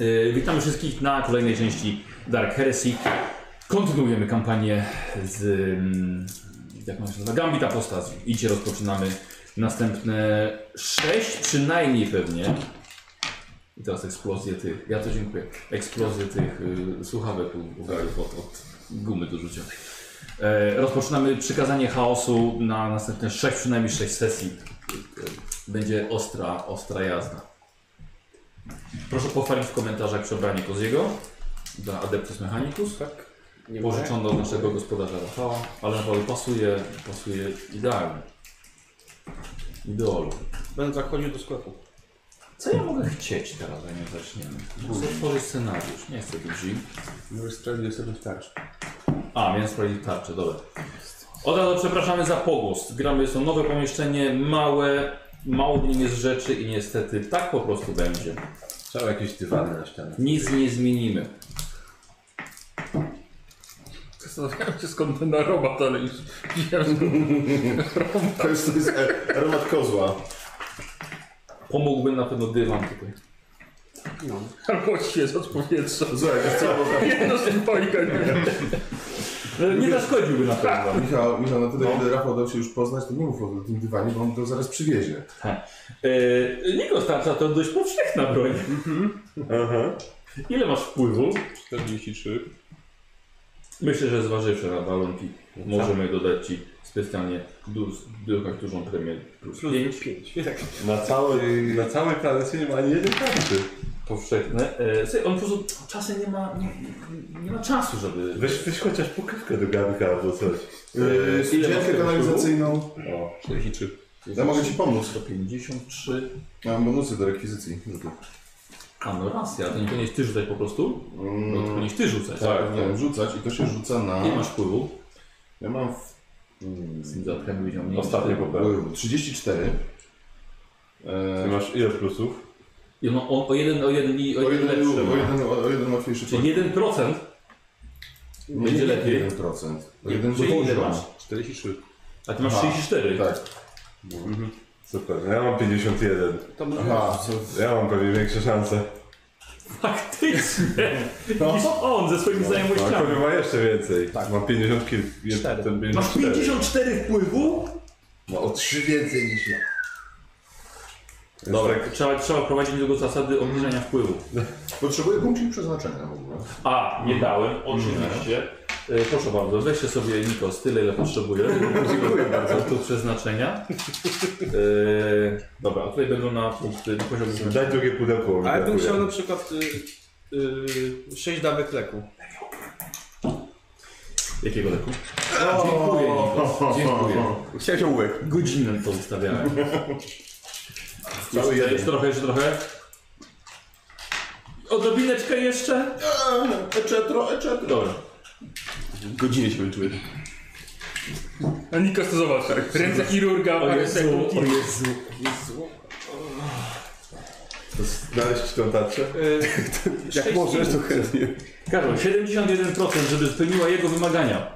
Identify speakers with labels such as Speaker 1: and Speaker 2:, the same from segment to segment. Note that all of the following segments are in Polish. Speaker 1: Y, Witamy wszystkich Eh, na kolejnej części Dark Heresy. Kontynuujemy kampanię z. mm, Jak ma się nazywa? Gambit Apostazji. I dzisiaj rozpoczynamy następne sześć przynajmniej pewnie. I teraz eksplozję tych. Ja to dziękuję. Eksplozję tych y, słuchawek u, u od, od gumy do rzucia. E, rozpoczynamy przykazanie chaosu na następne sześć, przynajmniej sześć sesji. E, Będzie ostra, ostra jazda. Proszę pochwalić w komentarzach przebranie Koziego dla Adeptus Mechanicus. Tak.
Speaker 2: Nie
Speaker 1: Pożyczono od naszego gospodarza Rafała, ale Rafał pasuje, pasuje idealnie. Ideolu.
Speaker 2: Będę zachodził do sklepu.
Speaker 1: Co ja mogę chcieć teraz, zanim zaczniemy? Chcę stworzyć scenariusz, nie chcę być zim.
Speaker 2: Możesz sprawdzić sobie starczy.
Speaker 1: A, miałem sprawdzić tarczę, dobra. Od razu przepraszamy za pogłos. Gramy, jest to nowe pomieszczenie, małe, mało w nim jest rzeczy i niestety tak po prostu będzie.
Speaker 2: Trzeba jakieś dywany na ścianę.
Speaker 1: Nic nie zmienimy.
Speaker 3: Zastanawiałem się skąd ten robot, ale już wiem,
Speaker 4: To jest, to jest e, aromat kozła.
Speaker 1: Pomógłby na pewno dywan tutaj.
Speaker 3: albo świeżo z powietrza.
Speaker 4: Słuchaj, wiesz co, bo tak,
Speaker 3: Jedno z dwojga, nie wiem.
Speaker 1: E, Nie zaszkodziłby na pewno.
Speaker 4: Michał, Michał, no tutaj, kiedy Rafał dał się już poznać, to nie mów o tym dywanie, bo on to zaraz przywiezie.
Speaker 1: Yy, Nikos tarcza to dość powszechna broń. Ile masz wpływu?
Speaker 2: 43.
Speaker 1: Myślę, że zważywszy na warunki, możemy dodać Ci specjalnie du du- dużą premię plus 5.
Speaker 2: 5. Tak.
Speaker 5: Na całej, na całej planecie nie ma ani jednej karty.
Speaker 1: Powszechne. E, słuchaj, on po prostu czasem nie ma, nie, nie ma czasu, żeby...
Speaker 5: Weź, weź chociaż pukawkę do garnka albo coś.
Speaker 4: Yy,
Speaker 1: ile masz
Speaker 4: Studzienkę
Speaker 1: tego
Speaker 4: kanalizacyjną.
Speaker 5: O,
Speaker 2: 43.
Speaker 4: Ja mogę ci pomóc.
Speaker 1: 153.
Speaker 4: Mam bonusy do rekwizycji. rzutów.
Speaker 1: A no racja, to nie powinieneś Ty rzucać po prostu? No
Speaker 4: Mm.
Speaker 1: to powinieneś Ty rzucać.
Speaker 5: tak.
Speaker 4: Powinienem rzucać i to się rzuca na...
Speaker 1: Ile masz wpływu?
Speaker 4: Ja mam w... mm,
Speaker 1: Z tym zatem widział mniej.
Speaker 5: Ostatnie poprawki.
Speaker 4: yy, 34.
Speaker 5: Ty
Speaker 4: E,
Speaker 5: masz ile plusów?
Speaker 1: I on, on, o jeden, o jeden, li- o
Speaker 4: o
Speaker 1: jeden
Speaker 4: jeden,
Speaker 1: lepszy
Speaker 4: o
Speaker 1: ma.
Speaker 4: jeden, o jeden łatwiejszy poziom.
Speaker 1: Czyli 1%
Speaker 4: Nie,
Speaker 1: będzie
Speaker 4: nie, nie,
Speaker 1: lepiej.
Speaker 4: 1%. Jeden
Speaker 1: Czyli ile
Speaker 4: poziom.
Speaker 1: masz?
Speaker 2: 43.
Speaker 1: A Ty masz 34.
Speaker 4: Tak.
Speaker 5: Super, no ja mam 51.
Speaker 2: To może
Speaker 4: Aha, co...
Speaker 5: Ja mam pewnie większe szanse.
Speaker 1: Faktycznie! Niż on ze swoimi
Speaker 5: A
Speaker 1: znajomościami.
Speaker 5: Kobi No, ma jeszcze więcej. Mam 50 kilk...
Speaker 2: Cztery.
Speaker 5: Ten No,
Speaker 1: Masz
Speaker 5: 54.
Speaker 1: 54 wpływu?
Speaker 4: Ma o 3 więcej niż ja.
Speaker 5: Więc tak,
Speaker 1: Trzeba, trzeba prowadzić do zasady obniżania wpływu.
Speaker 4: Potrzebuję punktu przeznaczenia w ogóle.
Speaker 1: A, nie dałem, oczywiście. E, Proszę bardzo, weźcie sobie Nikos tyle, ile potrzebuję. Dziękuję bardzo. Tu przeznaczenia. E, dobra, a tutaj będą na punkty na poziom przeznaczenia.
Speaker 5: Daj drugie pudełko. bo mi
Speaker 2: Ale bym
Speaker 5: brakuje.
Speaker 2: chciał na przykład y, y, 6 dawek leku.
Speaker 1: Jakiego leku? Dziękuję Nikos, dziękuję.
Speaker 4: Chciałeś ołówek.
Speaker 1: Godzinę to zostawiałem.
Speaker 4: Cały
Speaker 1: Jeszcze,
Speaker 4: jeden.
Speaker 1: jeszcze trochę, jeszcze trochę. Odrobineczkę jeszcze?
Speaker 2: E,
Speaker 4: Eczetro, eczetro.
Speaker 1: Dobra.
Speaker 4: Godziny się wyczuły.
Speaker 3: A Nikos to zobacz, ręce chirurga,
Speaker 1: O
Speaker 3: parę
Speaker 1: Jezu,
Speaker 3: sekund.
Speaker 1: o Jezu.
Speaker 5: Znaleźć tą tarczę?
Speaker 2: Jak możesz, to chętnie.
Speaker 1: Karol, 71%, żeby spełniła jego wymagania.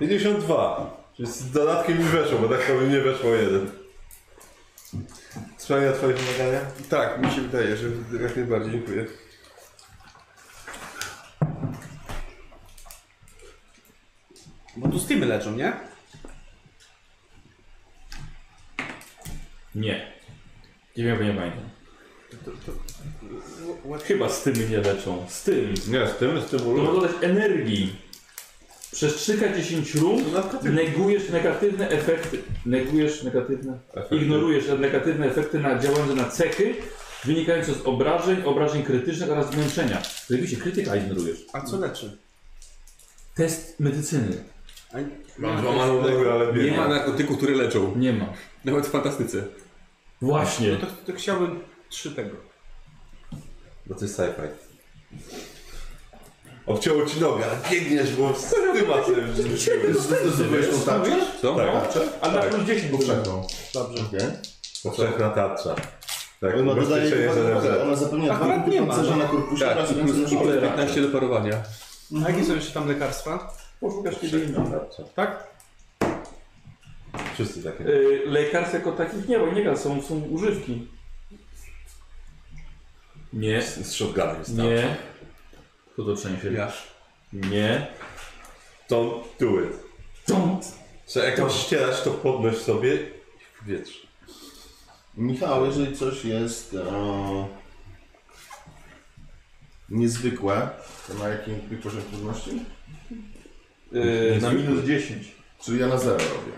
Speaker 5: 52. Czyli z dodatkiem mi weszło, bo tak to mi nie weszło jeden. Spełnia twoje wymagania?
Speaker 2: Tak, mi się wydaje, że jak najbardziej. Dziękuję. Bo tu Steamy leczą, nie?
Speaker 1: Nie. Nie wiem, bo nie pamiętam.
Speaker 2: Wh- what-
Speaker 1: Chyba z tym nie leczą. Z tym.
Speaker 5: Nie, z tym, z tym
Speaker 1: To może dodać energii. Przez 3K10 rund
Speaker 2: No,
Speaker 1: negujesz negatywne efekty. Negujesz negatywne.
Speaker 5: Efekty.
Speaker 1: Ignorujesz negatywne efekty na działające na cechy wynikające z obrażeń, obrażeń krytycznych oraz zmęczenia. Rzeczywiście krytyka ignorujesz.
Speaker 2: A co leczy?
Speaker 1: Test medycyny.
Speaker 2: A,
Speaker 5: Mam złamaną nogę, ale
Speaker 1: Nie
Speaker 5: biegam.
Speaker 1: ma
Speaker 2: narkotyków, które leczą.
Speaker 1: Nie ma.
Speaker 2: Nawet w fantastyce. No
Speaker 1: Właśnie.
Speaker 2: To, to chciałbym trzy tego.
Speaker 5: Bo to jest sci-fi. Obcięło ci nogę, ale biegniesz, bo z ty macem
Speaker 4: Zdecydowałeś tą tarczę?
Speaker 2: Co?
Speaker 5: Tak,
Speaker 1: Ale na plus 10
Speaker 2: Tak.
Speaker 1: było.
Speaker 4: Powszechną.
Speaker 2: Dobrze.
Speaker 4: Okay.
Speaker 5: powszechna tarcza. Tak,
Speaker 4: Ona dodaje
Speaker 5: ubezpieczenie
Speaker 4: dwa- dwa-
Speaker 5: ZNZ.
Speaker 4: ona zapewnia dwa
Speaker 2: Akurat nie
Speaker 4: punkty
Speaker 2: ma, no.
Speaker 4: pancerza na korpusie
Speaker 2: Tak,
Speaker 4: oraz
Speaker 2: i
Speaker 4: więcej
Speaker 2: plus,
Speaker 4: nosi
Speaker 2: i plus
Speaker 4: kolera.
Speaker 2: 15 do parowania. A jakie są jeszcze tam lekarstwa?
Speaker 1: Poszukasz kiedy indziej.
Speaker 5: Tarcza.
Speaker 2: Tak?
Speaker 5: Wszyscy takie.
Speaker 1: Y, Yy, lekarstw jako takich nie, bo nie są, są używki. Nie.
Speaker 5: Z, z shotgunem jest tam.
Speaker 1: Nie. Kto to trzęsie?
Speaker 3: Ja.
Speaker 1: Nie.
Speaker 5: Don't do it.
Speaker 1: Don't.
Speaker 5: Co, jak masz ścierać, to podnoś sobie i w powietrze.
Speaker 4: Michał, jeżeli coś jest e, niezwykłe, to na jakim poziomie trudności?
Speaker 2: Yy,
Speaker 1: Na minus 10.
Speaker 4: Czyli ja na zero robię.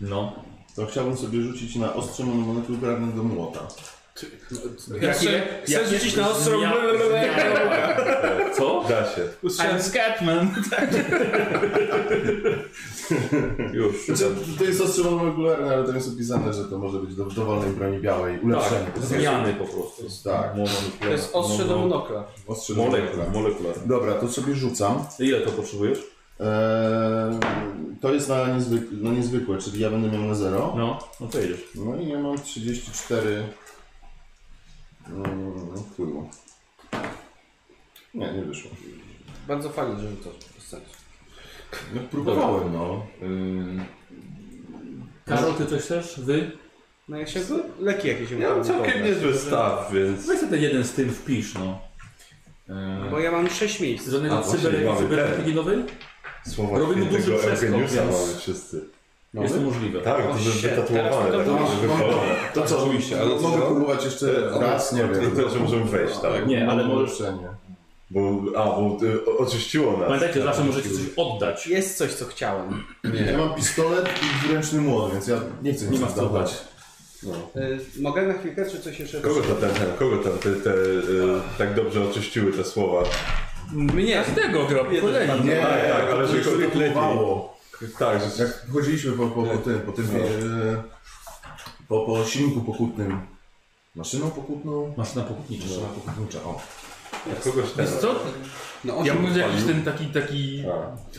Speaker 1: No.
Speaker 4: To chciałbym sobie rzucić na ostrze monetu wybrane do młota.
Speaker 2: chcę chcę
Speaker 1: jakie-
Speaker 2: rzucić na ostrą...
Speaker 1: zmia- Co?
Speaker 5: Da się.
Speaker 2: Usłyszałem Scatman.
Speaker 5: Już.
Speaker 4: Znaczy, to jest ostrze monetu regularne, ale tam jest opisane, że to może być do dowolnej broni białej, ulepszenie.
Speaker 1: Tak, zmiany po prostu.
Speaker 4: Tak,
Speaker 2: To jest ostrze do monokla.
Speaker 4: ostrze do
Speaker 1: Molekula.
Speaker 4: młota.
Speaker 1: Molekula.
Speaker 4: Dobra, to sobie rzucam.
Speaker 1: Ile to potrzebujesz?
Speaker 4: E, to jest na, niezwyk- na niezwykłe, czyli ja będę miał na zero.
Speaker 1: No, no to jedziesz.
Speaker 4: No i ja mam 34 mm, wpływu. Nie, nie wyszło.
Speaker 2: Bardzo fajnie, że to bez sensu.
Speaker 4: No, próbowałem, no.
Speaker 1: Ym... Karol, ty coś chcesz? Wy?
Speaker 2: No jak się... Leki jakieś
Speaker 5: Ja mam całkiem niezły staw, więc...
Speaker 1: Weź sobie ten jeden z tym wpisz, no.
Speaker 2: Bo
Speaker 1: Ym...
Speaker 2: ja mam 6 miejsc.
Speaker 1: Żadnego
Speaker 5: A, właśnie,
Speaker 1: cyber-
Speaker 5: mamy
Speaker 1: cyberpiginowy?
Speaker 5: Słowa
Speaker 1: Robimy duży
Speaker 5: świętego
Speaker 1: przeskok,
Speaker 5: Eugeniusza
Speaker 1: więc-
Speaker 5: mamy wszyscy.
Speaker 1: Jest to możliwe.
Speaker 5: Tak,
Speaker 2: O,
Speaker 5: to
Speaker 2: shit,
Speaker 5: jest wytatuowane.
Speaker 2: teraz
Speaker 5: Tak,
Speaker 2: to
Speaker 5: żeby
Speaker 4: mam
Speaker 5: wolno.
Speaker 4: To co, oczywiście,
Speaker 5: ale
Speaker 4: ale
Speaker 5: co? E,
Speaker 4: mogę próbować jeszcze raz, nie
Speaker 5: To
Speaker 4: wiem.
Speaker 5: tyle, że możemy wejść, tak?
Speaker 1: Nie, ale możesz-
Speaker 4: ulepszenie.
Speaker 5: Bo, a, bo y, o- oczyściło nas.
Speaker 1: Pamiętajcie, zawsze możecie coś oddać.
Speaker 2: Jest coś, co chciałem.
Speaker 4: Ja mam pistolet i wręczny młot, więc ja nie chcę
Speaker 1: Nie
Speaker 4: nic
Speaker 1: ma co
Speaker 4: zdawać.
Speaker 1: dać.
Speaker 6: E,
Speaker 2: Y, mogę na chwilkę, czy coś jeszcze?
Speaker 5: No. Kogo to ten, ten kogo tam te, te, y, tak dobrze oczyściły te słowa?
Speaker 2: Mnie.
Speaker 3: Tego gra, kolejny.
Speaker 4: Nie,
Speaker 5: Tak, tak, ale
Speaker 4: to
Speaker 5: że
Speaker 4: już
Speaker 5: kogoś
Speaker 4: to
Speaker 5: lepiej.
Speaker 4: próbowało.
Speaker 5: Tak, że...
Speaker 4: Jak chodziliśmy po, po, po tym, po tym, e, po, po silniku pokutnym. Maszyną pokutną?
Speaker 1: Masz na pokutnicze.
Speaker 4: Maszyna pokutnicza, o.
Speaker 5: Kogoś ten.
Speaker 3: Wiesz co?
Speaker 2: No,
Speaker 3: Ja
Speaker 2: osiem.
Speaker 3: mówię, że jakiś ten taki, taki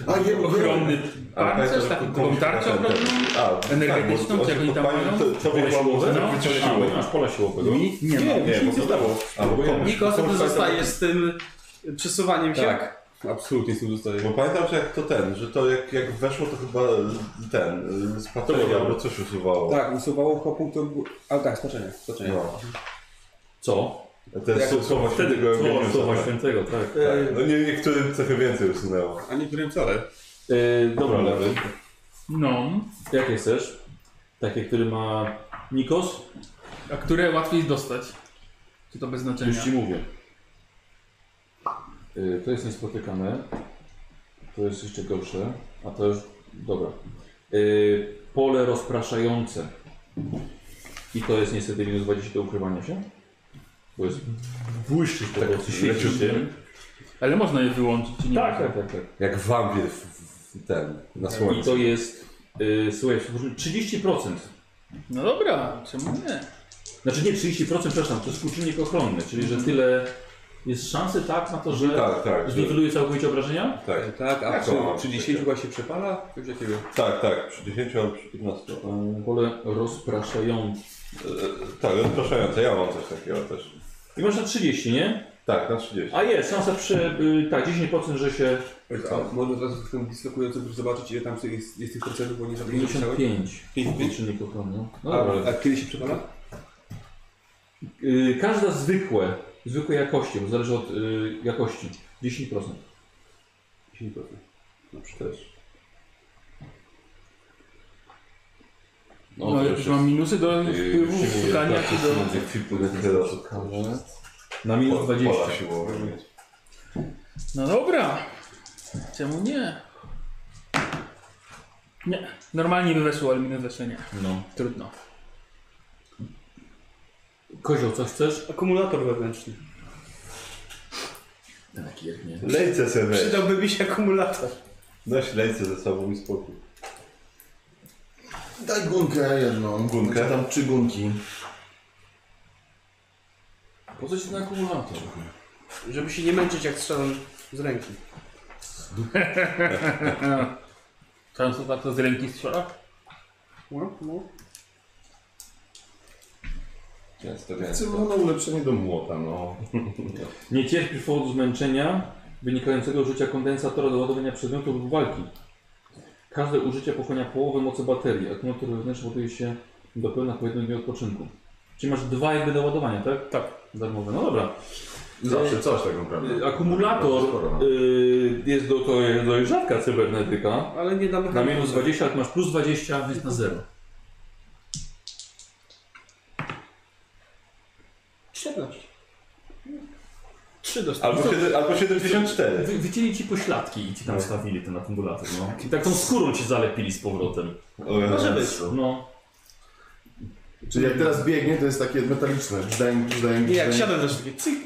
Speaker 4: A, nie,
Speaker 3: ogromny pancerz, taką tą tarczę ogromną.
Speaker 1: no,
Speaker 5: Tak,
Speaker 3: energetyczną, czy jak oni tam mają?
Speaker 5: To
Speaker 1: Pole
Speaker 5: było może
Speaker 1: siłowe? A,
Speaker 5: wyciągnęło.
Speaker 1: bo nie masz no. pola siłowego.
Speaker 3: Mi? Nie ma.
Speaker 5: Nie, bo to dało. Albo komuś.
Speaker 2: Nikos potem zostaje z tym przesuwaniem się.
Speaker 3: Tak. Absolutnie z tym zostaje.
Speaker 5: Bo pamiętam, że jak to ten, że to jak, jak weszło, to chyba ten, y, z
Speaker 1: To
Speaker 5: patelni
Speaker 1: było
Speaker 5: albo coś usuwało.
Speaker 6: Tak, usuwało chłopu, to było... Ale tak, spaczenie, spaczenie.
Speaker 5: No.
Speaker 1: Co?
Speaker 5: Te są słowa
Speaker 1: Wtedy
Speaker 5: świętego
Speaker 1: słowa, słowa
Speaker 5: Eugeniusza. tak.
Speaker 1: świętego, tak.
Speaker 5: Tak. No nie, niektórym trochę więcej usunęło.
Speaker 6: A niektórym wcale.
Speaker 1: Yy, dobra, lewy.
Speaker 3: No.
Speaker 1: Jakie chcesz? Takie, który ma Nikos?
Speaker 3: A które łatwiej dostać? Czy to bez
Speaker 1: Już
Speaker 3: znaczenia?
Speaker 1: ci mówię. Yy, to jest niespotykane. To jest jeszcze gorsze. A to już... Dobra. Yy, pole rozpraszające. I to jest niestety minus 20 do ukrywania się. Bo jest... Błyszczysz
Speaker 5: Tak,
Speaker 1: po prostu, świecisz się.
Speaker 3: Ale można je wyłączyć, czy nie?
Speaker 1: tak, tak. tak.
Speaker 5: Jak wampir w, w ten, na
Speaker 1: I to jest, y, słuchaj, 30%.
Speaker 3: No dobra, czemu nie?
Speaker 1: Znaczy nie 30%, przepraszam, to jest współczynnik ochronny, czyli że tyle jest szansy tak na to, że
Speaker 5: Tak, tak. że-
Speaker 1: zniweluje całkowicie obrażenia?
Speaker 5: Tak,
Speaker 6: Tak, a
Speaker 5: Jak
Speaker 6: przy,
Speaker 5: to mam?
Speaker 6: przy 10 właśnie przepala? Coś takiego.
Speaker 5: tak, tak, przy 10 albo przy 15. E,
Speaker 1: Pole rozpraszające.
Speaker 5: tak, rozpraszające, ja mam coś takiego też.
Speaker 1: I masz na 30, nie?
Speaker 5: Tak, na 30.
Speaker 1: A jest, szansa prze, y, tak, 10%, że się
Speaker 6: A można teraz ten dyslokujący żeby zobaczyć ile tam jest, jest tych procentów, bo nie żadnych nie pisały.
Speaker 1: 55. Współczynnik ochronny. No
Speaker 6: A,
Speaker 1: dobra.
Speaker 6: a kiedy się przepala?
Speaker 1: Y, każda zwykłe, zwykłej jakości, bo zależy od y, jakości, 10%.
Speaker 6: 10%.
Speaker 5: Na 40.
Speaker 1: No,
Speaker 3: No,
Speaker 1: to Yy,
Speaker 3: jak
Speaker 1: już
Speaker 3: już mam minusy do
Speaker 5: Yy,
Speaker 3: wpływu, No, szukania
Speaker 5: tak,
Speaker 3: czy do...
Speaker 1: Na minus 20.
Speaker 5: Pola siłowe mieć.
Speaker 3: No dobra, czemu nie? Nie, normalnie by weszło, ale minus weszło nie.
Speaker 1: No.
Speaker 3: Trudno.
Speaker 1: Kozioł, coś chcesz?
Speaker 2: Akumulator wewnętrzny.
Speaker 1: Tak, jak nie.
Speaker 5: Lejce se weź.
Speaker 2: Przydałby mi się akumulator.
Speaker 5: Noś lejce ze sobą i spokój.
Speaker 4: Daj gumkę jedną.
Speaker 5: Gumkę?
Speaker 4: Znaczy Tam trzy gumki.
Speaker 1: Po co ci ten akumulator?
Speaker 2: Żeby się nie męczyć jak strzelam z ręki.
Speaker 3: Często tak to z ręki strzela?
Speaker 2: No, no.
Speaker 5: Często
Speaker 4: Chcę mu na ulepszenie do młota, no.
Speaker 1: Nie cierpi z powodu zmęczenia wynikającego z użycia kondensatora do ładowania przedmiotu lub walki. Każde użycie pochłania połowę mocy baterii. Akumulator wewnętrzny ładuje się do pełna po jednym dniu odpoczynku. Czyli masz dwa jakby do ładowania, tak?
Speaker 2: Tak.
Speaker 1: Darmowe, no dobra.
Speaker 4: Zawsze coś tak naprawdę.
Speaker 1: y, Akumulator
Speaker 4: Sporo, no.
Speaker 1: y, jest do, to jest dość rzadka cybernetyka.
Speaker 2: Ale nie damy
Speaker 1: Na minus 20, jak masz plus 20, więc na 0.
Speaker 2: 14. 3 dostałem.
Speaker 5: Albo, siedem- albo 74.
Speaker 1: Wy, wycięli ci pośladki i ci
Speaker 2: No.
Speaker 1: tam stawili ten akumulator, no. I tak tą skórą ci zalepili z powrotem.
Speaker 2: Może być.
Speaker 1: No.
Speaker 4: Czyli jak teraz biegnie, to jest takie metaliczne. Brzdęk, brzdęk,
Speaker 2: Nie, jak
Speaker 4: brzdęk.
Speaker 2: siadam też taki cyk.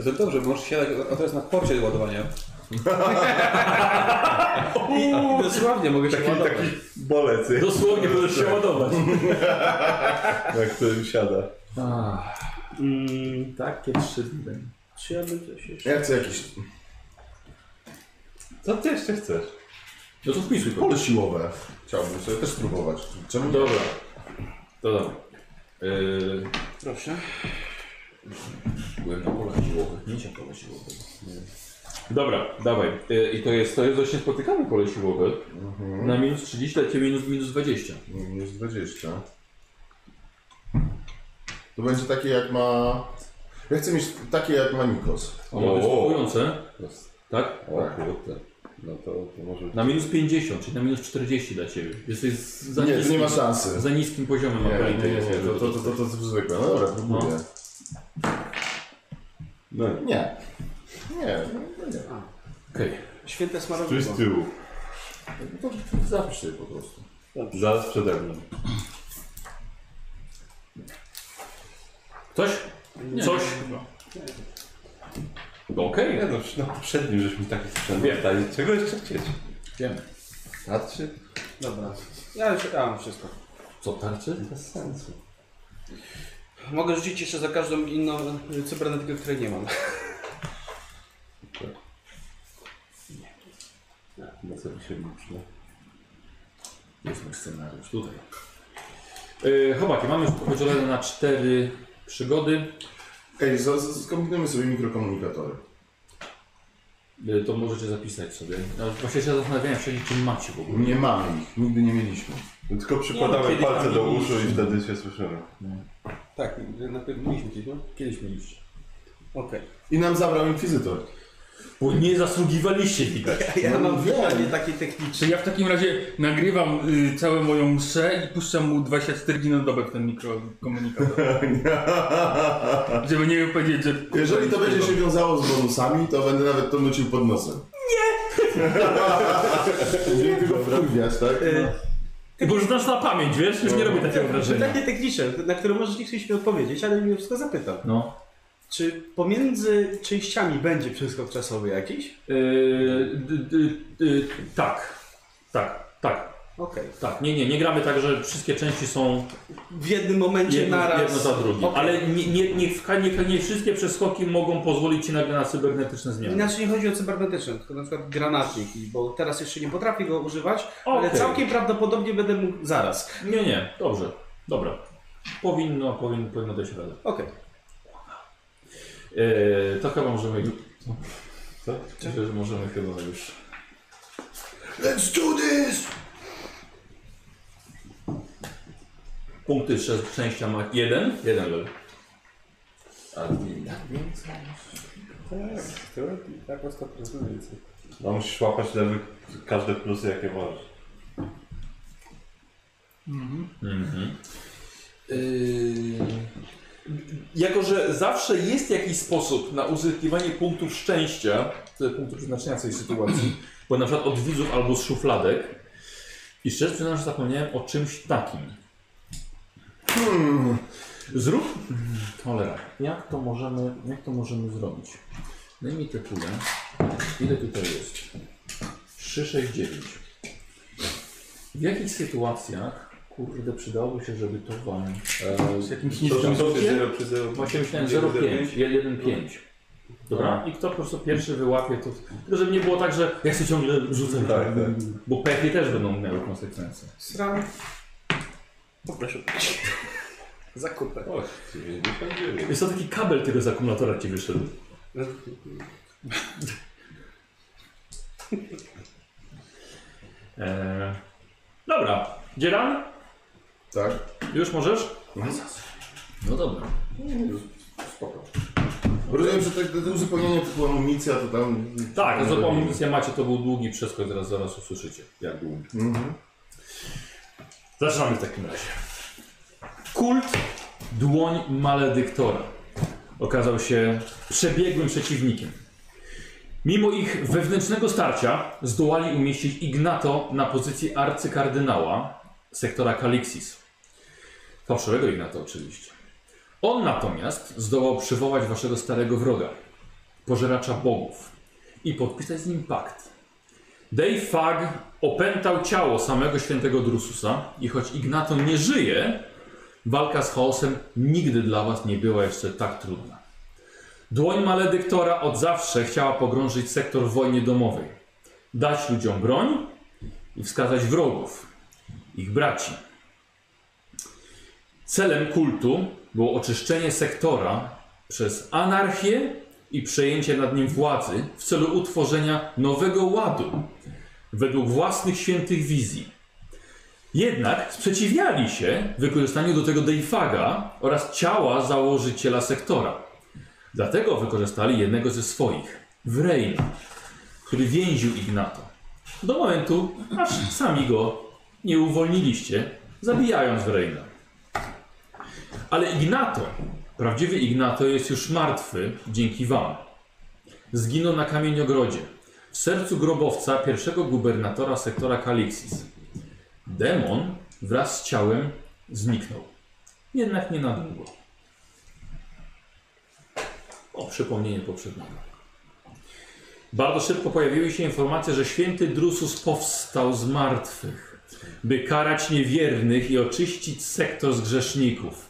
Speaker 6: A to dobrze, możesz siadać, a teraz na porcie do ładowania.
Speaker 2: I i dosłownie mogę się
Speaker 5: Taki,
Speaker 2: ładować.
Speaker 5: taki bolec, jak-
Speaker 1: Dosłownie możesz się ładować.
Speaker 5: jak to siada.
Speaker 4: Tak.
Speaker 2: Mm, takie 3 dni. Czy ja bym coś jeszcze...
Speaker 4: Ja chcę jakiś
Speaker 5: Co ty jeszcze chcesz?
Speaker 1: No to wpisuj to.
Speaker 4: pole siłowe. Chciałbym sobie też spróbować. Czemu nie?
Speaker 1: Dobra. To dobra.
Speaker 4: E,
Speaker 1: Yy,
Speaker 2: Proszę.
Speaker 1: Byłem na polach siłowych, nie cię pole siłowe. Dobra, dawaj. Y, I to jest, to jest dość niespotykane pole siłowe.
Speaker 4: Mhm.
Speaker 1: Na minus 30, lecie minus, minus 20.
Speaker 4: Minus 20. To będzie takie jak ma... Ja chcę mieć takie jak ma Nikos.
Speaker 1: O, ma
Speaker 5: O.
Speaker 1: występujące. Tak?
Speaker 5: O kurde. No to, to może
Speaker 1: Na minus 50, czyli na minus 40 dla ciebie. Jesteś z- za
Speaker 4: Nie, to
Speaker 1: niskim,
Speaker 4: nie ma szansy.
Speaker 1: za niskim poziomem
Speaker 4: Nie, nie,
Speaker 1: apelity.
Speaker 4: nie, nie. To, to, to, to, to jest zwykłe. No dobra, próbuję.
Speaker 5: No.
Speaker 4: Nie. Nie, no nie.
Speaker 1: Okej.
Speaker 2: Święte
Speaker 5: Tu
Speaker 2: smarowidło.
Speaker 5: z tyłu.
Speaker 4: To zapisz sobie po prostu.
Speaker 5: Zaraz przede mną.
Speaker 1: Coś? Coś? No Okej.
Speaker 5: Nie no, przy- na poprzednim żeśmy taki sprzęt
Speaker 1: Wiem.
Speaker 5: dostali. Czego jeszcze chcieć? Znaczy,
Speaker 1: Wiemy.
Speaker 5: Tarczy?
Speaker 2: Dobra. Ja już ja mam wszystko.
Speaker 1: Co, tarczy?
Speaker 5: Bez sensu.
Speaker 2: Mogę rzucić jeszcze za każdą inną y, cybernetykę, której nie mam.
Speaker 5: Tak, Na co mi się liczy?
Speaker 4: Jest mój scenariusz.
Speaker 1: Tutaj. Yy, chłopaki, mamy już podzielone na cztery przygody.
Speaker 4: Ej, z- z- skombinujmy sobie mikrokomunikatory.
Speaker 1: Yy, to możecie zapisać sobie. Ja właśnie się zastanawiałem wcześniej, czy macie w ogóle.
Speaker 4: Nie mamy ich, nigdy nie mieliśmy.
Speaker 5: No, tylko
Speaker 1: Nie,
Speaker 5: przykładamy
Speaker 1: no,
Speaker 5: palce
Speaker 1: kiedyś
Speaker 5: do
Speaker 1: tam
Speaker 5: uszu
Speaker 1: mieliśmy.
Speaker 5: i wtedy się słyszymy.
Speaker 6: Tak, na pewno mieliśmy gdzieś, no.
Speaker 1: Kiedyś mieliście.
Speaker 2: Okej.
Speaker 4: I nam zabrał Inkwizytor.
Speaker 1: Bo nie zasługiwaliście widać.
Speaker 2: Ja
Speaker 4: No
Speaker 2: mam
Speaker 4: wiem.
Speaker 2: pytanie takie techniczne.
Speaker 3: Czy ja w takim razie nagrywam y, całą moją mszę i puszczam mu 24 godziny na dobę w ten mikrokomunikator. Żeby nie powiedzieć, że...
Speaker 4: Jeżeli to będzie się wiązało z bonusami, to będę nawet to nucił pod nosem. Nie! Nie tylko wkurwiasz, tak?
Speaker 2: Y,
Speaker 1: Bo już znasz na pamięć, wiesz? Już nie robię takiego wrażenia.
Speaker 2: Pytanie techniczne, na które możesz nie chcieć mi odpowiedzieć, ale mimo wszystko zapytam.
Speaker 1: No.
Speaker 2: Czy pomiędzy częściami będzie przeskok czasowy jakiś?
Speaker 1: Yy, d, d, y, tak. Tak, tak,
Speaker 2: Okej.
Speaker 1: tak. Nie, nie, nie gramy tak, że wszystkie części są
Speaker 2: W jednym momencie
Speaker 1: jedno,
Speaker 2: naraz.
Speaker 1: jedno za drugim.
Speaker 2: Okej.
Speaker 1: Ale nie, nie, nie, w- nie, nie wszystkie przeskoki mogą pozwolić ci na, na cybernetyczne zmiany.
Speaker 2: Inaczej nie chodzi o cybernetyczne, tylko na przykład granatnik, i- bo teraz jeszcze nie potrafię go używać, ale
Speaker 1: Okej.
Speaker 2: całkiem prawdopodobnie będę mógł zaraz.
Speaker 1: Nie, nie, dobrze. Dobra. Powinno, powinno, powinno dać radę.
Speaker 2: Okej.
Speaker 1: Yy, to chyba możemy... Co? Myślę, że możemy chyba już...
Speaker 4: Let's do this!
Speaker 1: Punkty szczę- szczęścia ma jeden. Jeden level.
Speaker 5: Tak, teoretycznie tak was to prezentuje. No musisz łapać lewy każde plusy jakie masz.
Speaker 1: Mhm. Yy, Jako, że zawsze jest jakiś sposób na uzyskiwanie punktów szczęścia, to jest punktu przeznaczenia tej sytuacji, bo na przykład od widzów albo z szufladek. I szczerze przyznam, że zapomniałem o czymś takim. Hmm. Zrób. Mm, Cholera. Jak to możemy, jak to możemy zrobić? Daj mi te kule. Ile tutaj jest? 369. W jakich sytuacjach, kurde, przydałoby się, żeby to wam... e,
Speaker 3: Z jakimś
Speaker 5: To
Speaker 3: niższym...
Speaker 5: są to 0 przy 0.
Speaker 1: Właśnie myślałem 0,5, 1,5. Dobra, i kto po prostu pierwszy wyłapie, to. Tylko żeby nie było tak, że ja się ciągle rzucę.
Speaker 5: Tak, tak.
Speaker 1: Bo pechy też będą miały konsekwencje.
Speaker 2: Sram. Poproszę. Zakupę.
Speaker 5: O, 99.
Speaker 1: Jest to taki kabel tego z akumulatora ci wyszedł. Eee, dobra, Dzielan,
Speaker 4: Tak?
Speaker 1: już możesz? No dobra.
Speaker 4: Spoko. Rozumiem, że tak do uzupełnienia typu amunicja to tam...
Speaker 1: Tak, no to amunicja macie, to był długi przeskok, zaraz, zaraz usłyszycie, jak długi.
Speaker 4: Mhm.
Speaker 1: Zaczynamy w takim razie. Kult Dłoń Maledyktora okazał się przebiegłym przeciwnikiem. Mimo ich wewnętrznego starcia zdołali umieścić Ignato na pozycji arcykardynała sektora Kalixis. Fałszywego Ignato oczywiście. On natomiast zdołał przywołać waszego starego wroga, pożeracza bogów, i podpisać z nim pakt. Dave Fag opętał ciało samego świętego Drususa i choć Ignato nie żyje, walka z chaosem nigdy dla was nie była jeszcze tak trudna. Dłoń maledyktora od zawsze chciała pogrążyć sektor w wojnie domowej, dać ludziom broń i wskazać wrogów, ich braci. Celem kultu było oczyszczenie sektora przez anarchię i przejęcie nad nim władzy w celu utworzenia nowego ładu według własnych świętych wizji. Jednak sprzeciwiali się wykorzystaniu do tego Deifaga oraz ciała założyciela sektora. Dlatego wykorzystali jednego ze swoich, Wrejna, który więził Ignato. Do momentu, aż sami go nie uwolniliście, zabijając Wrejna. Ale Ignato, prawdziwy Ignato jest już martwy dzięki wam. Zginął na kamieniogrodzie, w sercu grobowca pierwszego gubernatora sektora Kalixis. Demon wraz z ciałem zniknął. Jednak nie na długo. O, przypomnienie poprzedniego. Bardzo szybko pojawiły się informacje, że święty Drusus powstał z martwych, by karać niewiernych i oczyścić sektor z grzeszników.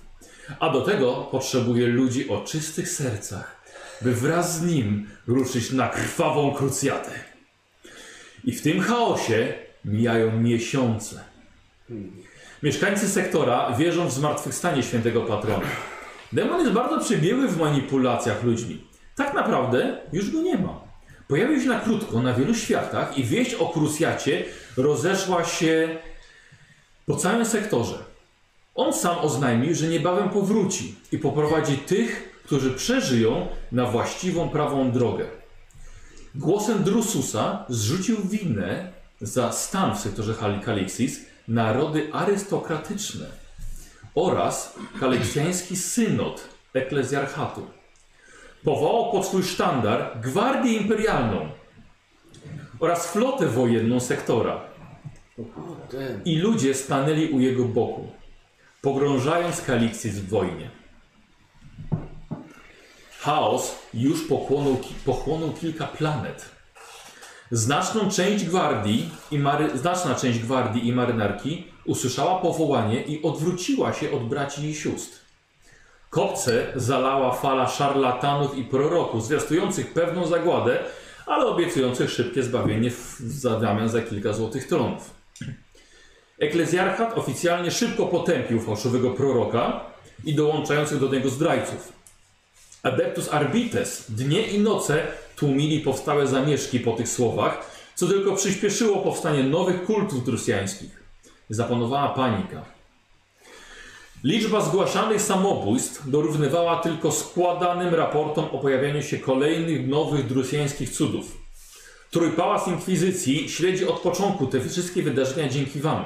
Speaker 1: A do tego potrzebuje ludzi o czystych sercach, by wraz z nim ruszyć na krwawą krucjatę. I w tym chaosie mijają miesiące. Mieszkańcy sektora wierzą w zmartwychwstanie świętego patrona. Demon jest bardzo przebiegły w manipulacjach ludźmi. Tak naprawdę już go nie ma. Pojawił się na krótko na wielu światach i wieść o krucjacie rozeszła się po całym sektorze. On sam oznajmił, że niebawem powróci i poprowadzi tych, którzy przeżyją na właściwą prawą drogę. Głosem Drususa zrzucił winę za stan w sektorze Hal- Kalixis na rody arystokratyczne oraz kaliksjański synod eklezjarchatu. Powołał pod swój sztandar Gwardię Imperialną oraz flotę wojenną sektora i ludzie stanęli u jego boku pogrążając Kalixis w wojnie. Chaos już pochłonął, ki- pochłonął kilka planet. Znaczną część gwardii i mary, znaczna część gwardii i marynarki usłyszała powołanie i odwróciła się od braci i sióstr. Kopce zalała fala szarlatanów i proroków, zwiastujących pewną zagładę, ale obiecujących szybkie zbawienie w, za zamian za kilka złotych tronów. Eklezjarchat oficjalnie szybko potępił fałszywego proroka i dołączających do niego zdrajców. Adeptus Arbites dnie i noce tłumili powstałe zamieszki po tych słowach, co tylko przyspieszyło powstanie nowych kultów drusjańskich. Zapanowała panika. Liczba zgłaszanych samobójstw dorównywała tylko składanym raportom o pojawianiu się kolejnych nowych drusjańskich cudów. Trójpałac Inkwizycji śledzi od początku te wszystkie wydarzenia dzięki Wam.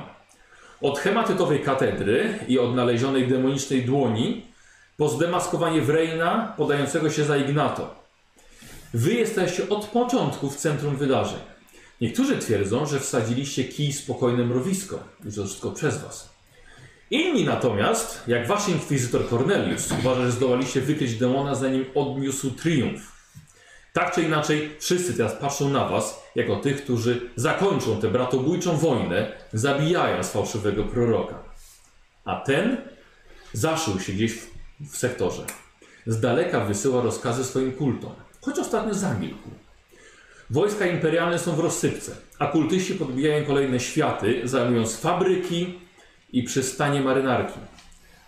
Speaker 1: Od hematytowej katedry i odnalezionej demonicznej dłoni, po zdemaskowanie Wrejna podającego się za Ignato. Wy jesteście od początku w centrum wydarzeń. Niektórzy twierdzą, że wsadziliście kij spokojne mrowisko, i że to wszystko przez Was. Inni natomiast, jak wasz inkwizytor Cornelius, uważa, że zdołaliście wykryć demona, zanim odniósł triumf. Tak czy inaczej, wszyscy teraz patrzą na was jako tych, którzy zakończą tę bratobójczą wojnę, zabijając fałszywego proroka. A ten zaszył się gdzieś w, w sektorze. Z daleka wysyła rozkazy swoim kultom, choć ostatnio zamilkł. Wojska imperialne są w rozsypce, a kultyści podbijają kolejne światy, zajmując fabryki i przystanie marynarki.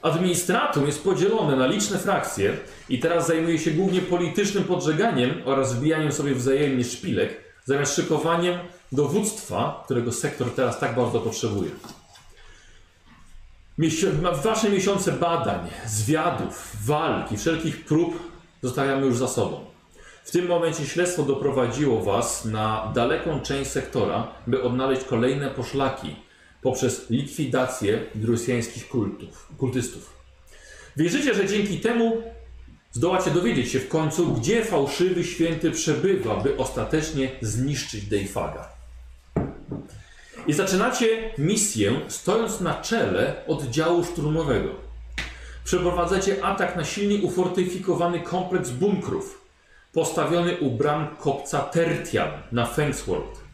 Speaker 1: Administratum jest podzielone na liczne frakcje i teraz zajmuje się głównie politycznym podżeganiem oraz wbijaniem sobie wzajemnie szpilek, zamiast szykowaniem dowództwa, którego sektor teraz tak bardzo potrzebuje. Miesio- na wasze miesiące badań, zwiadów, walk i wszelkich prób zostawiamy już za sobą. W tym momencie śledztwo doprowadziło was na daleką część sektora, by odnaleźć kolejne poszlaki poprzez likwidację drusjańskich kultów, kultystów. Wierzycie, że dzięki temu zdołacie dowiedzieć się w końcu, gdzie fałszywy święty przebywa, by ostatecznie zniszczyć Deifaga. I zaczynacie misję stojąc na czele oddziału szturmowego. Przeprowadzacie atak na silnie ufortyfikowany kompleks bunkrów, postawiony u bram kopca Tertian na Fenceworld.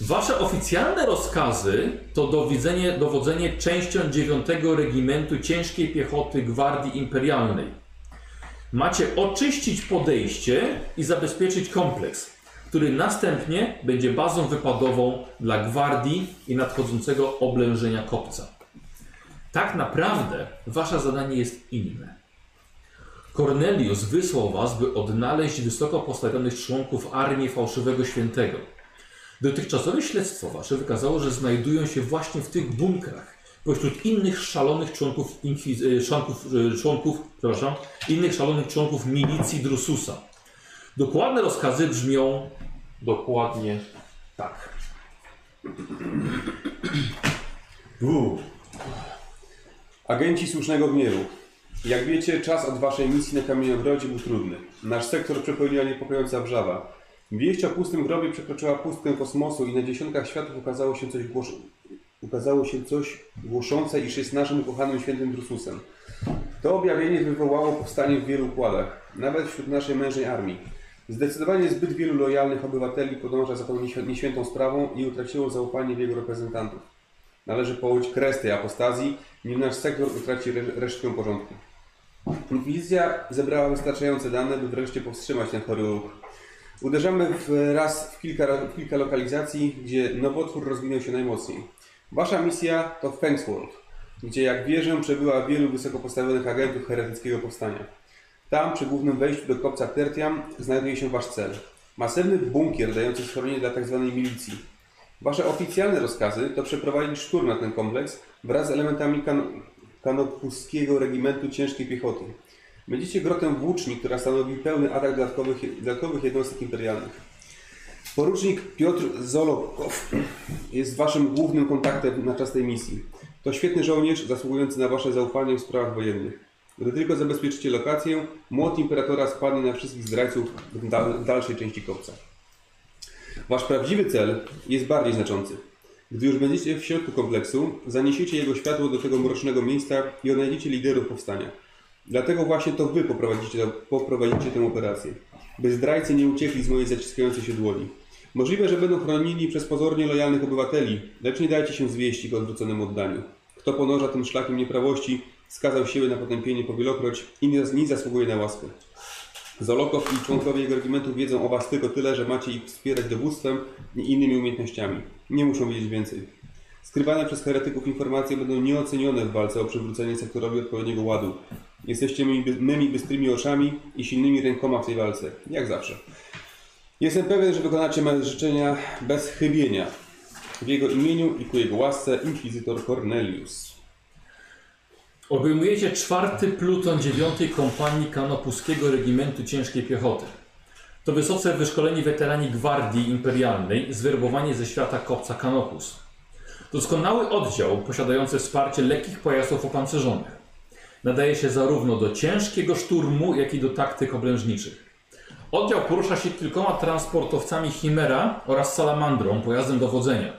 Speaker 1: Wasze oficjalne rozkazy to dowiedzenie, dowodzenie częścią 9 Regimentu Ciężkiej Piechoty Gwardii Imperialnej. Macie oczyścić podejście i zabezpieczyć kompleks, który następnie będzie bazą wypadową dla gwardii i nadchodzącego oblężenia kopca. Tak naprawdę wasze zadanie jest inne. Cornelius wysłał was, by odnaleźć wysoko postawionych członków armii fałszywego świętego. Dotychczasowe śledztwo wasze wykazało, że znajdują się właśnie w tych bunkrach, pośród innych szalonych członków, inkwiz- y, członków, y, członków przepraszam, innych szalonych członków milicji Drususa. Dokładne rozkazy brzmią dokładnie tak.
Speaker 4: Uuu.
Speaker 6: Agenci słusznego gniewu. Jak wiecie, czas od waszej misji na Kamieniogrodzie był trudny. Nasz sektor przepełniła niepokojąca wrzawa. Wieść o pustym grobie przekroczyła pustkę kosmosu i na dziesiątkach światów ukazało się coś, głosz... ukazało się coś głoszące, iż jest naszym ukochanym świętym Drususem. To objawienie wywołało powstanie w wielu układach, nawet wśród naszej mężnej armii. Zdecydowanie zbyt wielu lojalnych obywateli podąża za tą nieświ- nieświętą sprawą i utraciło zaufanie w jego reprezentantów. Należy położyć kres tej apostazji, nim nasz sektor utraci re- resztkę porządku. Inkwizycja zebrała wystarczające dane, by wreszcie powstrzymać ten chory ruch. Uderzamy w raz w kilka, w kilka lokalizacji, gdzie nowotwór rozwinął się najmocniej. Wasza misja to Fenceworld, gdzie jak wierzę przebyła wielu wysoko postawionych agentów heretyckiego powstania. Tam, przy głównym wejściu do kopca Tertiam, znajduje się wasz cel. Masywny bunkier dający schronienie dla tzw. milicji. Wasze oficjalne rozkazy to przeprowadzić szturm na ten kompleks wraz z elementami kan- kanopuskiego regimentu ciężkiej piechoty. Będziecie grotem włóczni, która stanowi pełny atak dodatkowych, dodatkowych jednostek imperialnych. Porucznik Piotr Zolobkow jest waszym głównym kontaktem na czas tej misji. To świetny żołnierz zasługujący na wasze zaufanie w sprawach wojennych. Gdy tylko zabezpieczycie lokację, młot imperatora spadnie na wszystkich zdrajców w dal- dalszej części kopca. Wasz prawdziwy cel jest bardziej znaczący. Gdy już będziecie w środku kompleksu, zaniesiecie jego światło do tego mrocznego miejsca i odnajdziecie liderów powstania. Dlatego właśnie to wy poprowadzicie, poprowadzicie tę operację, by zdrajcy nie uciekli z mojej zaciskającej się dłoni. Możliwe, że będą chronili przez pozornie lojalnych obywateli, lecz nie dajcie się zwieść ich odwróconemu oddaniu. Kto podąża tym szlakiem nieprawości, skazał siły na potępienie powielokroć i nie, nie zasługuje na łaskę. Zolokow i członkowie jego regimentu wiedzą o was tylko tyle, że macie ich wspierać dowództwem i innymi umiejętnościami. Nie muszą wiedzieć więcej. Skrywane przez heretyków informacje będą nieocenione w walce o przywrócenie sektorowi odpowiedniego ładu. Jesteście mymi, mymi bystrymi oczami i silnymi rękoma w tej walce, jak zawsze. Jestem pewien, że wykonacie moje życzenia bez chybienia. W jego imieniu i ku jego łasce Inkwizytor Cornelius.
Speaker 1: Obejmujecie czwarty pluton dziewiątej kompanii Kanopuskiego Regimentu Ciężkiej Piechoty. To wysoce wyszkoleni weterani Gwardii Imperialnej, zwerbowani ze świata kopca Kanopus. Doskonały oddział posiadający wsparcie lekkich pojazdów opancerzonych. Nadaje się zarówno do ciężkiego szturmu, jak i do taktyk oblężniczych. Oddział porusza się kilkoma transportowcami Chimera oraz Salamandrą, pojazdem dowodzenia.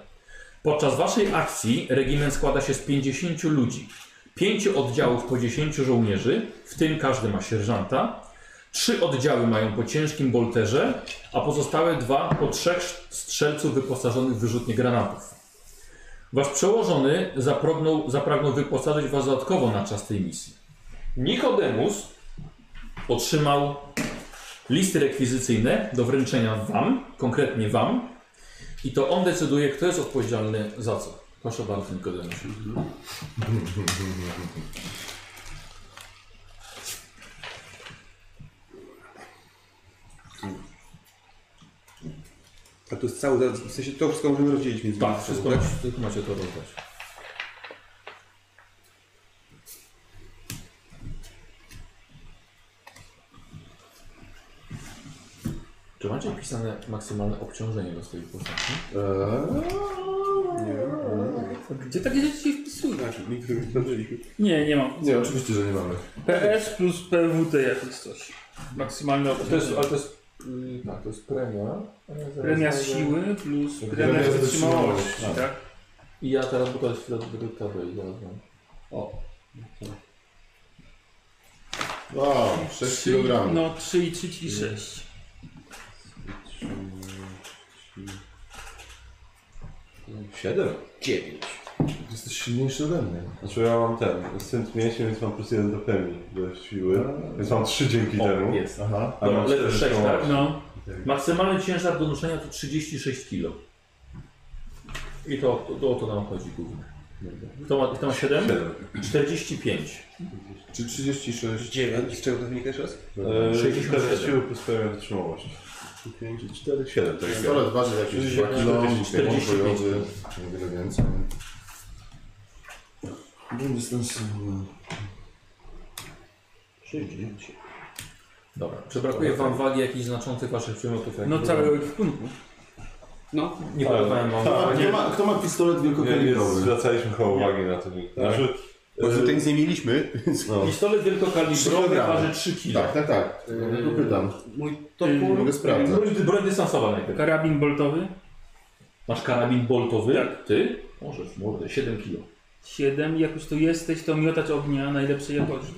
Speaker 1: Podczas waszej akcji regiment składa się z 50 ludzi. 5 oddziałów po 10 żołnierzy, w tym każdy ma sierżanta. Trzy oddziały mają po ciężkim bolterze, a pozostałe dwa po trzech strzelców wyposażonych w wyrzutnie granatów. Wasz przełożony zapragnął, zapragnął wyposażyć was dodatkowo na czas tej misji. Nikodemus otrzymał listy rekwizycyjne do wręczenia wam, konkretnie wam, i to on decyduje, kto jest odpowiedzialny za co. Proszę bardzo, Nikodemus.
Speaker 6: A to jest cały, w sensie to wszystko możemy rozdzielić między
Speaker 1: Tak,
Speaker 6: między sobą,
Speaker 1: wszystko macie, tylko macie to rozdać. Czy macie wpisane maksymalne obciążenie do swojej postaci?
Speaker 4: Eee,
Speaker 3: Gdzie takie rzeczy się wpisuje?
Speaker 6: Znaczy, nigdy nie zdążyliśmy.
Speaker 3: Nie, nie mam.
Speaker 4: Nie, oczywiście, że nie mamy.
Speaker 3: PS plus PWT jakieś coś. Maksymalne obciążenie.
Speaker 5: ale to jest... y, Tak, to jest premia.
Speaker 3: Premia z siły plus premia
Speaker 4: Premia
Speaker 3: z
Speaker 4: z
Speaker 3: wytrzymałości,
Speaker 4: wytrzymałości,
Speaker 3: tak?
Speaker 5: I ja teraz, bo to jest chwilę do tego tabeli, zaraz mam.
Speaker 4: Wow, 6
Speaker 3: Trzy-
Speaker 4: kg.
Speaker 3: No 3 i 3 i 6.
Speaker 4: Siedem.
Speaker 2: Dziewięć.
Speaker 4: Jesteś silniejszy ode mnie.
Speaker 5: Znaczy ja mam ten, synt mięśnie, więc mam plus jeden do premii do siły, więc mam trzy dzięki temu.
Speaker 1: Jest.
Speaker 4: Aha.
Speaker 5: A mam
Speaker 1: Dobra, lepiej
Speaker 5: cztery
Speaker 1: sześć,
Speaker 5: koła.
Speaker 1: tak?
Speaker 3: No.
Speaker 1: Maksymalny ciężar do noszenia to 36 kg. I to, to, to o to nam chodzi głównie. Kto ma, kto ma 7?
Speaker 5: Siedem.
Speaker 1: 45.
Speaker 4: Czy 36?
Speaker 2: Dziewięć. Z czego to wynika jeszcze raz?
Speaker 5: E,
Speaker 1: 67.
Speaker 5: cztery siły plus premia wytrzymałości. 5, 4, 7 to jest.
Speaker 4: Pistolet waży jakieś 2 kg,
Speaker 1: 45.
Speaker 4: bojowy, niewiele więcej. Bym dystansu.
Speaker 1: Dobra. Czy brakuje Wam wagi jakichś znaczących Waszych przymiotów? jak
Speaker 3: No
Speaker 1: Tak było?
Speaker 3: całego ekwipunku.
Speaker 2: No.
Speaker 1: Nie podawałem Wam.
Speaker 4: Kto ma, kto ma, kto ma pistolet
Speaker 5: Nie, nie
Speaker 4: wielkokalibrowy?
Speaker 5: zwracaliśmy chyba uwagi na to. Znaczy,
Speaker 6: Tak. Bo tutaj nic nie mieliśmy, więc...
Speaker 4: No.
Speaker 1: Pistolet wielkokalibrowy
Speaker 4: Kilogramy.
Speaker 1: waży 3 kg.
Speaker 4: Tak, tak, tak. Tylko pytam.
Speaker 2: Mój topór...
Speaker 4: Mogę sprawdzać.
Speaker 1: Broń dystansowa najpierw.
Speaker 3: Karabin boltowy
Speaker 1: Masz karabin boltowy? Ty? Możesz, mordę, 7 kg.
Speaker 3: 7. Jak już tu jesteś, to miotacz ognia najlepszej jakości.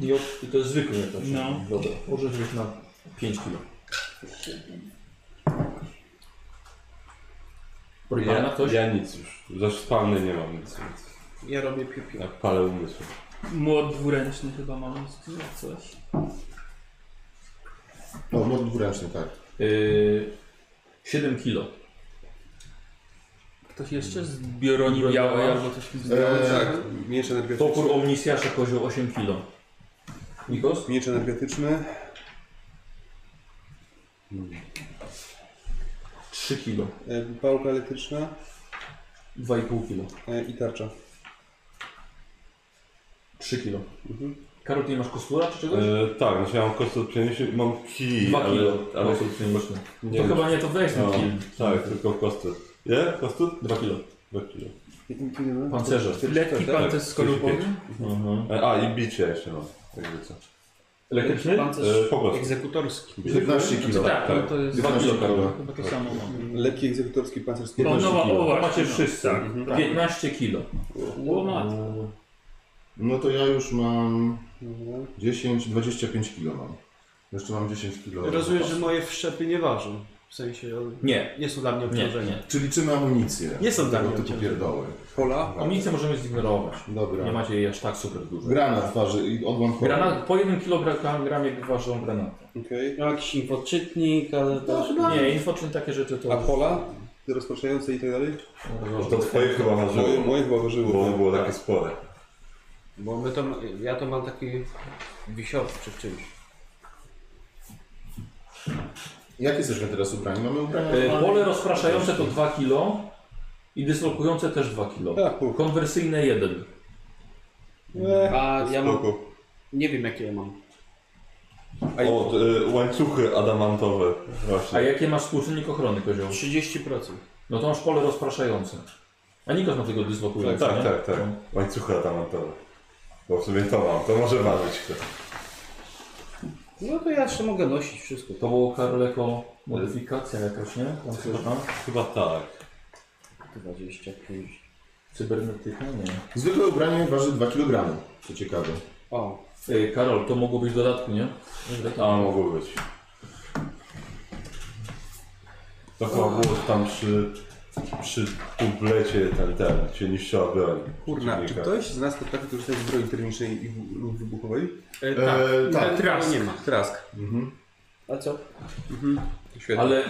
Speaker 1: I od- I to jest zwykły metal.
Speaker 3: No.
Speaker 1: Dobra, możesz być na 5 kg. Broń palna
Speaker 5: ja,
Speaker 1: ktoś?
Speaker 5: ja nic już. Zaszpalny nie mam nic. więc
Speaker 2: Ja robię piu-piu.
Speaker 5: Jak palę umysł.
Speaker 3: Młot dwuręczny chyba mam czy coś.
Speaker 4: No, mod dwuręczny, tak.
Speaker 1: Yy, 7 kg.
Speaker 3: Ktoś jeszcze z
Speaker 1: Mm.
Speaker 3: bioroni białej albo coś z białej.
Speaker 4: Eee,
Speaker 6: Tak, miecz energetyczny.
Speaker 1: Topór omnisjasza kozioł 8 kg. Nikos?
Speaker 6: Miecz energetyczny.
Speaker 1: 3 kg.
Speaker 6: E, Pałka elektryczna
Speaker 1: 2,5 kg.
Speaker 6: e, i tarcza.
Speaker 1: 3 kg.
Speaker 5: Mhm.
Speaker 1: Karol, ty nie masz kostura czy czegoś?
Speaker 5: E, tak, znaczy ja mam kostę od przeniesienia, mam kij,
Speaker 1: 2
Speaker 5: E, ale,
Speaker 1: kg.
Speaker 5: ale
Speaker 1: To
Speaker 5: nie wiem,
Speaker 1: chyba nie to weź
Speaker 5: no,
Speaker 1: na kij.
Speaker 5: Tak, tylko w kostę. Nie? Kostu?
Speaker 1: 2 kg.
Speaker 5: Dwa kilo.
Speaker 1: Pancerze.
Speaker 3: Lekki
Speaker 5: tak,
Speaker 3: pancerz skorupowy.
Speaker 5: E, A, i bicie jeszcze mam. Jakby co.
Speaker 1: Elektryczny?
Speaker 5: E,
Speaker 2: Pancerz
Speaker 5: po prostu.
Speaker 2: egzekutorski.
Speaker 4: 15 kg.
Speaker 3: Tak, no to jest
Speaker 1: Dwa kilo, Karol.
Speaker 3: chyba to samo mam.
Speaker 6: Lekki egzekutorski pancerz z
Speaker 3: O, no, o,
Speaker 1: To
Speaker 3: właśnie,
Speaker 1: macie
Speaker 3: no.
Speaker 1: wszyscy. 15 kg.
Speaker 3: Łomat.
Speaker 4: No to ja już mam
Speaker 1: Mhm.
Speaker 4: 10, 25 kg mam. Jeszcze mam 10 kg.
Speaker 2: Rozumiem, że moje wszczepy nie ważą. W sensie one
Speaker 1: Nie.
Speaker 2: nie są dla mnie
Speaker 1: Nie,
Speaker 2: obciążeniem.
Speaker 1: nie.
Speaker 4: Czy liczymy amunicję?
Speaker 2: Nie są dla
Speaker 4: tego
Speaker 2: mnie
Speaker 4: typu
Speaker 2: obciążeniem.
Speaker 4: pierdoły.
Speaker 6: Pola.
Speaker 1: Amunicję możemy zignorować.
Speaker 4: Dobra.
Speaker 1: Nie macie jej aż tak super dużo.
Speaker 4: Granat waży i odłam
Speaker 1: Granat, po 1 kilogramie ważą granaty.
Speaker 6: Okej.
Speaker 2: Miał jakiś infodczytnik, ale to...
Speaker 1: Nie, info czy takie rzeczy to...
Speaker 6: A pola? Te rozpoczynające i tak dalej?
Speaker 5: To twoje chyba
Speaker 6: Moje,
Speaker 5: marzyło,
Speaker 6: moje chyba ważyło.
Speaker 5: bo
Speaker 6: tak?
Speaker 5: ono było takie spore.
Speaker 2: Bo my to, ja to mam taki wisiorek czy czymś.
Speaker 4: Jak jesteśmy teraz ubrani? Mamy ubrania.
Speaker 1: E, Pole rozpraszające to 2 kg i dyslokujące też 2 kg.
Speaker 6: Tak, pół.
Speaker 1: Konwersyjne 1.
Speaker 6: Eee,
Speaker 2: A ja mam,
Speaker 5: Spoko.
Speaker 2: nie wiem jakie ja mam.
Speaker 5: O, t- e, łańcuchy adamantowe. Właśnie.
Speaker 1: A jakie masz współczynnik ochrony kozioł?
Speaker 2: 30%.
Speaker 1: No to masz pole rozpraszające. A Nikos ma tego dyslokujące,
Speaker 5: Tak,
Speaker 1: nie?
Speaker 5: tak, tak. Łańcuchy adamantowe. Bo w sumie to mam, to może marzyć kto.
Speaker 2: No to ja jeszcze mogę nosić wszystko.
Speaker 1: To było Karol jako modyfikacja jakaś, nie? Koncerna?
Speaker 5: Chyba tak.
Speaker 2: 25.
Speaker 1: Cybernetyka? Nie.
Speaker 4: Zwykłe ubranie waży 2 kg. Co ciekawe.
Speaker 2: O,
Speaker 1: Ej, Karol, to mogło być w dodatku, nie?
Speaker 5: A mogło być. To chyba było tam przy, przy dublecie ten, ten, się niszczyła broń.
Speaker 6: Kurna, czy
Speaker 5: przeciwnika.
Speaker 6: ktoś z nas potrafi korzystać z broni termicznej i w- lub wybuchowej?
Speaker 2: e, tak.
Speaker 4: Eee, tak. Mhm.
Speaker 2: Teraz nie ma.
Speaker 6: Trask.
Speaker 2: A co?
Speaker 6: Świetnie.
Speaker 1: Ale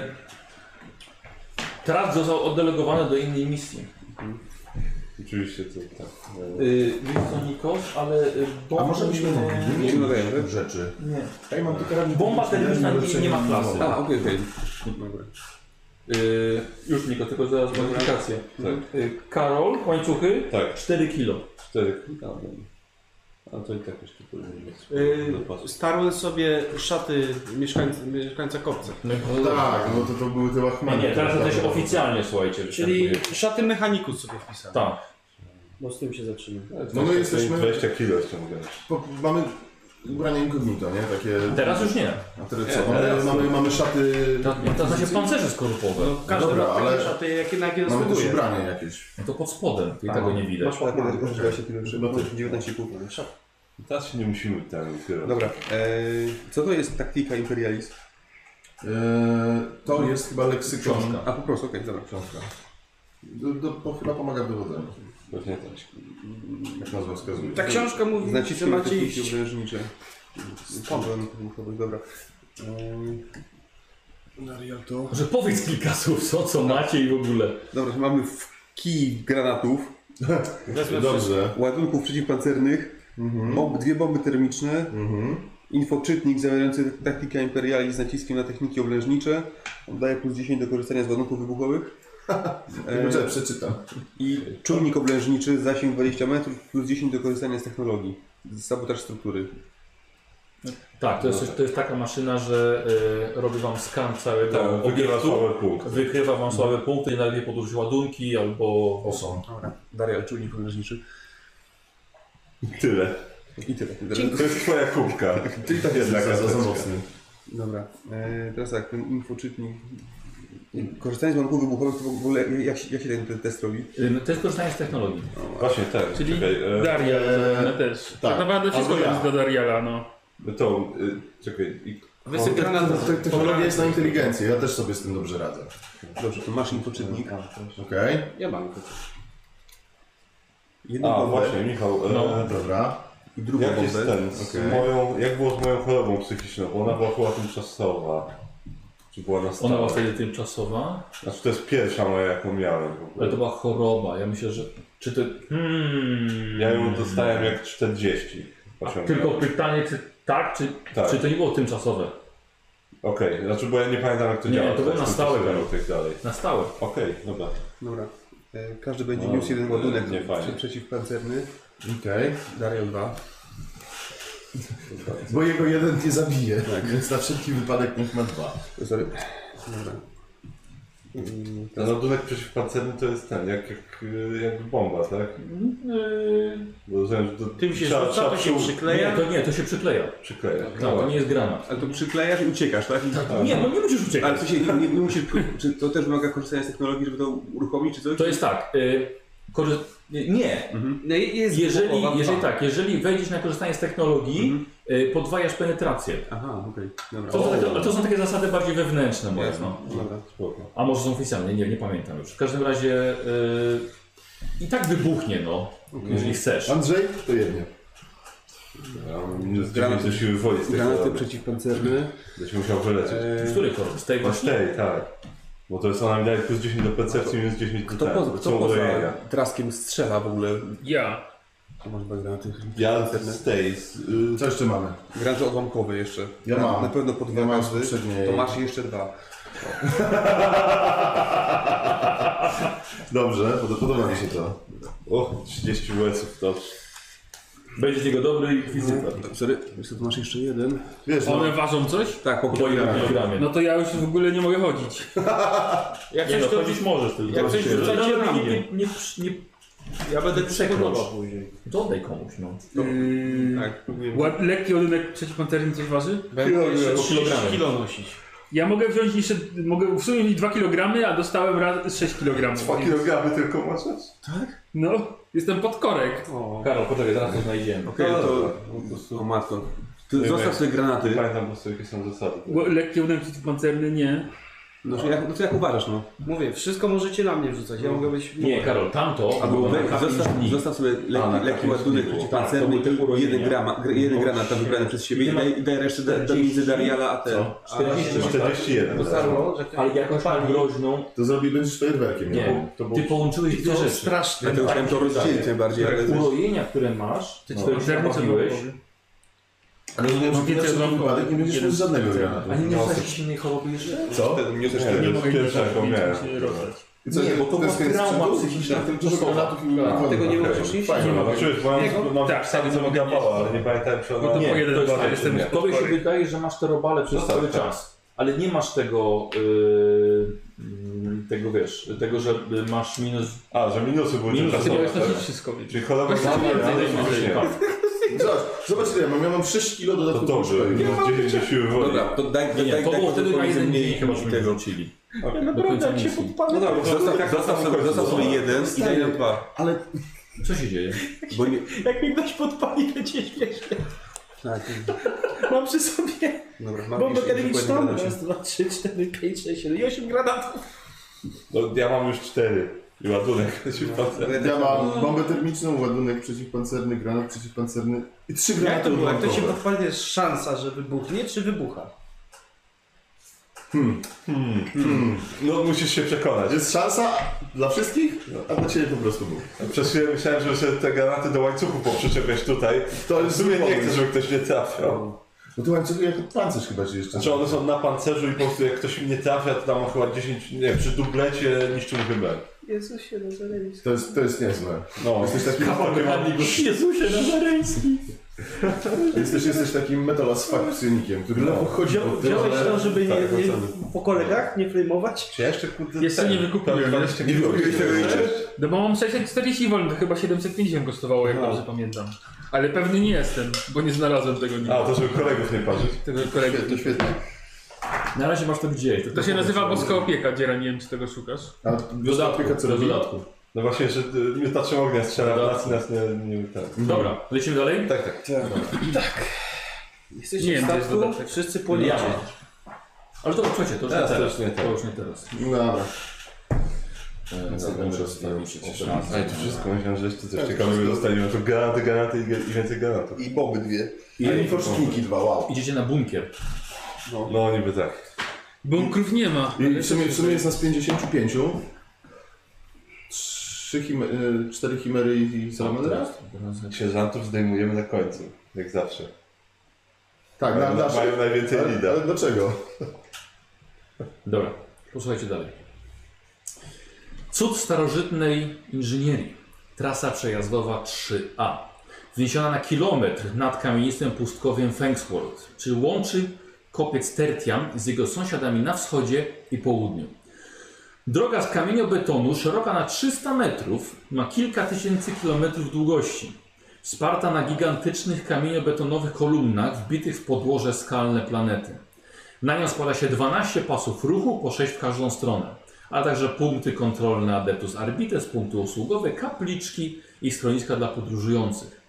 Speaker 1: teraz został oddelegowany do innej misji.
Speaker 5: Oczywiście to tak.
Speaker 6: Y-
Speaker 1: Yy, wiesz co, Nikos, ale y, bomba...
Speaker 4: A może byśmy mogli
Speaker 6: Nie nadają, tak?
Speaker 4: rzeczy.
Speaker 1: Nie.
Speaker 4: Ej, mam tu karabin.
Speaker 1: Bomba termiczna nie, nie ma klasy.
Speaker 6: A, okej, okej. Dobra.
Speaker 1: Yy, już Nikos, tylko zaraz modyfikację.
Speaker 5: Tak.
Speaker 1: Yy, Karol, Y, łańcuchy,
Speaker 5: Tak,
Speaker 1: 4 kilo.
Speaker 5: cztery.
Speaker 6: Dobra.
Speaker 5: A to i tak jeszcze powinien mieć
Speaker 6: Y-
Speaker 2: Yy,
Speaker 5: dopasów.
Speaker 2: starłem sobie szaty mieszkańca, mieszkańca kopca.
Speaker 1: No,
Speaker 4: Tak, no to to były te
Speaker 1: Nie,
Speaker 4: łachmany.
Speaker 1: nie, teraz to też oficjalnie, słuchajcie,
Speaker 2: Czyli
Speaker 1: występuje.
Speaker 2: szaty mechaników sobie wpisałem.
Speaker 1: Tak.
Speaker 2: Bo z tym się zaczynam.
Speaker 4: No my jesteśmy-
Speaker 5: 20 kilo ściągasz.
Speaker 4: Po, mamy ubranie incognito, nie? Takie...
Speaker 1: Teraz już nie.
Speaker 4: A teraz
Speaker 5: Nie,
Speaker 4: co? Mamy,
Speaker 5: teraz-
Speaker 4: mamy, mamy szaty...
Speaker 1: Tak. E, To, to znaczy pancerze skorupowe.
Speaker 2: No, każdy
Speaker 4: Dobra,
Speaker 2: ma
Speaker 4: ale-
Speaker 2: takie szaty, jakie na jakie
Speaker 4: Mamy też
Speaker 2: zasługuje.
Speaker 4: ubranie jakieś.
Speaker 1: No to pod spodem, i
Speaker 4: A,
Speaker 1: tego
Speaker 4: no.
Speaker 1: nie widać.
Speaker 6: Masz ładnie, tylko że 20 kilo, żeby to 19,5 kilo.
Speaker 5: Teraz się nie musimy tam ukrywać.
Speaker 6: Dobra, eee, co to jest taktika imperializm?
Speaker 4: Eee, to jest chyba leksykon.
Speaker 1: Książka.
Speaker 6: A po prostu, okej, dobra.
Speaker 4: Książka. Do, do, po, chyba pomaga w dowodzeniu,
Speaker 5: Właśnie tak.
Speaker 4: jak nazwa wskazuje.
Speaker 2: Ta książka mówi,
Speaker 6: Znaczy,
Speaker 2: że macie
Speaker 6: techniki
Speaker 2: iść.
Speaker 6: obrężnicze. Problem, dobra. Eee,
Speaker 1: Może powiedz kilka słów, co, co macie i w ogóle.
Speaker 6: Dobra, to mamy w kij granatów,
Speaker 4: Dobrze.
Speaker 6: ładunków przeciwpancernych, bomb, dwie bomby termiczne,
Speaker 4: Mhm.
Speaker 6: infoczytnik zawierający taktykę imperiali z naciskiem na techniki oblężnicze, on daje plus 10 do korzystania z ładunków wybuchowych
Speaker 4: Eee. przeczytam.
Speaker 6: i czujnik oblężniczy, zasięg 20 metrów, plus 10 do korzystania z technologii, sabotaż struktury.
Speaker 1: Tak, to jest, coś- to jest taka maszyna, że y, robi wam skan całego
Speaker 5: Tak, wygrywa
Speaker 1: obiektu,
Speaker 5: słabe punkty.
Speaker 1: wykrywa wam słabe punkty i najlepiej podróż ładunki albo...
Speaker 4: Osą.
Speaker 6: Darial, czujnik oblężniczy
Speaker 5: Tyle.
Speaker 6: i tyle.
Speaker 5: To jest twoja kubka.
Speaker 4: Czyli tak jest
Speaker 5: Jedna
Speaker 4: za, za, za
Speaker 5: karteczka.
Speaker 4: mocny.
Speaker 6: Dobra, e, teraz tak, ten infoczytnik. Korzystanie z warunków wybuchowych, to w ogóle jak, jak, się- jak się ten test robi?
Speaker 1: Y, to jest korzystanie z technologii.
Speaker 5: Właśnie tak.
Speaker 3: Czyli
Speaker 5: Czekaj, e,
Speaker 3: Darial
Speaker 4: eee,
Speaker 3: no też. Tak,
Speaker 4: tak.
Speaker 3: naprawdę wszystko
Speaker 4: Albo ja.
Speaker 3: jest do Dariala, no.
Speaker 5: tą, e, czekaj, i
Speaker 2: Wysyp granat.
Speaker 4: Technologia jest na inteligencję, ja też sobie z tym dobrze radzę.
Speaker 6: Dobrze, to masz infoczytnik.
Speaker 4: Okej,
Speaker 2: Ja mam.
Speaker 6: Jedną
Speaker 5: A
Speaker 6: bombę
Speaker 5: właśnie, Michał, e,
Speaker 1: No.
Speaker 4: dobra.
Speaker 6: i drugą
Speaker 5: jak jest
Speaker 6: bombę.
Speaker 5: ten, z
Speaker 4: Okej.
Speaker 5: moją, jak było z moją chorobą psychiczną, bo ona była chyba tymczasowa. Czy była na
Speaker 1: Ona
Speaker 5: stałe?
Speaker 1: była wtedy tymczasowa,
Speaker 5: Znaczy to jest pierwsza moja, jaką miałem w
Speaker 1: ale
Speaker 5: ogóle.
Speaker 1: to była choroba. Ja myślę, że... Czy ty... Hmm.
Speaker 5: Ja ją dostałem jak 40. osiągnąłem.
Speaker 1: Tylko pytanie, czy tak, czy,
Speaker 5: Tak.
Speaker 1: czy to nie było tymczasowe?
Speaker 5: Okej, znaczy bo ja nie pamiętam jak to
Speaker 1: Nie,
Speaker 5: działa.
Speaker 1: to było na stałe.
Speaker 5: i tak dalej.
Speaker 1: Na stałe.
Speaker 5: Okej, dobra.
Speaker 6: Dobra. E, Każdy będzie
Speaker 5: No,
Speaker 6: niósł jeden
Speaker 5: to
Speaker 6: ładunek
Speaker 5: nie fajnie.
Speaker 6: prze- przeciwpancerny.
Speaker 4: Okej.
Speaker 6: Darial 2.
Speaker 4: Bo jego jeden nie zabije, więc na wszelki wypadek niech ma dwa.
Speaker 6: Sorry. Dobra. Mm,
Speaker 5: Ten ładunek przeciwpancerny to jest ten, jak, jak, y, jak bomba, tak? Bo rozumiem, że to
Speaker 2: Mhm. Tym się
Speaker 5: trzeba,
Speaker 2: rzuca,
Speaker 5: trzeba
Speaker 2: to się
Speaker 5: przy...
Speaker 1: Nie,
Speaker 2: przykleja.
Speaker 1: to nie, to się przykleja.
Speaker 5: przykleja.
Speaker 1: Tak, to nie jest granat.
Speaker 6: Ale to przyklejasz i uciekasz, tak? I,
Speaker 1: Nie, no nie musisz uciekać.
Speaker 6: Ale w sensie, nie, nie musisz, czy to też wymaga korzystania z technologii, żeby to uruchomić, czy coś?
Speaker 1: To jest tak. Y, korzy- nie,
Speaker 2: No i jest
Speaker 1: jeżeli,
Speaker 2: wybuchowa
Speaker 1: jeżeli
Speaker 2: bomba.
Speaker 1: tak, jeżeli wejdziesz na korzystanie z technologii, y, podwajasz penetrację.
Speaker 6: Aha, okej. Dobra.
Speaker 1: To, są takie- ale to są takie zasady bardziej wewnętrzne moje. No.
Speaker 6: Dobra.
Speaker 5: Spoko.
Speaker 1: A może są oficjalne, nie, nie pamiętam już. W każdym razie y, i tak wybuchnie, no, jeżeli chcesz.
Speaker 4: Andrzej? To jednie.
Speaker 5: Ja mam minus
Speaker 6: Granaty-
Speaker 5: 9 do siły woli z tej
Speaker 6: Granaty
Speaker 5: choroby.
Speaker 6: przeciwpancerne.
Speaker 5: Będę się musiał wylecieć.
Speaker 1: Z
Speaker 6: Eee,
Speaker 1: której korzyst? Z tej
Speaker 5: Masz
Speaker 1: właśnie?
Speaker 5: tej, tak. Bo to jest ona mi daje plus 10 do percepcji, minus 10 do
Speaker 6: kto
Speaker 5: ten,
Speaker 6: poza,
Speaker 5: do
Speaker 6: kto poza
Speaker 5: urojenia.
Speaker 6: traskiem strzela w ogóle?
Speaker 3: Ja.
Speaker 6: To masz dwa granaty.
Speaker 5: Ja z tej, z, y,
Speaker 4: Co jeszcze mamy?
Speaker 6: Granat odłamkowy jeszcze.
Speaker 4: Ja
Speaker 6: na,
Speaker 4: mam.
Speaker 6: Na pewno po dwa
Speaker 4: Ja mam
Speaker 6: razy.
Speaker 4: z poprzedniej.
Speaker 6: To masz jeszcze dwa.
Speaker 4: Dobrze, pod- podoba mi się to.
Speaker 5: o, 30 US-ów, dobrze.
Speaker 1: Będzie z niego dobry i wizyta.
Speaker 6: Sorry, wiesz co, to masz jeszcze jeden.
Speaker 4: Wiesz, no,
Speaker 3: One ważą coś?
Speaker 6: Tak, po
Speaker 1: Po
Speaker 6: kolei.
Speaker 1: jednym kilogramie.
Speaker 3: No to ja już w ogóle nie mogę chodzić.
Speaker 2: Jak
Speaker 1: Nie no,
Speaker 2: coś to...
Speaker 1: chodzić możesz tylko.
Speaker 2: Jak coś
Speaker 1: Dobrze.
Speaker 2: wrzucacie
Speaker 1: No,
Speaker 2: ramię.
Speaker 1: nie, nie, nie, przy- nie,
Speaker 2: Ja będę
Speaker 1: Przekrocz.
Speaker 2: przekonał później.
Speaker 1: to oddaj komuś, no.
Speaker 3: Yy,
Speaker 6: Tak, próbuję.
Speaker 3: ład- lekki ładunek przeciwpancerny coś waży?
Speaker 2: Będę jeszcze
Speaker 1: po
Speaker 2: 30
Speaker 1: kilogramie.
Speaker 2: kilo nosić.
Speaker 3: Ja mogę wziąć jeszcze, mogę w sumie mieć 2 kg, a dostałem raz 6 kg.
Speaker 5: 2 kg no tylko możesz?
Speaker 3: No, jestem pod korek.
Speaker 6: O,
Speaker 1: Karol, poczekaj, zaraz to znajdziemy.
Speaker 6: okej,
Speaker 5: No
Speaker 6: to...
Speaker 5: dobra. Po prostu-
Speaker 6: O matko. Ty
Speaker 5: Nie wiem.
Speaker 6: zostaw sobie granaty.
Speaker 5: Pamiętam po prostu jakie są zasady.
Speaker 3: Ł- Lekki ładunek przeciwpancerny nie.
Speaker 6: No, to jak, no to jak uważasz, no?
Speaker 2: Mówię, wszystko możecie na mnie wrzucać. Ja mogę być...
Speaker 1: Nie, Karol, tamto
Speaker 6: Albo
Speaker 1: było na
Speaker 6: we-
Speaker 1: kamień
Speaker 6: zostaw,
Speaker 1: dni.
Speaker 6: zostaw sobie
Speaker 5: A, na
Speaker 6: lekki, lekki
Speaker 5: takim
Speaker 6: ładunek
Speaker 5: dniu.
Speaker 1: Tak,
Speaker 6: przeciwpancerny,
Speaker 1: to były tylko
Speaker 6: i jeden,
Speaker 1: urojenia.
Speaker 6: grama, gr- jeden granat tam wybrany przez siebie i daj, i daj resztę da, da między Dariala a ten.
Speaker 1: Co? 40
Speaker 6: A-
Speaker 5: 41. razem.
Speaker 2: Dotarło, że...
Speaker 1: Ale jakąś tam groźną...
Speaker 4: to zrobi, będziesz fajerwerkiem.
Speaker 1: Nie,
Speaker 5: to było-
Speaker 1: ty połączyłeś dwie
Speaker 2: To
Speaker 1: rzeczy.
Speaker 2: straszne.
Speaker 6: Ja to chciałem to
Speaker 1: Tak.
Speaker 6: rozdzielić najbardziej, ale...
Speaker 1: Urojenia, które masz, ty które już
Speaker 3: Pancerny co
Speaker 1: nabawiłeś,
Speaker 3: było?
Speaker 4: Ale rozumiem, No, że
Speaker 3: Mam
Speaker 4: w
Speaker 3: więcej
Speaker 4: tym
Speaker 3: odłamkowych.
Speaker 4: wypadek nie będziesz mieć żadnego granatu.
Speaker 1: a nie miałeś jakiejś innej choroby jeszcze?
Speaker 4: Co?
Speaker 6: Ten
Speaker 5: Nie,
Speaker 6: miód
Speaker 5: to
Speaker 6: jeszcze
Speaker 3: Nie
Speaker 5: jest
Speaker 3: mogę nic
Speaker 5: pierwsza, jaką
Speaker 3: robić,
Speaker 5: miałem.
Speaker 3: muszę rozstać.
Speaker 4: I co,
Speaker 7: Nie, bo to była
Speaker 4: jest
Speaker 7: trauma
Speaker 4: sprzętu?
Speaker 7: psychiczna.
Speaker 4: Tak, Dużo
Speaker 7: Szkoda.
Speaker 4: granatów i
Speaker 5: Tak.
Speaker 2: Tego nie
Speaker 4: Okej.
Speaker 2: uczysz nic?
Speaker 5: Fajnie,
Speaker 2: Nie
Speaker 5: no,
Speaker 2: mogę.
Speaker 5: znaczy mam,
Speaker 2: Jego?
Speaker 5: mam
Speaker 3: Tak,
Speaker 5: wpisane, co
Speaker 3: tak,
Speaker 5: mi
Speaker 3: tak.
Speaker 5: kawała, ale nie pamiętałem, czy ona...
Speaker 3: No to
Speaker 5: nie,
Speaker 3: po jeden
Speaker 5: ktoś
Speaker 3: dwa,
Speaker 5: tam,
Speaker 3: jestem
Speaker 5: czy nie.
Speaker 3: już po-
Speaker 1: Tobie się
Speaker 3: Korek.
Speaker 1: wydaje, że masz te robale przez
Speaker 5: No tak,
Speaker 1: cały
Speaker 5: tak.
Speaker 1: czas, ale nie masz tego, yy, mm, tego wiesz, tego, że masz minus...
Speaker 5: A, że minusy były
Speaker 1: Minusy
Speaker 3: Ty
Speaker 1: Dobra,
Speaker 3: miałeś
Speaker 5: tymczasowe.
Speaker 3: nosić
Speaker 5: tak.
Speaker 3: wszystko, wiecie.
Speaker 5: Czyli No, cholera
Speaker 3: Właśnie
Speaker 5: nie,
Speaker 3: nie,
Speaker 5: ale
Speaker 3: nie,
Speaker 5: już
Speaker 1: nie.
Speaker 5: nie.
Speaker 4: Zobacz, zobacz ile ja mam. Ja mam 6 kilo
Speaker 5: To
Speaker 4: dodatkowo.
Speaker 5: dobrze,
Speaker 4: szpagi.
Speaker 5: no 10 siły woli.
Speaker 6: Dobra, to daj,
Speaker 1: Nie,
Speaker 6: daj,
Speaker 1: nie, to
Speaker 6: daj,
Speaker 1: było
Speaker 6: daj
Speaker 1: wtedy na
Speaker 6: powiedzmy
Speaker 1: jeden
Speaker 6: mniej
Speaker 1: dzień chyba, żeśmy
Speaker 6: tego.
Speaker 1: wrzucili.
Speaker 2: Naprawdę,
Speaker 1: Do końca
Speaker 2: jak się
Speaker 1: misji.
Speaker 2: podpalę,
Speaker 6: No dobra,
Speaker 2: to-
Speaker 6: zostaw, tak,
Speaker 5: zostaw
Speaker 6: zostaw,
Speaker 5: w końcu,
Speaker 6: zostaw sobie
Speaker 5: dobra.
Speaker 6: jeden i daj nam dwa.
Speaker 4: Ale
Speaker 1: Co się dzieje?
Speaker 6: Bo nie...
Speaker 2: Jak mi ktoś podpali, będzie śmiesznie.
Speaker 6: Tak,
Speaker 2: Mam przy sobie
Speaker 6: dobra, mam
Speaker 2: bombę
Speaker 6: jeszcze- jeszcze
Speaker 2: termiczną.
Speaker 6: dokładnie
Speaker 2: Raz, dwa, trzy, cztery, pięć, sześć, siedem i osiem granatów.
Speaker 5: No, ja mam już 4 i ładunek
Speaker 6: dwanaście.
Speaker 5: przeciwpancerny.
Speaker 4: ja mam bombę termiczną, ładunek przeciwpancerny, granat przeciwpancerny i trzy
Speaker 2: Jak
Speaker 4: granaty
Speaker 2: to było? Jak ktoś się
Speaker 4: odłamkowe.
Speaker 2: podpali, to jest szansa, że wybuchnie, czy wybucha?
Speaker 5: No musisz się przekonać.
Speaker 4: Jest szansa dla wszystkich, No, a dla ciebie po prostu był.
Speaker 5: Przez chwilę myślałem, że sobie te granaty do łańcuchu poprzyczepiać tutaj.
Speaker 4: To
Speaker 5: To
Speaker 4: jest
Speaker 5: w sumie
Speaker 4: zły
Speaker 5: nie chcę,
Speaker 4: pomysł.
Speaker 5: żeby ktoś mnie trafiał.
Speaker 4: No to łańcuch jak pancerz chyba się jeszcze.
Speaker 5: Znaczy one są na pancerzu i po prostu jak ktoś mnie trafia, to tam chyba 10, nie przy dublecie niszczy mi chyba.
Speaker 2: Jezusie, no zarejestruj.
Speaker 4: To jest, to jest niezłe.
Speaker 5: No,
Speaker 4: Jesteś takim,
Speaker 1: Jezusie Nazareński!
Speaker 4: jesteś, jesteś takim metals fuck cynikiem, który lepo chodzi po
Speaker 2: Wzią, wziąłeś No to, żeby nie,
Speaker 5: tak,
Speaker 2: nie,
Speaker 5: oceny.
Speaker 2: po kolegach nie flamować?
Speaker 5: Czy ja jeszcze kurde...
Speaker 3: Jeszcze
Speaker 5: ten-
Speaker 3: nie wykupiłem,
Speaker 5: tam
Speaker 3: nie?
Speaker 5: 20
Speaker 4: Nie wykupiłeś tego
Speaker 5: jeszcze?
Speaker 3: No bo mam 640 wolnych, to chyba 750 kosztowało, jak
Speaker 6: No.
Speaker 3: dobrze pamiętam. Ale pewny nie jestem, bo nie znalazłem tego nigdy.
Speaker 5: A, to żeby kolegów nie parzyć.
Speaker 3: Tego kolegi.
Speaker 4: Świetnie, świetnie.
Speaker 1: Na razie masz to gdzieś.
Speaker 3: To się nazywa boska opieka, Dziera, nie wiem czy tego szukasz.
Speaker 4: A dodatkowe co
Speaker 1: do
Speaker 4: robi?
Speaker 1: dodatku.
Speaker 5: No właśnie, że y, miotaczem ognia strzela,
Speaker 3: No.
Speaker 5: w nas i nas nie... nie tak.
Speaker 1: Dobra, lecimy dalej?
Speaker 5: tak, tak.
Speaker 2: Jesteś
Speaker 3: Nie
Speaker 2: w
Speaker 3: wiem, to jest
Speaker 2: statku,
Speaker 3: dodatek.
Speaker 2: wszyscy policzą.
Speaker 1: Ja. Ale to słuchajcie, to już nie
Speaker 5: Teraz
Speaker 1: teraz.
Speaker 5: też nie tak.
Speaker 1: To już nie teraz.
Speaker 4: No Dobra. No,
Speaker 1: Dobra, dobra.
Speaker 5: Ej, to wszystko, myślałem, że jeszcze
Speaker 4: Tak,
Speaker 5: coś ciekawego dostaniemy. To granaty, granaty i, i więcej granatów.
Speaker 7: I boby dwie.
Speaker 4: I forszkinki dwa, wow.
Speaker 1: Idziecie na bunkier.
Speaker 5: No niby tak.
Speaker 3: Bunkrów nie ma.
Speaker 4: I w sumie, w sumie jest nas 55. 3 chime, 4 chimery y, i salamandra?
Speaker 5: Sierżantów zdejmujemy na końcu, jak zawsze.
Speaker 4: Tak, na
Speaker 5: Mają-
Speaker 4: nasze.
Speaker 5: mają najwięcej
Speaker 4: Ale,
Speaker 5: lida.
Speaker 4: ale dlaczego?
Speaker 1: Dobra, posłuchajcie dalej. Cud starożytnej inżynierii. Trasa przejazdowa 3A. Wniesiona na kilometr nad kamienistym pustkowiem Fengsworth, czyli łączy kopiec Tertian z jego sąsiadami na wschodzie i południu. Droga z kamieniobetonu, szeroka na 300 metrów, ma kilka tysięcy kilometrów długości. Sparta na gigantycznych kamieniobetonowych kolumnach wbitych w podłoże skalne planety. Na nią składa się 12 pasów ruchu, po 6 w każdą stronę, a także punkty kontrolne Adeptus Arbites, punkty usługowe, kapliczki i schroniska dla podróżujących.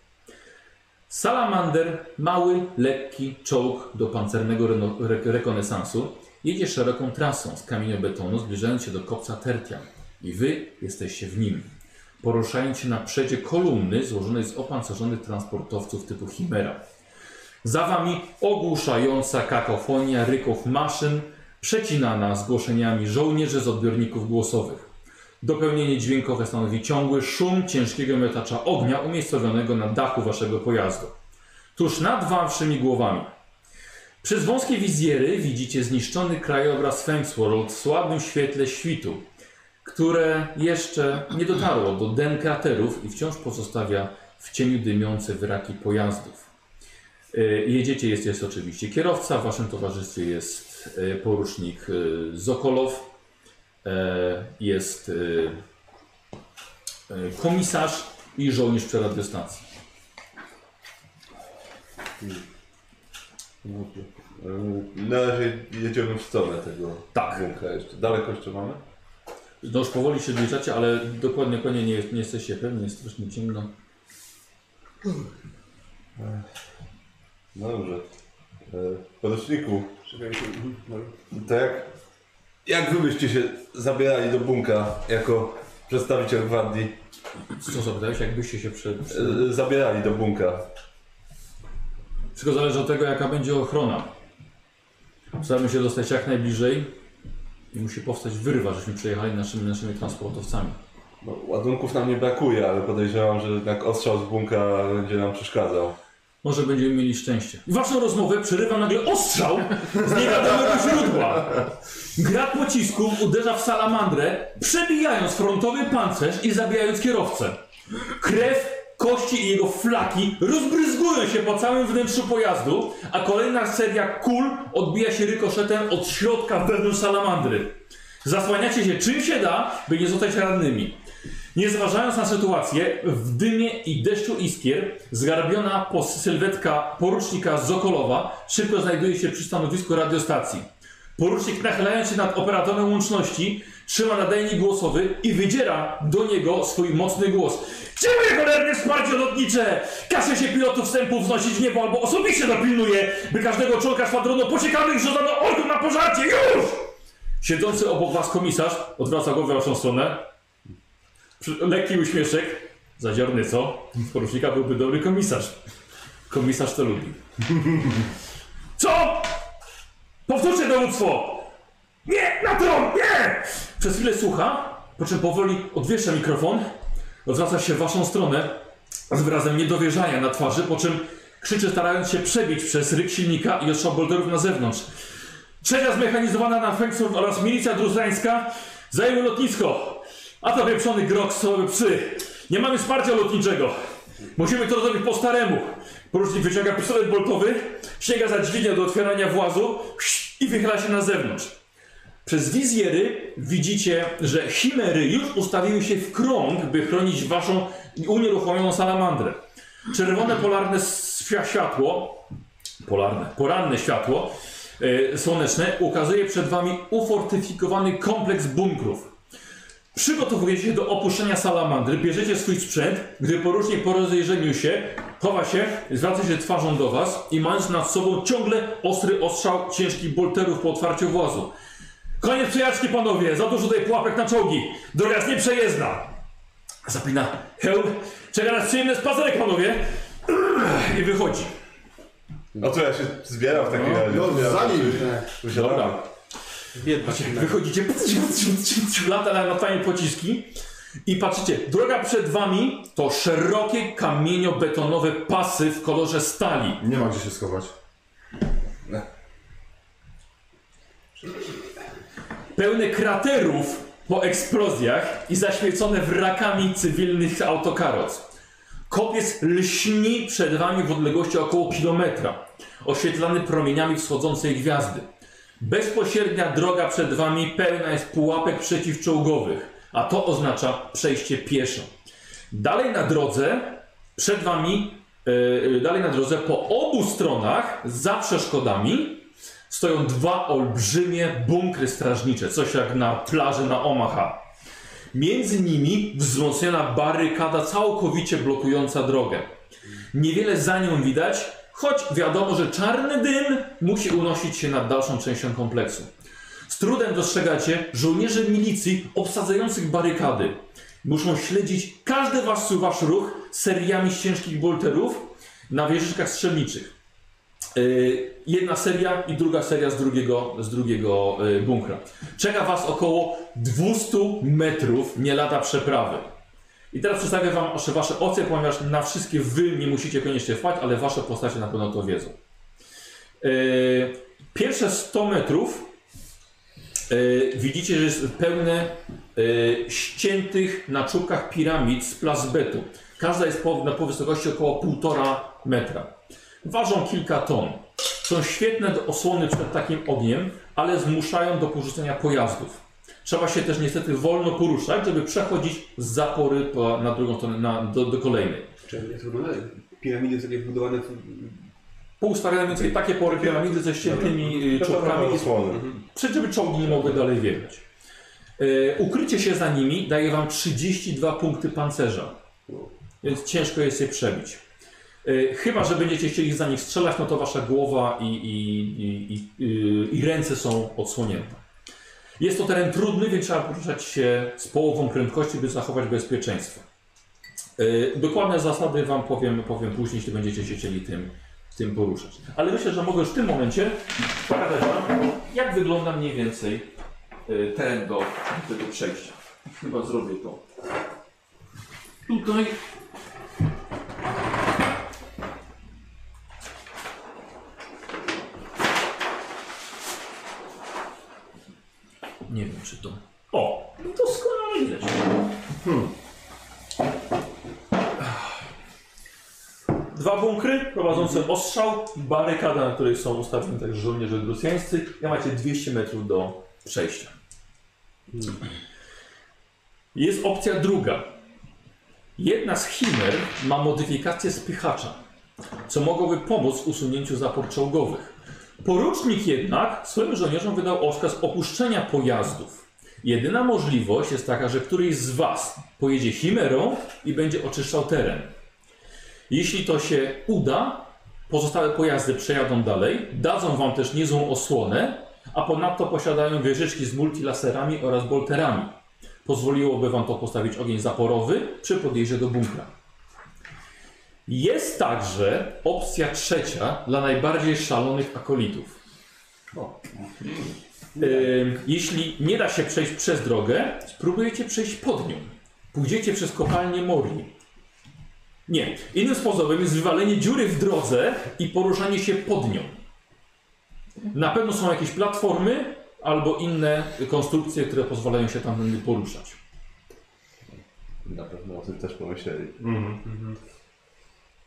Speaker 1: Salamander, mały, lekki czołg do pancernego reno- re rekonesansu, jedzie szeroką trasą z kamieniobetonu, zbliżając się do kopca Tertian. I wy jesteście w nim, poruszając się na przedzie kolumny złożonej z opancerzonych transportowców typu Chimera. Za wami ogłuszająca kakofonia ryków maszyn, przecinana zgłoszeniami żołnierzy z odbiorników głosowych. Dopełnienie dźwiękowe stanowi ciągły szum ciężkiego miotacza ognia umiejscowionego na dachu waszego pojazdu. Tuż nad waszymi głowami. Przez wąskie wizjery widzicie zniszczony krajobraz Fengsworld w słabym świetle świtu, które jeszcze nie dotarło do den kraterów i wciąż pozostawia w cieniu dymiące wyraki pojazdów. Y, Jedziecie, jest, jest oczywiście kierowca, w waszym towarzystwie jest y, porucznik y, Zokolow, y, jest y, y, komisarz i żołnierz przeradiostacji.
Speaker 5: Ym, Na razie jedziemy w stronę tego
Speaker 1: Tak.
Speaker 5: bunkra jeszcze. Daleko jeszcze mamy?
Speaker 1: No już powoli się zbliżacie, ale dokładnie konie nie, nie jesteście pewni, jest strasznie ciemno.
Speaker 5: No dobrze. E, Podoczniku,
Speaker 6: Czekaj, mhm, dobra.
Speaker 5: to jak... Jak wy byście się zabierali do bunkra jako przedstawiciel gwardii?
Speaker 1: Co zapytałeś, jakbyście się przed...
Speaker 5: E, Zabierali do bunkra.
Speaker 1: Wszystko zależy od tego, jaka będzie ochrona. Staramy się dostać jak najbliżej i musi powstać wyrwa, żeśmy przejechali naszymi, naszymi transportowcami.
Speaker 5: No, ładunków nam nie brakuje, ale podejrzewam, że jednak ostrzał z bunkra będzie nam przeszkadzał.
Speaker 1: Może będziemy mieli szczęście. I Waszą rozmowę przerywa nagle ostrzał z niewiadomego źródła. Grad pocisku uderza w salamandrę, przebijając frontowy pancerz i zabijając kierowcę. Krew, kości i jego flaki rozbryzgują się po całym wnętrzu pojazdu, a kolejna seria kul odbija się rykoszetem od środka wewnątrz salamandry. Zasłaniacie się czym się da, by nie zostać rannymi. Nie zważając na sytuację, w dymie i deszczu iskier zgarbiona pos- sylwetka porucznika Zokolowa szybko znajduje się przy stanowisku radiostacji. Porucznik nachylając się nad operatorem łączności trzyma nadajnik głosowy i wydziera do niego swój mocny głos. Ciebie cholerne wsparcie lotnicze! Kaszę się pilotów wstępu wznosić w niebo albo osobiście dopilnuję, by każdego członka szwadronu posiekanych rzucano orgów na pożarcie! Już! Siedzący obok was komisarz odwraca głowę w waszą stronę. Przy- Lekki uśmieszek. Zadziorny co? Z porucznika byłby dobry komisarz. Komisarz to lubi. Co? Powtórzcie dowództwo! Nie! Na tron! Nie! Przez chwilę słucha, po czym powoli odwiesza mikrofon, odwraca się w waszą stronę z wyrazem niedowierzania na twarzy, po czym krzyczy starając się przebić przez ryk silnika i odstrzał bolderów na zewnątrz. Trzecia zmechanizowana na Fengsów oraz milicja drużańska zajęły lotnisko. A to wieprzony grok, słabe psy. Nie mamy wsparcia lotniczego. Musimy to zrobić po staremu. Porucznik wyciąga pistolet boltowy, sięga za dźwignię do otwierania włazu i wychyla się na zewnątrz. Przez wizjery widzicie, że chimery już ustawiły się w krąg, by chronić waszą unieruchomioną salamandrę. Czerwone polarne świa- światło polarne, poranne światło e, słoneczne ukazuje przed wami ufortyfikowany kompleks bunkrów. Przygotowujecie się do opuszczenia salamandry, bierzecie swój sprzęt, gdy porucznik po rozejrzeniu się chowa się, zwraca się twarzą do was i mając nad sobą ciągle ostry ostrzał ciężkich bolterów po otwarciu włazu. Koniec przejażdżki panowie, za dużo tutaj pułapek na czołgi, droga jest nieprzejezdna. Zapina hełm, czeka nas przyjemny spacerek panowie i wychodzi.
Speaker 5: No to ja się zbieram w takim razie.
Speaker 4: No, za nim.
Speaker 5: Dobra.
Speaker 2: Biedny.
Speaker 1: Wychodzicie, lata latają pociski i patrzycie, droga przed wami to szerokie kamienio-betonowe pasy w kolorze stali.
Speaker 4: Nie ma gdzie się schować.
Speaker 1: Pełne kraterów po eksplozjach i zaświecone wrakami cywilnych autokaroc. Kopiec lśni przed wami w odległości około kilometra, oświetlany promieniami wschodzącej gwiazdy. Bezpośrednia droga przed wami pełna jest pułapek przeciwczołgowych, a to oznacza przejście pieszo. Dalej na drodze, przed wami, e, e, dalej na drodze po obu stronach, za przeszkodami, stoją dwa olbrzymie bunkry strażnicze, coś jak na plaży na Omaha. Między nimi wzmocniona barykada całkowicie blokująca drogę. Niewiele za nią widać, choć wiadomo, że czarny dym musi unosić się nad dalszą częścią kompleksu. Z trudem dostrzegacie żołnierzy milicji obsadzających barykady. Muszą śledzić każdy wasz, wasz ruch seriami z ciężkich bolterów na wieżyczkach strzelniczych. Yy, jedna seria i druga seria z drugiego, z drugiego yy, bunkra. Czeka Was około 200 metrów nie lada przeprawy. I teraz przedstawię Wam jeszcze Wasze oce, ponieważ na wszystkie Wy nie musicie koniecznie wpaść, ale Wasze postacie na pewno to wiedzą. Yy, pierwsze 100 metrów yy, widzicie, że jest pełne yy, ściętych na czubkach piramid z plazbetu. Każda jest po, na, po wysokości około 1,5 metra ważą kilka ton. Są świetne do osłony przed takim ogniem, ale zmuszają do porzucenia pojazdów. Trzeba się też niestety wolno poruszać, żeby przechodzić z zapory po, na drugą stronę, na, do, do kolejnej.
Speaker 6: Czemu jak to wygląda? Piramidy takie wbudowane w...
Speaker 1: Poustawiamy więc takie pory piramidy ze ściętymi y, czubkami i
Speaker 5: osłony.
Speaker 1: Przed, żeby czołgi nie mogły dalej wjechać. E, ukrycie się za nimi daje wam 32 punkty pancerza, więc ciężko jest je przebić. E, chyba, że będziecie chcieli za nich strzelać, no to wasza głowa i, i, i, i, i, i ręce są odsłonięte. Jest to teren trudny, więc trzeba poruszać się z połową prędkości, by zachować bezpieczeństwo. E, dokładne zasady wam powiem, powiem później, jeśli będziecie się chcieli tym, tym poruszać. Ale myślę, że mogę już w tym momencie pokazać wam, jak wygląda mniej więcej y, teren do, do tego przejścia. Chyba zrobię to. Tutaj. Nie wiem, czy to... O! no Doskonale widać.
Speaker 7: Dwa bunkry prowadzące ostrzał, barykada, na której są ustawieni także żołnierze gruzjańscy. Ja macie 200 metrów do przejścia.
Speaker 1: Jest opcja druga. Jedna z chimer ma modyfikację spychacza, co mogłoby pomóc w usunięciu zapor czołgowych. Porucznik jednak swoim żołnierzom wydał rozkaz opuszczenia pojazdów. Jedyna możliwość jest taka, że któryś z Was pojedzie chimerą i będzie oczyszczał teren. Jeśli to się uda, pozostałe pojazdy przejadą dalej, dadzą Wam też niezłą osłonę, a ponadto posiadają wieżyczki z multilaserami oraz bolterami. Pozwoliłoby Wam to postawić ogień zaporowy przy podjeździe do bunkra. Jest także opcja trzecia dla najbardziej szalonych akolitów. Ym, Jeśli nie da się przejść przez drogę, spróbujecie przejść pod nią. Pójdziecie przez kopalnię Mori. Nie, innym sposobem jest wywalenie dziury w drodze i poruszanie się pod nią. Na pewno są jakieś platformy albo inne konstrukcje, które pozwalają się tam poruszać.
Speaker 5: Na pewno o tym też pomyśleli.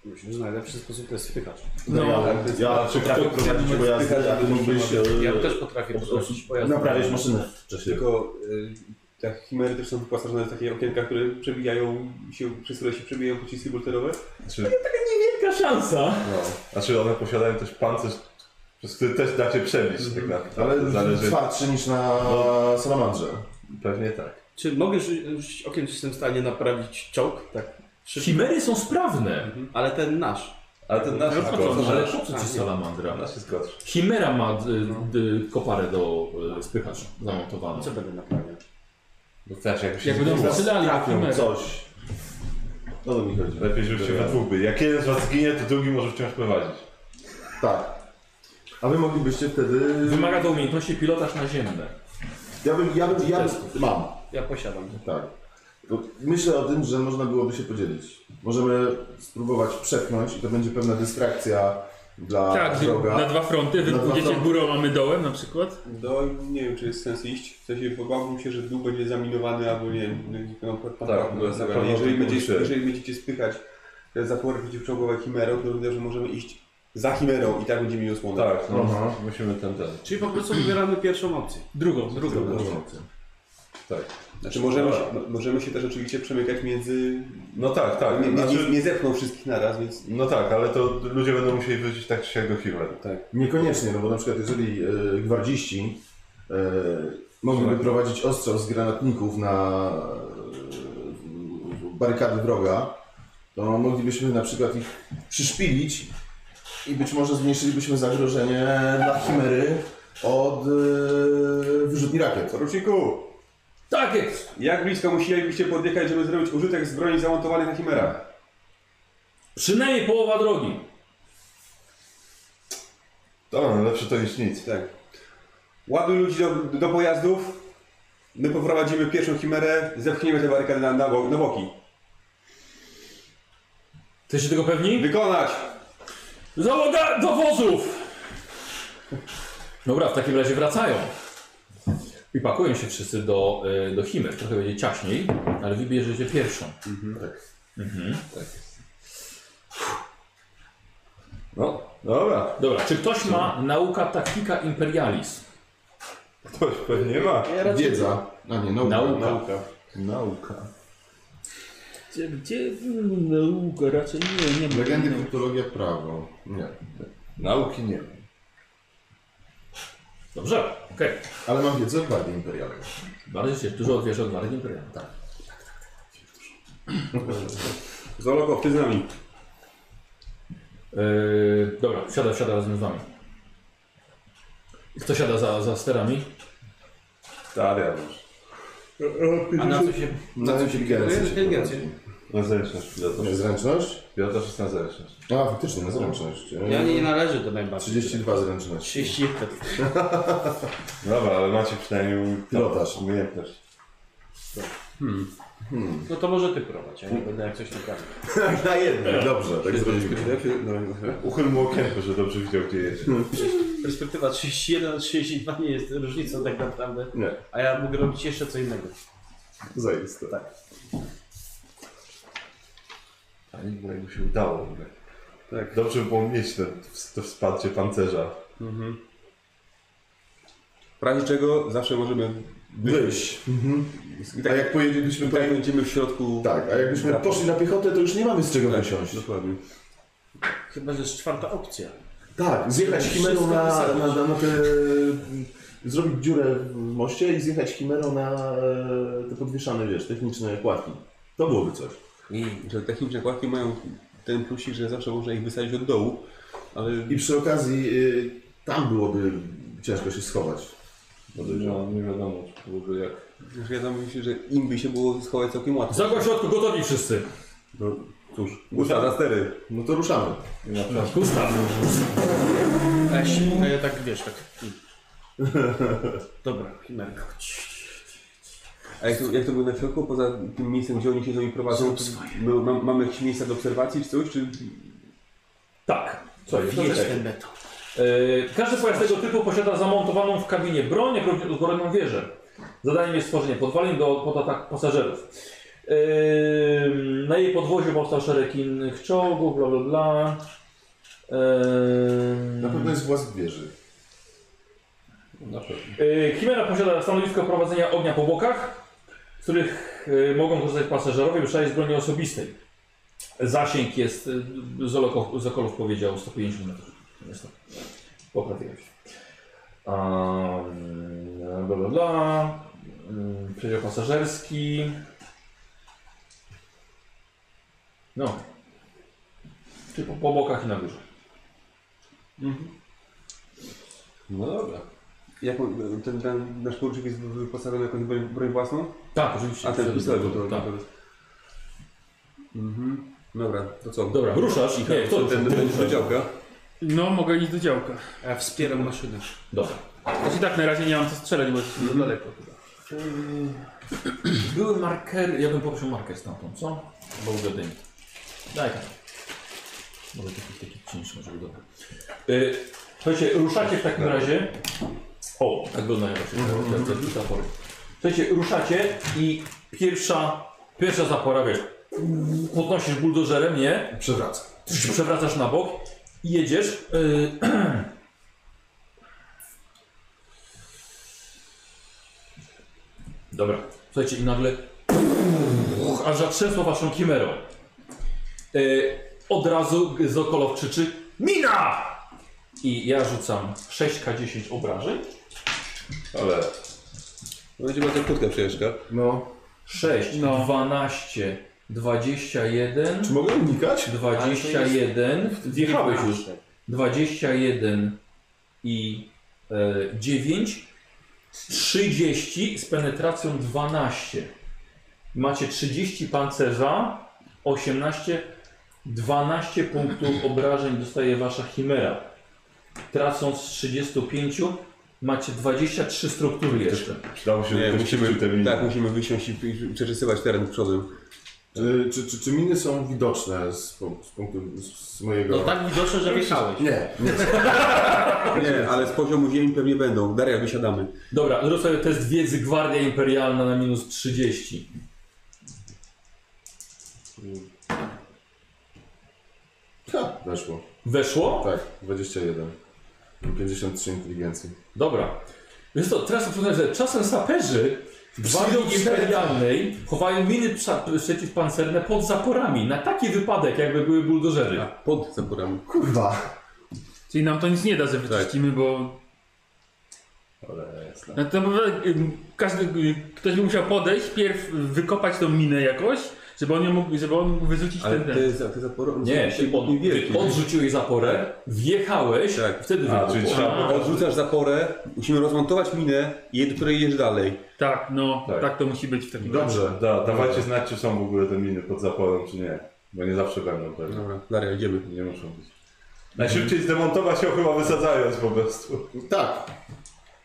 Speaker 2: Myślę, że najlepszy sposób to jest spychacz.
Speaker 5: No, ja czy kto prowadzi pojazd, aby mógłbyś
Speaker 2: Ja
Speaker 5: e,
Speaker 2: też potrafię poprosić pojazd.
Speaker 4: Naprawiać maszynę wcześniej.
Speaker 6: Tylko y, te chimery też są wyposażone w takie okienka, które przebijają się, przez które się przebijają pociski bolterowe.
Speaker 5: Znaczy,
Speaker 1: Wielka szansa!
Speaker 5: no. znaczy one posiadają też pancerz, przez który też da się przebić tak naprawdę.
Speaker 4: Ale
Speaker 5: zależy.
Speaker 4: twardszy niż na salamandrze.
Speaker 5: Pewnie tak.
Speaker 2: Czy mogę rzu- rzucić okiem, czy jestem w stanie naprawić czołg? Tak. Szybko.
Speaker 1: Chimery są sprawne,
Speaker 2: Ale ten nasz.
Speaker 5: Ale ten nasz jest gorszy.
Speaker 1: ale po co
Speaker 2: A,
Speaker 1: ci
Speaker 2: nie.
Speaker 1: salamandra?
Speaker 5: Nasz jest gorszy.
Speaker 1: Chimera ma d, d, koparę do y, spychacza zamontowaną.
Speaker 2: Co będę naprawiał?
Speaker 5: No też jakby się
Speaker 3: Jak będą
Speaker 5: zgubił.
Speaker 3: strzelali na
Speaker 4: Trafią
Speaker 3: kamerę.
Speaker 4: coś. No. O to mi chodzi.
Speaker 5: Lepiej, żebyście we dwóch byli. Jak jeden z was zginie, to drugi może wciąż prowadzić.
Speaker 4: Tak. A wy moglibyście wtedy...
Speaker 1: Wymaga to umiejętności pilotaż naziemny.
Speaker 4: Ja bym, ja bym, ja bym... Mam.
Speaker 2: Ja posiadam.
Speaker 4: Tak. Bo Myślę o tym, że można byłoby się podzielić. Możemy spróbować przepchnąć i to będzie pewna dystrakcja dla
Speaker 3: Tak,
Speaker 4: wroga.
Speaker 3: na dwa fronty, wy
Speaker 4: Na dwa
Speaker 3: pójdziecie
Speaker 4: fronty.
Speaker 3: górą, a my dołem na przykład.
Speaker 6: No nie wiem, czy jest sens iść. W sensie obawiam się, że dół będzie zaminowany albo nie wiem, no, no, tak,
Speaker 5: no, na pewno
Speaker 6: jeżeli,
Speaker 5: tak
Speaker 6: będzie,
Speaker 5: myślę.
Speaker 6: jeżeli będziecie spychać te zapory przeciwczołgowe chimerą, to widać, że możemy iść za chimerą i tak będziemy mieli osłonę.
Speaker 5: Tak, no,
Speaker 4: Aha.
Speaker 5: musimy ten, ten.
Speaker 2: Czyli po prostu wybieramy pierwszą opcję.
Speaker 3: Drugą, drugą.
Speaker 4: Drugą opcją.
Speaker 6: Znaczy możemy,
Speaker 5: Tak.
Speaker 6: się- m- możemy się też oczywiście przemykać między...
Speaker 5: No tak, tak.
Speaker 6: nie, nie, nie,
Speaker 5: Znaczy,
Speaker 6: nie zepną wszystkich naraz, więc...
Speaker 5: no tak, ale to ludzie będą musieli wrócić tak czy siak do Himeru.
Speaker 4: Niekoniecznie, no bo na przykład jeżeli e, gwardziści e, mogliby
Speaker 3: Tak.
Speaker 4: prowadzić ostrzał z granatników na e, barykady wroga, to moglibyśmy na przykład ich przyszpilić i być może zmniejszylibyśmy zagrożenie dla Chimery od e, wyrzutni rakiet.
Speaker 6: Poruczniku,
Speaker 1: Tak jest!
Speaker 6: jak blisko musielibyście podjechać, żeby zrobić użytek z broni zamontowanych na chimerach?
Speaker 1: Przynajmniej połowa drogi.
Speaker 5: To no, lepsze to niż nic.
Speaker 6: Tak. Ładuj ludzi do, do pojazdów. My poprowadzimy pierwszą chimerę, zepchniemy te barykady na, na, bo- na boki.
Speaker 1: Jesteście tego pewni?
Speaker 6: Wykonać!
Speaker 1: Załoga do wozów! Dobra, w takim razie wracają. I pakują się wszyscy do, y, do Chimer. Trochę będzie ciaśniej, ale wybierzecie pierwszą.
Speaker 5: No, dobra.
Speaker 1: Dobra, czy ktoś ma nauka taktika imperialis?
Speaker 5: Ktoś pewnie ma.
Speaker 4: Wiedza. A nie, nauka.
Speaker 1: Nauka.
Speaker 5: Nauka.
Speaker 7: Gdzie, gdzie mm, nauka? Raczej nie, nie ma.
Speaker 4: Legendy,
Speaker 7: No.
Speaker 4: kulturologia, prawo. Nie.
Speaker 5: Nauki nie ma.
Speaker 1: Dobrze, okej.
Speaker 4: Ale mam wiedzę o Gwardii Imperialnej.
Speaker 1: Bardzo się dużo wiesz o Gwardii Imperialnej. Tak.
Speaker 6: Zologo, ty z nami.
Speaker 1: Yy, dobra, siada, siada razem z wami. Kto siada za, za sterami?
Speaker 5: Stary, ja już.
Speaker 2: A na co się...
Speaker 4: Na
Speaker 2: No, inteligencję.
Speaker 5: Na zręczność pilotaż.
Speaker 4: Zręczność?
Speaker 5: Pilotaż jest na zręczność.
Speaker 4: A, faktycznie, na zręczność. E,
Speaker 2: Ja nie, nie należę do najbardziej.
Speaker 4: 32 zręczność.
Speaker 2: 31.
Speaker 5: Dobra, ale macie przynajmniej tam
Speaker 4: Pilotaż.
Speaker 5: Umiejętność.
Speaker 2: No to może ty prowadź, ja nie będę jak coś naprawił.
Speaker 4: Na jednym. Dobrze, tak zrobimy.
Speaker 5: Uchyl mu okienko, że dobrze widział gdzie jedzie.
Speaker 2: perspektywa 31 na 32 nie jest różnicą tak naprawdę.
Speaker 5: Nie.
Speaker 2: A ja mogę robić jeszcze co innego.
Speaker 5: Zajiste. Tak. Ani mojemu się udało. w ogóle.
Speaker 6: Tak.
Speaker 5: Dobrze było mieć to, to wsparcie pancerza.
Speaker 6: W razie czego zawsze możemy
Speaker 4: Wyjść. Mhm.
Speaker 6: I
Speaker 4: A
Speaker 6: tak,
Speaker 4: jak pojedlibyśmy
Speaker 6: i
Speaker 4: po...
Speaker 6: tak będziemy w środku.
Speaker 4: Tak, a jakbyśmy poszli na piechotę, to już nie mamy z czego
Speaker 6: Tak,
Speaker 4: wysiąść.
Speaker 6: Dokładnie.
Speaker 2: Chyba, że jest czwarta opcja.
Speaker 4: Tak, zjechać Chimerą na, na, na, na te... Zrobić dziurę w moście i zjechać Chimerą na e, te podwieszane, wiesz, techniczne płatki. To byłoby coś.
Speaker 6: I że techniczne kładki mają ten plusik, że zawsze można ich wysadzić od dołu, ale
Speaker 4: I przy okazji y, tam byłoby ciężko się schować.
Speaker 5: No, nie wiadomo, czy w ogóle jak.
Speaker 6: już wiadomo, myślę, że im by się było schować całkiem łatwo.
Speaker 1: Zakład w środku, gotowi wszyscy.
Speaker 6: No cóż, usta na stery.
Speaker 4: No to ruszamy.
Speaker 5: I na przykład
Speaker 1: Gustaw.
Speaker 2: Eś, a ja tak wiesz, tak. Dobra, Chimerka.
Speaker 6: A jak to, jak to było na środku, poza tym miejscem, gdzie oni się z nami prowadzą, to my, ma, mamy jakieś miejsca do obserwacji czy coś, czy
Speaker 1: Tak. Co jest?
Speaker 2: Wiesz
Speaker 1: Okej.
Speaker 2: ten beton.
Speaker 1: E, Każdy pojazd tego typu posiada zamontowaną w kabinie broń, jak również uzbrojoną wieżę. Zadaniem jest stworzenie podwalin do, pod atak pasażerów. E, Na jej podwoziu powstał szereg innych czołgów, bla bla bla. E,
Speaker 4: Na pewno jest włas wieży.
Speaker 5: na pewno.
Speaker 1: E, Chimera posiada stanowisko prowadzenia ognia po bokach, z których e, mogą korzystać pasażerowie, przynajmniej z broni osobistej. Zasięg jest, e, Zoloko- Zokolow powiedział, 150 metrów. Jest to. Poprawiłem się. Um, bla, bla, bla. Mm, Przedział pasażerski. No. Czy po, po bokach i na górze.
Speaker 6: No dobra. Jak ten, ten nasz kurczyk jest wyposażony w jakąś broń, broń własną?
Speaker 1: Tak, oczywiście.
Speaker 6: A ten pistolet był to.
Speaker 1: Tak.
Speaker 6: Mhm. Dobra, to co?
Speaker 1: Dobra, ruszasz i nie,
Speaker 6: To
Speaker 1: kto
Speaker 6: ten
Speaker 1: ty
Speaker 6: będzie
Speaker 1: ruszasz?
Speaker 6: wydziałka.
Speaker 3: No, mogę iść do działka.
Speaker 2: A wspieram maszynę.
Speaker 1: Dobra.
Speaker 3: Znaczy tak, na razie nie mam co strzelać, bo jestem za daleko.
Speaker 1: Były markery, ja bym poprosił marker stamtąd, co? Bo ugadajmy. Daj tam. Może taki, taki cięższy może być dobry. Yy, słuchajcie, ruszacie w takim razie. O, tak wyglądają właśnie te- te- te zapory. Słuchajcie, ruszacie i pierwsza, pierwsza zapora, wiesz, podnosisz buldożerem, nie?
Speaker 4: Przewraca.
Speaker 1: Ty się przewracasz na bok i jedziesz. Yy, Dobra, słuchajcie, i nagle aż zatrzęsło waszą kimerą. Yy, od razu Zokolow krzyczy MINA! I ja rzucam 6K10 obrażeń.
Speaker 5: Ale
Speaker 6: No, Będzie bardzo krótka przejeżdżka.
Speaker 4: No.
Speaker 1: 6, 12, 21,
Speaker 4: Czy mogę unikać?
Speaker 1: 21. Wjechałeś już. 21 i e, 9, 30 z penetracją 12. Macie 30 pancerza, 18, 12 punktów obrażeń dostaje wasza chimera. Tracąc z 35, macie 23 struktury jeszcze.
Speaker 5: przydało się
Speaker 6: Nie,
Speaker 5: ktoś
Speaker 6: musimy,
Speaker 5: przy terminie.
Speaker 6: tak, musimy wysiąść i i przeczesywać teren przodem.
Speaker 4: Czy, czy, czy, czy miny są widoczne z, pu- z punktu z, z mojego...
Speaker 2: No tak widoczne, że wjechałeś.
Speaker 4: Nie, nie.
Speaker 1: Tak.
Speaker 6: Nie, ale z poziomu ziemi pewnie będą. Daria, wysiadamy.
Speaker 1: Dobra, zrób sobie test wiedzy Gwardia Imperialna na minus 30.
Speaker 4: Ha, weszło.
Speaker 1: Weszło?
Speaker 4: Tak, 21. 53 inteligencji.
Speaker 1: Dobra. Więc to teraz przypomnę, że czasem saperzy Gwardią Imperialnej chowają miny psa- przeciwpancerne pod zaporami. Na taki wypadek, jakby były buldożery.
Speaker 5: Tak,
Speaker 6: Pod zaporami.
Speaker 4: Kurwa.
Speaker 3: Czyli nam to nic nie da, że wyczyścimy, bo...
Speaker 5: Ale jasne.
Speaker 3: No to y, każdy, y, ktoś by musiał podejść, pierw wykopać tą minę jakoś, żeby on, ją mógł, żeby on mógł wyrzucić
Speaker 6: Ale
Speaker 3: ten, ten.
Speaker 6: te, za- te zapory...
Speaker 1: Nie,
Speaker 6: się
Speaker 1: ty, pod,
Speaker 6: pod
Speaker 1: ty
Speaker 6: wielki.
Speaker 1: podrzucił jej zaporę, wjechałeś,
Speaker 6: Tak.
Speaker 1: wtedy
Speaker 5: A, czyli
Speaker 1: wybuchło.
Speaker 5: trzeba.
Speaker 6: Odrzucasz zaporę, musimy rozmontować minę i do której jedziesz dalej.
Speaker 3: Tak, no, tak.
Speaker 5: Tak.
Speaker 3: to musi być w takim razie.
Speaker 4: Dobrze.
Speaker 5: Da, dawajcie znać, czy są w ogóle te miny pod zaporą, czy nie. Bo nie zawsze będą pewnie.
Speaker 6: Dobra, Daria, idziemy.
Speaker 5: Nie muszą być. Najszybciej zdemontować ją chyba wysadzając po prostu.
Speaker 4: Tak.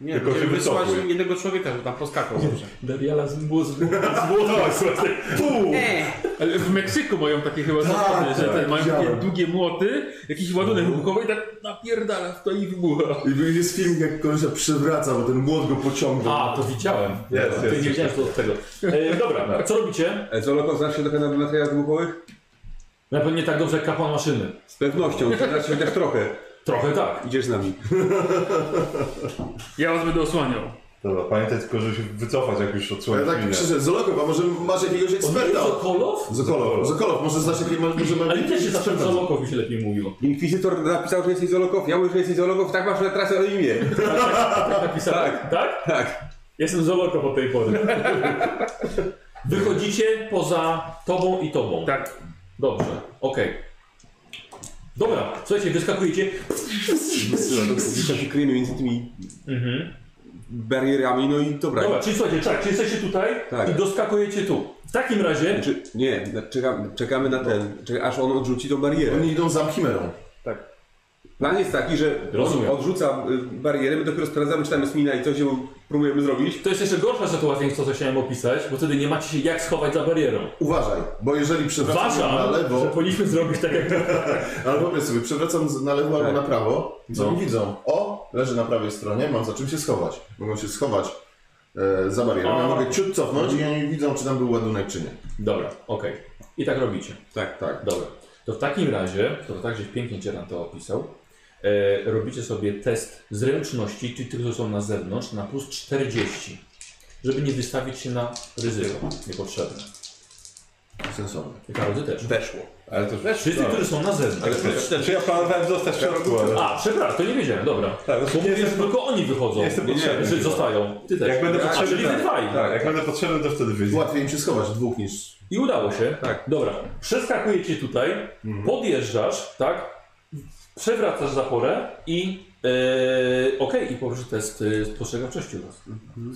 Speaker 2: Nie,
Speaker 5: Tylko
Speaker 2: będziemy
Speaker 5: się
Speaker 2: wysyłać
Speaker 5: wycofuj.
Speaker 2: jednego człowieka, żeby tam poskakał dobrze.
Speaker 7: Dariala z mózgu. Z mózgu.
Speaker 2: Eee,
Speaker 3: Ale w Meksyku mają takie chyba
Speaker 5: Tak,
Speaker 3: zasady, że
Speaker 5: tak,
Speaker 3: te, mają takie
Speaker 5: widziałem.
Speaker 3: długie młoty, jakiś ładunek wybuchowy i tak napierdala w to i wybucha.
Speaker 4: I jest film, jak kolesia przewraca, bo ten młot go pociągnął.
Speaker 1: A, to widziałem.
Speaker 5: Jest,
Speaker 1: Ty
Speaker 5: jest. Tak.
Speaker 1: nie widziałem to od tego. E, dobra, co robicie?
Speaker 6: E, Zoloko, znasz się trochę na materiałach wybuchowych?
Speaker 1: Na pewno nie tak dobrze jak kapłan maszyny.
Speaker 6: Z pewnością, znasz się chociaż trochę.
Speaker 1: Trochę tak.
Speaker 6: Idziesz z nami.
Speaker 3: Ja was będę osłaniał.
Speaker 5: Dobra, pamiętaj tylko, żeby się wycofać, jak już
Speaker 4: Ja
Speaker 5: odsłonisz
Speaker 4: tak
Speaker 5: minę.
Speaker 4: krzyczę, Zoloko, a może masz jakiegoś
Speaker 1: On nie
Speaker 4: eksperta?
Speaker 1: jest Kolow?
Speaker 4: Zokolow, Zokolow, może znasz jakiego, może ma...
Speaker 1: Ale mi też się zawsze Zolokowi się lepiej mówiło.
Speaker 6: Inkwizytor napisał, że jesteś Zolokow, ja mówię, że jesteś Zolokow, tak masz na trasę o imię.
Speaker 1: Tak napisałem. Tak? tak?
Speaker 6: Tak.
Speaker 1: Jestem Zolokow od tej pory. Wychodzicie poza tobą i tobą.
Speaker 3: Tak.
Speaker 1: Dobrze, okej. Dobra, słuchajcie, wyskakujecie.
Speaker 4: Tak.
Speaker 6: Się kryjemy między tymi barierami, no i dobra.
Speaker 1: Dobra, czyli słuchajcie, tak, czyli jesteście tutaj
Speaker 6: Tak.
Speaker 1: i doskakujecie tu. W takim razie
Speaker 6: Czy, nie, na- czekamy, czekamy na ten, czeka, aż on odrzuci tą barierę.
Speaker 4: Oni idą za chimerą.
Speaker 6: Plan jest taki, że on
Speaker 1: Rozumiem.
Speaker 6: odrzuca y, barierę, my dopiero sprawdzamy, czy tam jest mina i coś ją próbujemy zrobić.
Speaker 1: to jest jeszcze gorsza sytuacja niż to, co chciałem opisać, bo wtedy nie macie się jak schować za barierą.
Speaker 4: Uważaj, bo jeżeli przewracam na
Speaker 1: Uważam, że
Speaker 4: lewo,
Speaker 1: powinniśmy zrobić tak jak
Speaker 4: albo powiedz sobie, przewracam z- na lewo albo na prawo, co
Speaker 1: No.
Speaker 4: mi widzą? O, leży na prawej stronie, mam za czym się schować. Mogą się schować e, za barierą, ja
Speaker 1: A.
Speaker 4: mogę ciut cofnąć i oni widzą, czy tam był ładunek, czy nie.
Speaker 1: Dobra, okej. I tak robicie.
Speaker 6: Tak, tak.
Speaker 1: Dobra. To w takim razie, to tak, że pięknie Cieran to opisał, e, robicie sobie test zręczności, czyli tych, którzy są na zewnątrz, na plus 40, żeby nie wystawić się na ryzyko niepotrzebne.
Speaker 4: Sensowne.
Speaker 1: I Karol, ty też.
Speaker 6: Weszło.
Speaker 5: Ale to już...
Speaker 1: Wszyscy, którzy są na
Speaker 5: Ale
Speaker 1: zewnątrz.
Speaker 5: czy, czy ja planowałem zostać w środku, ale...
Speaker 1: A, przepraszam, to nie wiedziałem, dobra.
Speaker 5: Tak,
Speaker 1: Bo
Speaker 5: znaczy nie
Speaker 1: mówię, że
Speaker 5: jestem...
Speaker 1: tylko oni wychodzą.
Speaker 5: nie jestem
Speaker 1: Nie, nie,
Speaker 5: potrzebny.
Speaker 1: że zostają. Ty też.
Speaker 5: Jak będę
Speaker 1: A,
Speaker 5: potrzebny,
Speaker 1: czyli wy
Speaker 5: tak.
Speaker 1: dwaj.
Speaker 5: Tak, jak będę potrzebny, to wtedy wyjdzie.
Speaker 4: Łatwiej im się schować dwóch niż...
Speaker 1: I udało się.
Speaker 6: Tak. Mhm.
Speaker 1: Dobra. Przeskakujecie tutaj, podjeżdżasz, tak? Przewracasz zaporę i. Yy, Okej, i poproszę test yy, spostrzegawczości u nas.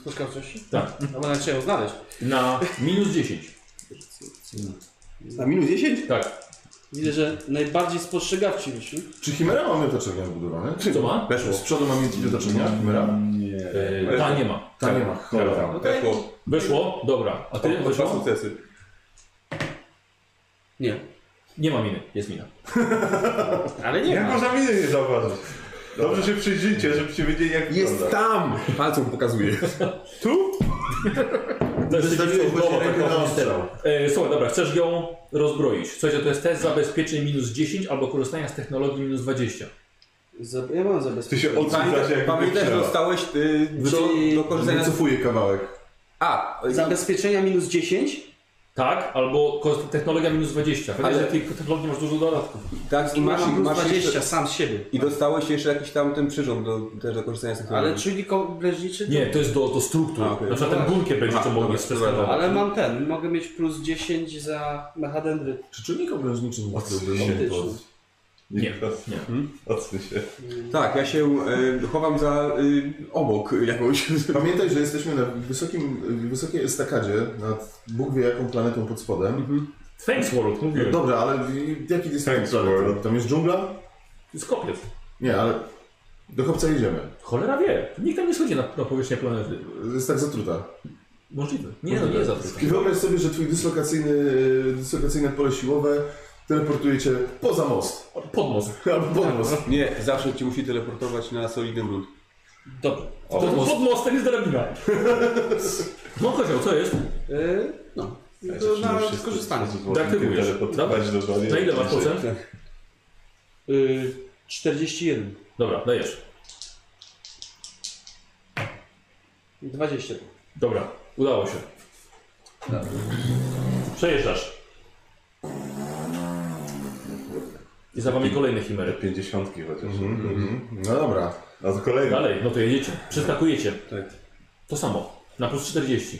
Speaker 2: spotkał No, coś?
Speaker 1: Tak.
Speaker 2: No bo nawet trzeba ją znaleźć.
Speaker 1: Na minus 10.
Speaker 6: Na minus 10?
Speaker 1: Tak.
Speaker 2: Widzę, że najbardziej spostrzegawczy wyszli.
Speaker 4: Czy chimera ma miotoczenia wbudowane?
Speaker 1: Co ma?
Speaker 4: Weszło. Z przodu mam miotoczenia, chimera?
Speaker 5: Nie.
Speaker 1: Yy, ta nie ma.
Speaker 4: Ta nie ma, cholera.
Speaker 6: Weszło.
Speaker 1: Weszło? Dobra. A ty
Speaker 6: To dwa
Speaker 1: weszło?
Speaker 6: sukcesy.
Speaker 2: Nie.
Speaker 1: Nie ma miny, jest mina.
Speaker 2: Ale nie
Speaker 8: No.
Speaker 5: Jak
Speaker 2: ma.
Speaker 5: można miny nie zauważyć? Dobrze się przyjrzyjcie, żebyście wiedzieli jak
Speaker 6: Jest
Speaker 5: wygląda.
Speaker 6: tam! Palcem pokazuje.
Speaker 4: Wystawiłeś właśnie rękę na ostrzał.
Speaker 1: E, Słuchaj, dobra, chcesz ją rozbroić. Słuchajcie, to jest test zabezpieczeń minus 10 albo korzystania z technologii minus 20.
Speaker 2: Za- Ja mam
Speaker 5: Ty się
Speaker 2: zabezpieczenie.
Speaker 5: odsuwasz jak
Speaker 6: Pamiętaj, że dostałeś ty, do,
Speaker 2: Czyli-
Speaker 6: do korzystania z...
Speaker 4: Wycofuję kawałek.
Speaker 6: A,
Speaker 2: Zabezpieczenia minus 10?
Speaker 1: Tak, albo kos- technologia minus 20. Pamiętaj,
Speaker 6: Ale-
Speaker 1: że tej technologii masz dużo dodatków.
Speaker 6: tak, i
Speaker 2: I
Speaker 6: masz,
Speaker 2: mam plus
Speaker 6: masz
Speaker 2: 20
Speaker 6: jeszcze...
Speaker 2: sam z siebie.
Speaker 6: I dostałeś jeszcze jakiś tam ten przyrząd do, też do korzystania z
Speaker 5: Tak.
Speaker 2: Ale
Speaker 6: technologii.
Speaker 2: czyli leżniczy?
Speaker 1: Nie, to jest do, do struktur.
Speaker 6: A, okej.
Speaker 1: Na przykład ten bunkier będzie
Speaker 6: A,
Speaker 1: to mogli
Speaker 6: dobra,
Speaker 1: stestować.
Speaker 6: dobra.
Speaker 2: Ale mam ten, mogę mieć plus 10 za mechadendry.
Speaker 4: Czy czynnik oblężniczy nie jest
Speaker 5: się.
Speaker 2: Optyczny.
Speaker 1: Nie, nie.
Speaker 5: Odsuń się.
Speaker 6: Tak, ja się e, chowam za y, obok jakąś.
Speaker 4: Pamiętaj, że jesteśmy na wysokim, wysokiej estakadzie nad Bóg wie jaką planetą pod spodem.
Speaker 1: Thanks World, mówiłem.
Speaker 4: Dobra, ale w- jaki jest
Speaker 5: Thanks,
Speaker 4: planet?
Speaker 5: world.
Speaker 4: Tam jest dżungla?
Speaker 1: To jest kopiec.
Speaker 4: Nie, ale do kopca jedziemy.
Speaker 1: Cholera wie. Nikt tam nie schodzi na, na powierzchnię planety.
Speaker 4: Jest tak zatruta.
Speaker 1: Możliwe. Nie, no nie za to.
Speaker 4: I wyobraź sobie, że twój dyslokacyjny, e, dyslokacyjne pole siłowe teleportuje cię poza most.
Speaker 1: Podmost.
Speaker 4: Albo pod most.
Speaker 6: Nie, zawsze ci musi teleportować na solidny grunt.
Speaker 2: Dobrze.
Speaker 1: To pod mostem jest drabina. No kozioł, co jest?
Speaker 2: Yy, no. To na skorzystanie.
Speaker 1: Deaktywujesz.
Speaker 5: Teleportować do wody.
Speaker 1: Na ile masz procent?
Speaker 2: Tak. Yy, 41.
Speaker 1: Dobra, dajesz.
Speaker 2: 20.
Speaker 1: Dobra, udało się. Przejeżdżasz. I za wami kolejne chimery.
Speaker 5: Pięćdziesiątki chociaż.
Speaker 4: Mhm. No dobra.
Speaker 5: A to kolejny.
Speaker 1: Dalej, no to jedziecie, przeskakujecie.
Speaker 6: Tak.
Speaker 1: To samo, na plus 40.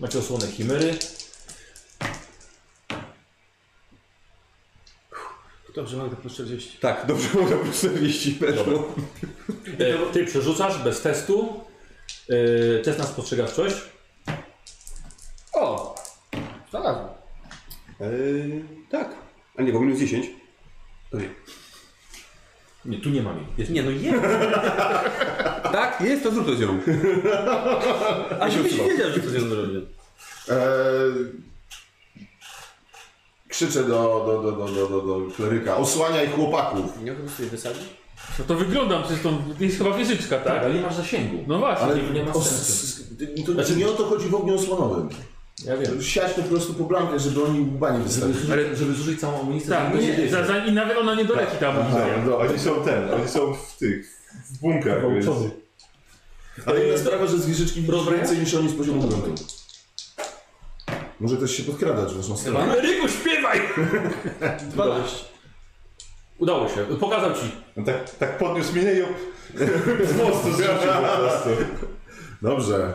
Speaker 1: Macie osłonę chimery.
Speaker 2: Dobrze, mam to plus 40.
Speaker 6: Tak, dobrze można po 40 weszło.
Speaker 1: E, ty przerzucasz bez testu. E, test na spostrzegawczość.
Speaker 2: O! Znalazłem.
Speaker 5: E,
Speaker 6: Eee, tak. A nie, bo minus 10.
Speaker 1: Nie, tu nie mam jej. Jest
Speaker 2: Nie no, je.
Speaker 6: Tak? tak jest, to zrób to z nią.
Speaker 2: A żebyś wiedział, że to się zrobię.
Speaker 4: Eee, krzyczę do, do, do, do, do, do, do kleryka. Osłaniaj chłopaków.
Speaker 2: Nie chyba sobie wysadzić?
Speaker 3: No to wyglądam, przecież to jest chyba wieżyczka,
Speaker 1: Tak,
Speaker 3: tak?
Speaker 1: ale nie masz zasięgu.
Speaker 3: No właśnie.
Speaker 4: Ale
Speaker 1: nie ma
Speaker 4: o,
Speaker 1: sensu.
Speaker 4: s- s- to, nie o to chodzi w ogniu osłonowym.
Speaker 1: Ja wiem.
Speaker 4: Siać po prostu po blankę, żeby oni łba nie
Speaker 1: Żeby
Speaker 4: wystawili.
Speaker 1: zużyć, żeby zużyć całą amunicję,
Speaker 3: Tak,
Speaker 1: to się
Speaker 3: nie,
Speaker 1: dzieje.
Speaker 3: za, za, i nawet ona nie doleci tam.
Speaker 5: No, oni są ten, oni są w tych, w bunkrach, więc...
Speaker 1: Gwałcony.
Speaker 4: Ale inna sprawa, że zwierzyczki widzą
Speaker 1: Rozumiem.
Speaker 4: więcej niż oni z poziomu gruntu. Może też się podkradać w naszą stronę.
Speaker 1: Ryku, śpiewaj! Udało się. Pokazał ci.
Speaker 5: No tak, tak podniósł mnie i op... z mostu zrzucił po prostu.
Speaker 4: Dobrze.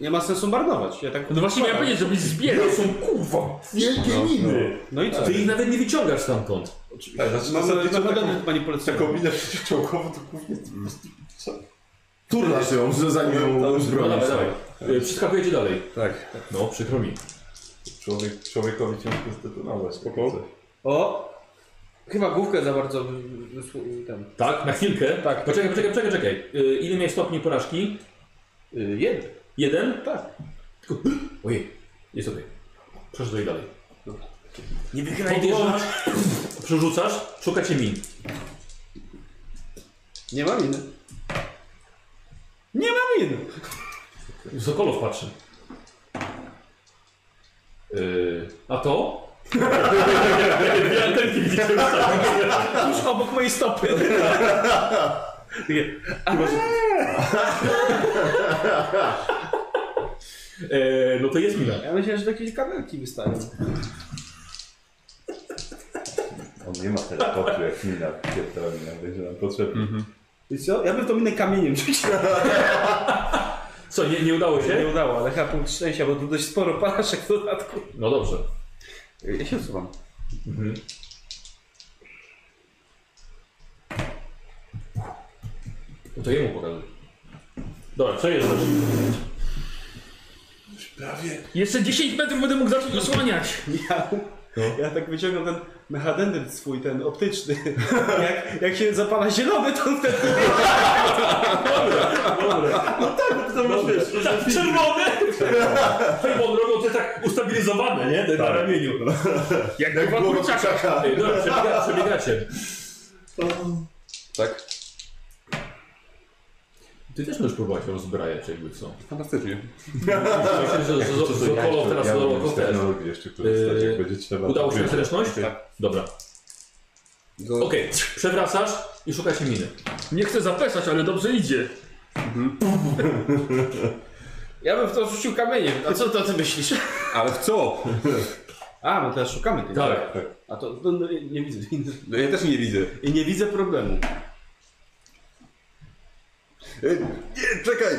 Speaker 2: Nie ma sensu marnować. Ja tak...
Speaker 3: No właśnie miałem powiedzieć, żebyś zbierał.
Speaker 1: są kurwa.
Speaker 4: Wielkie niny!
Speaker 2: No i co?
Speaker 1: Ty ich nawet nie wyciągasz stamtąd.
Speaker 5: Tak, znaczy
Speaker 2: Mamy
Speaker 5: zasadniczo taką,
Speaker 2: naprawdę manipulację.
Speaker 5: taką minę przeciwczołgową to głównie... Co?
Speaker 4: Turlasz ją, że zanim ją
Speaker 1: No
Speaker 4: uzbroi.
Speaker 1: dawaj, dawaj. E, Przeskakujecie dalej.
Speaker 5: Tak,
Speaker 1: No, przykro mi.
Speaker 5: człowiek, człowiekowi ciężko zdetonować.
Speaker 6: Spoko.
Speaker 2: O! Chyba główkę za bardzo wy- wysłu- ten.
Speaker 1: Tak, na chwilkę.
Speaker 2: Tak.
Speaker 1: Poczekaj, poczekaj, poczekaj, czekaj. E, Ile miałeś stopni porażki?
Speaker 2: Yy, jeden.
Speaker 1: Jeden?
Speaker 2: Tak.
Speaker 1: Tylko... Ojej, jest okej. Przerzucaj dalej.
Speaker 2: Nie
Speaker 1: Podłoż, przerzucasz, szukacie min.
Speaker 2: Nie ma miny. Nie ma miny!
Speaker 1: Sokolow patrzy. Yy, a to? ja ten widzicie
Speaker 2: Tuż obok mojej stopy.
Speaker 1: e, No to jest mina.
Speaker 2: Ja myślałem, że jakieś kabelki wystają.
Speaker 5: On nie ma teleportu jak mina pierdolenia, będzie nam potrzebny.
Speaker 2: I co? Ja bym to minę kamieniem rzucił.
Speaker 1: Co, nie, nie udało
Speaker 2: Nie
Speaker 1: się?
Speaker 2: udało, ale chyba punkt szczęścia, bo tu dość sporo paraszek w dodatku.
Speaker 1: No dobrze.
Speaker 6: Ja się odsuwam.
Speaker 1: No to jemu pokażę. Dobra, przejeżdżasz.
Speaker 3: Jeszcze 10 metrów będę mógł zacząć osłaniać.
Speaker 2: Ja, ja tak wyciągam ten mechadendryt swój, ten optyczny. Jak, jak się zapala zielony, to wtedy...
Speaker 1: Tak, czerwone! Twoją drogą to jest tak ustabilizowane, nie? Ten Na ramieniu.
Speaker 3: Jak głowa kurczaka.
Speaker 1: Ej, Dobra, przebiega, przebiegacie.
Speaker 6: Tak?
Speaker 1: Ty też możesz próbować rozbrajać, jakby co.
Speaker 6: Fantastycznie.
Speaker 1: Myślę, że z- z- Sokolow teraz
Speaker 5: ja
Speaker 1: do też.
Speaker 5: technologii jeszcze korzystać,
Speaker 1: Yy,
Speaker 5: jak będzie trzeba.
Speaker 1: Udało się na
Speaker 5: Wiesz,
Speaker 1: zręczność? Tak. Dobra.
Speaker 6: Do...
Speaker 1: Okej, przewracasz i szukasz miny.
Speaker 3: Nie chcę zapeszać, ale dobrze idzie.
Speaker 2: Ja bym w to rzucił kamieniem. A co to ty myślisz?
Speaker 6: Ale w co?
Speaker 2: A, my teraz szukamy tej.
Speaker 1: Tak.
Speaker 2: A to no, no, nie, nie widzę.
Speaker 6: No ja też nie widzę.
Speaker 2: I nie widzę problemu.
Speaker 5: Ej, Nie, czekaj!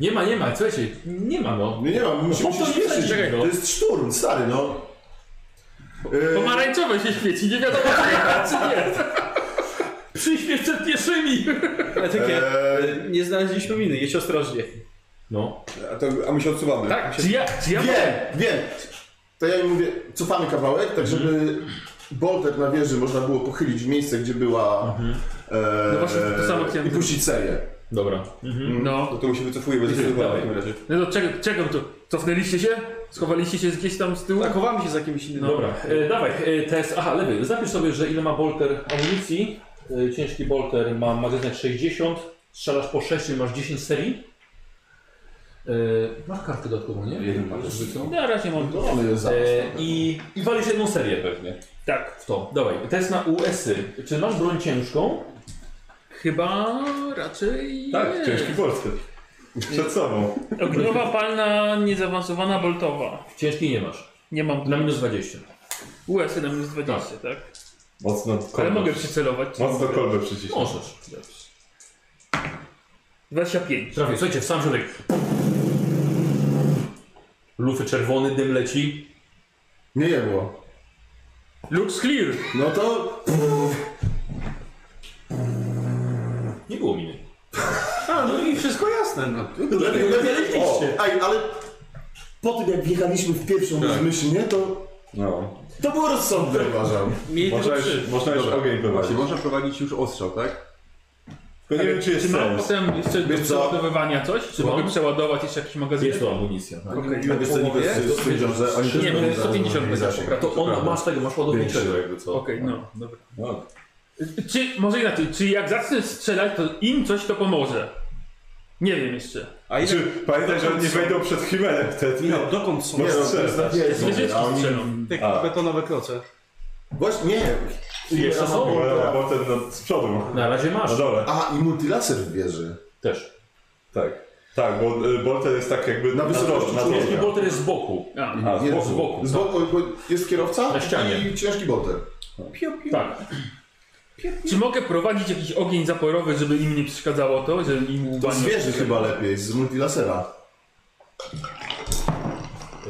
Speaker 1: Nie ma, nie ma, słuchajcie, nie ma no.
Speaker 4: Nie, nie ma, musimy
Speaker 1: po
Speaker 4: się
Speaker 1: co nie
Speaker 4: śpieszyć.
Speaker 1: czekaj, no.
Speaker 4: To jest szturm, stary, no.
Speaker 3: Pomarańczowe się świeci, nie wiadomo czy jechać, czy nie. Przyśpiesz przed pieszymi.
Speaker 2: Ale takie, e, nie znaleźliśmy miny, jedź ostrożnie.
Speaker 1: No.
Speaker 6: A, to, a my się odsuwamy.
Speaker 2: Tak,
Speaker 3: Czy ja, czy ja
Speaker 4: Wiem, wiem. To ja im mówię, cofamy kawałek, tak żeby
Speaker 3: Mhm.
Speaker 4: bolter na wieży można było pochylić w miejsce, gdzie była e,
Speaker 3: Mhm. No właśnie, to samo chciałem
Speaker 4: i puścić serię.
Speaker 1: Dobra.
Speaker 3: No,
Speaker 6: No to my się wycofujemy, zdecydowanie w takim razie.
Speaker 3: no to czego, czego to? Cofnęliście się? Schowaliście się gdzieś tam z tyłu?
Speaker 2: Zakowamy się z jakimś
Speaker 3: No.
Speaker 2: innym.
Speaker 1: Dobra, e, dawaj, e, test. Aha, lewy. Zapisz sobie, że ile ma bolter amunicji. E, ciężki bolter ma magazynek 60. Strzelasz po 6, czyli masz 10 serii. E, masz kartę dodatkową, nie? Jeden masz.
Speaker 3: Na razie mam
Speaker 4: No mamy je za.
Speaker 1: E, i, I walisz jedną serię pewnie.
Speaker 3: Tak.
Speaker 1: W to. Dawaj, test na USy. Czy masz broń ciężką?
Speaker 3: Chyba raczej
Speaker 5: Tak,
Speaker 3: nie.
Speaker 5: ciężki bolster. Przed sobą.
Speaker 1: Tak,
Speaker 3: Ogniowa palna, niezaawansowana boltowa.
Speaker 1: Ciężkiej nie masz.
Speaker 3: Nie mam
Speaker 1: Na minus 20.
Speaker 3: US na minus 20, tak?
Speaker 5: Mocno
Speaker 3: Ale
Speaker 5: kolbę,
Speaker 3: mogę przycelować.
Speaker 5: Mocno kolbę przyciśnąć.
Speaker 1: Możesz.
Speaker 3: 25.
Speaker 1: Trafię, słuchajcie, w sam środek. Lufy czerwony, dym leci.
Speaker 4: Nie jebło.
Speaker 3: Looks clear.
Speaker 4: No to
Speaker 1: Nie było miny.
Speaker 2: A, no i wszystko jasne, no.
Speaker 1: Dlatego nie wiedzieliście.
Speaker 4: Aj, ale po tym jak wjechaliśmy w pierwszą tak. myśl, nie, to
Speaker 5: No.
Speaker 4: to było rozsądne, uważam.
Speaker 2: Mieli tylko
Speaker 5: Można
Speaker 2: trzy.
Speaker 5: już, można już ogień
Speaker 6: Właśnie,
Speaker 5: prowadzić.
Speaker 6: można prowadzić już ostrzał, tak?
Speaker 5: Tylko nie wiem, czy
Speaker 3: Czy
Speaker 5: jest
Speaker 3: mam
Speaker 5: sens.
Speaker 3: potem jeszcze do
Speaker 5: Wiesz co?
Speaker 3: przeładowywania coś? Czy
Speaker 1: Słucham?
Speaker 3: mogę przeładować jeszcze jakiś magazyn?
Speaker 1: Jest to amunicja. Tak?
Speaker 4: Okay, wiesz co, Nikos, w swojej książce... oni też
Speaker 3: Nie,
Speaker 4: będą
Speaker 3: to jest
Speaker 4: zaraz
Speaker 3: 150
Speaker 4: mieli
Speaker 3: metrów.
Speaker 4: zasięg.
Speaker 3: To
Speaker 7: To on, masz tego, masz ładowniczego jakby co.
Speaker 3: Okej, no, dobra.
Speaker 5: No.
Speaker 3: Czy, może inaczej, czy jak zacznę strzelać, to im coś to pomoże? Nie wiem jeszcze.
Speaker 6: A ile...
Speaker 5: Czy pamiętaj, że oni nie wejdą przed Himelem wtedy?
Speaker 2: Michał, dokąd są?
Speaker 5: Nie,
Speaker 4: Nie,
Speaker 5: no,
Speaker 4: no, to jest na
Speaker 3: Zwierzyczki
Speaker 4: wiedzą, a oni...
Speaker 3: strzelą.
Speaker 2: Takie betonowe kroce.
Speaker 4: Właśnie, nie.
Speaker 1: Jeszcze są?
Speaker 5: Bo- Bo ten no, z przodu,
Speaker 1: Na razie masz.
Speaker 5: na dole.
Speaker 4: A, i multilaser w wieży.
Speaker 1: Też.
Speaker 5: Tak. Tak, bo y, Bolter jest tak jakby
Speaker 4: Na wysokości
Speaker 5: na dole.
Speaker 1: Bo to jest z boku.
Speaker 3: A,
Speaker 5: A, z
Speaker 4: Nie,
Speaker 5: boku.
Speaker 1: Z boku.
Speaker 4: Z boku bo jest kierowca
Speaker 1: Na ścianie.
Speaker 4: i ciężki bolter.
Speaker 1: Tak.
Speaker 3: czy mogę prowadzić jakiś ogień zaporowy, żeby im nie przeszkadzało to, że im
Speaker 4: To z
Speaker 3: łbanie...
Speaker 4: wieży chyba lepiej, z multilasera.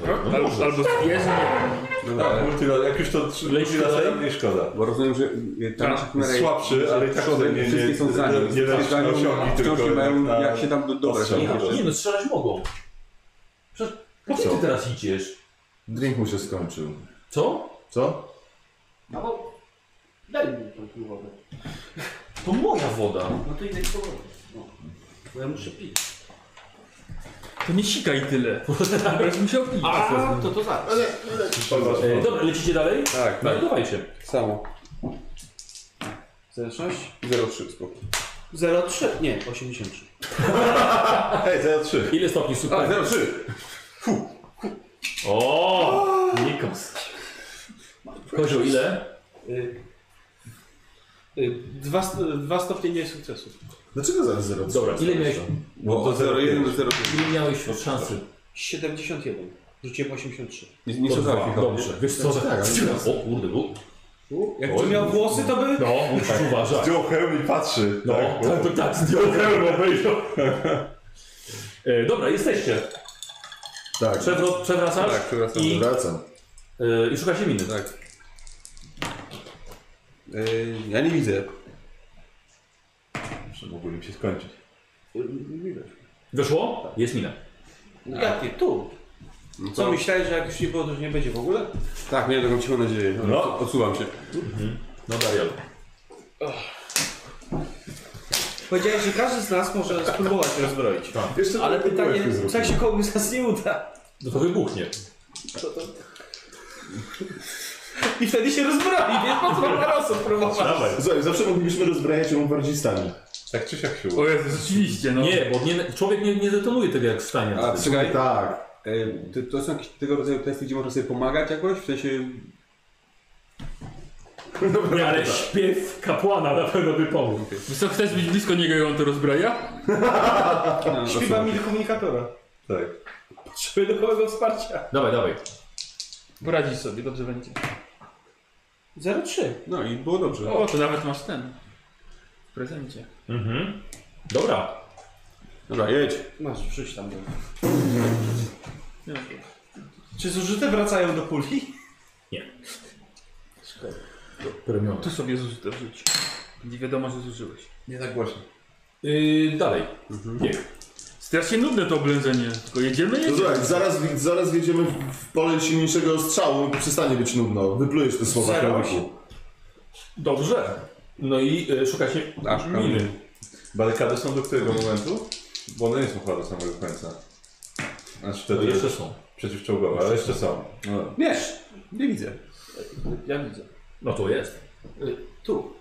Speaker 1: No,
Speaker 3: Albo, albo zwierzę, nie wiem.
Speaker 5: Tak, multila- jak już to trzy-
Speaker 1: Leci
Speaker 5: multilaser, nie szkoda.
Speaker 6: No, Bo rozumiem, że y, ta
Speaker 2: Tak.
Speaker 6: nasza chmura
Speaker 5: Jest słabszy, ale i tak
Speaker 6: przodem,
Speaker 5: nie- nie-
Speaker 6: wszystkie są za
Speaker 5: nie-
Speaker 6: nim.
Speaker 5: nie leci
Speaker 6: Stwierdzają,
Speaker 5: na osiągi,
Speaker 6: wciąż
Speaker 5: tylko
Speaker 6: nie mają,
Speaker 5: na-
Speaker 6: jak się tam do dobra.
Speaker 5: ostrzał.
Speaker 6: nie
Speaker 5: Dobrze.
Speaker 1: Nie no, strzelać mogą. Przecież po co ty teraz idziesz?
Speaker 4: Drink mu się skończył.
Speaker 1: Co?
Speaker 4: Co?
Speaker 8: No bo daj mi tą piłowę.
Speaker 1: To moja woda.
Speaker 8: No to idę po wodę. No. Bo ja muszę pić.
Speaker 3: To nie sikaj tyle. Teraz mi się opić.
Speaker 8: A, to to zaraz.
Speaker 1: E, dobra, lecicie dalej?
Speaker 6: Tak,
Speaker 1: No
Speaker 6: tak.
Speaker 1: i dawajcie.
Speaker 6: Samo. 06? 03, spoko.
Speaker 8: 03? Nie, 83.
Speaker 5: Hej, 03.
Speaker 1: Ile stopni
Speaker 2: Tak.
Speaker 1: super?
Speaker 6: A, 03!
Speaker 1: O, Nikos. Kozioł, ile?
Speaker 2: Y, y, Dwa, st- dwa stopnie niesukcesu.
Speaker 4: Dlaczego zaraz zero?
Speaker 1: Dobra, ile miałeś,
Speaker 6: Bo od 01 do 05.
Speaker 1: ile miałeś od szansy?
Speaker 8: 71. Rzuciłem 83.
Speaker 6: Nie, nie
Speaker 1: Od dwa.
Speaker 6: słyszałem Michał.
Speaker 1: Dobrze, wiesz co?
Speaker 4: Tak, ale-
Speaker 1: O kurde, był.
Speaker 2: Jakby miał włosy, to by...
Speaker 1: No,
Speaker 6: Tak.
Speaker 1: musisz uważać.
Speaker 5: Zdjął hełm i patrzy.
Speaker 1: No,
Speaker 5: tak,
Speaker 1: tak, to tak, zdjął hełm, obejrzał. E, Dobra, jesteście.
Speaker 4: Tak,
Speaker 1: Przewrot, przewracasz
Speaker 6: Tak, przewracam.
Speaker 1: i,
Speaker 4: wracam.
Speaker 1: e, i szukacie miny.
Speaker 6: Tak. Yy, ja nie widzę.
Speaker 5: Że Mogło im się skończyć.
Speaker 1: Weszło? Jest mina.
Speaker 8: No. Jakie? Tu.
Speaker 6: No
Speaker 8: Co
Speaker 6: to-
Speaker 8: myślałeś, że jak już nie było, to już nie będzie w ogóle?
Speaker 6: Tak, miałem taką cichą nadzieję.
Speaker 5: No.
Speaker 6: No. Odsuwam się.
Speaker 1: No Darial.
Speaker 2: Powiedziałeś, że każdy z nas może spróbować rozbroić.
Speaker 4: Tak.
Speaker 5: Wiesz co,
Speaker 8: Ale
Speaker 5: to
Speaker 8: pytanie,
Speaker 5: byłeś tu
Speaker 8: co jak tak się komuś z nas nie uda?
Speaker 1: No to wybuchnie.
Speaker 2: I wtedy się rozbroi, więc po co mam na razu próbować?
Speaker 5: Dawaj.
Speaker 4: Słuchaj, zawsze moglibyśmy rozbrajać ją bardziej stanie.
Speaker 5: Tak czy siak się
Speaker 3: O
Speaker 5: uda.
Speaker 3: Jezu, rzeczywiście, no.
Speaker 1: Nie, bo nie, człowiek nie, nie detonuje tego jak stanie.
Speaker 6: A czekaj,
Speaker 4: Tak.
Speaker 6: yy, to, to są jakieś tego rodzaju testy, gdzie można sobie pomagać jakoś? W sensie...
Speaker 1: Nie, ale śpiew kapłana na pewno by pomógł.
Speaker 3: Wiesz co, chcesz być blisko niego i on to rozbraja?
Speaker 6: No,
Speaker 2: Śpiwa mi do komunikatora.
Speaker 5: Tak.
Speaker 2: Potrzebuję do kogoś wsparcia.
Speaker 1: Dawaj, dawaj.
Speaker 3: Poradzisz sobie, dobrze będzie.
Speaker 2: 03.
Speaker 6: no i było dobrze.
Speaker 3: O, to nawet masz ten. W prezencie.
Speaker 1: Mhm. Dobra.
Speaker 6: Dobra, jedź.
Speaker 8: Masz, wrzuć tam do.
Speaker 3: Nie wiem.
Speaker 2: Czy zużyte wracają do puli?
Speaker 1: Premium.
Speaker 3: Tu sobie zużyte wrzuć. Nie wiadomo, że zużyłeś.
Speaker 6: Nie tak głośno.
Speaker 1: Yy, dalej. Nie.
Speaker 3: Strasznie nudne to oblężenie. Tylko jedziemy,
Speaker 4: No
Speaker 3: jedziemy.
Speaker 4: słuchaj, zaraz, zaraz wjedziemy w- w pole silniejszego strzału i przestanie być nudno. Wyplujesz te słowa
Speaker 2: Zero
Speaker 4: krawiku.
Speaker 1: Dobrze. No i y, szukacie
Speaker 6: A, szukam.
Speaker 1: miny.
Speaker 5: Barykady są do którego momentu? Bo one nie są chyba do samego końca. Aż
Speaker 1: To
Speaker 5: wtedy
Speaker 1: No, jeszcze są.
Speaker 5: przeciwczołgowe, ale jeszcze są. No.
Speaker 6: Wiesz, nie widzę.
Speaker 8: Ja widzę.
Speaker 1: No to jest. Y,
Speaker 8: Tu.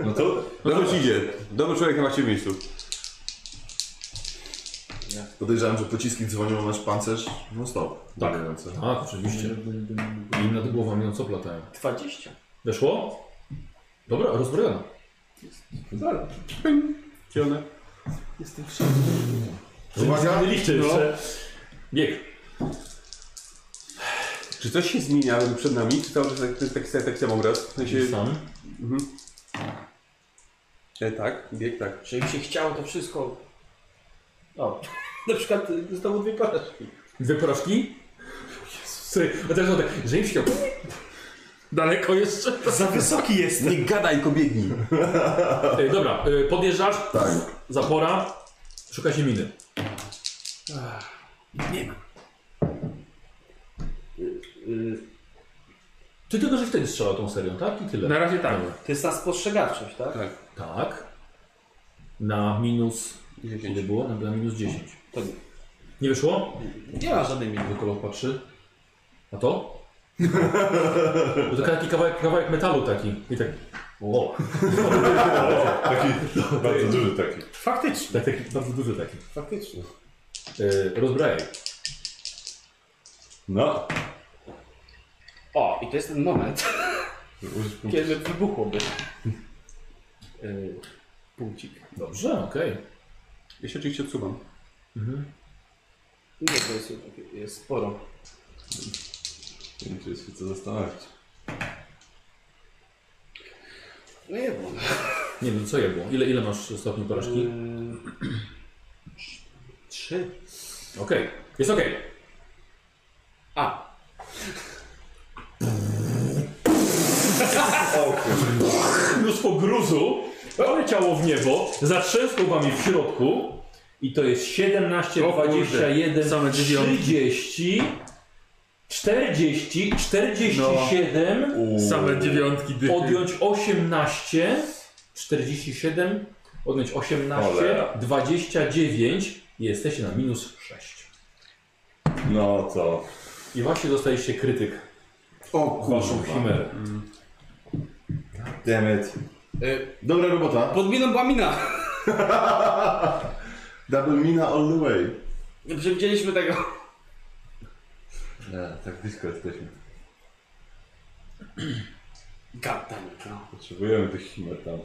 Speaker 5: No to
Speaker 6: Dobrze ci idzie. Dobry człowiek na właściwym miejscu.
Speaker 4: Podejrzewam, że pociski dzwonią na nasz pancerz non stop.
Speaker 1: Tak.
Speaker 4: Biegające.
Speaker 1: Tak, oczywiście. I nad głową ją co platają.
Speaker 8: 20.
Speaker 1: Weszło? Dobra, rozbrojona.
Speaker 6: Cione.
Speaker 4: Uwaga.
Speaker 1: Mieliście jeszcze. Bieg.
Speaker 6: Czy coś się zmienia przed nami? Czy cały czas tak- to jest taki, taki sam obraz? W sensie,
Speaker 1: Sam.
Speaker 6: e, tak, bieg tak.
Speaker 8: Że im się chciało to wszystko. O. Na przykład y, znowu dwie porażki.
Speaker 1: Dwie porażki. Jezus, a teraz tak, że im się
Speaker 3: Daleko jeszcze.
Speaker 2: Za wysoki jest.
Speaker 6: Nie gadaj, tylko biegnij.
Speaker 1: Ej, Dobra, y, podjeżdżasz.
Speaker 4: Tak.
Speaker 1: Zapora. Szukacie miny.
Speaker 8: Y,
Speaker 1: Ty tylko, że wtedy strzela tą serią, tak? I tyle.
Speaker 3: Na razie tak.
Speaker 8: To jest ta spostrzegawczość, tak?
Speaker 6: Tak.
Speaker 1: Tak. na minus...
Speaker 6: 10.
Speaker 1: Ile było? Na, na minus 10.
Speaker 6: To nie.
Speaker 1: Nie wyszło?
Speaker 8: Nie ma żadnej minusy.
Speaker 1: Tylko patrzy. A to? Bo to taki kawałek, kawałek metalu taki. I tak... O,
Speaker 5: Taki bardzo duży taki.
Speaker 2: Faktycznie.
Speaker 1: tak, taki bardzo duży taki.
Speaker 2: Faktycznie.
Speaker 1: Yy, rozbrajaj.
Speaker 5: No.
Speaker 8: O, i to jest ten moment, kiedy wybuchłoby. Yy, punkcik.
Speaker 1: Dobrze, okej.
Speaker 6: Ja się oczywiście odsuwam.
Speaker 8: Nie, to jest, jest sporo.
Speaker 5: Muszę się co zastanawiać.
Speaker 8: No nie było.
Speaker 1: Nie wiem, co je było. Ile, ile masz stopni porażki?
Speaker 8: E,
Speaker 3: Mm.
Speaker 8: Trzy.
Speaker 1: Okej, jest okej.
Speaker 8: A.
Speaker 1: Mnóstwo gruzu poleciało w niebo, zatrzęsło wami w środku i to jest 17,
Speaker 3: O kurde,
Speaker 1: 21,
Speaker 3: same dziewiątki.
Speaker 1: 30, 40, 47,
Speaker 3: Same dziewiątki dychy.
Speaker 1: odjąć 18, 47, odjąć 18,
Speaker 5: Cholera.
Speaker 1: 29, jesteście na minus 6.
Speaker 5: No to.
Speaker 1: I właśnie dostaliście krytyk
Speaker 4: O
Speaker 1: w waszą
Speaker 4: kurwa.
Speaker 1: chimerę.
Speaker 5: Damn it.
Speaker 4: E, Dobra robota.
Speaker 8: Pod miną była mina.
Speaker 4: Double mina all the way.
Speaker 8: Nie przewidzieliśmy tego.
Speaker 5: Nie, tak blisko jesteśmy.
Speaker 8: Gadamy, no.
Speaker 5: Potrzebujemy tych chimer tam.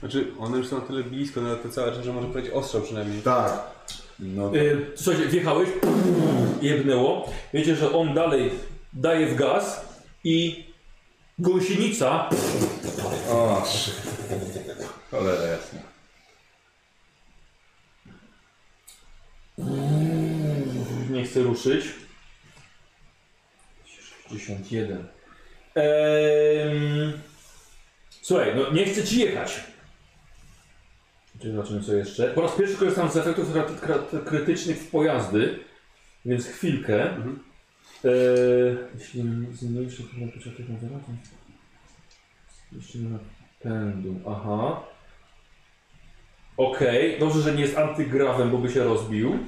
Speaker 6: Znaczy, one już są na tyle blisko, nawet ta cała rzecz, że może powiedzieć ostrzał przynajmniej.
Speaker 4: Tak.
Speaker 5: No.
Speaker 1: Y, Słuchajcie, wjechałeś, jebnęło. Wiecie, że on dalej daje w gaz i gąsienica
Speaker 5: O, shit. Cholera jasna.
Speaker 1: nie chce ruszyć. 61. Ehm, słuchaj, no nie chce ci jechać. Czy Zobaczymy co jeszcze. Po raz pierwszy korzystam z efektów kra- kra- krytycznych w pojazdy, więc chwilkę. Eee, jeśli zmniejszy to na początek mówię na to. Jeszcze na pędu. Aha. Okej, dobrze, że nie jest antygrawem, bo by się rozbił.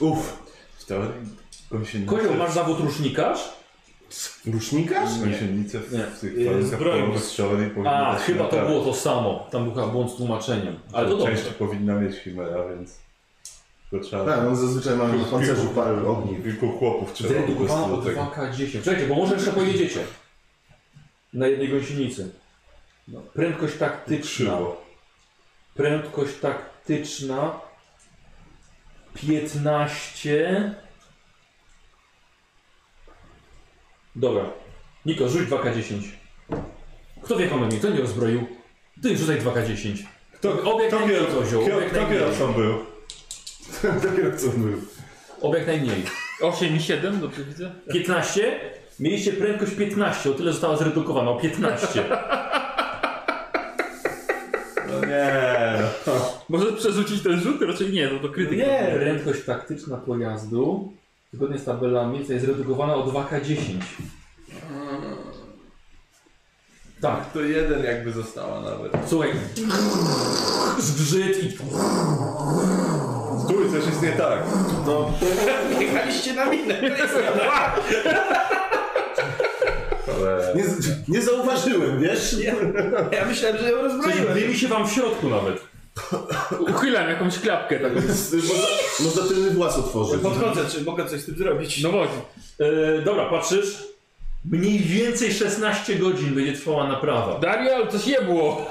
Speaker 4: Uff.
Speaker 5: W teorii gąsienicę...
Speaker 1: Kozioł, masz zawód rusznikarz?
Speaker 4: Rusznikarz?
Speaker 5: Gąsienicę w,
Speaker 1: Nie.
Speaker 5: w tych warunkach
Speaker 7: zbroi.
Speaker 5: po strzelanie powinna
Speaker 1: A,
Speaker 5: być
Speaker 1: chyba to
Speaker 5: naprawdę.
Speaker 1: było to samo. Tam był chyba błąd z tłumaczeniem. Ale to
Speaker 5: no tak. Część
Speaker 1: dobrze.
Speaker 5: powinna mieć chimera, więc... To trzeba...
Speaker 4: Tak, no zazwyczaj mamy w pancerzu parę ogniw.
Speaker 5: Kilku chłopów trzeba po
Speaker 1: Zredukowana
Speaker 5: prostu do
Speaker 1: od
Speaker 5: tego.
Speaker 1: 2K10. Czekajcie, bo może jeszcze pojedziecie. Na jednej gąsienicy. No, Prędkość taktyczna.
Speaker 5: Krzywo.
Speaker 1: Prędkość taktyczna 15. Dobra. Niko, rzuć 2K10. Kto wie na mnie? Kto nie rozbroił? Ty rzucaj 2K10.
Speaker 5: Kto,
Speaker 1: Obiekt
Speaker 5: kto,
Speaker 1: najmniej,
Speaker 5: kier,
Speaker 1: Kozioł.
Speaker 5: kier,
Speaker 1: Obiekt
Speaker 5: kto
Speaker 1: najmniej.
Speaker 5: kierowcą był?
Speaker 4: Tak jak co był.
Speaker 1: Obiekt najmniej.
Speaker 3: 8 i 7, dobrze widzę?
Speaker 1: 15? Mieliście prędkość 15, o tyle została zredukowana, o 15.
Speaker 5: No nie.
Speaker 3: Możesz przerzucić ten rzut? Raczej nie, no to krytyk.
Speaker 1: Prędkość taktyczna pojazdu, zgodnie z tabelami, to jest zredukowana o 2K10. Tak,
Speaker 5: To jeden jakby została nawet.
Speaker 1: słuchaj. Zgrzyt i...
Speaker 5: Stój, coś jest nie tak.
Speaker 4: No,
Speaker 8: Jechaliście na minę.
Speaker 5: Ale...
Speaker 4: nie, z- nie zauważyłem, wiesz?
Speaker 8: Ja myślałem, że ją
Speaker 1: Coś
Speaker 8: rozbroiłem.
Speaker 1: dymi się wam w środku nawet.
Speaker 3: Uchylam jakąś klapkę tak.
Speaker 4: Można, można tylny włas otworzyć.
Speaker 8: Podchodzę, czy mogę coś z tym zrobić?
Speaker 3: No właśnie.
Speaker 1: E, dobra, patrzysz? Mniej więcej 16 godzin będzie trwała naprawa.
Speaker 3: Dario, ale coś nie było.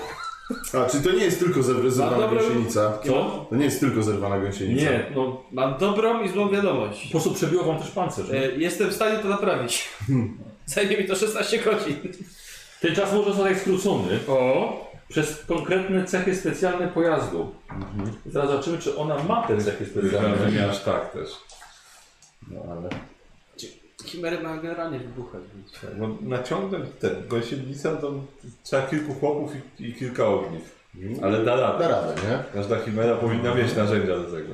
Speaker 4: A, czyli to nie jest tylko zer- zerwana
Speaker 8: dobra.
Speaker 4: gąsienica.
Speaker 1: Co?
Speaker 4: To nie jest tylko zerwana gąsienica.
Speaker 1: Nie, no
Speaker 8: Mam dobrą i złą
Speaker 1: po
Speaker 8: wiadomość.
Speaker 1: prostu przebiło wam też pancerz.
Speaker 8: E, Jestem w stanie to naprawić. Zajmie mi to 16 godzin.
Speaker 1: Ten czas może zostać skrócony.
Speaker 3: O,
Speaker 1: przez konkretne cechy specjalne pojazdu. Zaraz zobaczymy, czy ona ma te cechy
Speaker 5: Wygląda,
Speaker 1: specjalne.
Speaker 5: nie aż tak też. No ale...
Speaker 8: Chimery mają generalnie wybuchać. więc-
Speaker 5: Tak, bo naciągnąć ten gąsienicę to trzeba kilku chłopów i, i kilka ogniw. Ale da
Speaker 4: Da
Speaker 5: radę.
Speaker 4: radę, nie?
Speaker 5: Każda chimera powinna mieć narzędzia do tego.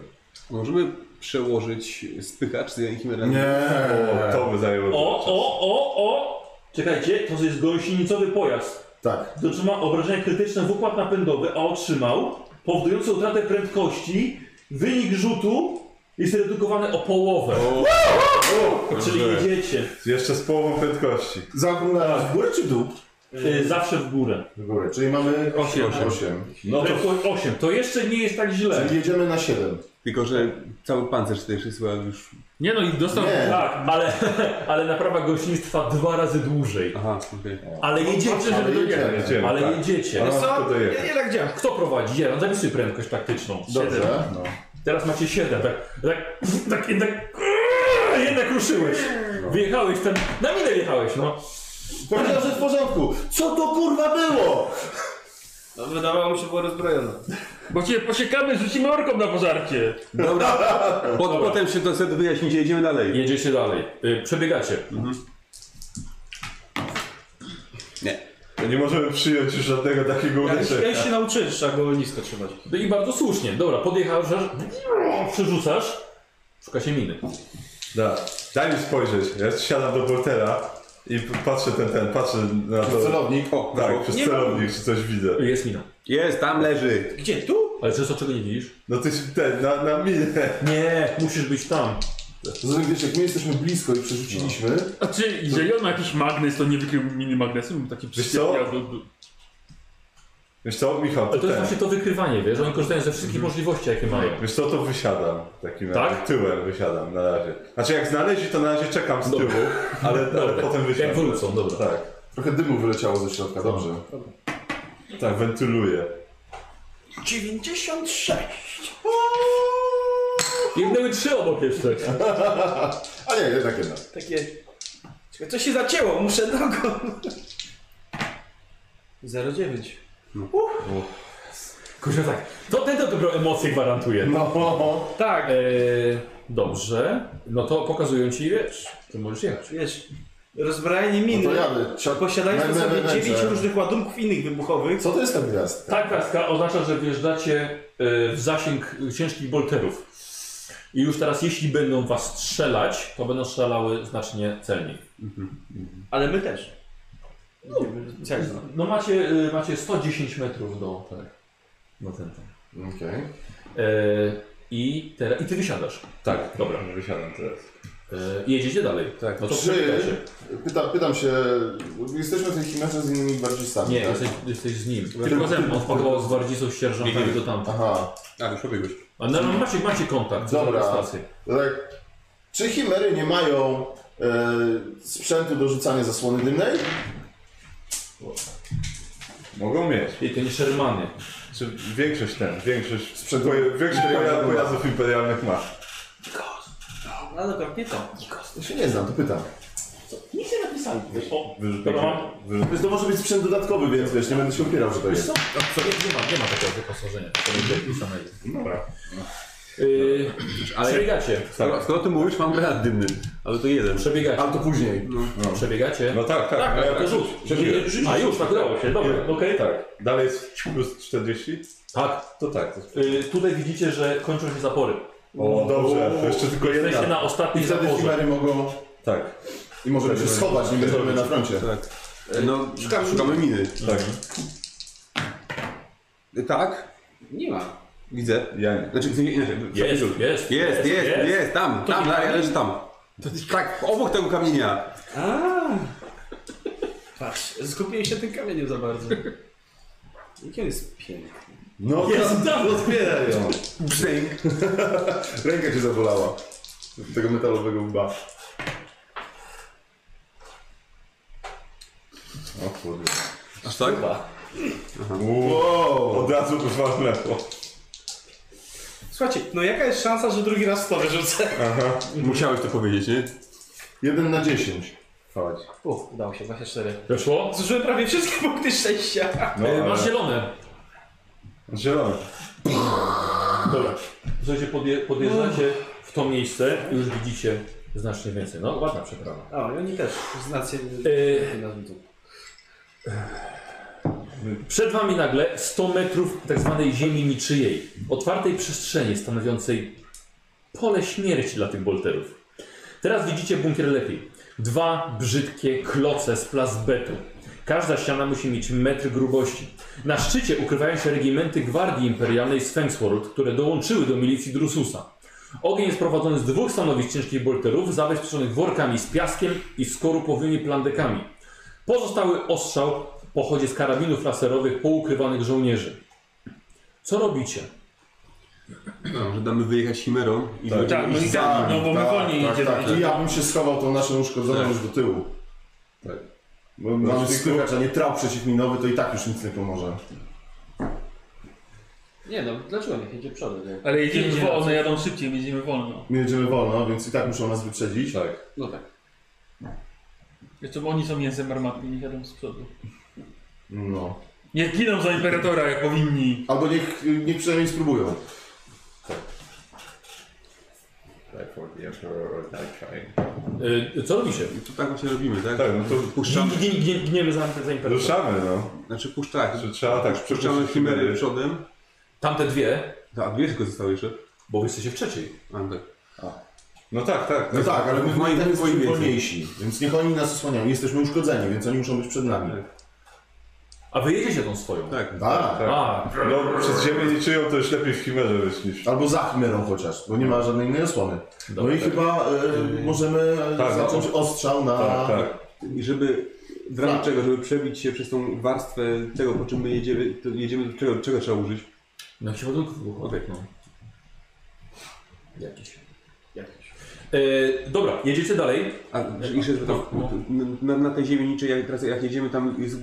Speaker 6: Możemy przełożyć spychacz z jednej chimery na
Speaker 4: Nie.
Speaker 5: O, to by zajęło
Speaker 1: O, o, o, o! Czekajcie, to jest gąsienicowy pojazd.
Speaker 4: Tak.
Speaker 1: Dotrzyma obrażenia krytyczne w układ napędowy, a otrzymał powodujące utratę prędkości, wynik rzutu jest redukowany o połowę. Czyli
Speaker 5: Dobrze.
Speaker 1: jedziecie
Speaker 5: Jeszcze z połową prędkości.
Speaker 4: Zaglądamy w górę czy w dół?
Speaker 1: y, zawsze w górę.
Speaker 4: W górę, czyli mamy
Speaker 1: Osiem.
Speaker 4: 8.
Speaker 5: No to
Speaker 1: Prędkość 8. To jeszcze nie jest tak źle.
Speaker 4: Czyli jedziemy na 7.
Speaker 6: Tylko, że cały pancerz tej chyba już...
Speaker 3: Nie no i dostał...
Speaker 4: Nie,
Speaker 1: Tak, ale, ale naprawa gościństwa dwa razy dłużej.
Speaker 6: Aha, okej.
Speaker 1: Ale jedziecie,
Speaker 4: ale
Speaker 1: żeby
Speaker 4: jedziemy.
Speaker 1: dojechać.
Speaker 5: jedziemy.
Speaker 1: Ale
Speaker 5: tak.
Speaker 1: jedziecie.
Speaker 5: Ale
Speaker 8: Co?
Speaker 5: mam tylko
Speaker 8: Ja
Speaker 5: dojechać.
Speaker 8: jednak działa.
Speaker 1: Kto prowadzi? Ja, zapisuj prędkość taktyczną. Siedem.
Speaker 4: Dobrze. No.
Speaker 1: Teraz macie 7, tak, tak, tak jednak, jednak ruszyłeś. Wyjechałeś ten, na minę jechałeś, no.
Speaker 4: Powiedział, że w porządku. Co to kurwa było?
Speaker 8: No, wydawało mi się, było rozbrojone.
Speaker 3: Bo cię posiekamy, rzucimy orką na pożarcie.
Speaker 6: Pod, potem się to sobie wyjaśnić, jedziemy dalej.
Speaker 1: Jedziecie dalej, Y, przebiegacie.
Speaker 5: Nie możemy przyjąć już żadnego takiego
Speaker 8: Jak się,
Speaker 5: uderzenia.
Speaker 8: jak się nauczyłem, że trzeba go nisko trzymać.
Speaker 1: No i bardzo słusznie, dobra, podjechałeś, że- przerzucasz, szuka się miny.
Speaker 5: Da. Daj mi spojrzeć. Ja siadam do portera i p- patrzę ten, ten, patrzę na to.
Speaker 4: Celownik.
Speaker 6: O,
Speaker 5: Tak,
Speaker 6: tak.
Speaker 5: przez
Speaker 8: Nie
Speaker 5: celownik, czy coś widzę.
Speaker 1: Y, Jest mina.
Speaker 6: Jest, tam leży.
Speaker 8: Gdzie? Tu?
Speaker 1: Ale często czego nie widzisz?
Speaker 5: No ty się- ten, na, na minę.
Speaker 1: Nie, musisz być tam.
Speaker 4: Zatem wiesz, jak my jesteśmy blisko i przerzuciliśmy,
Speaker 3: A czy jeżeli on ma jakiś magnes, to nie wykrył mini magnesu? Bym taki
Speaker 5: Wiesz co?
Speaker 3: przyciepiał do- do-
Speaker 5: Wiesz co, Michał,
Speaker 1: Ale to jest
Speaker 5: ten.
Speaker 1: właśnie to wykrywanie, wiesz, oni korzystają ze wszystkich możliwości, jakie mają.
Speaker 5: Wiesz co, to wysiadam w takim
Speaker 1: Tak?
Speaker 5: razie. Tyłem wysiadam na razie. Znaczy jak znaleźli, to na razie czekam z tyłu, ale, ale potem wysiadam.
Speaker 1: tak. Jak wrócą, dobra.
Speaker 5: Tak,
Speaker 4: trochę dymu wyleciało ze środka, dobrze.
Speaker 5: tak, wentyluję.
Speaker 9: 96!
Speaker 1: Jednęły trzy obok jeszcze.
Speaker 4: A nie, jednak jednak.
Speaker 8: Takie... Czekaj, coś się zacięło, muszę nogą. 09.
Speaker 1: Kurczę, tak, to ten to dobrą emocję gwarantuje.
Speaker 4: No,
Speaker 8: Tak,
Speaker 1: Eee, dobrze, no to pokazują ci, wiesz, ty możesz jechać.
Speaker 8: wiesz, rozbrajanie
Speaker 4: no
Speaker 8: miny.
Speaker 4: to jadę. Siad...
Speaker 8: Posiadając
Speaker 4: Będę
Speaker 8: sobie
Speaker 4: ręce.
Speaker 8: 9 różnych ładunków innych wybuchowych.
Speaker 4: Co to jest ta gwiazdka?
Speaker 1: Ta kraska oznacza, że wjeżdżacie e, w zasięg e, ciężkich bolterów. I już teraz, jeśli będą was strzelać, to będą strzelały znacznie celniej.
Speaker 8: Ale my też. Będziemy- Jak to?
Speaker 1: No macie, e, macie 110 metrów do tak. No ten tam.
Speaker 4: Okej.
Speaker 1: E, i, teraz, I ty wysiadasz.
Speaker 5: Tak,
Speaker 1: Dobra.
Speaker 5: Wysiadam teraz.
Speaker 1: E, I jedziecie dalej. Tak. No to
Speaker 4: Czy-
Speaker 1: przebiegacie.
Speaker 4: Pyta, pytam się, jesteśmy w tej chimerze z innymi bardziej sami,
Speaker 1: Nie,
Speaker 4: tak?
Speaker 1: jesteś, jesteś z nim. Tylko ze mną. On spakował z gwardzicą z sierżantami do tamtych.
Speaker 4: Aha.
Speaker 6: A, już pobiegłeś.
Speaker 1: A no, no, macie, macie kontakt.
Speaker 4: Dobra.
Speaker 1: Dobra. Stację.
Speaker 4: To tak, czy chimery nie mają e, sprzętu do rzucania zasłony dymnej?
Speaker 5: Mogą mieć.
Speaker 1: I to nie Shermany.
Speaker 5: Czy większość ten, większość,
Speaker 4: Sprzętu-
Speaker 5: poja- większość poja- pojazdów imperialnych ma.
Speaker 8: No dokładnie to.
Speaker 4: Ja się nie znam, to pytam.
Speaker 1: Nic nie napisali. O,
Speaker 5: Wyrzutek,
Speaker 1: Dobra, mam.
Speaker 5: wyrzut,
Speaker 4: Więc to może być sprzęt dodatkowy, więc wiesz, nie będę się upierał, że to
Speaker 1: Wiesz
Speaker 4: jest.
Speaker 1: co? Nie, nie, ma, nie ma takiego wyposażenia. To jest wypisane.
Speaker 5: dobra.
Speaker 1: Yy, przebiegacie.
Speaker 6: Skoro, skoro ty mówisz, mam granat dymny. Ale to jeden.
Speaker 1: Przebiegacie.
Speaker 4: Ale to później.
Speaker 1: Przebiegacie.
Speaker 5: No tak, tak.
Speaker 1: tak,
Speaker 5: ale
Speaker 1: tak, to rzuć.
Speaker 5: Przebiegłem.
Speaker 1: A już, tak udało się. Dobra, okej.
Speaker 5: Tak. Dalej jest plus 40?
Speaker 1: Tak.
Speaker 5: To tak. To...
Speaker 1: Yy, tutaj widzicie, że kończą się zapory.
Speaker 5: O, dobrze. To jeszcze tylko
Speaker 1: Jesteście
Speaker 5: jedna.
Speaker 1: na ostatnim
Speaker 4: I wtedy
Speaker 1: zaporze.
Speaker 4: chimery mogą...
Speaker 5: Tak,
Speaker 4: I możemy się schować, nie będziemy na froncie.
Speaker 6: Tak. No, szukamy, szukamy miny.
Speaker 5: tak.
Speaker 6: Tak?
Speaker 9: Nie ma.
Speaker 6: Widzę.
Speaker 5: Ja nie.
Speaker 6: Znaczy, nie, inaczej.
Speaker 1: Jest, jest,
Speaker 6: Jest, jest, jest, tam, tam, dalej, leży tam. Tak, obok tego kamienia.
Speaker 8: Patrz, skupiłem się na tym kamieniem za bardzo. Jaki on jest piękny.
Speaker 5: No
Speaker 1: Jest,
Speaker 5: to otwieraj ją.
Speaker 6: Brzdęk.
Speaker 4: Ręka cię zabolała. Od Tego metalowego łba.
Speaker 5: O kurde.
Speaker 6: Aż tak?
Speaker 5: Wow. Od razu dwa w lewo.
Speaker 8: Słuchajcie, no jaka jest szansa, że drugi raz to wyrzucę?
Speaker 6: Musiałeś to powiedzieć, nie?
Speaker 4: 1 na 10.
Speaker 5: Chodź.
Speaker 8: U, udało się, 24.
Speaker 1: Weszło?
Speaker 8: Zużyłem prawie wszystkie punkty szczęścia.
Speaker 5: No,
Speaker 1: Yy,
Speaker 5: ale...
Speaker 1: masz zielone.
Speaker 5: Zielony.
Speaker 1: Dobra. Słuchajcie, podje, podjeżdżacie w to miejsce i już widzicie znacznie więcej. No, ładna przeprawa.
Speaker 8: O, i oni też, znacie.
Speaker 1: Yy, Przed wami nagle 100 metrów tak zwanej ziemi niczyjej, otwartej przestrzeni stanowiącej pole śmierci dla tych bolterów. Teraz widzicie bunkier lepiej. Dwa brzydkie kloce z plazbetu. Każda ściana musi mieć metr grubości. Na szczycie ukrywają się regimenty Gwardii Imperialnej z Fensworld, które dołączyły do milicji Drususa. Ogień jest prowadzony z dwóch stanowisk ciężkich bolterów, zabezpieczonych workami z piaskiem i skorupowymi plandekami. Pozostały ostrzał pochodzi z karabinów laserowych poukrywanych żołnierzy. Co robicie?
Speaker 6: No, że damy wyjechać Chimerą i
Speaker 5: Tak.
Speaker 6: wrócimy.
Speaker 3: Tak, no i tak, no bo my wolniej
Speaker 5: tak,
Speaker 3: idziemy.
Speaker 5: tak.
Speaker 4: I ja bym się schował tą naszą uszkodzoną już do tyłu.
Speaker 5: Tak.
Speaker 4: Bo mamy skrykacz, a nie trał przeciwminowy, to i tak już nic nie pomoże.
Speaker 8: Nie no, dlaczego niech jedzie przodem? nie?
Speaker 3: Ale jedziemy
Speaker 8: Jedzie
Speaker 3: wolno,
Speaker 8: razem.
Speaker 3: jadą szybciej, my jedziemy wolno.
Speaker 4: My jedziemy wolno, więc i tak muszą nas wyprzedzić.
Speaker 5: Tak.
Speaker 8: No tak.
Speaker 3: Jeszcze bo oni są mięsem armatnym, niech jadą z przodu.
Speaker 4: No.
Speaker 3: Niech giną za imperatora, jak powinni.
Speaker 4: Albo niech, niech przynajmniej spróbują.
Speaker 5: Tak, for the emperor, tak, tak.
Speaker 1: Yy, co robicie?
Speaker 6: I To tak właśnie robimy, tak?
Speaker 5: Tak, no to
Speaker 1: Gnie,
Speaker 6: Puszczamy,
Speaker 1: gnie, gnie, gniemy za, za imperator.
Speaker 5: ruszamy, no.
Speaker 6: znaczy puszczać.
Speaker 5: Że trzeba tak
Speaker 6: Puszczamy
Speaker 5: przepuścić
Speaker 6: Chimery
Speaker 5: Chimery.
Speaker 6: przodem.
Speaker 1: Tamte dwie,
Speaker 6: A dwie tylko zostały jeszcze.
Speaker 1: bo wy jesteście w trzeciej.
Speaker 6: A, tak.
Speaker 5: No tak, tak.
Speaker 4: No tak, ale my
Speaker 6: W
Speaker 4: w
Speaker 6: moim
Speaker 4: moim zdaniem
Speaker 6: wojnie
Speaker 4: jesteśmy
Speaker 6: więcej.
Speaker 4: wolniejsi, więc niech oni nas osłaniają. Jesteśmy uszkodzeni, więc oni muszą być przed nami.
Speaker 1: A wy jedziecie tą swoją.
Speaker 6: Tak.
Speaker 4: Tak.
Speaker 5: Tak.
Speaker 1: A,
Speaker 5: No przez ziemię nie czują, to już lepiej w Chimerze być niż...
Speaker 4: Albo za chmurą chociaż, bo nie ma żadnej innej osłony. No
Speaker 1: Dobra,
Speaker 4: i chyba y, możemy
Speaker 5: Tak, no.
Speaker 4: zacząć ostrzał na...
Speaker 5: Tak, tak.
Speaker 6: I żeby w razie czego, żeby przebić się przez tą warstwę tego, po czym my jedziemy, to jedziemy do czego, czego trzeba użyć?
Speaker 1: no jakiś ładunków wybuchowych.
Speaker 6: Okej.
Speaker 1: No. Jakiś. Jakiś. Yy, dobra, jedziecie dalej.
Speaker 6: A że- jeszcze żeby tam,
Speaker 3: No,
Speaker 6: na, na tej ziemi niczej, jak, teraz, jak jedziemy tam, jest,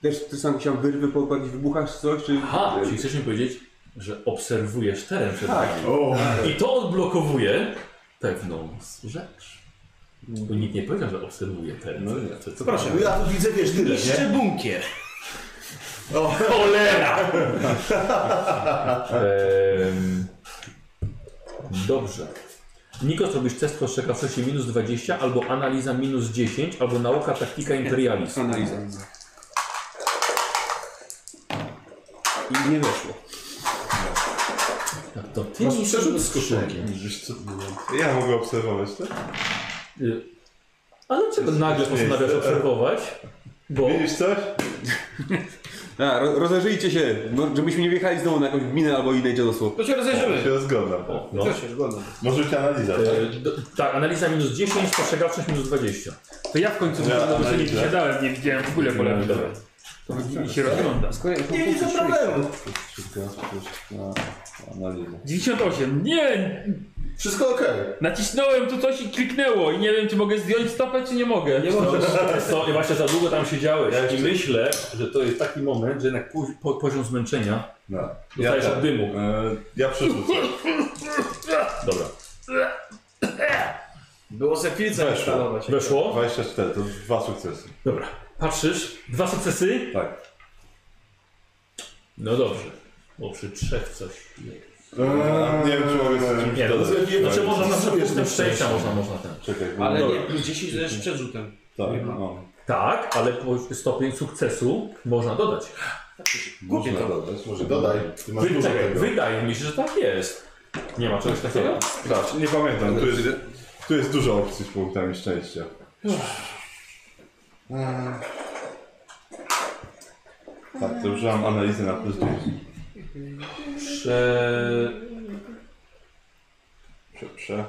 Speaker 6: też ty sam się wyrwy po jakichś wybuchach czy coś, czy... e,
Speaker 1: Aha, czyli chcesz mi powiedzieć, że obserwujesz teren przed
Speaker 6: Tak.
Speaker 1: wami.
Speaker 4: O,
Speaker 1: I to odblokowuje pewną rzecz. Bo nikt nie powiedział, że obserwuje teren. No, co, co
Speaker 4: no ja tu widzę, wiesz, tyle, nie?
Speaker 2: Jeszcze bunkier.
Speaker 1: Cholera! Em, Dobrze. Nikos robisz test spostrzegawczości minus 20, albo analiza minus 10, albo nauka taktika imperializm.
Speaker 6: Analiza. I nie weszło.
Speaker 1: Tak, to ty
Speaker 4: Masz
Speaker 1: nie
Speaker 4: przerzut z
Speaker 1: jesteś
Speaker 4: koszulkiem.
Speaker 5: Wiesz co? Ja mogę obserwować to?
Speaker 1: Y, Ale czego nagle postanawiasz obserwować? Bo
Speaker 5: Widzisz coś?
Speaker 6: A, ro, rozejrzyjcie się, no, żebyśmy nie wjechali znowu na jakąś gminę albo inne dziadosło.
Speaker 8: To się rozejrzymy.
Speaker 5: Się zgadzam.
Speaker 1: no,
Speaker 8: Też się zgodzę.
Speaker 5: Może być analiza, tak?
Speaker 1: y, do- tak, analiza minus 10, spostrzegawczość minus 20.
Speaker 3: To ja w końcu
Speaker 5: Ja
Speaker 3: ja, nie
Speaker 5: analizę.
Speaker 3: wysiadałem, nie widziałem w ogóle po lewej
Speaker 1: Dobra.
Speaker 3: stronie. I się rozgląda.
Speaker 2: Nie widzę problemu.
Speaker 5: Analiza.
Speaker 3: 98. Nie!
Speaker 4: Wszystko okej.
Speaker 3: Nacisnąłem tu coś i kliknęło i nie wiem, czy mogę zdjąć stopę, czy nie mogę.
Speaker 8: Nie możesz.
Speaker 1: No, Co, i właśnie za długo tam siedziałeś
Speaker 5: Ja
Speaker 1: i
Speaker 5: jeszcze-
Speaker 1: myślę, że to jest taki moment, że jednak pozi- po, poziom zmęczenia
Speaker 5: No.
Speaker 1: dostajesz
Speaker 5: tak.
Speaker 1: od dymu.
Speaker 5: E, ja przerzucę.
Speaker 1: Dobra.
Speaker 8: Było za chwilę zainstalować.
Speaker 1: Weszło?
Speaker 5: 24, to dwa sukcesy.
Speaker 1: Dobra. Patrzysz, dwa sukcesy?
Speaker 5: Tak.
Speaker 1: No dobrze. Bo przy trzech coś jest.
Speaker 5: Eee, nie wiem, czy mogę sobie czymś
Speaker 1: Nie, no,
Speaker 5: dodać.
Speaker 1: znaczy
Speaker 5: Tak.
Speaker 1: można zawsze
Speaker 4: Wiesz,
Speaker 1: punktem
Speaker 4: to
Speaker 1: szczęścia można, można ten.
Speaker 5: Czekaj, bo-
Speaker 8: Ale
Speaker 5: Dobra,
Speaker 8: nie, plus 10 to jest przed rzutem.
Speaker 5: Tak, no.
Speaker 1: Tak, ale po stopień sukcesu można dodać.
Speaker 5: Można dodać, może
Speaker 4: Dodaj, ty masz
Speaker 1: Wy,
Speaker 4: dużo
Speaker 1: czekaj,
Speaker 4: tego.
Speaker 1: wydaje mi się, że tak jest. Nie ma czegoś takiego?
Speaker 5: Sprawdź, nie pamiętam, tu jest, tu jest dużo opcji z punktami szczęścia. Tak, to użyłam analizy na plus 10.
Speaker 1: Prze...
Speaker 5: Prze, prze.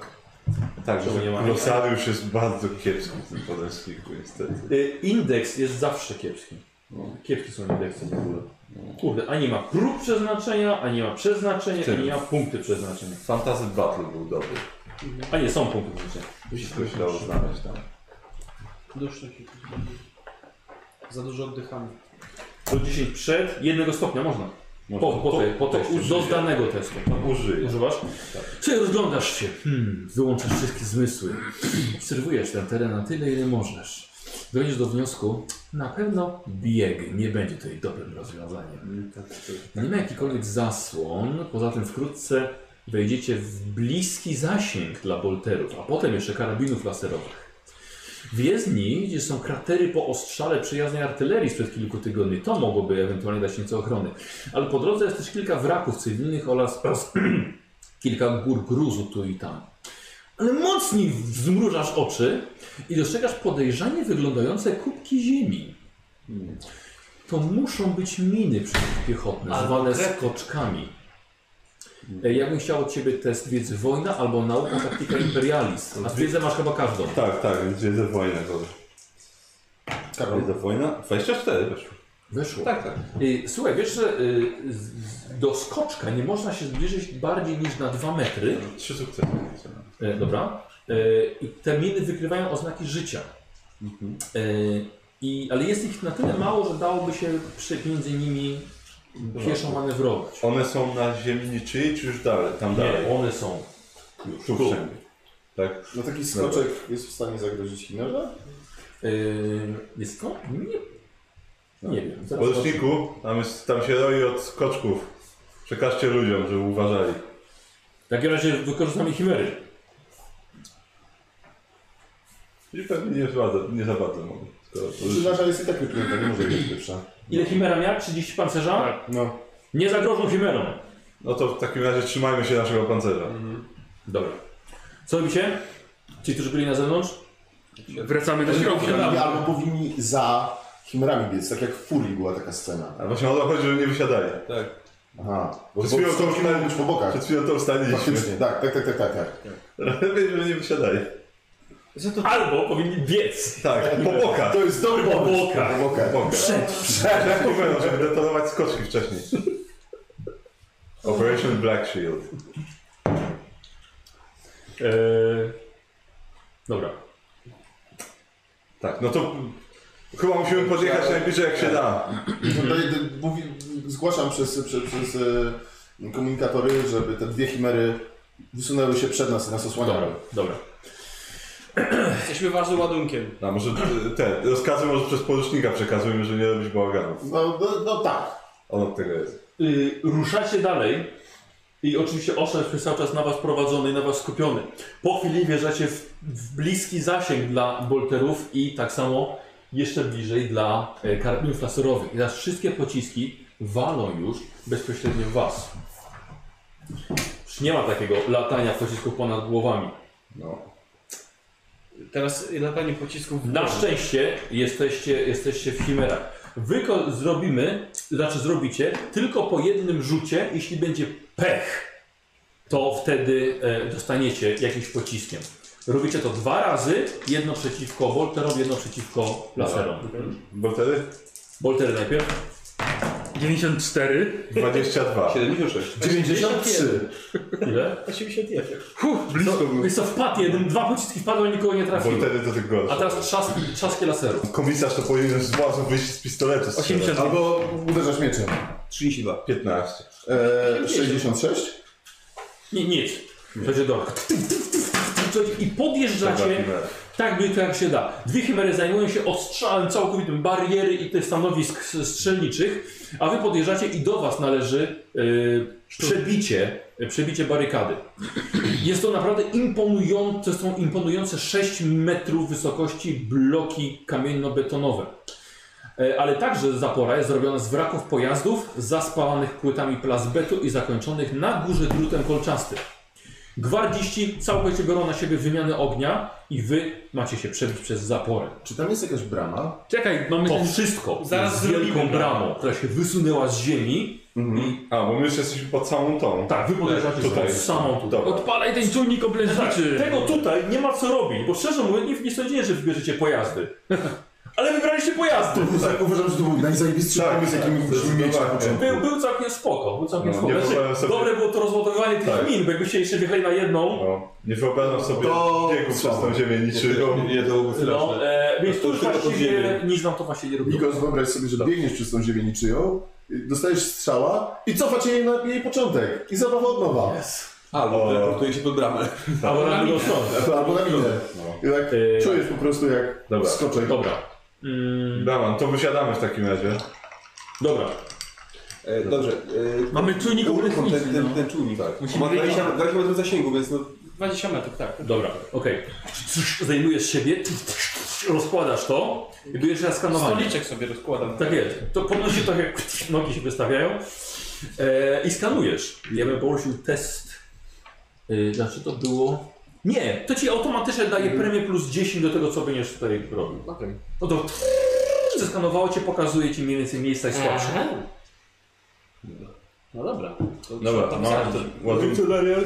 Speaker 5: Tak,
Speaker 1: Czemu nie
Speaker 5: że
Speaker 1: ma?
Speaker 5: glosariusz jest bardzo kiepski w tym podręczniku, niestety.
Speaker 1: Y, Indeks jest zawsze kiepski.
Speaker 4: No.
Speaker 1: Kiepskie są indeksy w ogóle. Kurde, ani ma prób przeznaczenia, ani ma przeznaczenia,
Speaker 5: Czym?
Speaker 1: ani ma punkty przeznaczenia.
Speaker 5: Fantasy Battle był dobry.
Speaker 1: A nie, są punkty przeznaczenia.
Speaker 5: Wszystko się dało znaleźć tam.
Speaker 8: Duszno się. Za dużo oddychamy.
Speaker 1: Do 10 przed, jednego stopnia można. Po,
Speaker 5: Może
Speaker 1: po, tej- po, tej-
Speaker 5: to się
Speaker 1: do
Speaker 5: użyje.
Speaker 1: zdanego testu.
Speaker 5: Użyję.
Speaker 1: Używasz? Czy rozglądasz się? Hmm, wyłączasz wszystkie zmysły. Obserwujesz ten teren na tyle, ile możesz. Dojdziesz do wniosku, na pewno bieg nie będzie tutaj dobrym rozwiązaniem. Nie tak, ma jakichkolwiek zasłon, poza tym wkrótce wejdziecie w bliski zasięg dla bolterów, a potem jeszcze karabinów laserowych. W jezdni, gdzie są kratery po ostrzale przyjaznej artylerii sprzed kilku tygodni, to mogłoby ewentualnie dać nieco ochrony. Ale po drodze jest też kilka wraków cywilnych oraz, oraz kilka gór gruzu tu i tam. Ale mocniej zmrużasz oczy i dostrzegasz podejrzanie wyglądające kubki ziemi. To muszą być miny przeciwpiechotne,
Speaker 8: Albo
Speaker 1: zwane
Speaker 8: krepy.
Speaker 1: skoczkami. E, Ja bym chciał od Ciebie test wiedzy wojna albo nauka taktyka imperialist. A wiedzę masz chyba każdą.
Speaker 5: Tak, tak, więc jest za wojna. dobra. Jest za wojna? 24 weszło.
Speaker 1: Weszło.
Speaker 6: Tak, tak.
Speaker 1: Y, Słuchaj, wiesz, że y, z- z- do skoczka nie można się zbliżyć bardziej niż na 2 metry.
Speaker 5: Trzy sukcesy.
Speaker 1: E, dobra. E, i te miny wykrywają oznaki życia. E, i, ale jest ich na tyle mało, że dałoby się przy, między nimi pieszo manewrować.
Speaker 5: One są na ziemi niczyjej, czy już dalej? Tam dalej.
Speaker 1: Nie, one są.
Speaker 5: Tu
Speaker 1: tu.
Speaker 5: wszędzie. Tak?
Speaker 4: No taki skoczek jest w stanie zagrozić Chimerze?
Speaker 1: E, jest to? Nie, nie wiem. Zaraz
Speaker 5: Podoczniku, tam, jest- tam się roi od skoczków. Przekażcie ludziom, żeby uważali.
Speaker 1: W takim razie wykorzystamy chimery.
Speaker 5: I pewnie nie za bardzo, nie za bardzo mogą. Skoro to
Speaker 4: Znaczy nasza jest i tak wypłynięta, nie może być lepsza.
Speaker 1: Ile chimera miała? 30 pancerza?
Speaker 4: No.
Speaker 1: Nie zagrożą chimerą.
Speaker 5: No to w takim razie trzymajmy się naszego pancerza.
Speaker 1: Dobra. Co robicie? Ci, którzy byli na zewnątrz?
Speaker 3: Wracamy do środka.
Speaker 4: Oni albo powinni za Chimerami biec, tak jak w Furii była taka scena.
Speaker 5: A właśnie o to chodzi, że nie wysiadali.
Speaker 4: Aha. Bo
Speaker 5: Przed chwilą
Speaker 4: bo
Speaker 5: to
Speaker 4: skoczki mogą być po bokach.
Speaker 5: Przed chwilą to ustaliliśmy.
Speaker 4: Faktycznie, tak, tak, tak, tak, tak. tak.
Speaker 5: Lepiej, żeby nie wysiadali.
Speaker 1: Albo powinni biec.
Speaker 5: Tak, po bokach. Tak,
Speaker 4: To jest dobry pomysł. Po bokach.
Speaker 5: Przed, przed. Nie będą, żeby detonować skoczki wcześniej. Operation Black Shield.
Speaker 1: E, Dobra.
Speaker 5: Tak, no to chyba musimy podjechać najbliżej jak się da.
Speaker 4: Tutaj d- mówi, zgłaszam przez, przez, przez e, komunikatory, żeby te dwie chimery wysunęły się przed nas i nas osłaniały.
Speaker 1: Dobra.
Speaker 2: Jesteśmy ważnym ładunkiem.
Speaker 5: A może e, te rozkazy może przez porucznika przekazujemy, że nie robić bałaganu.
Speaker 4: No, no, no tak.
Speaker 5: On od tego jest.
Speaker 1: Y, ruszacie dalej i oczywiście oszczędz jest cały czas na was prowadzony i na was skupiony. Po chwili wjeżdżacie w, w bliski zasięg dla bolterów i tak samo jeszcze bliżej dla e, karabinów laserowych. I teraz wszystkie pociski walą już bezpośrednio w was. Już nie ma takiego latania pocisków ponad głowami.
Speaker 2: Teraz latanie pocisków
Speaker 1: Na szczęście jesteście, jesteście w chimerach. Wy ko- zrobimy, znaczy zrobicie tylko po jednym rzucie, jeśli będzie pech, to wtedy e, dostaniecie jakimś pociskiem. Robicie to dwa razy, jedno przeciwko Bolterom, jedno przeciwko laserom.
Speaker 5: Bo wtedy
Speaker 1: Boltery najpierw.
Speaker 3: 94.
Speaker 5: 22.
Speaker 6: 76.
Speaker 4: 93.
Speaker 1: Ile?
Speaker 8: 81.
Speaker 3: Huh, blisko było.
Speaker 1: Jest to wpadł jeden, dwa pociski wpadły, nikogo nie
Speaker 5: Bo
Speaker 1: trafiło.
Speaker 5: wtedy to tylko
Speaker 1: A teraz trzaski, trzaski laserów.
Speaker 5: Komisarz to powinien z własną wyjść z pistoletu. strzelać.
Speaker 3: 80.
Speaker 4: Albo uderzasz mieczem.
Speaker 6: 32.
Speaker 5: 15.
Speaker 4: E, 66?
Speaker 1: Nie, nic. Będzie do. I podjeżdżacie tak blisko jak się da. Dwie chimery zajmują się odstrzałem całkowitym bariery i tych stanowisk s- strzelniczych, a wy podjeżdżacie i do was należy y, przebicie, y, przebicie barykady. Jest to naprawdę imponujące, to są imponujące 6 metrów wysokości bloki kamienno-betonowe. E, Ale także zapora jest zrobiona z wraków pojazdów, zaspalanych płytami plazbetu i zakończonych na górze drutem kolczastym. Gwardziści całkowicie biorą na siebie wymianę ognia i wy macie się przebić przez zaporę.
Speaker 4: Czy tam jest jakaś brama?
Speaker 3: Czekaj, mamy
Speaker 1: To
Speaker 3: ten...
Speaker 1: wszystko
Speaker 2: Zaraz
Speaker 1: z wielką
Speaker 2: zrobimy bramę.
Speaker 1: bramą, która się wysunęła z ziemi.
Speaker 5: Mhm. A, bo my już jesteśmy pod samą tą.
Speaker 1: Tak, wy podejrzacie
Speaker 5: Tutaj.
Speaker 1: tą samą tutaj.
Speaker 5: Dobra.
Speaker 3: Odpalaj ten czujnik
Speaker 4: Tak.
Speaker 3: oblężniczy.
Speaker 1: Tego tutaj nie ma co robić, bo szczerze mówiąc nie, nie sądziłem, że wybierzecie pojazdy. Ale wybraliście pojazdy.
Speaker 4: Tak. Uważam, że to był najzajebistszy
Speaker 5: Tak,
Speaker 4: pomysł, jaki
Speaker 5: tak,
Speaker 4: mogliśmy mieć na
Speaker 5: zdecydowanie.
Speaker 4: początku.
Speaker 1: Był, był całkiem spoko, był całkiem
Speaker 5: No,
Speaker 1: spoko.
Speaker 5: nie
Speaker 1: Znaczy,
Speaker 5: wyobrażam sobie-
Speaker 1: Dobre było to rozładowywanie tych
Speaker 5: Tak.
Speaker 1: min, bo jakbyście jeszcze wjechali na jedną,
Speaker 5: No. Nie wyobrażam sobie
Speaker 4: To-
Speaker 5: biegu przez tą ziemię niczym.
Speaker 6: Nie, to byłoby straszne.
Speaker 1: no, e, więc
Speaker 6: To
Speaker 1: tu już
Speaker 6: tylko pod
Speaker 1: właściwie
Speaker 6: ziemię.
Speaker 1: nic nam to właśnie nie robiło.
Speaker 4: Nikos, wyobraź sobie, że biegniesz przez tą ziemię niczyją, y, dostajesz strzała i cofa cię jej na jej początek. I zabawa od nowa.
Speaker 6: Albo teleportuje się pod bramę.
Speaker 1: Albo na drugą stronę.
Speaker 4: Albo na minę. I tak
Speaker 3: Yy,
Speaker 1: Y,
Speaker 4: czujesz po prostu jak
Speaker 5: Dobra.
Speaker 4: skoczek.
Speaker 1: Dobra. Mm,
Speaker 5: Daman, to wysiadamy w takim razie.
Speaker 1: dobra.
Speaker 6: E, dobrze. E,
Speaker 3: Mamy czujnik
Speaker 6: uruchom ten,
Speaker 3: oblężniczy.
Speaker 6: ten,
Speaker 3: No.
Speaker 6: ten czujnik. Tak.
Speaker 3: Musimy
Speaker 6: Ma 20
Speaker 3: wiedzieć.
Speaker 6: 20 metrów zasięgu, więc no,
Speaker 2: 20 metrów, tak.
Speaker 1: Dobra, okej. Zajmujesz siebie, rozkładasz to i będziesz raz skanowanie.
Speaker 2: Stoliczek sobie rozkładam.
Speaker 1: Tak jest. To podnosi trochę, nogi się wystawiają e, i skanujesz. Ja bym poprosił test. E, znaczy to było...
Speaker 8: Mhm.
Speaker 1: Nie, to ci automatycznie daje premię plus 10 do tego, co będziesz tutaj robił. No to Zeskanowało cię, pokazuje ci mniej więcej miejsca i słabsze.
Speaker 8: Aha. No dobra. To trzeba
Speaker 5: Dobra,
Speaker 8: tam
Speaker 5: mam
Speaker 8: zaraz.
Speaker 5: to, ładunki,
Speaker 4: E,
Speaker 5: Dariel?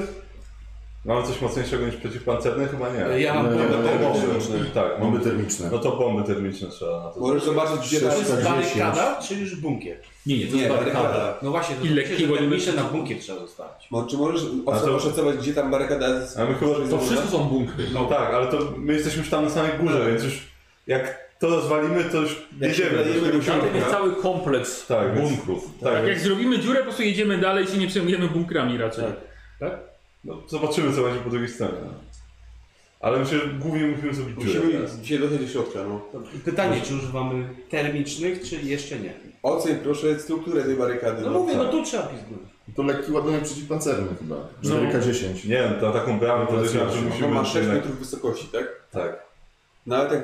Speaker 5: Mam coś mocniejszego niż przeciwpancerne? Chyba nie.
Speaker 8: Ja mam
Speaker 5: Nie,
Speaker 8: bomby
Speaker 5: nie,
Speaker 8: termiczne.
Speaker 5: Tak,
Speaker 4: Bomby
Speaker 5: bomby
Speaker 4: termiczne.
Speaker 5: No to bomby termiczne trzeba na to.
Speaker 6: Możesz zobaczyć, gdzie
Speaker 4: Sześć,
Speaker 6: dalej.
Speaker 8: To jest
Speaker 4: 40.
Speaker 8: barykada, czy już bunkier?
Speaker 1: Nie, nie, to
Speaker 6: Nie,
Speaker 1: jest barykada.
Speaker 6: barykada.
Speaker 8: No właśnie, to
Speaker 3: Ile
Speaker 8: myślę, że
Speaker 3: kilo
Speaker 8: te
Speaker 3: nie
Speaker 8: misze
Speaker 3: będzie?
Speaker 8: na bunkier trzeba zostawić.
Speaker 6: Mo- Czy możesz
Speaker 5: A to-
Speaker 6: oszacować, gdzie tam barykada jest?
Speaker 5: A my chyba, że
Speaker 1: To wszystko są bunkry.
Speaker 5: No tak, ale to my jesteśmy już tam na samej górze, więc już jak to rozwalimy, to już
Speaker 6: Jak się
Speaker 5: jedziemy.
Speaker 6: wlejemy do
Speaker 1: Tam jest
Speaker 6: środka.
Speaker 1: cały kompleks
Speaker 5: Tak, więc-
Speaker 1: bunkrów.
Speaker 5: Tak,
Speaker 3: Jak
Speaker 5: więc,
Speaker 3: zrobimy dziurę, po prostu jedziemy dalej i się nie przejmujemy bunkrami raczej.
Speaker 4: Tak.
Speaker 5: no, zobaczymy co będzie po drugiej stronie. no. Ale myślę, że głównie musimy zrobić dziurę
Speaker 6: Musimy
Speaker 5: teraz.
Speaker 6: dzisiaj dojechać do środka, no.
Speaker 8: Pytanie, czy używamy termicznych, czy jeszcze nie?
Speaker 6: Oceń proszę strukturę tej barykady.
Speaker 8: No mówię,
Speaker 5: tak.
Speaker 8: no tu trzeba pizgnąć.
Speaker 4: To lekki ładunek przeciwpancerny chyba.
Speaker 3: No.
Speaker 4: 4K10.
Speaker 5: Nie wiem, na taką bramę
Speaker 4: No,
Speaker 5: podejrzewam,
Speaker 4: no,
Speaker 5: że
Speaker 4: no,
Speaker 5: musimy...
Speaker 6: No ma 6
Speaker 5: jednak-
Speaker 6: metrów wysokości, tak?
Speaker 5: Tak.
Speaker 6: No ale tak...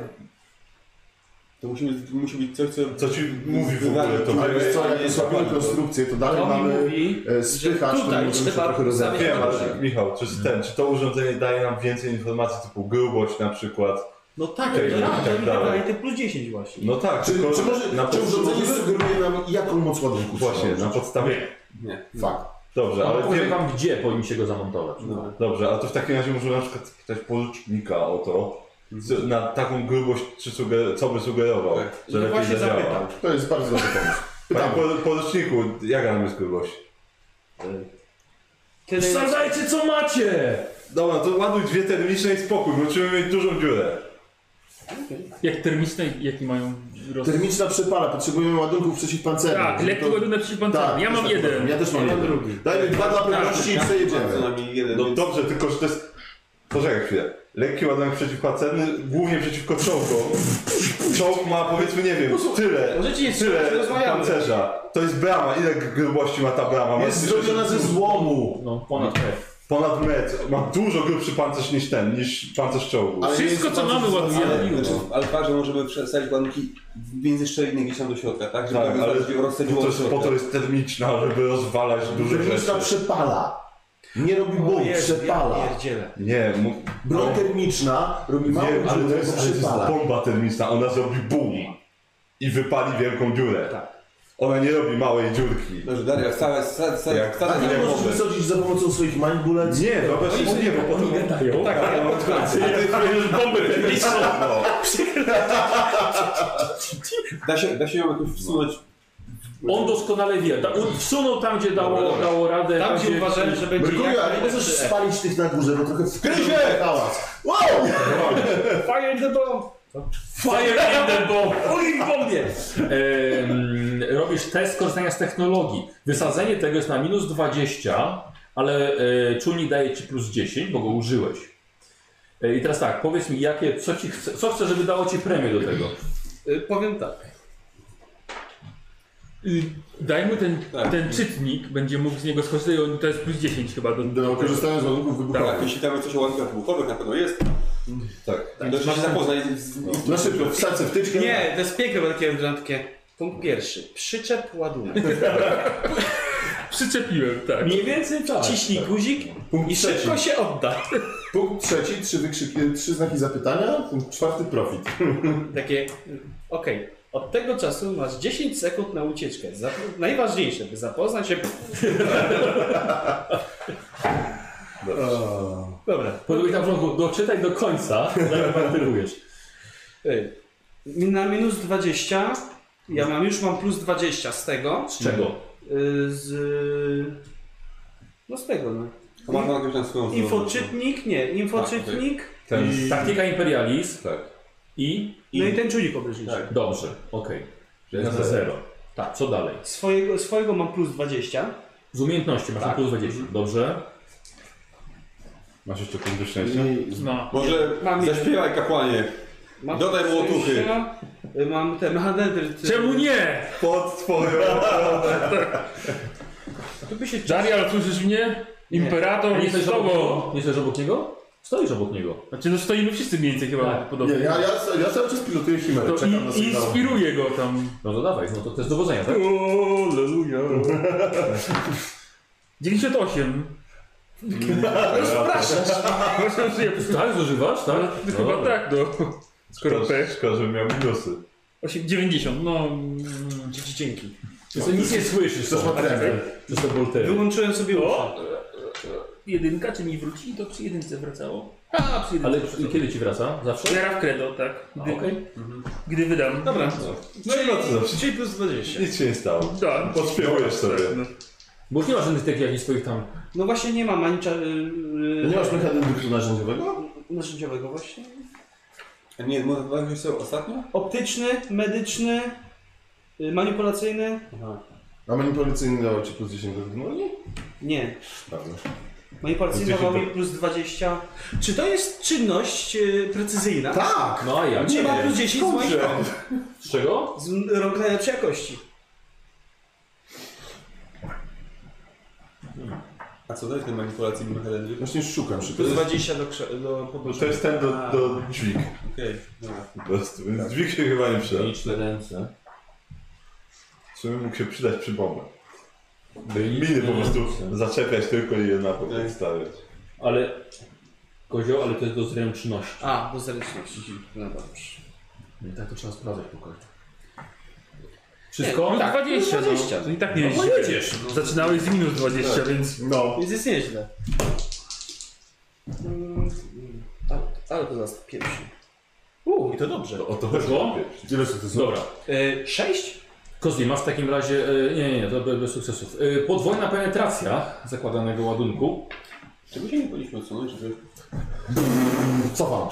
Speaker 6: To musi, musi być coś, co...
Speaker 5: Co ci mówi w ogóle to?
Speaker 4: Ale wiesz co, jak
Speaker 6: nie,
Speaker 4: osłabimy
Speaker 6: nie,
Speaker 4: konstrukcję, to dalej
Speaker 8: To mi
Speaker 4: mamy
Speaker 8: mówi,
Speaker 4: e, spychacz,
Speaker 8: że
Speaker 4: który
Speaker 8: tutaj
Speaker 4: możemy się
Speaker 8: trzeba
Speaker 4: trochę rozerwać.
Speaker 8: zamiast-
Speaker 5: Wiem, ale Michał, czy ten, czy to urządzenie daje nam więcej informacji typu grubość na przykład?
Speaker 8: No tak,
Speaker 5: Ej,
Speaker 8: ja,
Speaker 5: tak
Speaker 8: ja,
Speaker 5: dalej.
Speaker 8: ja, ja plus 10 właśnie.
Speaker 5: No tak,
Speaker 4: Czy,
Speaker 5: tylko
Speaker 4: czy może
Speaker 5: na
Speaker 4: czy
Speaker 5: podstawie...
Speaker 4: urządzenie sugeruje nam, jaką moc ładunku
Speaker 5: Właśnie,
Speaker 4: trzeba
Speaker 5: na
Speaker 4: użyć?
Speaker 5: podstawie...
Speaker 6: Nie.
Speaker 4: Fakt.
Speaker 5: Dobrze,
Speaker 1: Ale
Speaker 5: ale
Speaker 1: powiem
Speaker 5: wiem,
Speaker 1: wam, gdzie powinniście go zamontować.
Speaker 6: No.
Speaker 5: Dobrze, a to w takim razie może na przykład pytać porucznika o to, co, na taką grubość, czy suger, co by sugerował,
Speaker 6: Tak.
Speaker 5: że
Speaker 8: No
Speaker 5: lepiej
Speaker 8: właśnie
Speaker 5: zadziała.
Speaker 8: zapytam.
Speaker 4: To jest bardzo dobry pomysł.
Speaker 5: Panie
Speaker 4: Pytamy.
Speaker 5: por- poruczniku, jaka nam jest grubość?
Speaker 8: Tyle
Speaker 1: Wsadzajcie co macie!
Speaker 5: Dobra, to ładuj dwie termiczne i spokój, musimy mieć dużą dziurę.
Speaker 3: Jak termiczne, jaki mają rozwój?
Speaker 4: Termiczna przepala, potrzebujemy ładunków przeciwpancernych.
Speaker 3: Tak, lekki
Speaker 4: no To-
Speaker 3: ładunek przeciwpancerny.
Speaker 4: Tak,
Speaker 3: Ja mam
Speaker 4: też tak uważam.
Speaker 3: jeden.
Speaker 4: Ja też mam jeden.
Speaker 8: drugi.
Speaker 4: Dajmy dwa
Speaker 8: Tak,
Speaker 4: dla pewności i
Speaker 6: Co
Speaker 4: przejedziemy.
Speaker 6: najmniej jeden,
Speaker 5: No
Speaker 6: więc-
Speaker 5: dobrze, tylko że to jest... Poczekaj chwilę. Lekki ładunek przeciwpancerny, głównie przeciwko czołgom. Czołg ma powiedzmy, nie wiem, tyle,
Speaker 8: Możecie nie
Speaker 5: tyle
Speaker 8: strzelać, rozmawiamy.
Speaker 5: pancerza. To jest brama, ile grubości ma ta brama? Ma
Speaker 4: Jest
Speaker 5: trzy-
Speaker 4: zrobiona ze złomu.
Speaker 1: No, ponad metr.
Speaker 5: Ponad metr. Ma dużo grubszy pancerz niż ten, niż pancerz czołgu.
Speaker 4: Ale
Speaker 3: Wszystko,
Speaker 4: jest
Speaker 3: co
Speaker 4: bardzo
Speaker 3: mamy,
Speaker 4: wzmacniane.
Speaker 3: ładujemy.
Speaker 4: No.
Speaker 6: Znaczy, w Alfarze możemy przesadzić ładunki między szczeliny gdzieś tam do środka, tak? Żeby
Speaker 5: Tak,
Speaker 6: tak,
Speaker 5: ale
Speaker 6: rozsadziło
Speaker 5: to
Speaker 6: do
Speaker 5: jest,
Speaker 6: środka.
Speaker 5: po to jest termiczna, żeby rozwalać duże rzeczy.
Speaker 4: Termiczna przepala. Nie robi bóg, przepala.
Speaker 8: Pierdziele.
Speaker 5: Nie, mu...
Speaker 4: Broń termiczna robi
Speaker 5: nie
Speaker 4: mało
Speaker 5: ale, to jest, ale to
Speaker 4: ale
Speaker 5: jest
Speaker 4: przepala.
Speaker 5: bomba termiczna, ona zrobi BUM i wypali wielką dziurę.
Speaker 4: Tak.
Speaker 5: Ona nie robi małej dziurki.
Speaker 6: Dobrze, Daria, wstawaj, wstawaj, wstawaj,
Speaker 5: Jak-
Speaker 4: A
Speaker 6: wstawaj
Speaker 4: nie
Speaker 6: na
Speaker 4: możesz
Speaker 6: głowę.
Speaker 4: wysadzić za pomocą swoich mind bullets?
Speaker 5: Nie, wyobraź sobie, nie, bo potem...
Speaker 1: gadają.
Speaker 5: Tak, ale mam pracę. bombę termiczną. No.
Speaker 6: Da się, da się ją jakoś wsunąć.
Speaker 1: On doskonale wie. Da, on wsunął tam, gdzie dało, dało radę.
Speaker 8: Tam gdzie uważamy, że będzie
Speaker 4: Brykuja,
Speaker 8: jak
Speaker 4: nie możesz
Speaker 8: najlepszy
Speaker 4: spalić tych na górze, bo trochę wkryzie hałas. Wow!
Speaker 8: Fire the bomb!
Speaker 1: Fire in the bomb! Ogień w bombie! Em, robisz test korzystania z technologii. Wysadzenie tego jest na minus 20, ale e, czujnik daje ci plus 10, bo go użyłeś. E, I teraz tak, powiedz mi, jakie, co, ci chce, co chcesz, żeby dało ci premię do tego?
Speaker 8: Y, Powiem tak.
Speaker 3: Y, Daj mu ten,
Speaker 6: Tak.
Speaker 3: ten czytnik, będzie mógł z niego skorzystać, on to jest plus 10 chyba. Do,
Speaker 4: Do korzystania z ładunków wybuchowych.
Speaker 6: Tak, jeśli tam coś o ładunkach wybuchowych na pewno jest.
Speaker 5: Tak.
Speaker 6: Tak, Dobrze się zapoznać z...
Speaker 8: No.
Speaker 4: Na No szybko, wsadzę wtyczkę.
Speaker 8: Nie, to jest piękne, bo takie, że mam takie... Punkt pierwszy. Przyczep ładunek.
Speaker 3: przyczepiłem, tak.
Speaker 1: Mniej więcej tak.
Speaker 8: Ciśnij guzik i
Speaker 4: Punkt trzeci.
Speaker 8: szybko się odda.
Speaker 4: Punkt trzeci, trzy, wykrzyki, trzy znaki zapytania, punkt czwarty profit.
Speaker 8: Takie... y, Okej. Od tego czasu masz 10 sekund na ucieczkę. Zap- najważniejsze, by zapoznać się... Dobra.
Speaker 1: Podobnie tam w roku, doczytaj do końca, zanim partylujesz.
Speaker 8: Ej, Na minus 20... Ja mam, już mam plus 20 z tego.
Speaker 1: Z czego?
Speaker 8: Y, Z... No z tego, no.
Speaker 6: To ma tam jakąś tam swoją
Speaker 8: Infoczytnik? Nie, infoczytnik.
Speaker 5: Ten...
Speaker 1: Taktyka Imperialis
Speaker 5: Tak.
Speaker 1: i... tak.
Speaker 8: No i ten czujnik obręczniczy.
Speaker 1: Dobrze, okej. Okay. Na zero. Tak, co dalej?
Speaker 8: Swojego, swojego mam plus 20.
Speaker 1: Z umiejętności masz na plus 20. Dobrze?
Speaker 5: Masz jeszcze punkt szczęścia?
Speaker 3: No.
Speaker 6: Może
Speaker 8: Mam-
Speaker 6: zaśpiewaj kapłanie.
Speaker 8: Mam
Speaker 6: Dodaj mu otuchy.
Speaker 8: Y, Mam ten mechadendryt.
Speaker 3: Czemu nie?
Speaker 5: Pod twoją...
Speaker 8: Tu by się czas...
Speaker 3: Darial, słyszysz mnie? Imperator
Speaker 1: Nie
Speaker 3: jest
Speaker 1: jesteś
Speaker 3: z
Speaker 1: obok
Speaker 3: tobą.
Speaker 1: niego? Nie jesteś obok niego? Stoisz obok niego.
Speaker 3: Znaczy, no stoimy wszyscy mniej więcej chyba
Speaker 1: Tak.
Speaker 4: Nie,
Speaker 3: podobnie.
Speaker 4: ja, ja, ja cały czas pilotuję Chimerę,
Speaker 3: To
Speaker 4: czekam na
Speaker 3: i,
Speaker 4: sygnał.
Speaker 3: inspiruje go tam.
Speaker 1: No to dawaj, no to test dowodzenia, tak?
Speaker 3: Aleluja. 98. Rozpraszasz.
Speaker 1: Tak, zużywasz, tak?
Speaker 3: Chyba
Speaker 1: dobra.
Speaker 3: tak, no. Skoro
Speaker 5: Szkoda,
Speaker 3: też.
Speaker 5: szkoda, że miał minusy.
Speaker 3: Osiem- 90, no... mm,
Speaker 8: Dzięki.
Speaker 1: Więc nic nie słyszysz.
Speaker 4: Coś
Speaker 1: co-
Speaker 4: ma tremę.
Speaker 1: Przez te boltery.
Speaker 2: Wyłączyłem sobie uszy.
Speaker 3: Jedynka, czy mi wróci? To przy jedynce wracało. A, przy jedynce
Speaker 1: Ale
Speaker 3: wracało.
Speaker 1: kiedy ci wraca? Zawsze?
Speaker 3: Zera w credo, tak.
Speaker 1: A,
Speaker 3: Gdy,
Speaker 1: Okej.
Speaker 3: gdy wydam.
Speaker 2: Dobra,
Speaker 5: No i no co zawsze.
Speaker 2: czyli plus 20.
Speaker 5: Nic się nie stało.
Speaker 3: Tak. no.
Speaker 5: Podśpiewujesz sobie.
Speaker 1: Bo już nie ma żadnych takich jakichś swoich tam...
Speaker 8: No właśnie nie mam ani cza... yy,
Speaker 4: No Nie masz mechanizmu narzędziowego?
Speaker 8: narzędziowego właśnie.
Speaker 6: A nie, mówiłeś sobie ostatnio?
Speaker 8: Optyczny, medyczny, y, manipulacyjny.
Speaker 4: A manipulacyjny dawał ci plus 10 do wygnoli?
Speaker 8: Nie.
Speaker 4: Prawda.
Speaker 8: Manipulacyjny dawał mi plus 20.
Speaker 2: Czy to jest czynność
Speaker 8: e,
Speaker 2: y, precyzyjna?
Speaker 4: Tak!
Speaker 1: No a ja
Speaker 2: Nie ma
Speaker 1: wiem.
Speaker 2: plus 10 z moich rąk.
Speaker 1: Z czego?
Speaker 2: Z rąk najlepszej jakości.
Speaker 6: A co dalej ten manipulacyjny mechanizm?
Speaker 4: Właśnie szukam, szukam.
Speaker 2: Plus 20 do, krze- do
Speaker 5: No
Speaker 2: podróży.
Speaker 5: to jest ten do, do dźwig.
Speaker 6: Okej, dobra.
Speaker 5: Po prostu, więc dźwig się chyba nie przyda.
Speaker 1: Liczne ręce.
Speaker 5: W sumie mógł się przydać przy bombach.
Speaker 1: Byliczne
Speaker 5: Miny po prostu
Speaker 1: ręce.
Speaker 5: zaczepiać tylko i je na
Speaker 6: Tak.
Speaker 5: podstawiać. stawiać.
Speaker 1: Ale... Kozioł, ale to jest do zręczności.
Speaker 8: A, do zręczności.
Speaker 5: Mhm.
Speaker 8: No dobrze.
Speaker 1: Nie, tak to trzeba sprawdzać pokoju. Wszystko?
Speaker 3: Tak, 20,
Speaker 8: plus 20.
Speaker 3: No. To i tak nie jest źle. Zaczynałeś z minus 20, więc...
Speaker 4: No.
Speaker 8: Więc jest nieźle. Mm, Ale, ale to nas pierwszy.
Speaker 2: Uuu, i to dobrze.
Speaker 5: To, o to
Speaker 1: Weszło?
Speaker 4: Ile są to są?
Speaker 1: Dobra.
Speaker 8: Yy, 6?
Speaker 1: Kozli, masz w takim razie. e, Nie, nie, nie, to be- bez sukcesów. E, Podwójna penetracja zakładanego ładunku.
Speaker 6: Czy my się nie powinniśmy odsunąć, żeby...
Speaker 4: Cofam.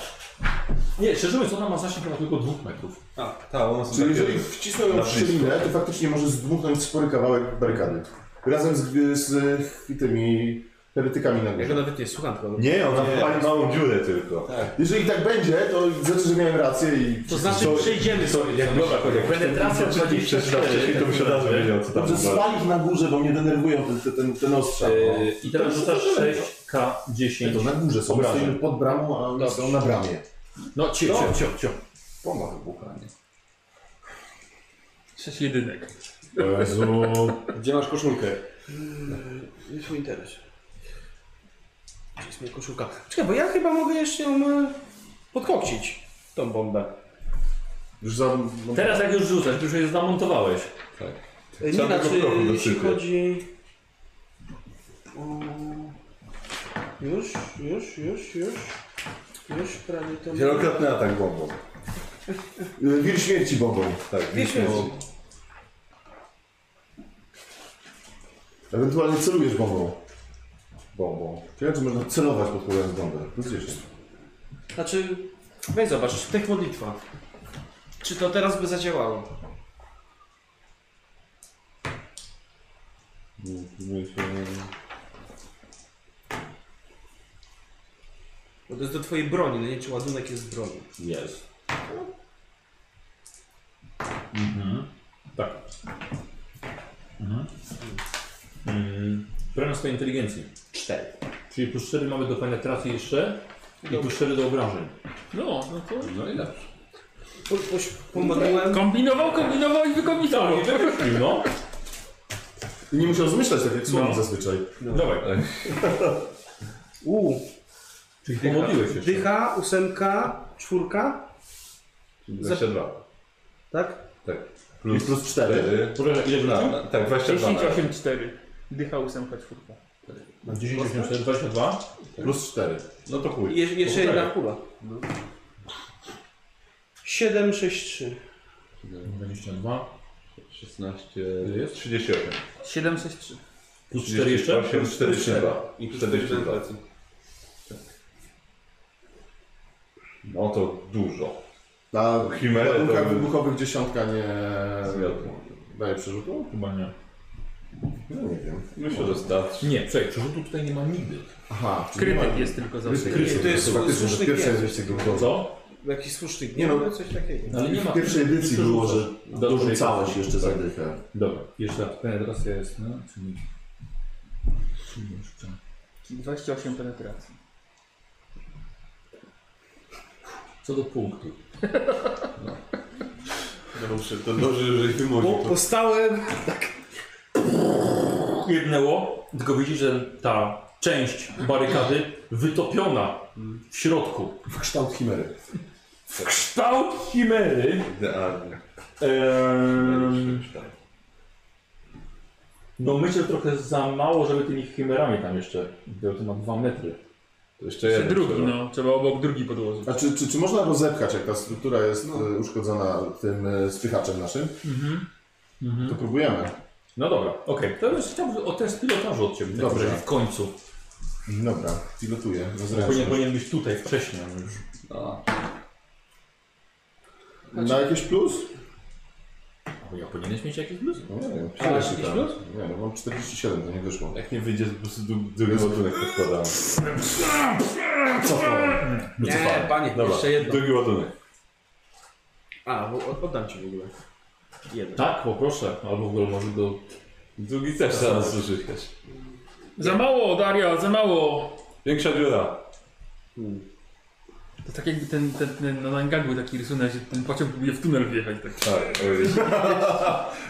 Speaker 1: Nie, szczerze mówiąc, ona ma zasięg chyba tylko dwóch metrów.
Speaker 6: A, ta, ona są
Speaker 4: Czyli
Speaker 6: takie...
Speaker 4: jeżeli wcisnął ją
Speaker 5: Na
Speaker 4: w
Speaker 5: blisko.
Speaker 4: szczelinę, to faktycznie może zdmuchnąć spory kawałek barykady. Razem z, z tymi heretykami na
Speaker 2: Ja go
Speaker 4: górze.
Speaker 2: nawet nie słucham tylko.
Speaker 5: Nie, ona
Speaker 6: Nie.
Speaker 5: wpali małą dziurę tylko.
Speaker 4: Jeżeli tak będzie, to znaczy, że miałem rację i...
Speaker 2: To znaczy, przejdziemy sobie. Jak
Speaker 1: Dobra, Kozioł. Penetracja
Speaker 5: Przeczytał
Speaker 1: 24.
Speaker 5: wcześniej, to by się razu wiedział, co tam
Speaker 4: Dobrze,
Speaker 5: było.
Speaker 4: spalić na górze, bo mnie denerwują ten, ten, ten, ten ostrza.
Speaker 1: E,
Speaker 2: Yy,
Speaker 1: I teraz
Speaker 4: To już
Speaker 1: rzucasz
Speaker 4: dobrze.
Speaker 1: 6K10.
Speaker 4: To na górze są,
Speaker 1: Obrażeń.
Speaker 4: stoimy pod bramą, a oni są na bramie.
Speaker 1: No, ciep, ciep, ciep, ciep.
Speaker 4: Bomba wybucha, nie?
Speaker 3: 6 jedynek.
Speaker 6: Gdzie masz koszulkę?
Speaker 8: Nie twój interes. Gdzie jest moja koszulka? Czekaj, bo ja chyba mogę jeszcze ją e, podkokcić, tą bombę.
Speaker 4: Już za... no,
Speaker 1: Teraz jak już rzucasz, to już je zamontowałeś.
Speaker 8: E, Nie
Speaker 5: Sam
Speaker 8: na
Speaker 5: tego
Speaker 8: czy
Speaker 5: prochu
Speaker 8: jeśli
Speaker 5: dosypię.
Speaker 8: chodzi... O... Już, już, już, już. Już prawie to...
Speaker 5: Wielokrotny atak bombą.
Speaker 4: Y, Wir śmierci bombą.
Speaker 5: Tak,
Speaker 8: Wiecie,
Speaker 4: Ewentualnie celujesz bombą. Bombą. Ciekawe, czy można celować podkładając bombę. Plus 10.
Speaker 8: Znaczy, weź zobacz, tech modlitwa. Czy to teraz by zadziałało? Bo to jest do twojej broni, no nie czy ładunek jest z broni.
Speaker 1: Jest. Mhm. Tak. Mhm. Mm. Premia swojej inteligencji.
Speaker 8: Cztery.
Speaker 1: Czyli plus 4 mamy do penetracji jeszcze i plus 4 do obrażeń.
Speaker 3: No, no to...
Speaker 1: No i dobrze.
Speaker 8: Po, po, pomodliłem.
Speaker 3: Kombinował, kombinował Tak, i wykombinował.
Speaker 1: No,
Speaker 4: I nie musiał zmyślać tak jak słowem
Speaker 2: No.
Speaker 4: zazwyczaj.
Speaker 1: dawaj.
Speaker 8: U,
Speaker 1: Czyli pomodliłeś się.
Speaker 8: dycha, ósemka, czwórka,
Speaker 5: 22.
Speaker 8: tak?
Speaker 5: Tak.
Speaker 4: Plus, plus 4.
Speaker 1: Poczekaj, ile
Speaker 5: Na,
Speaker 1: wrzucił?
Speaker 5: na, tak, 22.
Speaker 3: 10, 8, 4. Dycha 8, 4.
Speaker 1: 10, 8, 4, 22.
Speaker 4: Plus 4.
Speaker 5: No to
Speaker 8: I
Speaker 5: chuj.
Speaker 8: je, jeszcze
Speaker 5: Poczekaj.
Speaker 8: jedna kula. No. Siedem, sześć, trzy.
Speaker 1: 22.
Speaker 5: 16.
Speaker 1: jest?
Speaker 5: 38.
Speaker 3: 7, 6, 3.
Speaker 1: Plus 4 jeszcze?
Speaker 5: 8, 42.
Speaker 6: I
Speaker 5: 42.
Speaker 6: 42.
Speaker 5: No to dużo.
Speaker 4: Na
Speaker 5: Chimerę to
Speaker 4: ładunkach
Speaker 5: by-
Speaker 4: wybuchowych dziesiątka nie... Tak.
Speaker 5: Zmiotło.
Speaker 4: Daje przerzutu?
Speaker 1: Chyba nie.
Speaker 4: No nie wiem.
Speaker 5: Myślę, że starczy.
Speaker 1: Nie, czekaj, przerzutu tutaj nie ma nigdy.
Speaker 4: Aha, czyli nie
Speaker 3: Krytyk
Speaker 4: ma-
Speaker 3: jest tylko za
Speaker 4: Krytyk.
Speaker 1: Krytyk.
Speaker 4: To jest faktycznie, że
Speaker 8: słuszny
Speaker 4: pierwsza
Speaker 8: gest.
Speaker 4: edycja grupowa.
Speaker 1: Co?
Speaker 8: Jakiś słuszny
Speaker 4: Nie
Speaker 8: gniew,
Speaker 4: no.
Speaker 8: no, coś takiego.
Speaker 1: Ale nie ma.
Speaker 4: W pierwszej edycji było, że
Speaker 1: Do dużej
Speaker 4: dorzucałeś
Speaker 1: kasy.
Speaker 4: jeszcze za
Speaker 1: Tak.
Speaker 4: dychę.
Speaker 1: Dobra, jeszcze raz. Penetracja jest, no, czyli... czyli jeszcze.
Speaker 3: 28 penetracji.
Speaker 1: Co do punktu.
Speaker 5: Dobrze, to dobrze, że ich wymogi.
Speaker 8: Postałem.
Speaker 1: Jednęło, tylko widzisz, że ta część barykady wytopiona w środku.
Speaker 4: W kształt chimery.
Speaker 1: W kształt chimery
Speaker 5: Idealnie.
Speaker 10: Ehm, no myślę, że trochę za mało, żeby tymi chimerami tam jeszcze, bo to ma 2 metry.
Speaker 5: To jeszcze
Speaker 3: Czy
Speaker 5: jeden.
Speaker 3: drugi,
Speaker 5: trzeba.
Speaker 3: no. Trzeba obok drugi podłożyć.
Speaker 4: A czy, czy, czy można rozepchać, jak ta struktura jest e, uszkodzona tym e, spychaczem naszym? To próbujemy.
Speaker 10: No dobra, okej. To już chciałbym o test pilotażu od Ciebie.
Speaker 4: Dobrze.
Speaker 10: W końcu.
Speaker 4: Dobra, pilotuję. no
Speaker 10: Powinien,
Speaker 4: Zręcznie.
Speaker 10: powinien być tutaj wcześniej, ale już.
Speaker 4: Na jakiś plus?
Speaker 10: O, ja powinieneś mieć jakiś plus?
Speaker 4: No, Nie wiem.
Speaker 10: A masz
Speaker 4: Cztery
Speaker 10: jakiś
Speaker 4: tam.
Speaker 10: plus?
Speaker 4: Nie, no mam 47, to nie wyszło.
Speaker 5: Jak nie wyjdzie, to po prostu dług- długi ładunek podkładam.
Speaker 8: Nie, panie,
Speaker 5: Dobra,
Speaker 8: jeszcze jedno.
Speaker 5: długi ładunek.
Speaker 8: A, bo od- oddam ci w ogóle. Jedno.
Speaker 10: Tak, poproszę. Albo w ogóle może go
Speaker 5: Długi też trzeba nas użytkać.
Speaker 3: Za mało, Daria, za mało.
Speaker 5: Większa dziura.
Speaker 3: To tak jakby ten, ten, ten no, na gangu taki rysunek, że ten pociąg próbuje w tunel wjechać. Tak.
Speaker 4: e,
Speaker 5: Tak, ojej.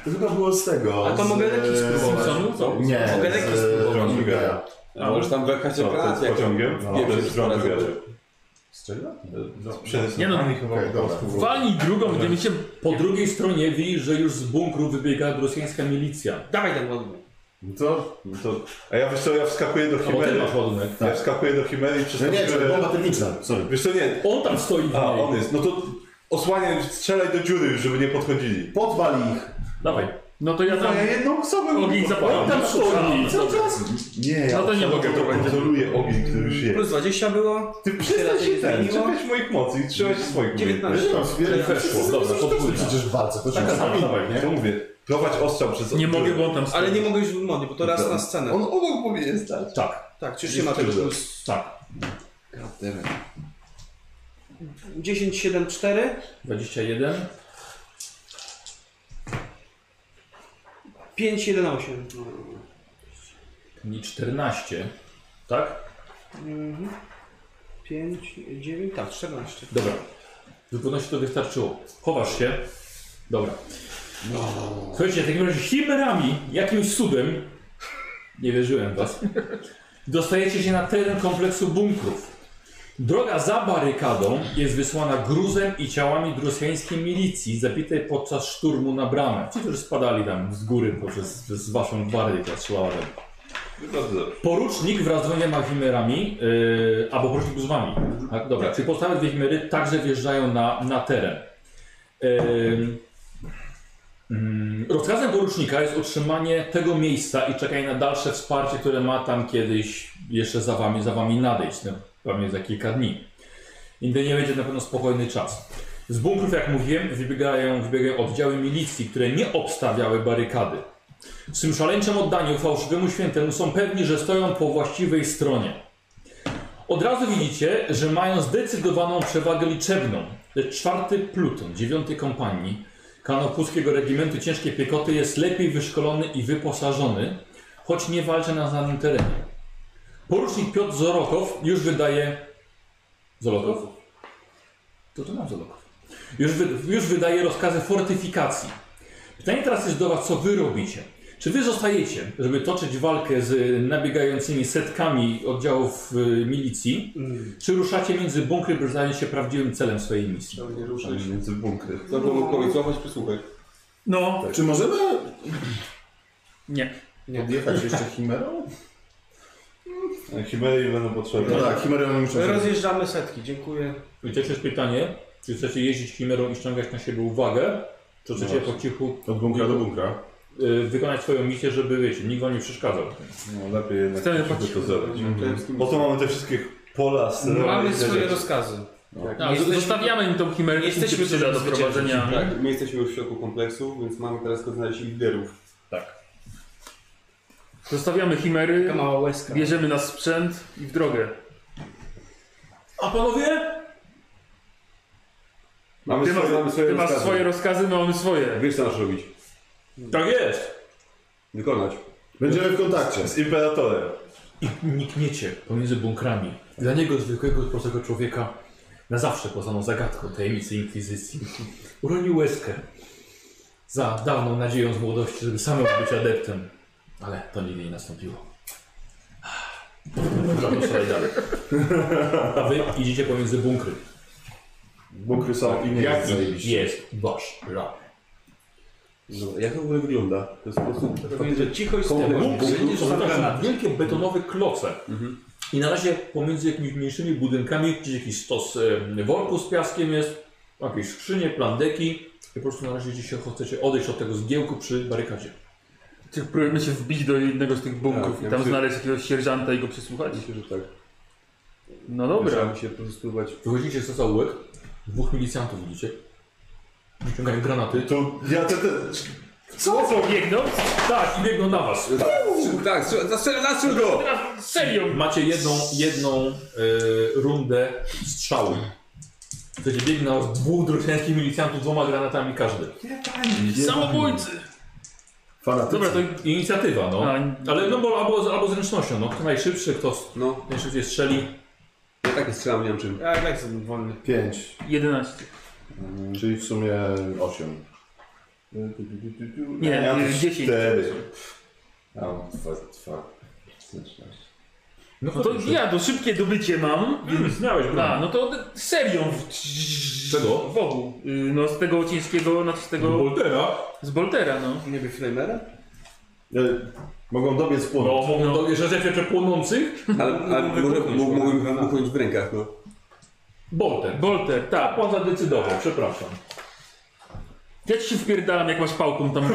Speaker 4: To chyba było z tego.
Speaker 8: A to
Speaker 4: z-
Speaker 8: mogę leki
Speaker 3: Co,
Speaker 8: spróbować.
Speaker 3: co, co?
Speaker 4: Nie,
Speaker 8: Mogę leki
Speaker 4: z-
Speaker 8: spróbować.
Speaker 4: John Gaya.
Speaker 6: A może tam wjechać
Speaker 5: Co, to z
Speaker 6: pracę.
Speaker 5: pociągiem?
Speaker 6: No,
Speaker 5: Nie, to jest drąg
Speaker 6: pracę.
Speaker 5: wywiadu.
Speaker 4: Z czego?
Speaker 5: Przed
Speaker 3: Nie no,
Speaker 5: chyba
Speaker 4: okej,
Speaker 5: po
Speaker 4: dobra.
Speaker 5: prostu.
Speaker 3: Walnij drugą, będziemy się...
Speaker 1: Po drugiej stronie widzisz, że już z bunkru wybiega rosyjska milicja.
Speaker 8: Dawaj ten ładunek.
Speaker 4: No To,
Speaker 5: No to, a ja wiesz co, ja wskakuję do
Speaker 1: Albo ty
Speaker 5: Chimery.
Speaker 1: masz ładunek.
Speaker 5: Ja wskakuję do Chimery i przez
Speaker 4: no nie, to
Speaker 5: dziurę-
Speaker 4: bomba termiczna. Sorry.
Speaker 5: Wiesz co, nie.
Speaker 1: On tam stoi w niej.
Speaker 5: A, on jest. No to osłaniaj, strzelaj do dziury już, żeby nie podchodzili.
Speaker 4: Podwali ich.
Speaker 1: Dawaj.
Speaker 3: No to ja tam...
Speaker 5: jedną osobę
Speaker 3: Ogień zapalam.
Speaker 1: Tam stoi.
Speaker 5: Nie, ja
Speaker 3: No to nie mogę,
Speaker 5: to
Speaker 3: to będzie.
Speaker 5: kontroluję ogień, który już jest.
Speaker 8: Plus 20 było.
Speaker 5: Ty przestań
Speaker 8: razy
Speaker 5: się
Speaker 8: nie
Speaker 5: ten,
Speaker 8: zmieniło?
Speaker 5: czepiać moich mocy i trzymaj się swoich umiejętności.
Speaker 4: Wiesz, tam
Speaker 1: Czyli
Speaker 4: sobie...
Speaker 1: weszło. Dobra, podwójna.
Speaker 4: Przecież w walce, to
Speaker 5: Taka
Speaker 4: się
Speaker 5: sama, dawaj, nie? To mówię, prowadź ostrzał przez
Speaker 3: Nie
Speaker 5: dziurę.
Speaker 3: mogę, bo on tam stoi.
Speaker 8: Ale nie mogę już w mody, bo to raz na scenę.
Speaker 5: On obok powinien stać.
Speaker 1: Tak,
Speaker 8: Tak, czy się ma tego plus?
Speaker 1: tak.
Speaker 8: 10, 7, 4,
Speaker 1: 21.
Speaker 8: 5, 1, 8.
Speaker 1: I 14. Tak?
Speaker 8: 5, 9, tak, 14.
Speaker 1: Dobra. Wygodności to wystarczyło. Chowasz się. Dobra. Słuchajcie, w takim razie chimerami, jakimś cudem, nie wierzyłem w was, dostajecie się na teren kompleksu bunkrów. Droga za barykadą jest wysłana gruzem i ciałami drosjańskiej milicji zabitej podczas szturmu na bramę. Ci, którzy spadali tam z góry poprzez przez waszą gwardię, która strzelała tam.
Speaker 5: Bardzo dobrze.
Speaker 1: Porucznik wraz z dwoma chimerami, yy, albo porucznik z wami. Tak, dobra, czyli pozostałe dwie chimery także wjeżdżają na, na teren. Yy, mm, rozkazem porucznika jest utrzymanie tego miejsca i czekanie na dalsze wsparcie, które ma tam kiedyś jeszcze za wami, za wami nadejść, no, pewnie za kilka dni. Nigdy nie będzie na pewno spokojny czas. Z bunkrów, jak mówiłem, wybiegają, wybiegają oddziały milicji, które nie obstawiały barykady. W swym szaleńczym oddaniu fałszywemu świętemu są pewni, że stoją po właściwej stronie. Od razu widzicie, że mają zdecydowaną przewagę liczebną. Lecz czwarty pluton dziewiątej kompanii kanopuskiego regimentu ciężkiej piekoty jest lepiej wyszkolony i wyposażony, choć nie walczy na znanym terenie. Porucznik Piotr Zorokow już wydaje... Zorokow? To to mam Zorokow. Już, wy... już wydaje rozkazy fortyfikacji. Pytanie teraz jest do Was, co Wy robicie? Czy Wy zostajecie, żeby toczyć walkę z y, nabiegającymi setkami oddziałów y, milicji, czy ruszacie między bunkry, by zająć się prawdziwym celem swojej misji?
Speaker 5: Nie ruszaj się między bunkry.
Speaker 6: To było mu kogoś złapać, przesłuchać.
Speaker 3: No,
Speaker 4: Czy możemy
Speaker 3: nie.
Speaker 4: odjechać jeszcze Chimerą?
Speaker 5: A Chimery będą
Speaker 4: No
Speaker 5: potrzebne.
Speaker 4: tak, Chimerą muszę...
Speaker 8: Rozjeżdżamy setki, dziękuję.
Speaker 1: I też jest pytanie, czy chcecie jeździć chimerą i ściągać na siebie uwagę, czy chcecie po cichu
Speaker 4: Od bunkra do bunkra.
Speaker 1: y, wykonać swoją misję, żeby, wiecie, nikt wam nie przeszkadzał.
Speaker 5: No lepiej jednak
Speaker 3: Chcemy
Speaker 5: żeby
Speaker 3: patrzeć.
Speaker 5: No, to zrobić.
Speaker 6: Mhm.
Speaker 5: Po to mamy te wszystkie pola, sterowe i
Speaker 8: Mamy
Speaker 5: te
Speaker 8: swoje
Speaker 5: rzeczy.
Speaker 8: rozkazy.
Speaker 3: A,
Speaker 8: Jesteśmy-
Speaker 3: zostawiamy im tą chimerę,
Speaker 8: Jesteśmy
Speaker 3: No, jesteśmy przyda do
Speaker 8: zwyciężeni.
Speaker 3: prowadzenia.
Speaker 6: Tak? My jesteśmy już w środku kompleksu, więc mamy teraz tylko znaleźć liderów.
Speaker 3: Zostawiamy chimery,
Speaker 8: Taka mała łezka.
Speaker 3: bierzemy nasz sprzęt i w drogę.
Speaker 1: A panowie?
Speaker 6: Mamy
Speaker 3: Ty, masz,
Speaker 6: swoje, mamy swoje
Speaker 3: ty masz
Speaker 6: rozkazy.
Speaker 3: swoje rozkazy, my mamy swoje.
Speaker 6: Wiesz co masz robić.
Speaker 1: Tak jest!
Speaker 6: Wykonać.
Speaker 4: Będziemy w kontakcie.
Speaker 5: Z imperatorem.
Speaker 1: I nikniecie pomiędzy bunkrami. Dla niego, zwykłego, prostego człowieka, na zawsze poznaną zagadką tajemnicy Inkwizycji. Uronił łezkę za dawną nadzieją z młodości, żeby samemu być adeptem. Ale to nigdy nie nastąpiło. Dobra, szalej dalej. A wy idziecie pomiędzy bunkry.
Speaker 4: Bunkry są i
Speaker 5: Tak.
Speaker 4: nie
Speaker 1: Jak
Speaker 4: jest zajebiście.
Speaker 1: jest wasz plan?
Speaker 6: No,
Speaker 5: Dobra, jak to w ogóle wygląda? To jest po prostu...
Speaker 8: Pomiędzy cichość z
Speaker 5: Kompletnie.
Speaker 8: tym.
Speaker 5: Kompletnie.
Speaker 1: Są tak na wielkie betonowe kloce. I na razie pomiędzy jakimiś mniejszymi budynkami gdzieś jakiś stos e, worków z piaskiem jest, jakieś skrzynie, plandeki. I po prostu na razie gdzieś się chcecie odejść od tego zgiełku przy barykadzie.
Speaker 3: Czy próbujemy się wbić do jednego z tych bunkrów
Speaker 5: Tak,
Speaker 3: i
Speaker 5: ja
Speaker 3: tam
Speaker 5: myślę-
Speaker 3: znaleźć jakiegoś sierżanta i go przesłuchać?
Speaker 5: Myślę, że tak.
Speaker 3: No dobra.
Speaker 5: Trzeba się po prostu próbować...
Speaker 1: Wychodzicie z stosa ułek, dwóch milicjantów widzicie. Wyciągają granaty.
Speaker 5: To ja te... te...
Speaker 3: Co? Co? Biegną?
Speaker 1: Tak, i biegną na was.
Speaker 6: Tak, strzel- zastrzel, zastrzel go!
Speaker 3: Serią!
Speaker 1: Macie jedną, jedną e, rundę strzału. Chcecie biegnie na was dwóch drużyńskich milicjantów dwoma granatami każdy.
Speaker 3: Samobójcy!
Speaker 4: Fanatycy.
Speaker 3: Dobra, to...
Speaker 1: Inicjatywa, no.
Speaker 3: A,
Speaker 1: Ale no bo albo, albo zręcznością, no. Kto najszybszy, kto
Speaker 6: No,
Speaker 1: najszybciej strzeli.
Speaker 6: ja takie strzelam, nie wiem czym.
Speaker 2: Ja i tak jestem wolny.
Speaker 4: 5,
Speaker 3: 11.
Speaker 4: Mhm. czyli w sumie 8.
Speaker 3: Nie,
Speaker 5: ja mam
Speaker 3: 10.
Speaker 5: 4. Ja mam 2, 2. 16.
Speaker 3: No to ja to szybkie dobycie mam.
Speaker 1: Mm, miałeś
Speaker 3: A, no to serią. W...
Speaker 1: Czego?
Speaker 3: W ogóle. No z tego ciężkiego, znaczy z
Speaker 1: No.
Speaker 3: tego...
Speaker 1: Boltera.
Speaker 3: Z Boltera, no.
Speaker 8: Nie wiem, Flamera?
Speaker 4: E, Mogą dobiec
Speaker 1: No,
Speaker 4: płonąć.
Speaker 1: mogą no. jeszcze rzeczy płonących.
Speaker 6: Ale, ale może mógłbym wybuchnąć w rękach, no.
Speaker 1: Bolter.
Speaker 3: Bolter, tak.
Speaker 1: Pan zadecydował, przepraszam.
Speaker 3: Ja ci się wpierdalam jak masz pałką tam.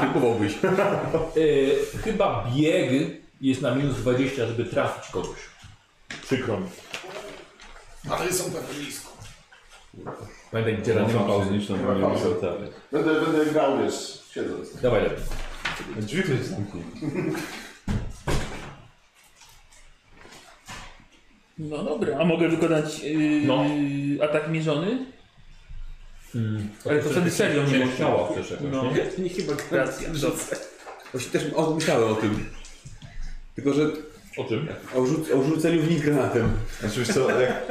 Speaker 6: Próbowałbyś.
Speaker 1: Yy, chyba bieg jest na minus 20, żeby trafić kogoś. Przykro mi.
Speaker 4: Ale są tak blisko.
Speaker 1: Pamiętaj, gdzie nie ma pauzy. Tak.
Speaker 4: Będę, będę grał, wiesz, siedząc.
Speaker 1: Dawaj lepiej.
Speaker 5: Drzwi ktoś zamknie.
Speaker 3: No dobra, a mogę wykonać yy,
Speaker 1: No.
Speaker 3: atak mierzony?
Speaker 1: Mm,
Speaker 3: Ale to wtedy serią nie można.
Speaker 1: chciała przecież jakoś,
Speaker 3: No,
Speaker 1: nie?
Speaker 8: Nie chyba
Speaker 3: racja.
Speaker 6: Właśnie też o- myślałem o tym. Tylko, że
Speaker 1: O czym?
Speaker 6: o, rzuc o rzuceniu w nich granatem.
Speaker 5: Znaczy wiesz co, jak...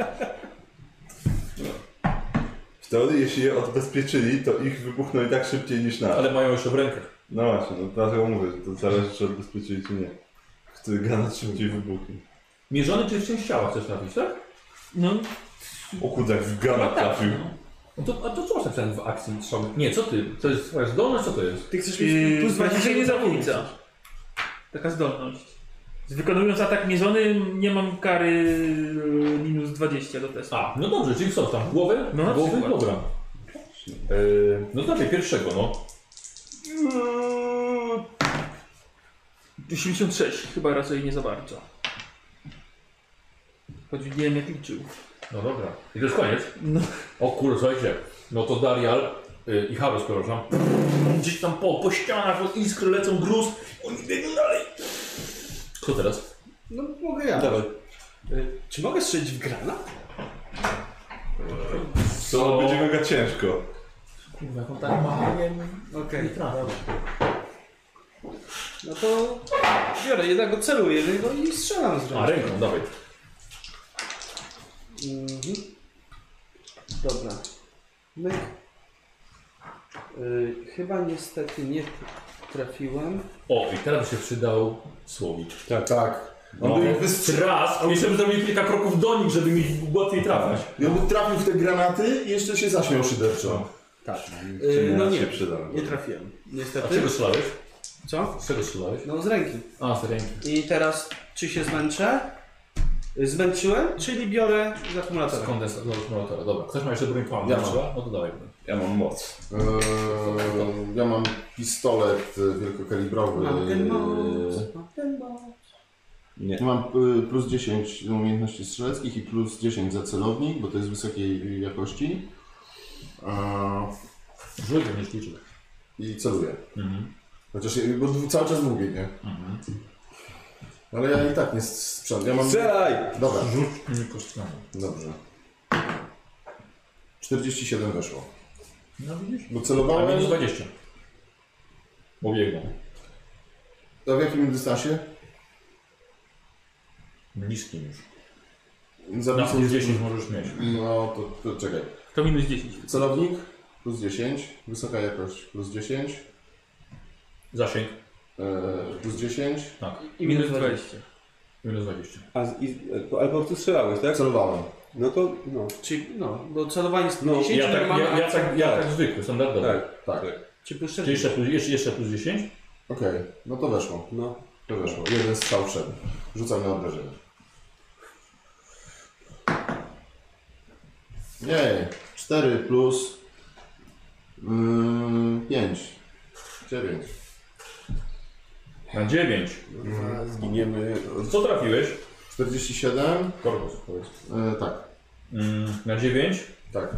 Speaker 5: W teorii, jeśli je odbezpieczyli, to ich wybuchną i tak szybciej niż nas.
Speaker 1: Ale mają jeszcze w rękach.
Speaker 5: No właśnie, no dlatego mówię, że to zależy czy odbezpieczyli czy nie. Który granat szybciej wybuchnie.
Speaker 1: Mierzony czy w część ciała chcesz trafić, tak?
Speaker 3: No, tak,
Speaker 5: O kurde, jak w granat trafił.
Speaker 1: No to, a to co masz napisane w akcji strzały? Nie, co ty? To jest twoja zdolność, co to jest?
Speaker 2: Ty chcesz
Speaker 3: yy,
Speaker 2: mieć plus 20
Speaker 3: nie zabójca. Taka zdolność. Wykonując atak mierzony, nie mam kary yy, minus 20 do testu.
Speaker 1: A, no dobrze, czyli co tam? Głowę?
Speaker 3: No na
Speaker 1: Głowy?
Speaker 3: przykład.
Speaker 1: Dobra. Yy, no dawaj pierwszego, no.
Speaker 3: 86, chyba raczej nie za bardzo. Choć nie wiem jak liczył.
Speaker 1: No dobra. I to jest koniec?
Speaker 3: No.
Speaker 1: O kurde, słuchajcie. No to Darial y, i Harus, przepraszam. Gdzieś tam po, po ścianach, od iskry lecą gruz. Oni biegną dalej. Kto teraz?
Speaker 2: No mogę ja.
Speaker 6: Dawaj.
Speaker 8: Yy,
Speaker 2: Y, Czy mogę strzelić w granat?
Speaker 5: To będzie mega ciężko.
Speaker 1: Kurwa, jak on tak ma.
Speaker 2: Okej.
Speaker 1: Nie trafia.
Speaker 2: No to biorę jednego, celuję jednego i strzelam z
Speaker 1: A,
Speaker 2: ręki.
Speaker 1: ręką, dawaj.
Speaker 2: Mhm. Dobra. Myk. Y, chyba niestety nie trafiłem.
Speaker 1: O, i teraz by się przydał słowik.
Speaker 4: Tak. tak. On
Speaker 1: No,
Speaker 4: by ich wystrzelił.
Speaker 1: raz, jeszcze bym zrobił kilka kroków do nich, żeby mi łatwiej trafić.
Speaker 4: Ja bym trafił w te granaty i jeszcze się zaśmiał szyderczo.
Speaker 2: Y, no
Speaker 5: Granat się
Speaker 2: nie,
Speaker 5: przyda.
Speaker 2: nie trafiłem.
Speaker 1: A
Speaker 2: Niestety.
Speaker 1: czego strzelałeś?
Speaker 2: Co?
Speaker 1: Z czego strzelałeś?
Speaker 2: No z ręki.
Speaker 1: A, z ręki.
Speaker 2: I teraz czy się zmęczę? Y, Zmęczyłem, czyli biorę z
Speaker 1: Z
Speaker 2: akumulatora.
Speaker 1: kondensatora, z akumulatora. Dobra, ktoś ma jeszcze broń palną?
Speaker 4: Ja mam.
Speaker 1: Trzeba? No to dawaj.
Speaker 5: Ja mam moc.
Speaker 4: Eee, ja mam pistolet e, wielkokalibrowy.
Speaker 2: Mam ten moc, mam ten moc.
Speaker 4: Ja Mam y, plus 10 do umiejętności strzeleckich i plus 10 za celownik, bo to jest wysokiej jakości. Eee,
Speaker 1: Rzuć, nie liczył.
Speaker 4: I celuję.
Speaker 1: Mhm.
Speaker 4: Chociaż ja- bo dwu- cały czas mówię, nie? Ale ja i tak nie sprzęt. Ja mam.
Speaker 6: Strzelaj!
Speaker 4: Dobra,
Speaker 1: Rzuć tymi kostkami.
Speaker 4: dobrze. 47 weszło.
Speaker 1: No widzisz?
Speaker 4: Bo
Speaker 1: A
Speaker 4: celowałem.
Speaker 1: minus 20. Obiegną.
Speaker 4: A w jakim dystansie?
Speaker 1: Niskim już. Na
Speaker 4: Zabicą
Speaker 1: plus 10 możesz mieć.
Speaker 4: No to, to czekaj.
Speaker 3: To minus 10.
Speaker 4: Celownik plus 10, wysoka jakość plus 10,
Speaker 1: Zasięg.
Speaker 4: e, plus 10.
Speaker 1: Tak.
Speaker 3: I minus 20.
Speaker 1: Minus 20.
Speaker 6: A z, i, ale po prostu strzelałeś, tak?
Speaker 4: Celowałem.
Speaker 6: No to, no.
Speaker 2: Czyli no, bo celowanie z
Speaker 6: No,
Speaker 2: 10
Speaker 1: Ja tak,
Speaker 2: normalnie,
Speaker 1: ja, ja, tak, ja tak zwykły, standardowy.
Speaker 6: Tak.
Speaker 4: Tak.
Speaker 8: Czy plus
Speaker 1: Czyli jeszcze plus, jeszcze, jeszcze plus 10?
Speaker 4: Okej, no to weszło.
Speaker 6: No.
Speaker 4: To weszło. Jeden strzał wszedł. Rzucam na obrażenie. Jej, 4 plus mm, 5, 9.
Speaker 1: Na 9.
Speaker 6: Zginiemy.
Speaker 1: Co trafiłeś?
Speaker 4: 47,
Speaker 1: Korpus.
Speaker 4: e, tak,
Speaker 1: Mm, na 9?
Speaker 4: tak.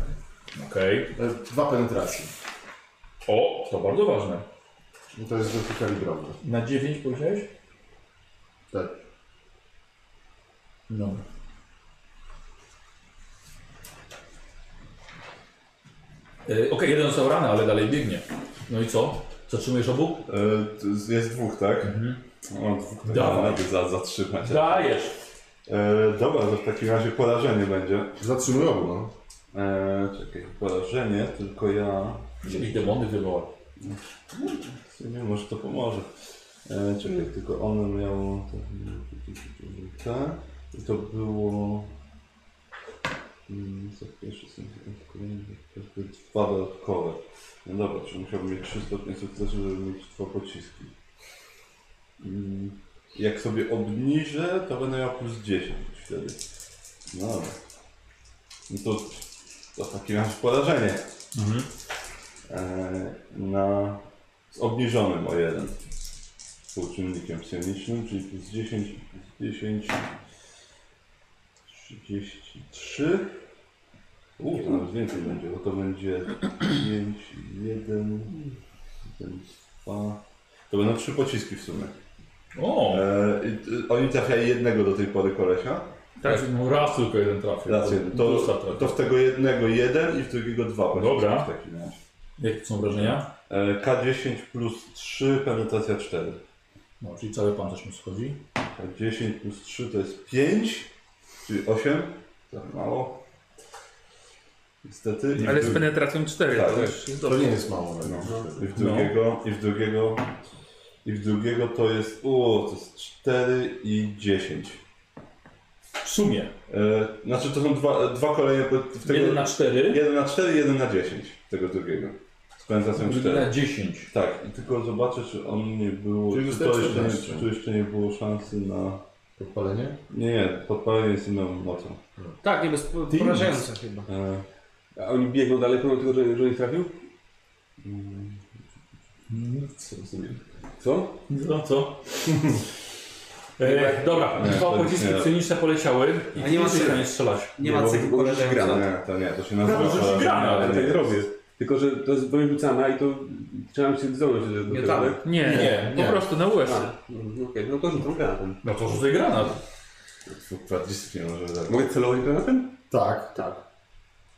Speaker 1: Okej.
Speaker 4: E, dwa penetracje.
Speaker 1: O, to bardzo ważne.
Speaker 4: No To jest wielkokalibrowe.
Speaker 1: Na 9 powiedziałeś?
Speaker 4: Tak.
Speaker 1: No. E, Okej, jeden został rany, ale dalej biegnie. No i co? Zatrzymujesz obu?
Speaker 5: E, to jest- jest dwóch, tak? Mam dwóch, to
Speaker 1: Dawaj.
Speaker 5: ja najpierw za, zatrzymać.
Speaker 1: Dajesz.
Speaker 5: E, dobra, to w takim razie porażenie będzie.
Speaker 4: Zatrzymują go. No.
Speaker 5: E, czekaj, porażenie, tylko ja...
Speaker 1: Jakieś demony wywoła.
Speaker 5: Nie wiem, może to pomoże. E, czekaj, tylko ono miało... Te. I to było... Mm, za pierwszy sens, kolejny, to były dwa dodatkowe. No dobra, czyli musiałbym mieć 3 stopnie sukcesu, żeby mieć dwa pociski. Mm, jak sobie obniżę, to będę miał plus 10 wtedy. No dobra. No to, to w takim razie porażenie. E, na z obniżonym o jeden współczynnikiem psionicznym, czyli plus 10, plus 10, 33. Uuu, to nawet więcej będzie, bo to będzie 5, 1, 1, 2. To będą trzy pociski w sumie.
Speaker 1: O,
Speaker 5: E, i- i oni trafiają jednego do tej pory kolesia.
Speaker 1: tak, no raz tylko jeden trafił.
Speaker 5: Rację, to,
Speaker 1: Gustaw trafił.
Speaker 5: to w tego jednego jeden i w drugiego dwa pociski
Speaker 1: Dobra.
Speaker 5: w takim razie.
Speaker 1: Jakie są wrażenia?
Speaker 5: E, K10 plus 3, penetracja 4.
Speaker 1: No, czyli cały pan też mu schodzi.
Speaker 5: A 10 Tak, plus 3 to jest 5, czyli 8. Za mało. Niestety. I
Speaker 3: Ale
Speaker 5: w
Speaker 3: z
Speaker 5: dru-
Speaker 3: penetracją 4,
Speaker 5: Tak,
Speaker 3: to
Speaker 5: tak.
Speaker 3: już jest
Speaker 4: To
Speaker 3: dobrze.
Speaker 4: nie jest mało. No.
Speaker 5: I w drugiego, i w drugiego, i w drugiego to jest, o, to jest 4 i 10.
Speaker 1: W sumie.
Speaker 5: E, znaczy to są dwa, dwa kolejne, bo w tego,
Speaker 1: Jeden na cztery,
Speaker 5: 1 na 4 jeden na 10 tego drugiego. Z penetracją
Speaker 1: drugi
Speaker 5: 4.
Speaker 1: na 10.
Speaker 5: Tak, i tylko zobaczę, czy on nie było,
Speaker 4: Czyli
Speaker 5: czy to
Speaker 4: zostaje
Speaker 5: jeszcze, nie-
Speaker 4: 14.
Speaker 5: czy tu jeszcze nie było szansy na...
Speaker 4: Podpalenie?
Speaker 5: Nie, nie, podpalenie jest inną mocą.
Speaker 8: Tak, nie bez porażające chyba.
Speaker 5: E,
Speaker 6: A oni biegną dalej, pomimo tego, że, że nie trafił? Co?
Speaker 1: No co? E, dobra,
Speaker 5: Nie,
Speaker 1: dwa
Speaker 5: to nic
Speaker 1: pociski
Speaker 5: nie da.
Speaker 1: cyniczne poleciały i
Speaker 8: A nie ma
Speaker 1: nie
Speaker 8: cyka.
Speaker 1: ma nie strzelać.
Speaker 8: Nie
Speaker 6: bo-
Speaker 8: ma cechy
Speaker 6: bo rzucić
Speaker 8: porażających.
Speaker 6: granat.
Speaker 5: Nie, to nie, to się nazywa.
Speaker 1: No, rzucić granat,
Speaker 5: ale
Speaker 6: Ale
Speaker 5: nie
Speaker 6: tak robię. Tylko, że to jest broń rzucana i to trzeba mi się zdolność do
Speaker 8: Nie
Speaker 6: tego,
Speaker 8: tam.
Speaker 6: tak?
Speaker 3: Nie,
Speaker 1: Nie, Tak.
Speaker 3: po
Speaker 4: nie.
Speaker 3: prostu na US.
Speaker 6: A, no, okej, no to rzucam granatem.
Speaker 1: No to rzucaj granat.
Speaker 5: Super, dyscyplina może tak.
Speaker 6: Mogę celować granatem?
Speaker 4: Tak.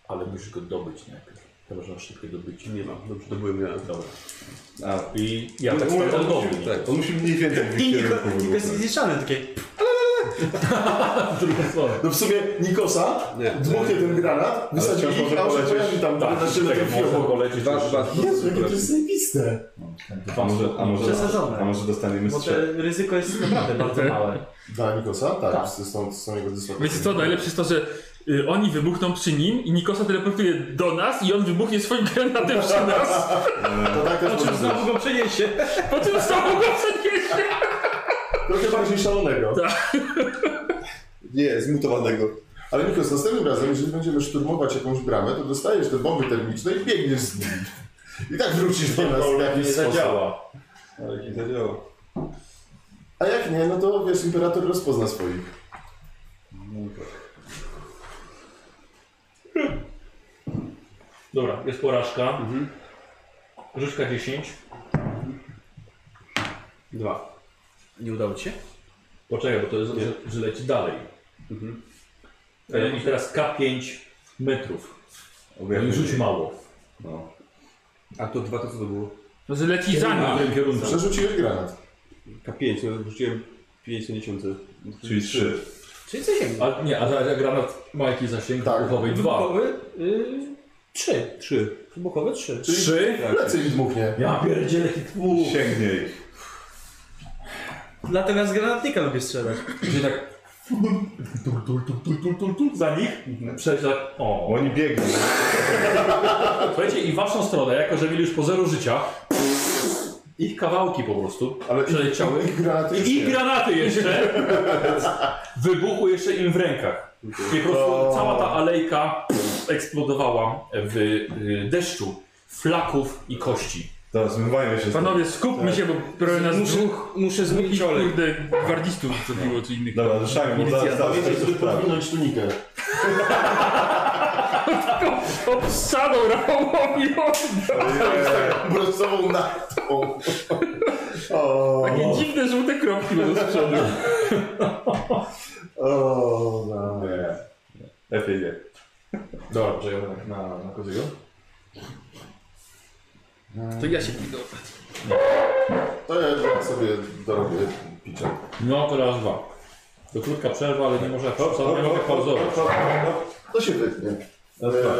Speaker 1: Ale musisz go dobyć najpierw. Chyba, że masz szybkie dobycie.
Speaker 6: Nie mam, dobrze, to byłem granatem.
Speaker 1: Dobra.
Speaker 5: A,
Speaker 1: I ja tak
Speaker 5: on,
Speaker 1: standardowo.
Speaker 5: musi, tak, on musi mniej więcej w ich
Speaker 11: I
Speaker 5: kierunku
Speaker 11: niko- I bez
Speaker 5: wybuchnąć.
Speaker 11: zniszczane takie.
Speaker 1: W drugą stronę.
Speaker 4: No w sumie Nikosa
Speaker 6: Nie.
Speaker 4: dmuchnie ten granat, wysadzi
Speaker 5: wciąż
Speaker 4: ich,
Speaker 5: może
Speaker 4: a on się
Speaker 5: polecieć.
Speaker 4: pojawi tam
Speaker 1: Tak,
Speaker 4: na szyle
Speaker 1: tak,
Speaker 4: ten
Speaker 1: może
Speaker 4: fiolą.
Speaker 1: polecieć.
Speaker 6: Dwa, dwa,
Speaker 4: Jezu, jakie to jest zajebiste.
Speaker 5: A może, a, może,
Speaker 11: Przesadzone.
Speaker 5: a może dostaniemy
Speaker 11: Bo to
Speaker 5: strzel.
Speaker 11: ryzyko jest naprawdę bardzo małe.
Speaker 4: Dla Nikosa? Tak, z tą z samego dyslokacji.
Speaker 3: Wiecie co, najlepsze jest to, że y, oni wybuchną przy nim i Nikosa teleportuje do nas i on wybuchnie swoim granatem przy nas,
Speaker 4: To tak też może być.
Speaker 11: Znowu go przeniesie.
Speaker 3: po czym znowu go przeniesie.
Speaker 4: Trochę bardziej szalonego.
Speaker 5: Nie, zmutowanego.
Speaker 4: Ale Nikos, następnym razem, jeżeli będziemy szturmować jakąś bramę, to dostajesz te bomby termiczne i biegniesz z nimi. I tak wrócisz do nas w jakiś sposób.
Speaker 5: zadziała. Ale nie zadziała.
Speaker 4: A jak nie, no to wiesz, imperator rozpozna swoich.
Speaker 1: Dobra, jest porażka. Mhm. Rzućka 10.
Speaker 6: Dwa.
Speaker 8: Nie udało ci się?
Speaker 1: Poczekaj, bo to jest, że, że leci dalej. Mhm. E, I teraz K5 metrów.
Speaker 5: Objawmy.
Speaker 1: Rzuć mało.
Speaker 5: No.
Speaker 6: A to dwa to co to było?
Speaker 3: No, że leci za
Speaker 1: W
Speaker 3: nim.
Speaker 1: tym kierunku.
Speaker 4: Przerzuciłeś granat.
Speaker 6: K5, no rzuciłem 5 na dziesiątce.
Speaker 5: Czyli trzy.
Speaker 8: Czyli co ziemi.
Speaker 1: A nie, a za- granat ma jakiś zasięg
Speaker 4: Tak.
Speaker 1: wybuchowy? Dwa.
Speaker 8: Wybuchowy y, trzy.
Speaker 6: Trzy.
Speaker 8: Wybuchowy trzy.
Speaker 1: Trzy?
Speaker 4: Plecy mi dmuchnie.
Speaker 1: Ja pierdzielę. jaki tłum.
Speaker 5: Sięgnij.
Speaker 11: Dlatego ja z granatnika lubię strzelać.
Speaker 1: Gdzie tak Tul, tul, tul, tul, tul, tul, tul, za nich. Przejść tak. O.
Speaker 5: Oni biegną.
Speaker 1: Słuchajcie, i w waszą stronę, jako że mieli już po zero życia, ich kawałki po prostu
Speaker 5: Ale ich-
Speaker 1: przeleciały.
Speaker 4: I granaty już
Speaker 1: I
Speaker 4: nie.
Speaker 1: granaty jeszcze wybuchły jeszcze im w rękach. I po
Speaker 4: O.
Speaker 1: prostu cała ta alejka eksplodowała w y, deszczu flaków i kości.
Speaker 5: Teraz zmywają się.
Speaker 3: Panowie, skupmy się, bo prawie nas dwóch
Speaker 8: Muszę zmienić
Speaker 3: i
Speaker 8: olej.
Speaker 3: kurde gwardzistów zostawiło czy innych.
Speaker 5: Dobra, ruszajmy, bo zaraz zaraz
Speaker 4: Pamiętaj,
Speaker 5: coś
Speaker 4: żeby
Speaker 5: sprawi.
Speaker 4: podwinąć tunikę.
Speaker 3: Obsadą Rafałowi!
Speaker 4: Brązową nachtą.
Speaker 3: Takie dziwne żółte kropki będą z przodu.
Speaker 4: O, no. da.
Speaker 5: Nie. Lepiej nie.
Speaker 4: Dobra, przejąłem na, na, na koziego.
Speaker 3: To ja się pido.
Speaker 4: To ja sobie dorobię picia.
Speaker 1: No to raz, dwa. To krótka przerwa, ale nie może pauzować. Nie mogę pauzować.
Speaker 4: To się wytnie.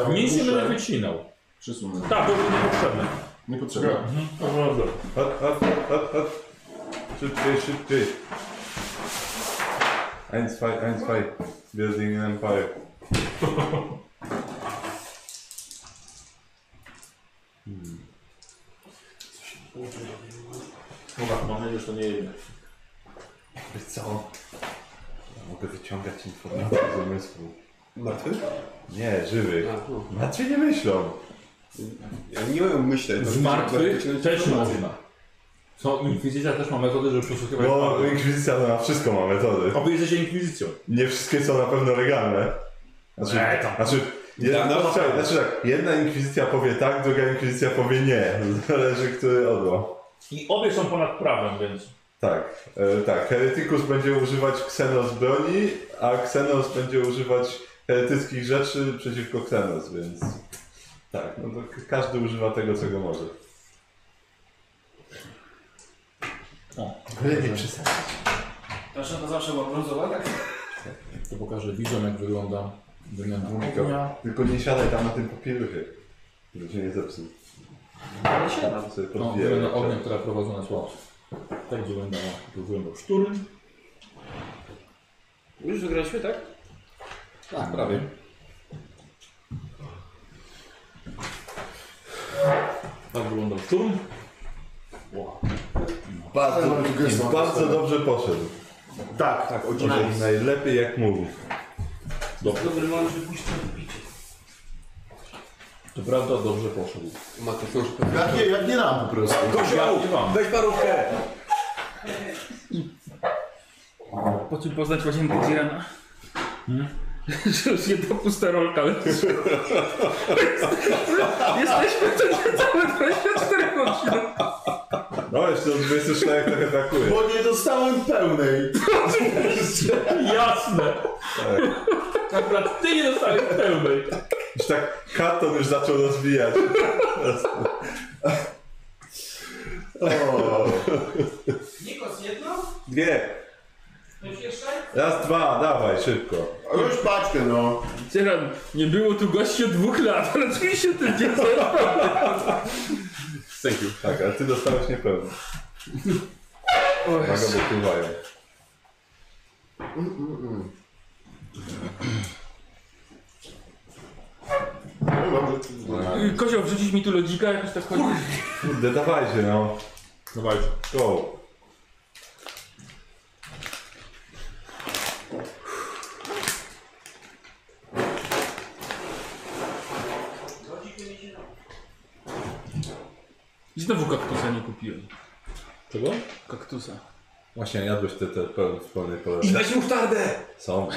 Speaker 4: E,
Speaker 1: Nic nie
Speaker 4: muszę
Speaker 1: będę wycinał.
Speaker 4: Przesunąć.
Speaker 1: Tak, to było niepotrzebne.
Speaker 4: Niepotrzebne.
Speaker 5: Hop, hop, hop, hop. Szybciej, szybciej. Eins, zwei, eins, zwei. Building an empire.
Speaker 1: Mam nadzieję, że to nie jedzie.
Speaker 5: Wiesz co? Ja mogę wyciągać informacje z umysłu.
Speaker 6: Martwy?
Speaker 5: Nie, żywych.
Speaker 6: A, no.
Speaker 5: Znaczy nie myślą.
Speaker 6: Ja nie mają myśleć.
Speaker 1: Z martwych też można. Co, inkwizycja też ma metody, żeby przesłuchiwać
Speaker 5: Bo
Speaker 1: martwych.
Speaker 5: inkwizycja na wszystko ma metody.
Speaker 1: Oby jesteście inkwizycją.
Speaker 5: Nie wszystkie są na pewno legalne. Znaczy,
Speaker 1: Eee, tam.
Speaker 5: znaczy, jedna,
Speaker 6: no,
Speaker 5: no, czekaj, znaczy tak, jedna inkwizycja powie tak, druga inkwizycja powie nie. Zależy, który odłam.
Speaker 1: I obie są ponad prawem, więc...
Speaker 5: Tak, e, tak. Heretykus będzie używać Xenos broni, a Xenos będzie używać heretyckich rzeczy przeciwko Xenos, więc... Tak, no to k- każdy używa tego, co go może. Lepiej przestań.
Speaker 8: Nasza to zawsze była brązowa, tak?
Speaker 1: To pokażę widzom, jak wygląda wymiana ognia.
Speaker 5: Tylko, tylko nie siadaj tam na tym papirusie, żeby cię nie zepsuł.
Speaker 8: Ale siadam.
Speaker 5: Sobie
Speaker 1: No,
Speaker 5: podbijaj.
Speaker 1: wymiana ognia, która prowadzona jest łatwo. Tak wygląda, tu wyglądał szturm.
Speaker 8: Już wygraliśmy, tak?
Speaker 6: Tak, prawie.
Speaker 1: Tak wyglądał szturm.
Speaker 5: Bardzo,
Speaker 4: Ale mam gestą.
Speaker 5: bardzo dobrze poszedł.
Speaker 4: Tak, tak,
Speaker 5: Może najlepiej jak mógł.
Speaker 8: Dobry moment, żeby pójść na picie.
Speaker 1: To prawda, dobrze poszedł.
Speaker 6: Mateusz, może
Speaker 4: Jak nie, jak nie nam po prostu.
Speaker 1: Kozioł!
Speaker 6: Weź parówkę!
Speaker 3: Po czym poznać łazienkę Zirana?
Speaker 1: Hmm?
Speaker 3: Że już jedna pusta rolka leży. Jesteśmy tu niecałe 24 godziny.
Speaker 5: No, jeszcze do 24 trochę brakuje.
Speaker 4: Bo nie dostałem pełnej.
Speaker 1: Jasne!
Speaker 3: Tak.
Speaker 1: Akurat ty nie dostałeś pełnej.
Speaker 5: Już tak karton już zaczął rozwijać.
Speaker 4: O,
Speaker 8: Nikos jedno?
Speaker 5: Dwie.
Speaker 8: Ktoś jeszcze?
Speaker 5: Raz, dwa, dawaj, szybko.
Speaker 4: a już paczkę, no.
Speaker 3: Ziran, nie było tu gości od dwóch lat, ale czym się ty dzieje?
Speaker 5: Thank you. Tak, a ty dostałeś niepełny. Uwaga, bo pływają.
Speaker 4: No.
Speaker 3: Kozioł, wrzucić mi tu lodzika, jakoś tak chodzi.
Speaker 5: Kurde, dawajcie no.
Speaker 1: Dawajcie.
Speaker 5: Go.
Speaker 3: I znowu kaktusa nie kupiłem.
Speaker 1: Czego?
Speaker 3: Kaktusa.
Speaker 5: Właśnie jadłeś te, te pełne w pełnej
Speaker 6: I
Speaker 5: polarze.
Speaker 6: weź musztardę!
Speaker 5: Są.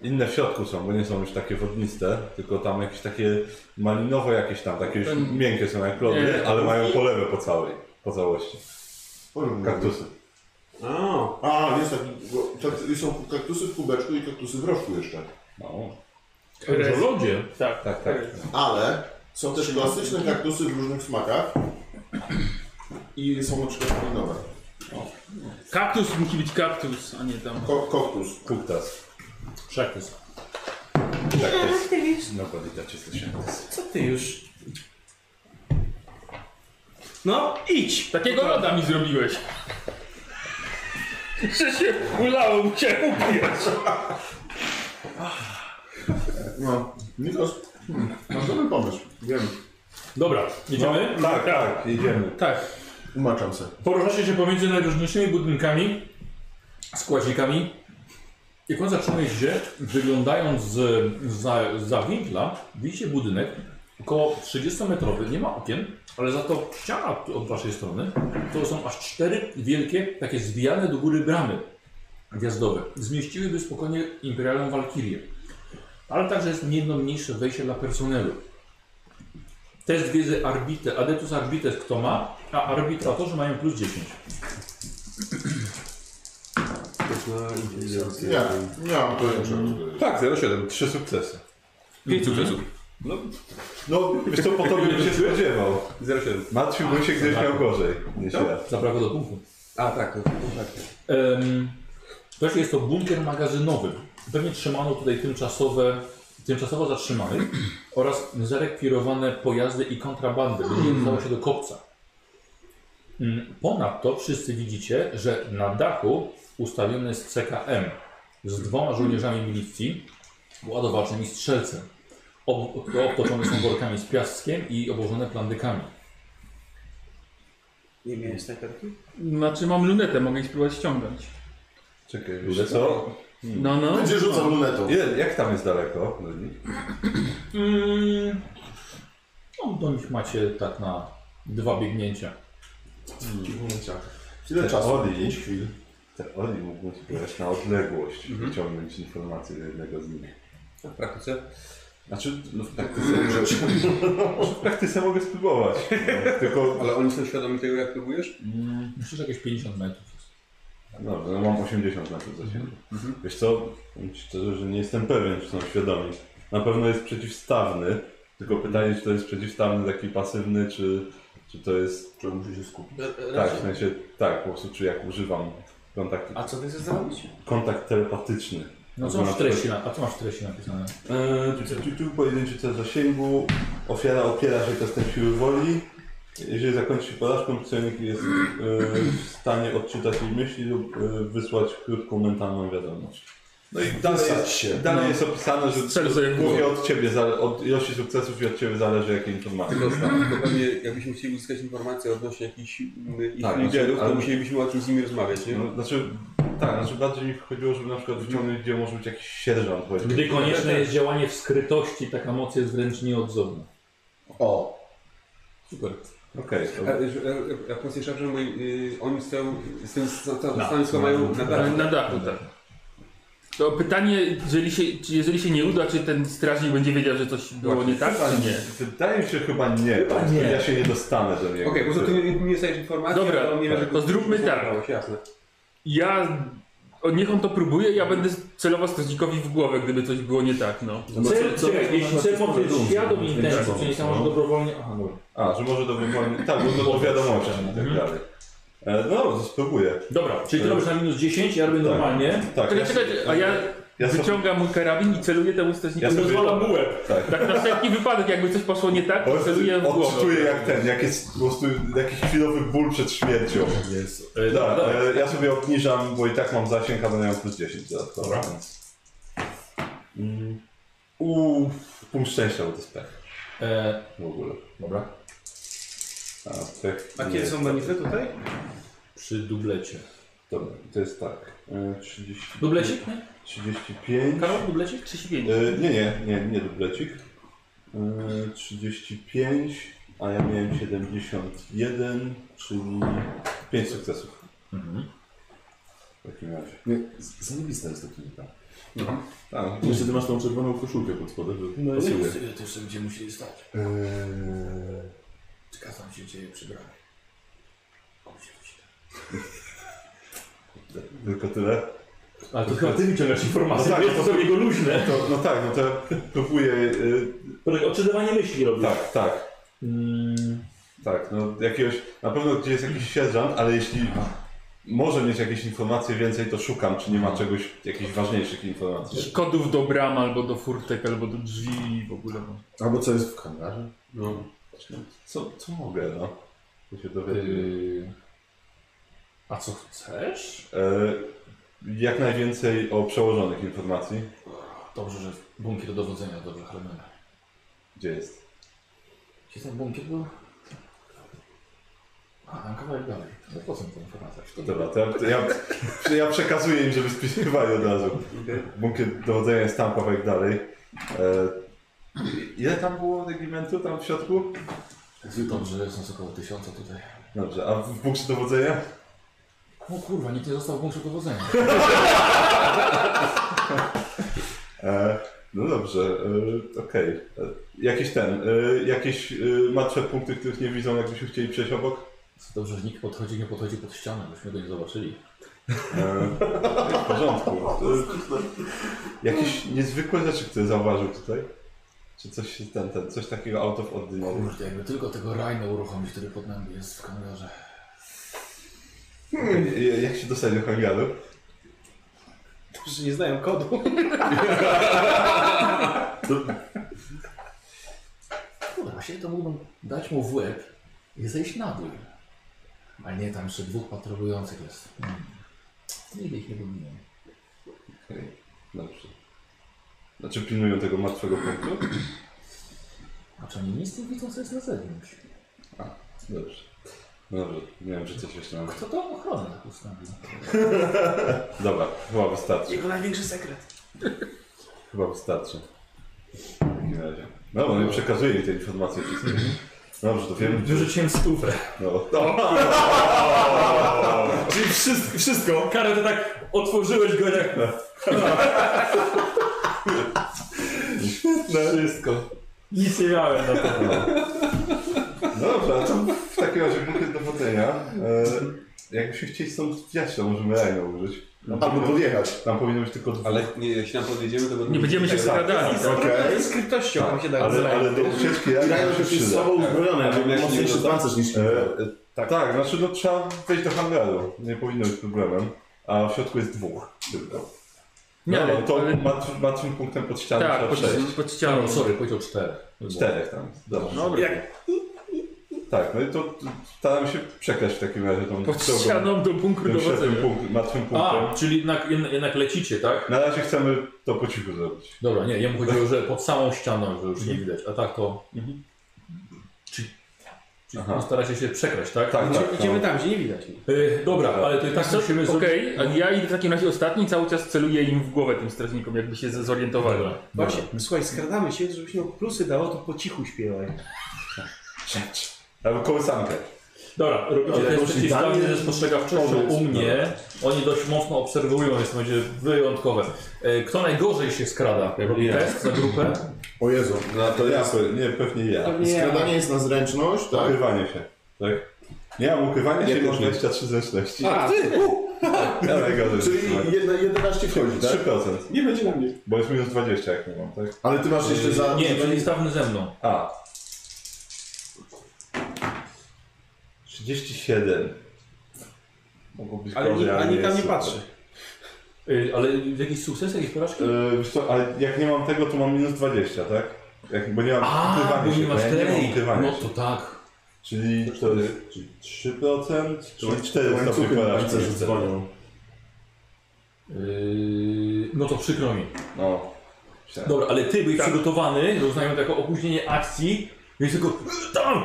Speaker 5: Inne w środku są, bo nie są już takie wodniste, tylko tam jakieś takie malinowe jakieś tam, takie już
Speaker 3: Ten-
Speaker 5: miękkie są jak
Speaker 3: Nie,
Speaker 5: lody, ale mają polewę po całej, po całości. Kaktusy.
Speaker 6: O,
Speaker 4: A, jest taki, bo tak, są kaktusy w kubeczku i kaktusy w rożku jeszcze.
Speaker 5: No.
Speaker 1: W lodzie.
Speaker 3: Tak.
Speaker 5: Tak, tak.
Speaker 4: Ale są też klasyczne kaktusy w różnych smakach. I są na przykład malinowe.
Speaker 3: Kaktus musi być kaktus, a nie tam.
Speaker 4: Ko koktus.
Speaker 5: Kuktas.
Speaker 1: Przekaz.
Speaker 5: Tak Kaktus. Nobody dacie coś.
Speaker 8: Co ty już? No, idź!
Speaker 2: No,
Speaker 8: Tak.
Speaker 3: Takiego loda mi zrobiłeś. Że się ulało, musiałem upijać.
Speaker 4: No, Nikos, masz dobry pomysł.
Speaker 5: Wiem.
Speaker 1: Dobra, idziemy.
Speaker 5: Tak, tak, jedziemy.
Speaker 3: Tak.
Speaker 4: Umaczam se.
Speaker 1: Poruszacie się pomiędzy najróżniejszymi budynkami, składzikami. Jak on zatrzymuje się, wyglądając z, za, za winkla, widzicie budynek około 30-metrowy, nie ma okien, ale za to ściana tu od waszej strony to są aż cztery wielkie, takie zwijane do góry bramy gwiazdowe. Zmieściłyby spokojnie Imperialną Walkirię. Ale także jest niejedno mniejsze wejście dla personelu. Test wiedzy Arbite, Adeptus Arbites kto ma, a arbitratorzy mają plus 10.
Speaker 5: Też na inteligencję.
Speaker 4: Ja, nie mam pojęcia.
Speaker 5: Tak, 07, trzy sukcesy.
Speaker 1: Pięć sukcesów.
Speaker 5: No, no wiesz co, po tobie bym się spodziewał.
Speaker 6: 07.
Speaker 5: Martwiłbym się, gdybyś miał gorzej niż ja.
Speaker 1: Zabrakło do punktu.
Speaker 6: A tak, to, to tak.
Speaker 1: Em, Wreszcie jest to bunkier magazynowy. Pewnie trzymano tutaj tymczasowe, tymczasowo zatrzymanych oraz zarekwirowane pojazdy i kontrabandy, by nie dostało się do kopca. Mm, Ponadto wszyscy widzicie, że na dachu ustawiony jest CKM z dwoma żołnierzami milicji, ładowaczem i strzelcem. Ob obtoczone są workami z piaskiem i obłożone plandykami.
Speaker 8: Nie miałem snajperki?
Speaker 3: Znaczy mam lunetę, mogę ich spróbować ściągać.
Speaker 5: Czekaj, wiesz co?
Speaker 3: No, no.
Speaker 4: Będzie rzucał lunetą.
Speaker 5: Ile- Jak tam jest daleko? do nich?
Speaker 1: Mm, no, do nich macie tak na dwa biegnięcia.
Speaker 4: Ile
Speaker 5: Te
Speaker 4: czasu?
Speaker 5: oli.
Speaker 4: 5 chwil.
Speaker 5: Te Oni mógłbym spróbować na odległość wyciągnąć informacje z jednego z nich.
Speaker 6: W praktyce.
Speaker 5: Znaczy, no w praktyce, w praktyce mogę spróbować. No, tylko,
Speaker 6: Ale oni są świadomi tego, jak próbujesz?
Speaker 1: Myślę, że jakieś 50 metrów.
Speaker 5: no, no mam 80 metrów zasięgu. Wiesz co, powiem ci szczerze, że nie jestem pewien, czy są świadomi. Na pewno jest przeciwstawny, tylko pytanie, czy to jest przeciwstawny taki pasywny, czy, czy to jest... Czy musi się skupić? Tak, w sensie, tak, po prostu, czy jak używam kontaktu,
Speaker 8: A co ty chcesz zrobić?
Speaker 5: kontakt telepatyczny.
Speaker 1: No co
Speaker 5: Albo
Speaker 1: masz w
Speaker 5: na przykład-
Speaker 1: treści, na, a co masz w treści napisane?
Speaker 5: Eee, tu, tu, tu, tu, pojedynczy cel zasięgu, ofiara opiera się testem siły woli. Jeżeli zakończy się porażką, celnik jest eee, w stanie odczytać jej myśli lub eee, wysłać krótką mentalną wiadomość. No i dalej
Speaker 4: Wysać
Speaker 5: jest,
Speaker 4: się.
Speaker 5: dalej jest opisane, że
Speaker 3: Cel zajęty.
Speaker 5: głównie od Ciebie, zale- od ilości sukcesów i od Ciebie zależy jakie informacje.
Speaker 6: Tylko, tylko pewnie jakbyśmy chcieli uzyskać informacje odnośnie jakichś mm, ich
Speaker 5: Tak,
Speaker 6: liderów,
Speaker 5: ale-
Speaker 6: to musielibyśmy o czymś z nimi rozmawiać, nie?
Speaker 5: No, znaczy, tak, znaczy bardziej mi chodziło, żeby na przykład wyciągnąć, gdzie może być jakiś sierżant. powiedzmy.
Speaker 1: Gdy konieczne jest działanie w skrytości, taka moc jest wręcz nieodzowna.
Speaker 4: O,
Speaker 1: Super.
Speaker 5: Okej,
Speaker 6: A,
Speaker 5: okay,
Speaker 6: e, że- e, Jak pan jeszcze, że y, oni stoją z tym stanowiskiem mają na
Speaker 3: Ale
Speaker 6: dachu.
Speaker 3: Na dachu, tak. To pytanie, jeżeli się, czy jeżeli się nie uda, czy ten strażnik będzie wiedział, że coś było nie tak, czy nie?
Speaker 5: Wydaje mi się chyba nie, bo
Speaker 1: nie.
Speaker 5: ja się nie dostanę do niego.
Speaker 6: Okej, bo to ty nie- nie dostajesz informacji,
Speaker 3: Dobra,
Speaker 6: ale on nie wie, że
Speaker 3: to zróbmy tak.
Speaker 6: Jasne.
Speaker 3: Ja... O, niech on to próbuje, ja będę celował strażnikowi w głowę, gdyby coś było nie tak, no.
Speaker 1: Cel, czekaj, jeśli cel mocy jest świadom intencji,
Speaker 5: tak,
Speaker 1: czyli sam
Speaker 5: no.
Speaker 1: może dobrowolnie... Aha, no. dobra.
Speaker 5: A, że może do wywołania. Tak, bo do, do wiadomości i tak dalej. E, no dobrze, spróbuję.
Speaker 1: Dobra, czyli ty robisz na minus 10, ja robię
Speaker 5: Tak.
Speaker 1: normalnie.
Speaker 5: Tak,
Speaker 3: Czekaj,
Speaker 5: ja,
Speaker 3: czekaj, a ja
Speaker 5: ja sobie,
Speaker 3: wyciągam mój karabin i celuję temu strażnikowi.
Speaker 5: ja sobie tak.
Speaker 3: Tak na wszelki wypadek, jakby coś poszło nie tak,
Speaker 5: Po
Speaker 3: to
Speaker 5: prostu
Speaker 3: celuję w głowę.
Speaker 5: Odczuję jak ten, jak jest po prostu jakiś chwilowy ból przed śmiercią.
Speaker 1: Jest. E, dobra,
Speaker 5: Tak,
Speaker 1: dobra.
Speaker 5: e, ja sobie obniżam, bo i tak mam zasięg, a będę miał plus 10 dodatkowo.
Speaker 1: Dobra.
Speaker 5: więc- Mm. Uuu, punkt szczęścia, bo to jest pech
Speaker 1: E,
Speaker 5: w ogóle.
Speaker 1: dobra.
Speaker 5: A, pech
Speaker 2: A
Speaker 5: nie
Speaker 2: kiedy
Speaker 5: jest
Speaker 2: są
Speaker 5: tak.
Speaker 2: manify tutaj?
Speaker 1: Przy dublecie.
Speaker 5: Dobra, to jest tak. E, 30,
Speaker 1: Dublecik, nie?
Speaker 5: 35.
Speaker 1: Karol, dublecik?
Speaker 3: 35.
Speaker 5: E, nie, nie, nie, nie dublecik. E, 35, a ja miałem 71, czyli 5 sukcesów.
Speaker 8: Mhm.
Speaker 5: W takim razie.
Speaker 4: nie, z- zajebista jest to klinika.
Speaker 5: Tak,
Speaker 4: Jeszcze ty masz tą czerwoną koszulkę pod spodem, że
Speaker 8: No i
Speaker 4: pasuje.
Speaker 8: to jeszcze będziemy musieli stać.
Speaker 5: E,
Speaker 4: Eee,
Speaker 8: Czeka tam się dzieje przy bramie. On się wsi-
Speaker 5: tylko tyle.
Speaker 1: Ale to chyba ty wyciągasz informacje,
Speaker 5: No tak,
Speaker 1: wiesz, to są jego luźne.
Speaker 5: To, no tak, no to ja próbuję. y,
Speaker 1: Poczekaj, Odczytywanie myśli robisz.
Speaker 5: tak, tak,
Speaker 1: Mm,
Speaker 5: tak. No jakiegoś, na pewno gdzie jest jakiś sierżant, ale jeśli może mieć jakieś informacje więcej, to szukam, czy nie ma czegoś, jakichś ważniejszych informacji.
Speaker 3: Kodów do bram, albo do furtek, albo do drzwi w ogóle. no.
Speaker 4: Albo co jest w hangarze?
Speaker 1: Yy.
Speaker 5: Co, co mogę, no? To się dowiaduję.
Speaker 1: y, A co chcesz?
Speaker 5: E, jak najwięcej o przełożonych informacji.
Speaker 1: Dobrze, że bunkier do dowodzenia dobrze chroniony.
Speaker 5: Gdzie jest?
Speaker 1: Gdzie ten bunkier był? A, tam kawałek dalej. No po co mi ta informacja? Szkoda.
Speaker 5: Dobra, to ja, to ja, to ja przekazuję im, żeby spisywali od razu. Bunkier dowodzenia jest tam kawałek dalej. E, ile tam było regimentu tam w środku?
Speaker 1: Dobrze, że jest nas około tysiąca tutaj.
Speaker 5: Dobrze, a w bunkrze dowodzenia?
Speaker 1: O kurwa, nikt nie został w bunkrze dowodzenia.
Speaker 5: E, no dobrze, e, okej. E, Jakieś ten, e, jakieś e, martwe punkty, których nie widzą, jakbyśmy chcieli przejść obok?
Speaker 1: Dobrze, że nikt podchodzi, nie podchodzi pod ścianę, byśmy go nie zobaczyli.
Speaker 5: E, w porządku. E, jakieś niezwykłe rzeczy, które zauważył tutaj? Czy coś, ten, ten, coś takiego out of ordinary?
Speaker 1: Kurde, jakby tylko tego rajna uruchomić, który pod nami jest w kamerze.
Speaker 5: E, Jak się dostać do hangaru?
Speaker 2: Którzy nie znają kodu.
Speaker 1: Kurde, właściwie to mógłbym dać mu w łeb i zejść na dół. Ale nie, tam jeszcze dwóch patrolujących jest. Hmm. Nigdy ich nie dominuję.
Speaker 5: Okej, Dobrze. Znaczy pilnują tego martwego punktu?
Speaker 1: A czy oni nic nie widzą, co jest na zewnątrz?
Speaker 5: Dobrze. No Dobrze, nie wiem, czy coś jeszcze mam.
Speaker 1: Kto to ochronę tak ustawił?
Speaker 5: Dobra, chyba wystarczy.
Speaker 8: Jego największy sekret.
Speaker 5: Chyba wystarczy. W takim razie. No, no i przekazuję im te informacje wszystkie.
Speaker 1: Mhm.
Speaker 5: Dobrze, to wiem. gdzie-
Speaker 7: Wyrzuciłem stówę.
Speaker 5: No, no.
Speaker 7: Czyli wszystko, wszystko. Karol, to tak otworzyłeś go
Speaker 1: tak-
Speaker 7: jak...
Speaker 5: Wszystko.
Speaker 7: Nic nie miałem na to.
Speaker 5: No Dobra, to w takim razie bukiet dowodzenia. E, jakbyśmy chcieli stąd wziąć, to możemy rajno użyć.
Speaker 3: No
Speaker 4: Albo podjechać.
Speaker 5: Tam powinno być tylko dwa.
Speaker 6: Ale nie, jeśli nam podjedziemy, to będą...
Speaker 3: Nie będziemy się skradali.
Speaker 4: Okej.
Speaker 8: Z kryptością tam się da
Speaker 5: Ale, ale do ucieczki
Speaker 4: Grają
Speaker 5: rajno się
Speaker 4: się z
Speaker 5: przyda.
Speaker 4: sobą uzbrojone,
Speaker 6: Tak, jak się nie
Speaker 4: mocniejszy
Speaker 6: doda-
Speaker 4: pancerz niż
Speaker 5: E,
Speaker 4: e,
Speaker 5: e, tak. tak, znaczy no, trzeba wejść do hangaru. Nie powinno być problemem. A w środku jest dwóch tylko.
Speaker 3: Nie,
Speaker 5: No, no, to
Speaker 3: ale-
Speaker 5: martwym- martwym punktem pod ścianą
Speaker 3: Tak,
Speaker 5: trzeba
Speaker 3: pod,
Speaker 5: przejść.
Speaker 3: pod ścianą.
Speaker 1: No, Sorry, powiedział cztery.
Speaker 5: Czterech tam. Dobrze.
Speaker 3: Dobra.
Speaker 5: Tak, no i to to staram się przekraść w takim razie tą
Speaker 3: Pod
Speaker 5: drogą,
Speaker 3: ścianą do bunkru
Speaker 5: tym ślepym
Speaker 3: dowodzenia.
Speaker 5: punkt, martwym punktem.
Speaker 1: A, czyli jednak, jednak- jednak lecicie, tak?
Speaker 5: Na razie chcemy to po cichu zrobić.
Speaker 1: Dobra, nie, jemu chodziło, że pod samą ścianą, że już nie widać, a tak to... Czyli, czyli
Speaker 5: Aha.
Speaker 1: no, staracie się przekraść, tak?
Speaker 5: Tak,
Speaker 1: Idzie-
Speaker 5: tak.
Speaker 2: Idziemy tam, gdzie nie widać.
Speaker 3: E,
Speaker 1: Y, dobra, ale to i tak musimy
Speaker 3: Okej,
Speaker 1: zrobić...
Speaker 3: a ja idę w takim razie ostatni, cały czas celuję im w głowę tym strażnikom, jakby się zorientowali.
Speaker 1: Dobra.
Speaker 2: Właśnie, słuchaj, skradamy się, żebyś miał plusy dało, to po cichu śpiewaj.
Speaker 5: Albo kołysankę.
Speaker 1: Dobra, robicie to jest przeciwstawne ze spostrzegawczością
Speaker 5: Powiedz.
Speaker 1: u mnie. Oni dość mocno obserwują, jest to będzie wyjątkowe. E, Kto najgorzej się skrada? Robi
Speaker 6: Ja.
Speaker 1: test za grupę.
Speaker 4: O Jezu.
Speaker 5: No to ja sobie, nie, pewnie ja.
Speaker 4: Skradanie jest na zręczność, tak?
Speaker 5: Ukrywanie się, tak? Nie mam ukrywania
Speaker 4: Ja
Speaker 5: się,
Speaker 4: też
Speaker 5: mam
Speaker 4: nie.
Speaker 5: 23 zręczności.
Speaker 4: A, ty! u!
Speaker 5: Ja najgorzej.
Speaker 4: Czyli jedna, 11 wchodzi, tak?
Speaker 5: 3%.
Speaker 6: Nie będzie na mnie.
Speaker 5: Bo jest minus 20 jak nie mam, tak?
Speaker 4: Ale ty masz jeszcze za...
Speaker 1: Nie, przeciwstawny ze mną.
Speaker 5: A. 37. Mogło być
Speaker 2: Ale
Speaker 5: gorzej,
Speaker 2: nikt,
Speaker 5: ale
Speaker 2: ani tam nie
Speaker 5: jest super.
Speaker 2: patrzy.
Speaker 1: Y, Ale jakiś sukces, jakieś porażki?
Speaker 5: Yy, wiesz co, ale jak nie mam tego, to mam minus 20, tak? Jak, bo nie mam
Speaker 1: A, bo
Speaker 5: ukrywania
Speaker 1: nie
Speaker 5: się,
Speaker 1: masz
Speaker 5: bo ja nie mam
Speaker 1: tej.
Speaker 5: ukrywania
Speaker 1: No
Speaker 5: się.
Speaker 1: to tak.
Speaker 5: Czyli to jest czyli 3%, czyli 4 stopnie
Speaker 4: Łańcuchy na
Speaker 5: porażki.
Speaker 4: pancerzu dzwonią.
Speaker 1: Yy, No to przykro mi.
Speaker 5: No.
Speaker 1: Dobra, ale ty byłeś przygotowany, rozumiemy to jako opóźnienie akcji, więc tylko tam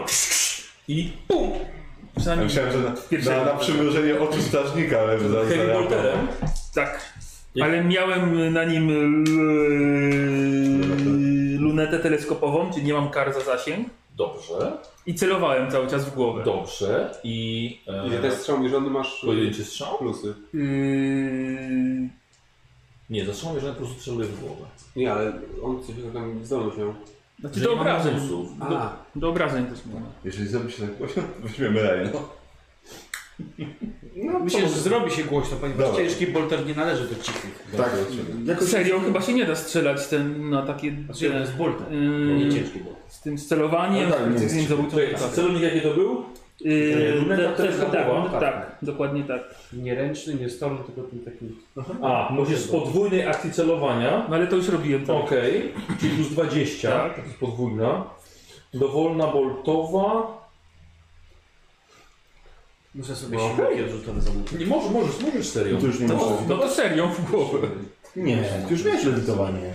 Speaker 1: i pum!
Speaker 5: Ja
Speaker 3: Przynajmniej
Speaker 5: myślałem, że na, na, na przymrużenie oczu strażnika, ale za-
Speaker 1: Heavy
Speaker 5: zareagował.
Speaker 1: bolterem.
Speaker 3: tak.
Speaker 1: Jak-
Speaker 3: Ale miałem na nim e, l- lunetę teleskopową, czyli nie mam kar za zasięg.
Speaker 1: Dobrze,
Speaker 3: I celowałem cały czas w głowę.
Speaker 1: dobrze i... e,
Speaker 6: I ten strzał mierzony masz...
Speaker 1: Pojedynczy strzał?
Speaker 6: Plusy.
Speaker 3: E, Yy,
Speaker 1: Nie, zatrzymał że po prostu strzeluje w głowę.
Speaker 6: Nie, ale on coś tam zdolność miał.
Speaker 3: znaczy
Speaker 1: Że
Speaker 3: do
Speaker 1: nie ma
Speaker 3: obrażeń.
Speaker 1: pulsów.
Speaker 6: A,
Speaker 3: Do obrażeń też mam.
Speaker 5: Jeżeli zrobi się tak głośno, to weźmiemy rajno.
Speaker 2: No, Myślę, że zrobi się głośno, ponieważ
Speaker 5: Dobra.
Speaker 2: ciężki bolter nie należy do cichych.
Speaker 4: Tak. Jakoś...
Speaker 3: Serią chyba się nie da strzelać ten, na takie...
Speaker 2: Znaczy, to jest bolter.
Speaker 3: Yy,
Speaker 2: Nie ciężki bolter.
Speaker 3: z tym celowaniem,
Speaker 4: No tak,
Speaker 3: z
Speaker 4: nie
Speaker 3: precyzyjnym
Speaker 4: jest.
Speaker 3: zabójcą.
Speaker 1: Czekaj, a celownik jaki to był?
Speaker 3: Yy,
Speaker 1: Luneta
Speaker 3: te-
Speaker 1: teleskopowa?
Speaker 3: tak, tak, dokładnie tak.
Speaker 2: Nie ręczny, nie stolny, tylko ten taki...
Speaker 1: A, musisz z podwójnej akcji celowania.
Speaker 3: No ale to już robiłem. Tak.
Speaker 1: Okej, czyli plus 20,
Speaker 3: Tak.
Speaker 1: to jest podwójna. Dowolna boltowa.
Speaker 8: Muszę sobie no, silniki odrzutowe zamówić.
Speaker 1: Nie możesz, możesz, możesz serio.
Speaker 4: To już nie muszę.
Speaker 3: No to serio w głowę.
Speaker 4: Nie, już miałeś edytowanie.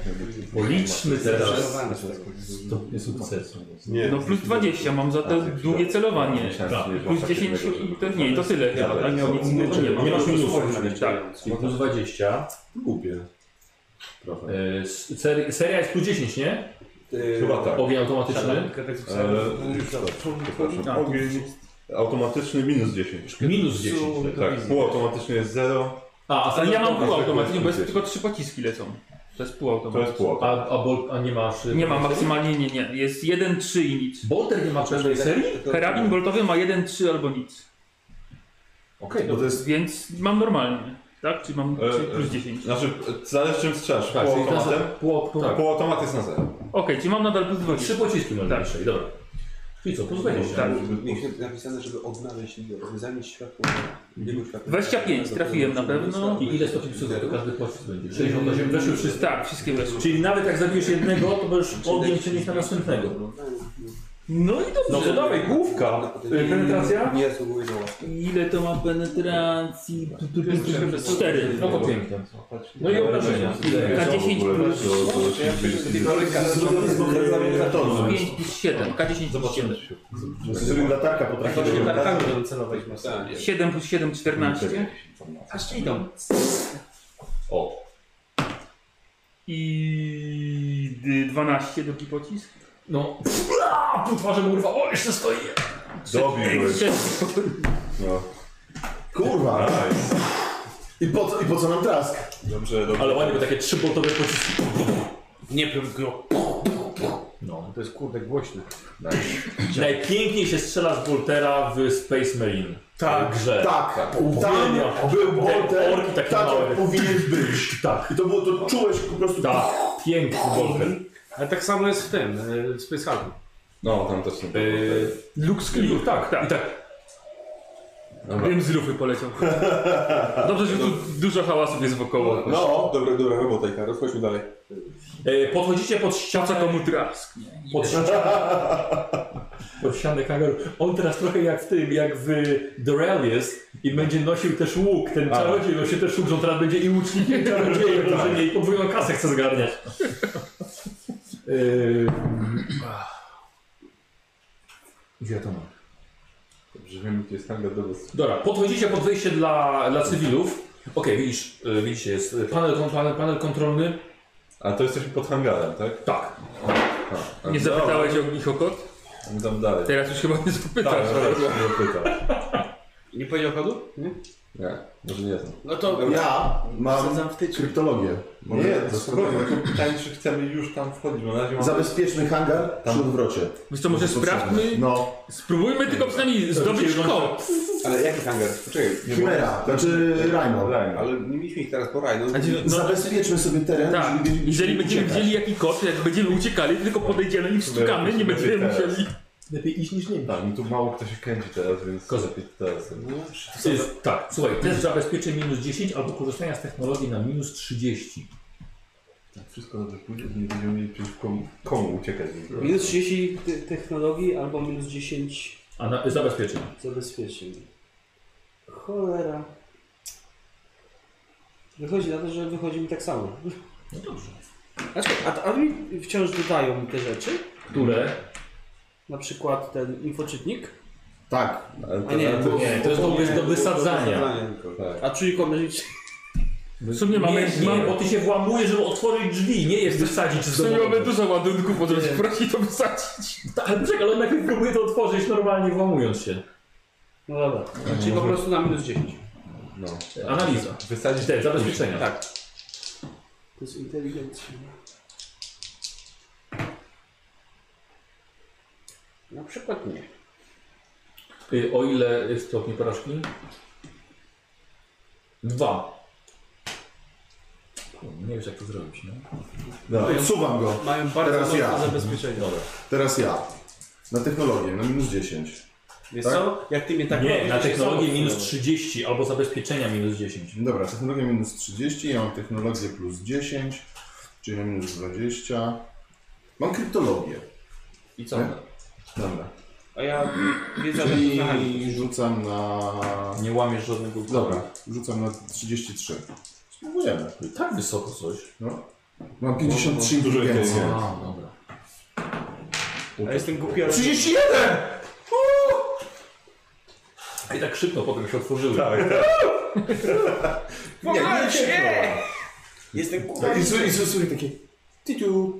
Speaker 1: Policzmy teraz.
Speaker 8: Zrezerwowane z tego.
Speaker 1: To jest sukces.
Speaker 5: Nie, tak,
Speaker 3: No plus 20 mam za to długie celowanie.
Speaker 1: Tak.
Speaker 3: Plus 10 i to nie, to tyle chyba. Tak miał nic innego
Speaker 6: Znaczy,
Speaker 3: nie ma.
Speaker 1: Nie masz minusów.
Speaker 8: Tak.
Speaker 1: Czyli plus 20.
Speaker 5: Głupie. Trochę.
Speaker 1: Yy, s- ser- seria jest plus 10, nie?
Speaker 5: Chyba tak.
Speaker 1: Ogień automatyczny.
Speaker 5: Ale
Speaker 2: No
Speaker 5: już tak, przepraszam. Ogień. Automatyczny minus 10.
Speaker 1: Minus 10.
Speaker 5: Tak, półautomatyczny jest 0,
Speaker 1: A, a,
Speaker 3: Ale ja mam
Speaker 5: Bez
Speaker 3: pół automatycznie, bo jest
Speaker 5: tego
Speaker 3: tylko trzy pociski lecą. To jest pół
Speaker 5: to jest
Speaker 3: automatyczne.
Speaker 1: a,
Speaker 5: półautomatyczny.
Speaker 1: a, bol, a nie masz... y,
Speaker 3: Nie ma maksymalnie, nie, nie. Jest 1, 3 i nic.
Speaker 1: Bolter nie ma pewnej serii?
Speaker 3: Karabin boltowy ma 1, 3 albo nic.
Speaker 1: Okej, no
Speaker 5: Bo to jest...
Speaker 3: Więc mam normalnie. Tak? Czyli mam
Speaker 5: E,
Speaker 3: czy
Speaker 5: e,
Speaker 3: plus 10. Okej,
Speaker 5: Znaczy, zależy czym strzelasz.
Speaker 1: tak, czyli teraz-
Speaker 5: Półautomatem?
Speaker 1: pół, pół, tak.
Speaker 5: Półautomat jest na 0.
Speaker 3: czyli mam nadal plus
Speaker 1: Trzy
Speaker 3: 20.
Speaker 1: pociski masz
Speaker 3: Tak.
Speaker 1: tak. dobra. Czyli co, plus 20.
Speaker 3: Tak.
Speaker 8: Mieliśmy napisane, żeby odnaleźć i zamieć światło. biegu światła.
Speaker 3: 25 trafiłem na pewno.
Speaker 1: I ile stopni psów to każdy pocisk będzie? 68, weszły wszyscy.
Speaker 3: Tak, wszystkie weszły.
Speaker 1: Czyli nawet jak zabijesz jednego, to będziesz ogniem przenieść na następnego.
Speaker 3: No i dobrze.
Speaker 1: No to dawaj, główka. Y, Penetracja?
Speaker 8: Nie, to były żoła.
Speaker 3: Ile to ma penetracji? 4.
Speaker 1: No to pięknie. No i obrażenia. Ile?
Speaker 3: K10 plus
Speaker 4: Kartonu.
Speaker 3: 5 plus 7. K10 plus 7.
Speaker 4: Z którym latarka potrafi
Speaker 8: Właśnie tartami docelować masz.
Speaker 3: 7 plus 7, 14.
Speaker 8: Aż ci idą.
Speaker 5: O,
Speaker 3: I d- 12 drugi pocisk.
Speaker 1: No. Po twarzy mu urwa. O, jeszcze stoi.
Speaker 5: dobiłeś.
Speaker 3: Trzeci
Speaker 5: No,
Speaker 4: Kurwa!
Speaker 5: nice.
Speaker 4: I po, co- I po co nam trask?
Speaker 5: Dobrze, dobrze.
Speaker 1: Ale ładnie, bo takie trzy boltowe pociski.
Speaker 8: Nie pył go.
Speaker 1: No.
Speaker 8: To jest kurde głośne.
Speaker 1: Najpiękniej się strzela z Boltera w Space Marine. Tak. Grze.
Speaker 4: Tak,
Speaker 1: Uwielbiam.
Speaker 4: tam był bolter,
Speaker 1: orki
Speaker 4: tak
Speaker 1: takie
Speaker 4: jak
Speaker 1: małe.
Speaker 4: powinien być.
Speaker 1: Tak.
Speaker 4: I to było, to czułeś po prostu...
Speaker 1: Tak. Piękny Bolter.
Speaker 2: Ale tak samo jest w tym, e, w Space Hulku.
Speaker 5: No, tam też są.
Speaker 1: Yy, Luke Skywalker, tak, tak. I tak.
Speaker 3: Wiem z lufy poleciał. Dobrze, że tu dużo hałasów jest wokoło.
Speaker 5: No, dobra, dobra robota, Ikaro, chodźmy dalej.
Speaker 1: E, podchodzicie pod
Speaker 3: Po co
Speaker 1: ścianę,
Speaker 3: komu trask?
Speaker 1: pod ścianę, pod ścianę kangaru. On teraz trochę jak w tym, jak w The Rail jest i będzie nosił też łuk, ten czarodziej nosi też łuk, że on teraz będzie i łucznikiem, i
Speaker 3: Tak.
Speaker 1: czarodziejem, to, że nie, i podwójną kasę chce zgarniać. E, Gdzie to ma?
Speaker 5: Dobrze, wiem, gdzie jest hangar do was.
Speaker 1: Dobra, podchodzicie pod wejście dla, dla cywilów. Okej, widzisz, e, widzicie, jest e, panel, kon- panel, panel kontrolny.
Speaker 5: A to jesteśmy pod hangarem, tak?
Speaker 1: Tak.
Speaker 5: A,
Speaker 3: Nie zapytałeś o ich okot?
Speaker 5: no, Tam dalej.
Speaker 3: Teraz już chyba nie zapytasz.
Speaker 5: Tak, tak, nie pytam.
Speaker 8: Nie powiedział kodu?
Speaker 5: Nie, może nie znam.
Speaker 8: No to
Speaker 4: Ja mam
Speaker 8: Mam w tyczu.
Speaker 4: kryptologię.
Speaker 5: Nie, to spokojnie, tylko pytanie, czy chcemy już tam wchodzić, bo na razie mamy...
Speaker 4: Zabezpieczny hangar przy odwrocie.
Speaker 3: Wiesz co, może sprawdźmy,
Speaker 4: No,
Speaker 3: spróbujmy tylko przynajmniej zdobyć kot.
Speaker 6: Ale jaki hangar? Poczekaj. nie było-
Speaker 4: Chimera, znaczy Rhino.
Speaker 5: Dajmy, ale...
Speaker 6: Ale nie mieliśmy ich teraz po Rhino.
Speaker 4: Zabezpieczmy sobie teren,
Speaker 3: Tak,
Speaker 4: żeby wiedzieć,
Speaker 3: jeżeli
Speaker 4: gdzie
Speaker 3: będziemy
Speaker 4: uciekać.
Speaker 3: widzieli jaki kot, jak będziemy uciekali, tylko podejdziemy i wstukamy, nie będziemy musieli...
Speaker 4: Lepiej iść niż nie iść.
Speaker 5: Tak, no tu mało kto się kręci teraz, więc...
Speaker 1: Kozak.
Speaker 5: Teraz.
Speaker 1: Jest, tak, słuchaj, test zabezpieczeń minus 10 albo korzystania z technologii na minus 30.
Speaker 5: Jak Wszystko dobrze pójdzie, to nie będziemy mieli przeciwko komu uciekać.
Speaker 8: Minus 30 te- technologii albo minus 10
Speaker 1: A na, zabezpieczeń.
Speaker 8: zabezpieczeń. Cholera. Wychodzi na to, że wychodzi mi tak samo.
Speaker 1: No dobrze.
Speaker 8: Znaczy, a, a mi wciąż dodają mi te rzeczy.
Speaker 1: Które?
Speaker 8: Na przykład ten infoczytnik.
Speaker 4: Tak.
Speaker 5: Ale
Speaker 8: A nie,
Speaker 5: to...
Speaker 1: Nie, to jest do, bez, do wysadzania.
Speaker 5: Tak.
Speaker 8: A trójkomyślnik.
Speaker 3: W sumie mamy...
Speaker 1: Nie, nie, bo ty się włamujesz, żeby otworzyć drzwi, nie jest wysadzić
Speaker 3: W
Speaker 1: z
Speaker 3: sumie
Speaker 1: domu.
Speaker 3: mamy dużo ładunków, od razu prosi to wysadzić.
Speaker 1: Tak, ale czekaj, ale on najpierw próbuje to otworzyć normalnie włamując się.
Speaker 8: No dobra. Czyli po prostu na minus 10.
Speaker 5: No.
Speaker 1: Analiza.
Speaker 5: Wysadzić
Speaker 1: Te zabezpieczenia. Tak.
Speaker 8: To jest inteligencja. Na przykład nie.
Speaker 1: Y, O ile jest stopni porażki? Dwa. Kurwa, Nie wiesz jak to zrobić, no.
Speaker 4: No, odsuwam go.
Speaker 2: Mają bardzo
Speaker 4: Teraz
Speaker 2: mocne
Speaker 4: ja.
Speaker 2: zabezpieczenie.
Speaker 4: Teraz ja. Na technologię, na minus 10.
Speaker 2: Wiesz
Speaker 4: Tak?
Speaker 2: co? Jak ty mnie tak
Speaker 1: Nie,
Speaker 2: robisz,
Speaker 1: na
Speaker 2: to się
Speaker 1: technologię
Speaker 2: samo
Speaker 1: minus
Speaker 2: wsunę.
Speaker 1: 30 albo zabezpieczenia minus 10.
Speaker 4: Dobra, technologia minus 30, ja mam technologię plus 10, czyli mam minus 20. Mam kryptologię.
Speaker 8: I co?
Speaker 4: Nie? Dobra.
Speaker 6: A ja wiedza, że
Speaker 4: Czyli
Speaker 6: to znałem.
Speaker 4: rzucam na...
Speaker 1: Nie łamiesz żadnego
Speaker 4: Dobra, rzucam na 33. Spróbujemy. No.
Speaker 1: Tak wysoko coś.
Speaker 4: Mam 53
Speaker 5: Dużo
Speaker 4: inteligencji.
Speaker 5: więcej.
Speaker 1: A, dobra.
Speaker 2: A jestem głupi, ale...
Speaker 4: 31!
Speaker 1: I tak szybko potem się otworzyły.
Speaker 5: Tak, tak.
Speaker 4: Nie, nie, nie.
Speaker 8: Jestem kurwa.
Speaker 4: Tak, I słuchaj, i słuchaj takie... Tyciu.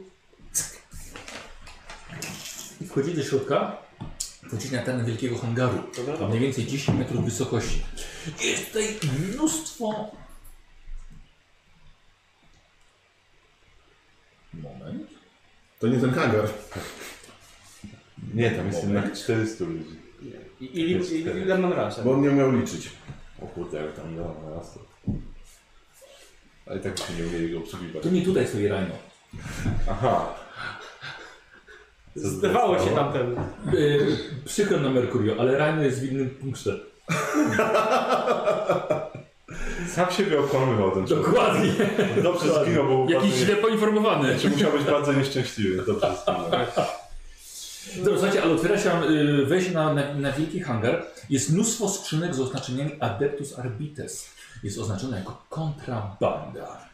Speaker 1: Wchodzi do środka, wchodzi na ten wielkiego hangaru. Tam mniej więcej 10 metrów wysokości. Jest tutaj mnóstwo... Moment.
Speaker 4: To nie ten hangar.
Speaker 5: Nie, tam jest jednak 400 ludzi.
Speaker 8: I, i, i, ile mam raz?
Speaker 4: Bo on nie miał liczyć.
Speaker 5: O kurde, ale tam miałem na nas. Ale tak byśmy nie umieli go obsługiwać.
Speaker 1: To nie tutaj sobie rajno.
Speaker 5: Aha. Co
Speaker 2: Zdawało się tamten.
Speaker 1: Yy, przykro na Merkurio, ale rajno jest w innym punkcie.
Speaker 5: Sam siebie okłamywał ten człowiek.
Speaker 1: Dokładnie.
Speaker 5: Dobrze zginął, bo był
Speaker 3: Jakiś
Speaker 5: bardzo
Speaker 3: źle poinformowany.
Speaker 5: nie... Musiał być bardzo nieszczęśliwy. Dobrze zginął.
Speaker 1: Dobra, słuchajcie, ale otwiera się y, wejście na, na, na wielki hangar. Jest mnóstwo skrzynek z oznaczeniami Adeptus Arbites. Jest oznaczone jako kontrabanda.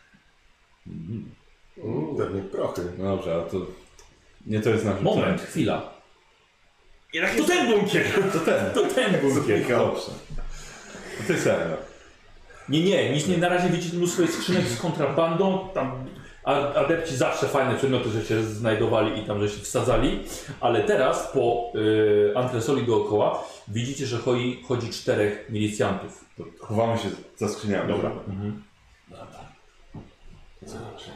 Speaker 4: Mm, Pewnie prochy.
Speaker 5: No dobrze, ale to... Nie to jest nasz
Speaker 1: Moment, chwila. To ten bunkier!
Speaker 5: To ten.
Speaker 1: To ten bunkier!
Speaker 5: Dobrze. To ty serio.
Speaker 1: Nie, nie, nic nie, na razie widzicie mnóstwo jest skrzynek z kontrabandą, tam a- adepci zawsze fajne przedmioty, że się znajdowali i tam, że się wsadzali, ale teraz po y, antresoli dookoła widzicie, że chodzi, chodzi czterech milicjantów.
Speaker 5: To chowamy się za skrzyniami. Dobra.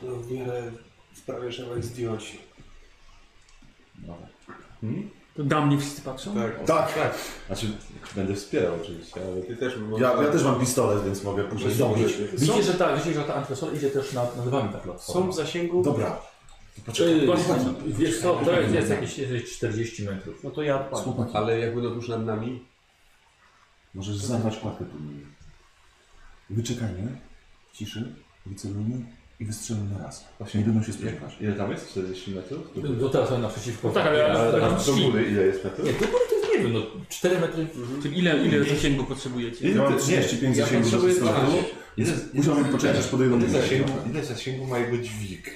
Speaker 6: No w miarę sprawia, że was zdjąć.
Speaker 3: To na mnie wszyscy patrzą?
Speaker 4: Tak.
Speaker 5: Znaczy, będę wspierał oczywiście, ale...
Speaker 6: Ty też bym
Speaker 4: Ja, ja też mam pistolet, więc mogę później zdążyć.
Speaker 1: Widzicie, że ta, widzicie, że ta antresola idzie też nad, nad wami ta platforma.
Speaker 2: Są w zasięgu.
Speaker 4: Dobra.
Speaker 1: Yy, wiesz co, to jest, jest jakieś jest 40 metrów.
Speaker 2: No to ja odpadam.
Speaker 6: Ale jakby no tuż nad nami.
Speaker 4: Możesz zabrać kładkę pod nimi. Wyczekajmy, ciszy, wycelujmy i wystrzelmy na raz.
Speaker 5: Właśnie.
Speaker 4: będą się
Speaker 5: Ile tam jest? 40 metrów? Tu-
Speaker 1: No To teraz one naprzeciwko.
Speaker 3: Tak, ale-
Speaker 5: Ale
Speaker 3: ale-
Speaker 5: tam do góry ile jest metrów?
Speaker 1: Nie, to góry to jest, nie wiem, no 4 metry.
Speaker 3: Czyli ile, ile zasięgu potrzebujecie?
Speaker 5: Ile
Speaker 4: Ja mam
Speaker 5: ty-
Speaker 4: 35 zasięgu do
Speaker 6: potrzebuję
Speaker 4: pistoletu.
Speaker 5: Ile,
Speaker 4: Musiałbym poczekać, aż podejdą do
Speaker 5: ile,
Speaker 4: mnie.
Speaker 5: zasięgu, ile zasięgu ma jego dźwig?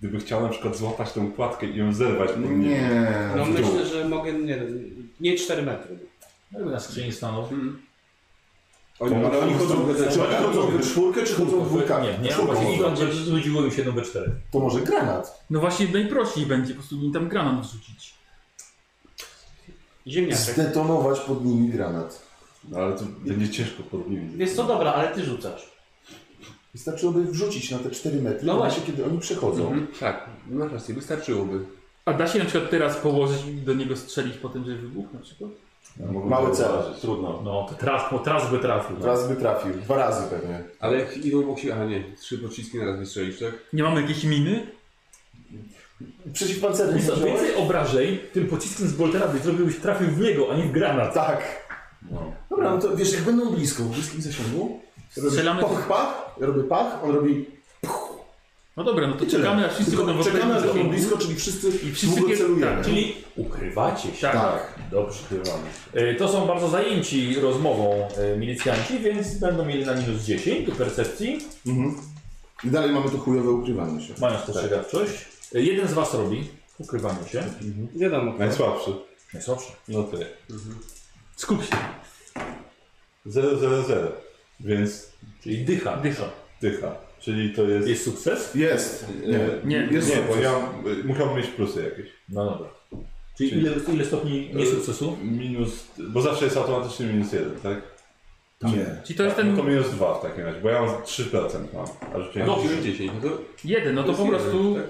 Speaker 5: Gdyby chciał na przykład złapać tą kładkę i ją zerwać. to
Speaker 4: Nie.
Speaker 8: No
Speaker 5: w dół.
Speaker 8: myślę, że mogę, nie wiem, nie 4 metry.
Speaker 1: No, Jakby na skrzyni stanął.
Speaker 6: Oni,
Speaker 4: ale oni chodzą- Czy oni chodzą we czwórkę, czy chodzą w dwójkę?
Speaker 1: Nie, nie,
Speaker 4: Czwórką
Speaker 1: właśnie
Speaker 4: chodzą.
Speaker 1: idą, że znudziło im się do 4
Speaker 4: To może granat.
Speaker 3: No właśnie najprościej będzie po prostu im tam granat rzucić.
Speaker 4: tak.
Speaker 2: Ziemniaczek.
Speaker 4: Zdetonować pod nimi granat.
Speaker 5: No ale to będzie ciężko pod nimi.
Speaker 8: Jest to dobra, ale ty rzucasz.
Speaker 4: Wystarczyłoby wrzucić na te 4 metry,
Speaker 8: No
Speaker 4: w momencie, kiedy oni przechodzą.
Speaker 6: Mhm, tak, no właśnie, wystarczyłoby.
Speaker 3: A da się na przykład teraz położyć i do niego strzelić potem, żeby wybuchł na przykład?
Speaker 5: Mogą
Speaker 4: Mały cel.
Speaker 5: zauważyć. Trudno.
Speaker 1: No, to traf, no, traf by trafił. No.
Speaker 4: Raz by trafił, dwa razy pewnie.
Speaker 6: Ale jak idą obok siebie, a nie, trzy pociski na raz wystrzelisz, tak?
Speaker 3: Nie mamy jakiejś miny?
Speaker 4: Przeciwpancerny
Speaker 1: Wiesz co,
Speaker 4: wziąłeś?
Speaker 1: więcej obrażeń tym pociskiem z Boltera byś zrobił, byś trafił w niego, a nie w granat.
Speaker 4: Tak. Dobra, no to wiesz, jak będą blisko, w bliskim zasięgu,
Speaker 3: Strzelamy-
Speaker 4: robię pach, pach, robię pach, on robi
Speaker 3: No dobra, no to
Speaker 4: Tyle.
Speaker 3: czekamy aż wszyscy
Speaker 4: Tylko
Speaker 3: będą w
Speaker 4: czekamy, aż
Speaker 3: odpowiednim
Speaker 4: będą
Speaker 3: zasięgu.
Speaker 4: blisko, czyli wszyscy
Speaker 3: I wszyscy
Speaker 4: długo
Speaker 3: pier-
Speaker 4: celujemy.
Speaker 3: tak,
Speaker 1: Czyli ukrywacie się.
Speaker 3: Tak.
Speaker 1: Dobrze. E, To są bardzo zajęci rozmową e, milicjanci, więc będą mieli na minus 10 do percepcji,
Speaker 4: Mhm. I dalej mamy to chujowe ukrywanie się.
Speaker 1: mając spostrzegawczość. E, Jeden z was robi ukrywanie się.
Speaker 8: Wiadomo.
Speaker 5: Najsłabszy.
Speaker 1: Najsłabszy.
Speaker 5: No ty.
Speaker 3: Skup się.
Speaker 5: 0, 0, 0. Więc
Speaker 1: Czyli dycha. Dycha.
Speaker 5: dycha. Czyli to jest...
Speaker 1: Jest sukces?
Speaker 4: Jest. Nie,
Speaker 3: Nie,
Speaker 4: jest
Speaker 5: nie, bo
Speaker 4: sukces.
Speaker 5: ja y, musiałbym mieć plusy jakieś.
Speaker 1: No dobra. Czyli,
Speaker 5: Czyli-
Speaker 1: ile, ile stopni niesukcesu?
Speaker 5: Minus... Bo zawsze jest automatycznie minus 1, tak?
Speaker 4: Nie.
Speaker 3: Czyli to jest
Speaker 5: No to
Speaker 3: ten
Speaker 5: minus 2 w takim razie, bo ja mam 3% mam. A rzuciłem
Speaker 1: No,
Speaker 5: trzy.
Speaker 6: 10, no to
Speaker 3: jeden, no to
Speaker 6: jest
Speaker 3: po
Speaker 6: jeden,
Speaker 3: prostu...
Speaker 6: tak.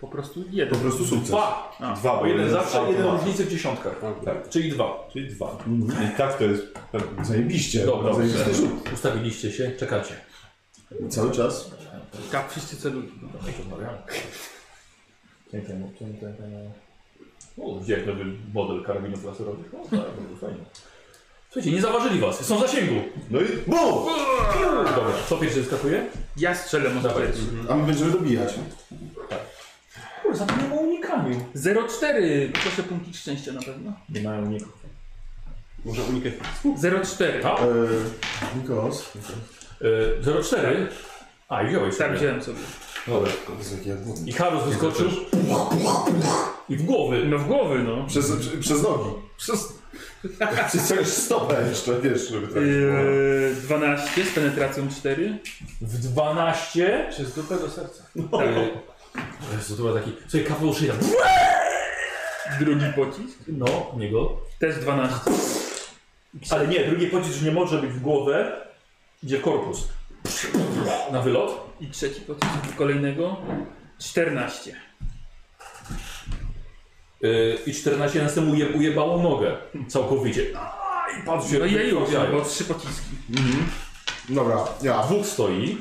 Speaker 3: Po prostu
Speaker 4: Po
Speaker 3: jeden.
Speaker 4: prostu sukces.
Speaker 1: Dwa.
Speaker 3: A.
Speaker 5: Dwa, bo
Speaker 1: Bo jeden
Speaker 5: jest
Speaker 1: zawsze, jeden
Speaker 5: automat.
Speaker 1: różnicy w dziesiątkach.
Speaker 5: Tak,
Speaker 1: Czyli dwa.
Speaker 5: czyli dwa. I tak to jest pewnie.
Speaker 4: Zajebiście.
Speaker 1: Dobra,
Speaker 4: Zajebisty rzut.
Speaker 1: Ustawiliście się, czekacie.
Speaker 4: Cały czas.
Speaker 3: Tak, wszyscy celują.
Speaker 1: No Ten, ten, ten, ten, ten. O, gdzie jak nowy model karabinów laserowych? O, tak, bardzo fajnie. Słuchajcie, nie zauważyli was, są w zasięgu.
Speaker 5: No i
Speaker 4: BUM!
Speaker 1: Dobra, co pierwszy skakuje?
Speaker 3: Ja strzelę może
Speaker 1: Dawaj.
Speaker 3: powiedzieć.
Speaker 4: A my będziemy dobijać.
Speaker 1: Kurwa, zapomniałem o uniku. Kamil.
Speaker 3: 04, proszę punktów szczęścia na pewno.
Speaker 1: Nie mają niku.
Speaker 6: Może unikać.
Speaker 3: 04.
Speaker 1: Tak?
Speaker 4: Eee, Nikos,
Speaker 1: E, 04. A, i wziąłeś
Speaker 3: Tak,
Speaker 1: sobie.
Speaker 3: wziąłem sobie.
Speaker 1: Dobra.
Speaker 4: to jest jak ja głodny.
Speaker 1: I Karus wyskoczył. I w głowy.
Speaker 3: No w głowy, no.
Speaker 4: Przez, prze- przez nogi. Przez... Przez całą stopę jeszcze, wiesz, żeby tak...
Speaker 3: Yy, 12 z penetracją 4.
Speaker 1: W 12.
Speaker 12: Przez dupę do serca.
Speaker 3: Tak.
Speaker 1: Jezu, to był taki. Słuchaj, kawał szyja.
Speaker 3: Drugi pocisk.
Speaker 1: No, niego.
Speaker 3: Też 12.
Speaker 1: Ale nie, drugi pocisk nie może być w głowę, gdzie korpus. Na wylot.
Speaker 3: I trzeci pocisk do kolejnego. 14.
Speaker 1: Yy, I 14 następnie uje, ujebało nogę. Całkowicie. A, I padł się.
Speaker 3: No i ja już, no,
Speaker 1: trafiają.
Speaker 3: bo trzy pociski.
Speaker 4: Dobra,
Speaker 1: A
Speaker 4: ja.
Speaker 1: dwóch stoi.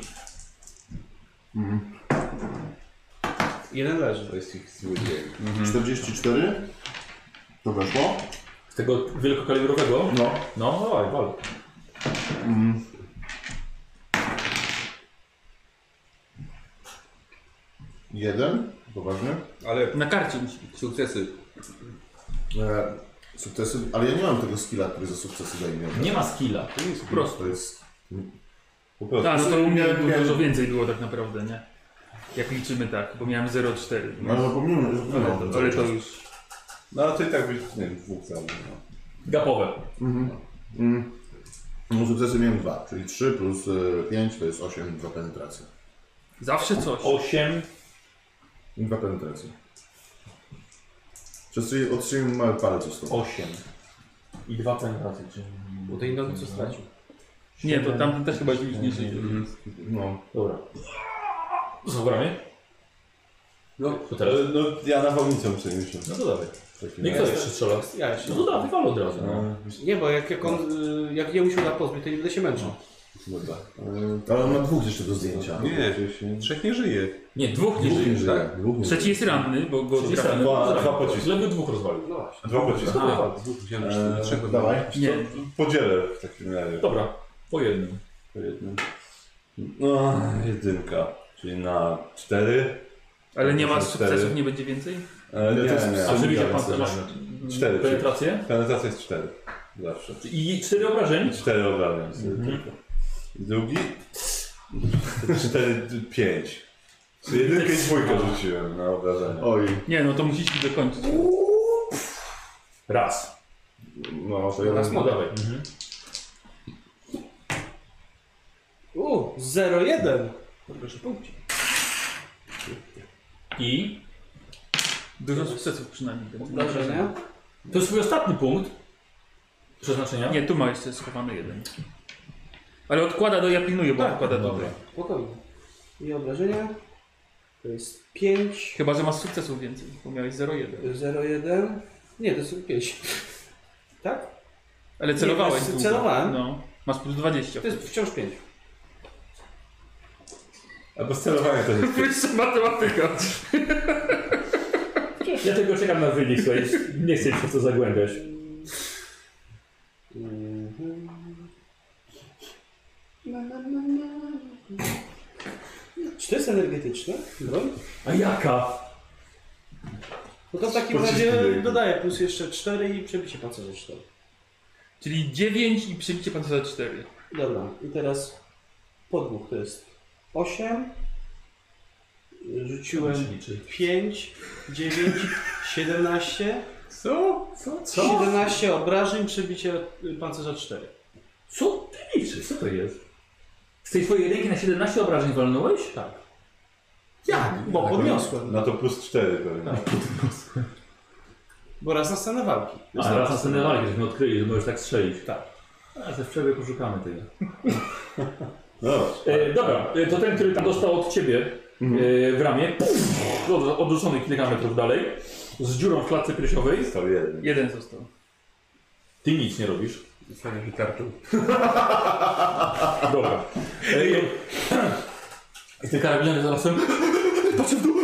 Speaker 12: Jeden leży.
Speaker 5: To jest ich złodziej.
Speaker 4: 44. To weszło?
Speaker 1: Z tego wielkokalibrowego.
Speaker 4: No. Mm.
Speaker 1: No, dawaj, wal.
Speaker 4: Jeden. Poważnie.
Speaker 6: Ale
Speaker 3: Na karcie musi być.
Speaker 6: sukcesy.
Speaker 4: E, sukcesy, ale ja nie mam tego skilla, który za sukcesy daje mi.
Speaker 1: Nie ma skilla.
Speaker 3: Prosto.
Speaker 4: To jest...
Speaker 5: Po prostu.
Speaker 3: A, Mhm. no to u mnie
Speaker 4: Miałem-
Speaker 3: dużo
Speaker 4: miałem-
Speaker 3: więcej było tak naprawdę, nie? Jak liczymy tak, bo miałem 0,4.
Speaker 4: No, ale zapomniałem, że
Speaker 3: Ale,
Speaker 4: zapomniałem.
Speaker 3: ale to już...
Speaker 5: No a to i tak byś, nie wiem, dwóch cały. No.
Speaker 1: Gapowe.
Speaker 4: Mm. No, sukcesy miałem dwa, czyli 3 plus 5 to jest 8, 2 penetracje.
Speaker 3: Zawsze coś.
Speaker 1: 8.
Speaker 4: I Dwa penetracje. Przez co je- odstrzeliłem mały palec z tobą.
Speaker 1: 8. I dwa penetracje. czyli-
Speaker 8: Bo tej nogi co stracił.
Speaker 3: Nie, to tamten też chyba już nie żyje.
Speaker 4: No.
Speaker 1: Dobra. Co w ramię?
Speaker 6: No,
Speaker 1: To
Speaker 5: E,
Speaker 1: teraz.
Speaker 5: no ja na wałnicę muszę mieć.
Speaker 1: No to dawaj.
Speaker 5: Takie-
Speaker 1: Nie kto jeszcze strzela?
Speaker 8: No Ja się.
Speaker 1: No to dawaj, wal od razu. No.
Speaker 5: No,
Speaker 8: Nie, bo jak, jak on, y, jak jemu się uda pozbyć, to nie będę się męczył.
Speaker 5: Dobra.
Speaker 4: Ale on ma dwóch jeszcze do zdjęcia.
Speaker 5: Nie, że się...
Speaker 6: Trzech nie żyje.
Speaker 1: Nie, dwóch nie
Speaker 4: Dwóch
Speaker 1: żyje.
Speaker 4: nie żyje. Dwóch nie
Speaker 3: Trzeci
Speaker 4: żyje.
Speaker 3: jest ranny, bo go
Speaker 1: Jest
Speaker 3: trafił.
Speaker 1: ranny.
Speaker 5: Dwa-
Speaker 1: Tak.
Speaker 5: dwa pociski.
Speaker 1: Lewy dwóch rozwalił.
Speaker 8: No właśnie.
Speaker 5: Dwa pociski.
Speaker 1: Aha.
Speaker 6: Dwóch wziąłem,
Speaker 4: Eee,
Speaker 6: trzech odwaliłem.
Speaker 4: dawaj.
Speaker 3: Nie,
Speaker 5: Podzielę w takim razie.
Speaker 1: Dobra, po jednym.
Speaker 5: Po jednym. No, jedynka. Czyli na cztery.
Speaker 3: ale nie ma
Speaker 5: Cztery.
Speaker 3: sukcesów, nie będzie więcej?
Speaker 5: E, nie,
Speaker 4: to jest
Speaker 5: nie.
Speaker 1: A żeby jak pan
Speaker 5: Cztery.
Speaker 1: masz
Speaker 5: Cztery.
Speaker 1: penetrację?
Speaker 5: Penetracja jest cztery. Zawsze.
Speaker 1: I cztery obrażeń?
Speaker 5: I cztery obrażam sobie tylko. Drugi. Cztery, d- pięć. Czyli Jedynkę i dwójkę rzuciłem na obrażenia.
Speaker 4: Oj,
Speaker 3: Nie, no to musisz dokończyć.
Speaker 1: Raz.
Speaker 4: no to jeden.
Speaker 1: No dawaj.
Speaker 8: U, 0-1. Proszę punkcie.
Speaker 1: I?
Speaker 3: Dużo sukcesów przynajmniej.
Speaker 8: Dobrze, nie?
Speaker 1: To jest twój ostatni punkt przeznaczenia?
Speaker 3: Nie, tu ma jeszcze schowany jeden. Ale odkłada do, ja pilnuję, bo odkłada do.
Speaker 8: Spokojnie. I obrażenia. To jest 5,
Speaker 3: Chyba, że masz sukcesów więcej, bo miałeś 0,1.
Speaker 8: 0,1. Nie, to są 5. Tak?
Speaker 3: Ale celowałeś
Speaker 8: Nie,
Speaker 3: długo.
Speaker 8: celowałem.
Speaker 3: No. Masz plus 20.
Speaker 8: To jest wciąż 5.
Speaker 5: A bez celowania to jest.
Speaker 3: wyższa matematyka.
Speaker 1: Ja tylko czekam na wynik, słuchaj. Nie chcę się w to zagłębiać.
Speaker 8: Czy to jest energetyczne? Broń?
Speaker 1: A jaka?
Speaker 8: No to w takim
Speaker 5: Pociski
Speaker 8: razie
Speaker 5: były.
Speaker 8: dodaję plus jeszcze 4 i przebicie pancerza 4.
Speaker 3: Czyli 9 i przebicie pancerza 4.
Speaker 8: Dobra, i teraz po dwóch to jest 8. Rzuciłem 5, 9, 17.
Speaker 3: Co?
Speaker 1: Co?
Speaker 8: 17 obrażeń, przebicie y, pancerza 4.
Speaker 1: Co ty liczysz? Co to jest? Z tej twojej ręki na 17 obrażeń walnąłeś? Tak. Jak? Tak.
Speaker 8: Bo podniosłem.
Speaker 5: Na to plus cztery pewnie.
Speaker 8: Bo raz na scenę walki.
Speaker 1: A raz na scenę walki, żeśmy odkryli, że możesz tak strzelić. Tak. A ze wczoraj poszukamy tego.
Speaker 5: No,
Speaker 1: E, dobra, e, to ten, który tam dostał od ciebie e, w ramię, pff, od- odrzucony kilka metrów dalej, z dziurą w klatce piersiowej,
Speaker 5: został jeden.
Speaker 3: Jeden został.
Speaker 1: ty nic nie robisz.
Speaker 6: Fajnie wytarczył.
Speaker 1: Dobra. E, I ten karabiner zaraz sobie... Patrzę w dół.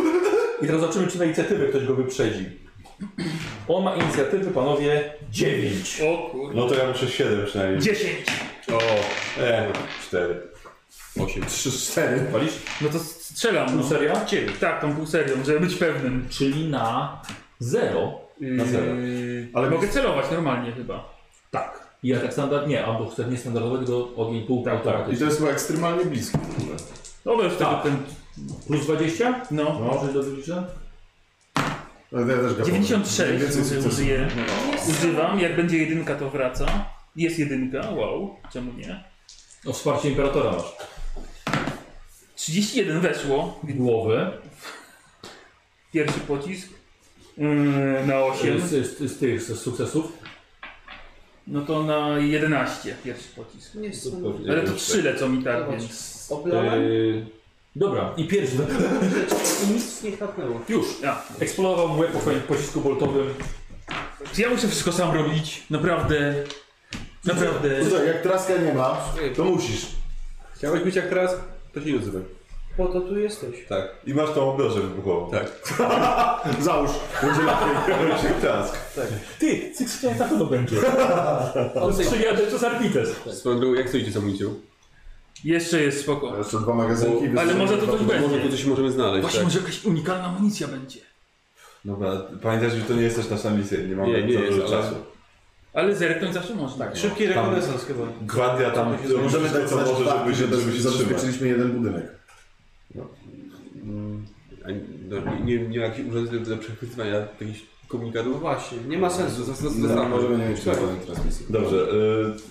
Speaker 1: I teraz zobaczymy, czy na inicjatywę ktoś go wyprzedzi. On ma inicjatywy, panowie, 9.
Speaker 3: O kur...
Speaker 5: No to ja muszę siedem przynajmniej.
Speaker 3: 10.
Speaker 5: O, e, cztery.
Speaker 1: 8.
Speaker 4: 3, 4.
Speaker 1: Palisz?
Speaker 3: No to strzelam.
Speaker 1: Pół
Speaker 3: No.
Speaker 1: seria?
Speaker 3: Tak, tą półserią, żeby być pewnym.
Speaker 1: Czyli na 0.
Speaker 3: Na
Speaker 5: zero.
Speaker 3: Ale yy, mogę celować normalnie chyba. Tak.
Speaker 1: Ja tak standard nie, albo chcę nie standardowy, tylko ogień pół, półtora.
Speaker 4: I to jest chyba ekstremalnie blisko w ogóle.
Speaker 3: Dobra, wtedy
Speaker 1: Tak.
Speaker 3: ten...
Speaker 1: Plus 20?
Speaker 3: No.
Speaker 1: Może do wyliczenia?
Speaker 4: Ale ja też gadam.
Speaker 3: 96
Speaker 4: No. Więcej
Speaker 3: uży-
Speaker 4: sukcesów.
Speaker 3: użyję. Używam. Jak będzie jedynka, to wraca. Jest jedynka, wow. Czemu nie?
Speaker 1: O wsparcie imperatora masz.
Speaker 3: 31 weszło.
Speaker 1: Głowy.
Speaker 3: Pierwszy pocisk. Yy, na 8.
Speaker 1: Z, z, z tych z sukcesów.
Speaker 3: No to na 11 pierwszy pocisk.
Speaker 8: Nie jest
Speaker 3: Ale to 3 lecą mi tak,
Speaker 8: Zobacz.
Speaker 3: więc...
Speaker 8: Oblałem?
Speaker 1: Yy, dobra, i pierwszy.
Speaker 8: I nic nie kapnęło.
Speaker 1: Już.
Speaker 3: A,
Speaker 1: Eksplodował mu łeb po swoim pocisku boltowym.
Speaker 3: Czy ja muszę wszystko sam robić? Naprawdę. Naprawdę.
Speaker 4: Słuchaj, No tak, jak traska nie ma, to musisz.
Speaker 6: Chciałeś być jak teraz? To się nie odzywaj.
Speaker 8: Po to tu jesteś.
Speaker 5: Tak. I masz tą obrożę wybuchową.
Speaker 6: Tak.
Speaker 4: Załóż, będzie lepiej.
Speaker 5: Kończyk task.
Speaker 1: Ty, Six chciałem tak to będzie. Przyjadę to z Arbites.
Speaker 6: Swoją drogą, jak stoicie z amunicją?
Speaker 3: Jeszcze jest spoko.
Speaker 4: Jeszcze dwa magazynki. i
Speaker 3: Ale
Speaker 4: wystrzelisz
Speaker 3: może to
Speaker 4: dwa
Speaker 3: coś
Speaker 4: punkty.
Speaker 6: Może tu
Speaker 3: będzie.
Speaker 6: coś możemy znaleźć,
Speaker 3: Właśnie
Speaker 6: tak?
Speaker 3: może jakaś unikalna amunicja będzie.
Speaker 5: Dobra, pamiętaj, że to nie jest też nasza misja, nie mamy
Speaker 6: Nie, nie
Speaker 5: za
Speaker 6: jest,
Speaker 5: dużo
Speaker 6: ale-
Speaker 5: czasu.
Speaker 3: Ale zerknąć zawsze można. Tak.
Speaker 2: Szybki rekonesans chyba.
Speaker 5: Gwardia tam
Speaker 4: To Możemy
Speaker 5: to,
Speaker 4: dać
Speaker 5: co
Speaker 4: znać,
Speaker 5: może, żeby,
Speaker 4: tak, że
Speaker 5: żeby się trzymać.
Speaker 4: zabezpieczyliśmy jeden budynek.
Speaker 6: A no, nie, nie, nie ma jakichś urządzeń do przechwytywania jakichś komunikatów?
Speaker 8: No Właśnie, nie ma sensu.
Speaker 4: No, możemy nie mieć
Speaker 6: Tak.
Speaker 4: żadnej transmisji.
Speaker 5: Dobrze,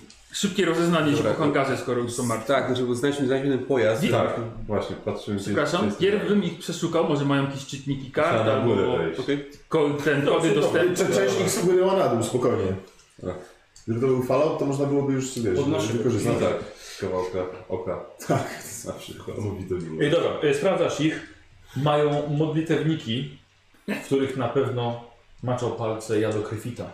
Speaker 5: y,
Speaker 3: Szybkie rozeznanie się
Speaker 6: Dobra,
Speaker 3: po hangarze, skoro już są martwi.
Speaker 6: Tak, znaczy, bo znajdźmy, znajdźmy ten pojazd.
Speaker 3: Wi-
Speaker 5: tak, właśnie, patrzymy... gdzie- gdzie
Speaker 3: Przepraszam,
Speaker 5: jest-
Speaker 3: pierw bym ich przeszukał, może mają jakieś czytniki
Speaker 5: Trzeba
Speaker 3: kart
Speaker 5: na
Speaker 3: albo
Speaker 5: górę wejść.
Speaker 6: Okej.
Speaker 3: ko- ten kody dostępne.
Speaker 4: Cze- Część ich spłynęła na dół, spokojnie.
Speaker 5: Tak.
Speaker 4: Gdyby to był fallout, to można byłoby już sobie
Speaker 8: Podnoszę.
Speaker 5: No
Speaker 4: wykorzystać.
Speaker 5: tak, kawałka oka. Tak, na przykład. Mówi do
Speaker 1: Ej,
Speaker 5: miło.
Speaker 1: dobra, e, sprawdzasz ich. Mają modlitewniki, w których na pewno maczał palce jadokryfita.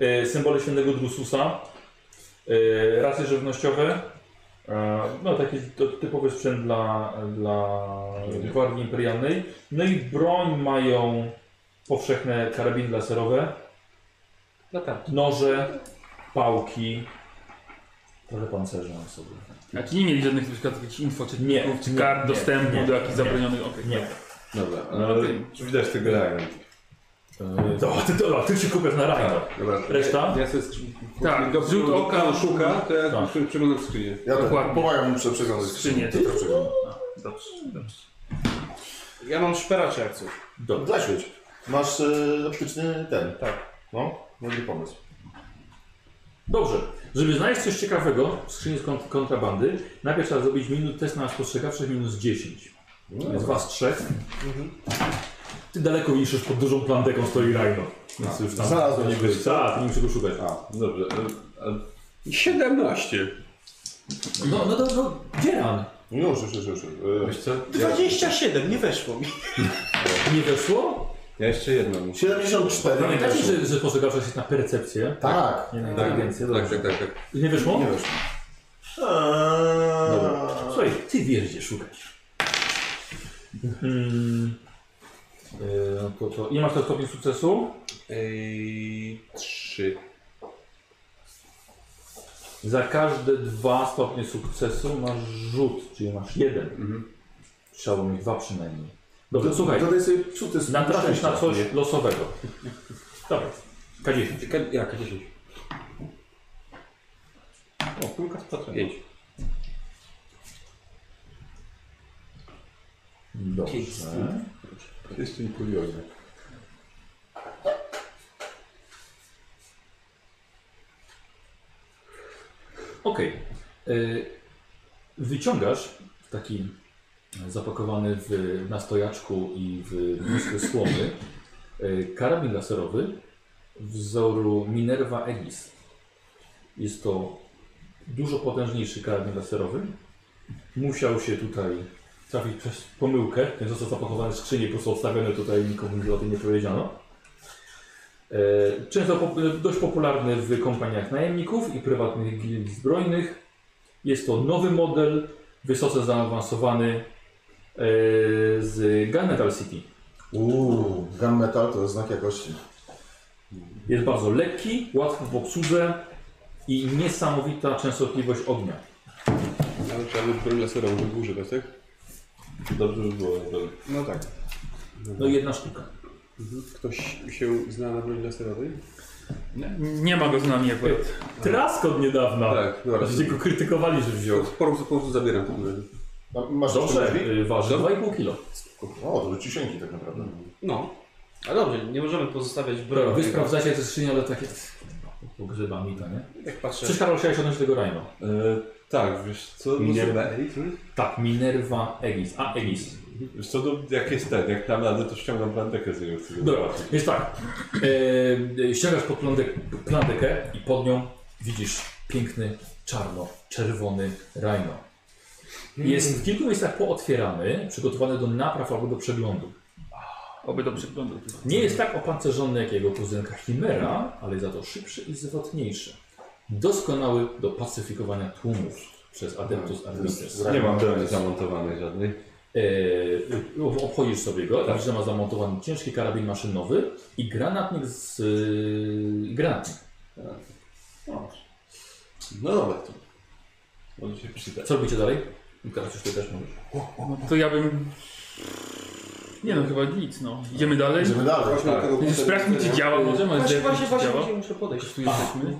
Speaker 1: E, Symbole świętego Drususa, e, rasy żywnościowe, e, no taki to, typowy sprzęt dla, dla Gwardii Imperialnej. No i broń mają powszechne karabiny laserowe,
Speaker 8: Latarki.
Speaker 1: noże, pałki, trochę pancerza na sobie.
Speaker 3: A czy nie mieli żadnych na przykład jakichś info
Speaker 1: Nie,
Speaker 3: czytników, czy
Speaker 1: nie,
Speaker 3: kart
Speaker 1: nie,
Speaker 3: dostępu
Speaker 1: nie,
Speaker 3: do jakichś
Speaker 1: nie.
Speaker 3: zabronionych okej.
Speaker 1: Nie.
Speaker 5: Dobra, No, ale czy widać tego Ryan?
Speaker 1: Eee, Dobra, ty, dobra, ty się kupiasz na rajno.
Speaker 6: Dobra.
Speaker 1: Reszta?
Speaker 6: Ja sobie skrzyn...
Speaker 3: Tak,
Speaker 6: do,
Speaker 3: rzut oka.
Speaker 6: szuka, to ja
Speaker 1: Tak.
Speaker 6: tak. przeglądam skrzynię.
Speaker 4: Ja tak
Speaker 3: Dokładnie.
Speaker 4: pomagam mu prze- przeglądać
Speaker 3: Skrzynię.
Speaker 4: To przeglądam.
Speaker 3: Dobrze, dobrze.
Speaker 2: Ja mam szperacze jak coś.
Speaker 1: Dobra.
Speaker 4: Zaświeć. Masz e, optyczny ten. Tak. No, dobry pomysł.
Speaker 1: Dobrze. Żeby znaleźć coś ciekawego w skrzyni z kont- kontrabandy, najpierw trzeba zrobić minut test na spostrzegawczych minus 10. Z was trzech. Ty daleko niszysz pod dużą planteką stoi rajno. Więc już tam...
Speaker 4: Zaraz do niego
Speaker 1: Tak, ty nie musisz go szukać.
Speaker 5: A, dobrze. y, a-
Speaker 6: 17.
Speaker 1: No, no, no, no, dzieran.
Speaker 4: No Już, już, już, już. E,
Speaker 5: Wiesz co? Ja,
Speaker 2: 27, nie weszło mi.
Speaker 1: Nie weszło?
Speaker 5: ja jeszcze jedno muszę.
Speaker 4: 74.
Speaker 1: Pamiętacie, że, że spostrzegawczość No jest na percepcję?
Speaker 4: Tak.
Speaker 1: Nie na inteligencję, No,
Speaker 6: Tak,
Speaker 1: dobrze.
Speaker 6: tak, tak. tak.
Speaker 1: Nie weszło?
Speaker 4: Nie weszło. E,
Speaker 1: Słuchaj, ty wiesz gdzie szukać. Mm. Yy, to, to, ile masz teraz stopień sukcesu?
Speaker 6: Ej, 3.
Speaker 1: Za każde dwa stopnie sukcesu masz rzut, czyli masz jeden. Trzeba było mieć dwa przynajmniej. Dobrze, słuchaj,
Speaker 4: Dodaj sobie psu, Mhm. to jest
Speaker 1: natrafisz na coś
Speaker 4: szczęścia.
Speaker 1: losowego. Dobra, K10.
Speaker 6: Jaka 10?
Speaker 5: O, kulka spadła.
Speaker 6: 5.
Speaker 1: Dobrze.
Speaker 5: Jeszcze nie kuriozne.
Speaker 1: Okej. Y, Wyciągasz taki zapakowany w nastojaczku i w mnóstwo słomy y, karabin laserowy wzoru Minerva Aegis. Jest to dużo potężniejszy karabin laserowy. Musiał się tutaj trafić przez pomyłkę, więc został zapakowany w skrzynie, po prostu odstawiony tutaj, nikomu nic o tym nie powiedziano. E, Często po, dość popularny w kompaniach najemników i prywatnych gildii zbrojnych. Jest to nowy model, wysoce zaawansowany e, z Gunmetal City.
Speaker 4: Uuu, gunmetal to jest znak jakości.
Speaker 1: Jest bardzo lekki, łatwy w obsłudze, i niesamowita częstotliwość ognia.
Speaker 5: Ale trzeba mieć broń laserową, żeby używać, tak? Dobrze by było, naprawdę.
Speaker 6: No tak.
Speaker 1: No i jedna sztuka.
Speaker 6: Mhm. Ktoś się zna na broni laserowej?
Speaker 3: Nie ma go z nami akurat.
Speaker 1: Trask od niedawna.
Speaker 6: Tak, dobra.
Speaker 1: Żeście go krytykowali, że wziął.
Speaker 6: Po prostu, po prostu zabieram w takim razie.
Speaker 4: Ma- Masz
Speaker 1: Dobrze,
Speaker 4: jeszcze
Speaker 1: y, waży 2,5 kilo.
Speaker 4: drzwi? O, to wycisieńki tak naprawdę.
Speaker 8: No. A dobrze, nie możemy pozostawiać
Speaker 1: Dobra,
Speaker 8: broni.
Speaker 1: wy sprawdzacie te skrzynie, ale takie... Pogrzebami to, nie?
Speaker 8: Jak patrzę.
Speaker 1: Przecież Karol chciałeś odnieść do tego Rajma.
Speaker 5: E, tak, wiesz co... Egis?
Speaker 1: Tak, Minerva Egis. A, Egis.
Speaker 5: Wiesz co, no, jak jest ten, jak tam radę, to ściągam plantekę z niego. chcę
Speaker 1: Dobra,
Speaker 5: zobaczyć.
Speaker 1: więc tak. E, ściągasz pod plandek, plandekę i pod nią widzisz piękny, czarno-czerwony Rajno.
Speaker 4: Hmm.
Speaker 1: Jest w kilku miejscach pootwierany, przygotowany do napraw albo do przeglądu.
Speaker 3: Oby do przeglądu.
Speaker 1: Nie jest tak opancerzony jak jego kuzynka Chimera, ale za to szybszy i zwrotniejszy. Doskonały do pacyfikowania tłumów przez Adeptus Armites.
Speaker 5: Nie mam broni zamontowanej żadnej.
Speaker 1: Eee, ob- obchodzisz sobie go, także ma zamontowany ciężki karabin maszynowy i granatnik z... Yy, granatnik.
Speaker 5: No dobra, to... Może się przydać.
Speaker 1: Co robicie dalej? Teraz już ty też mówisz.
Speaker 3: To ja bym... Nie no, chyba nic, no. Idziemy dalej.
Speaker 1: Tak.
Speaker 4: Idziemy dalej.
Speaker 6: Chodźmy do tego punktu
Speaker 3: Sprawdźmy, czy
Speaker 6: widzenia.
Speaker 3: działa, może mamy
Speaker 8: No Właśnie,
Speaker 3: zerknąć,
Speaker 8: właśnie,
Speaker 3: czy
Speaker 8: właśnie,
Speaker 3: działa.
Speaker 8: właśnie muszę podejść.
Speaker 3: Tu jesteśmy.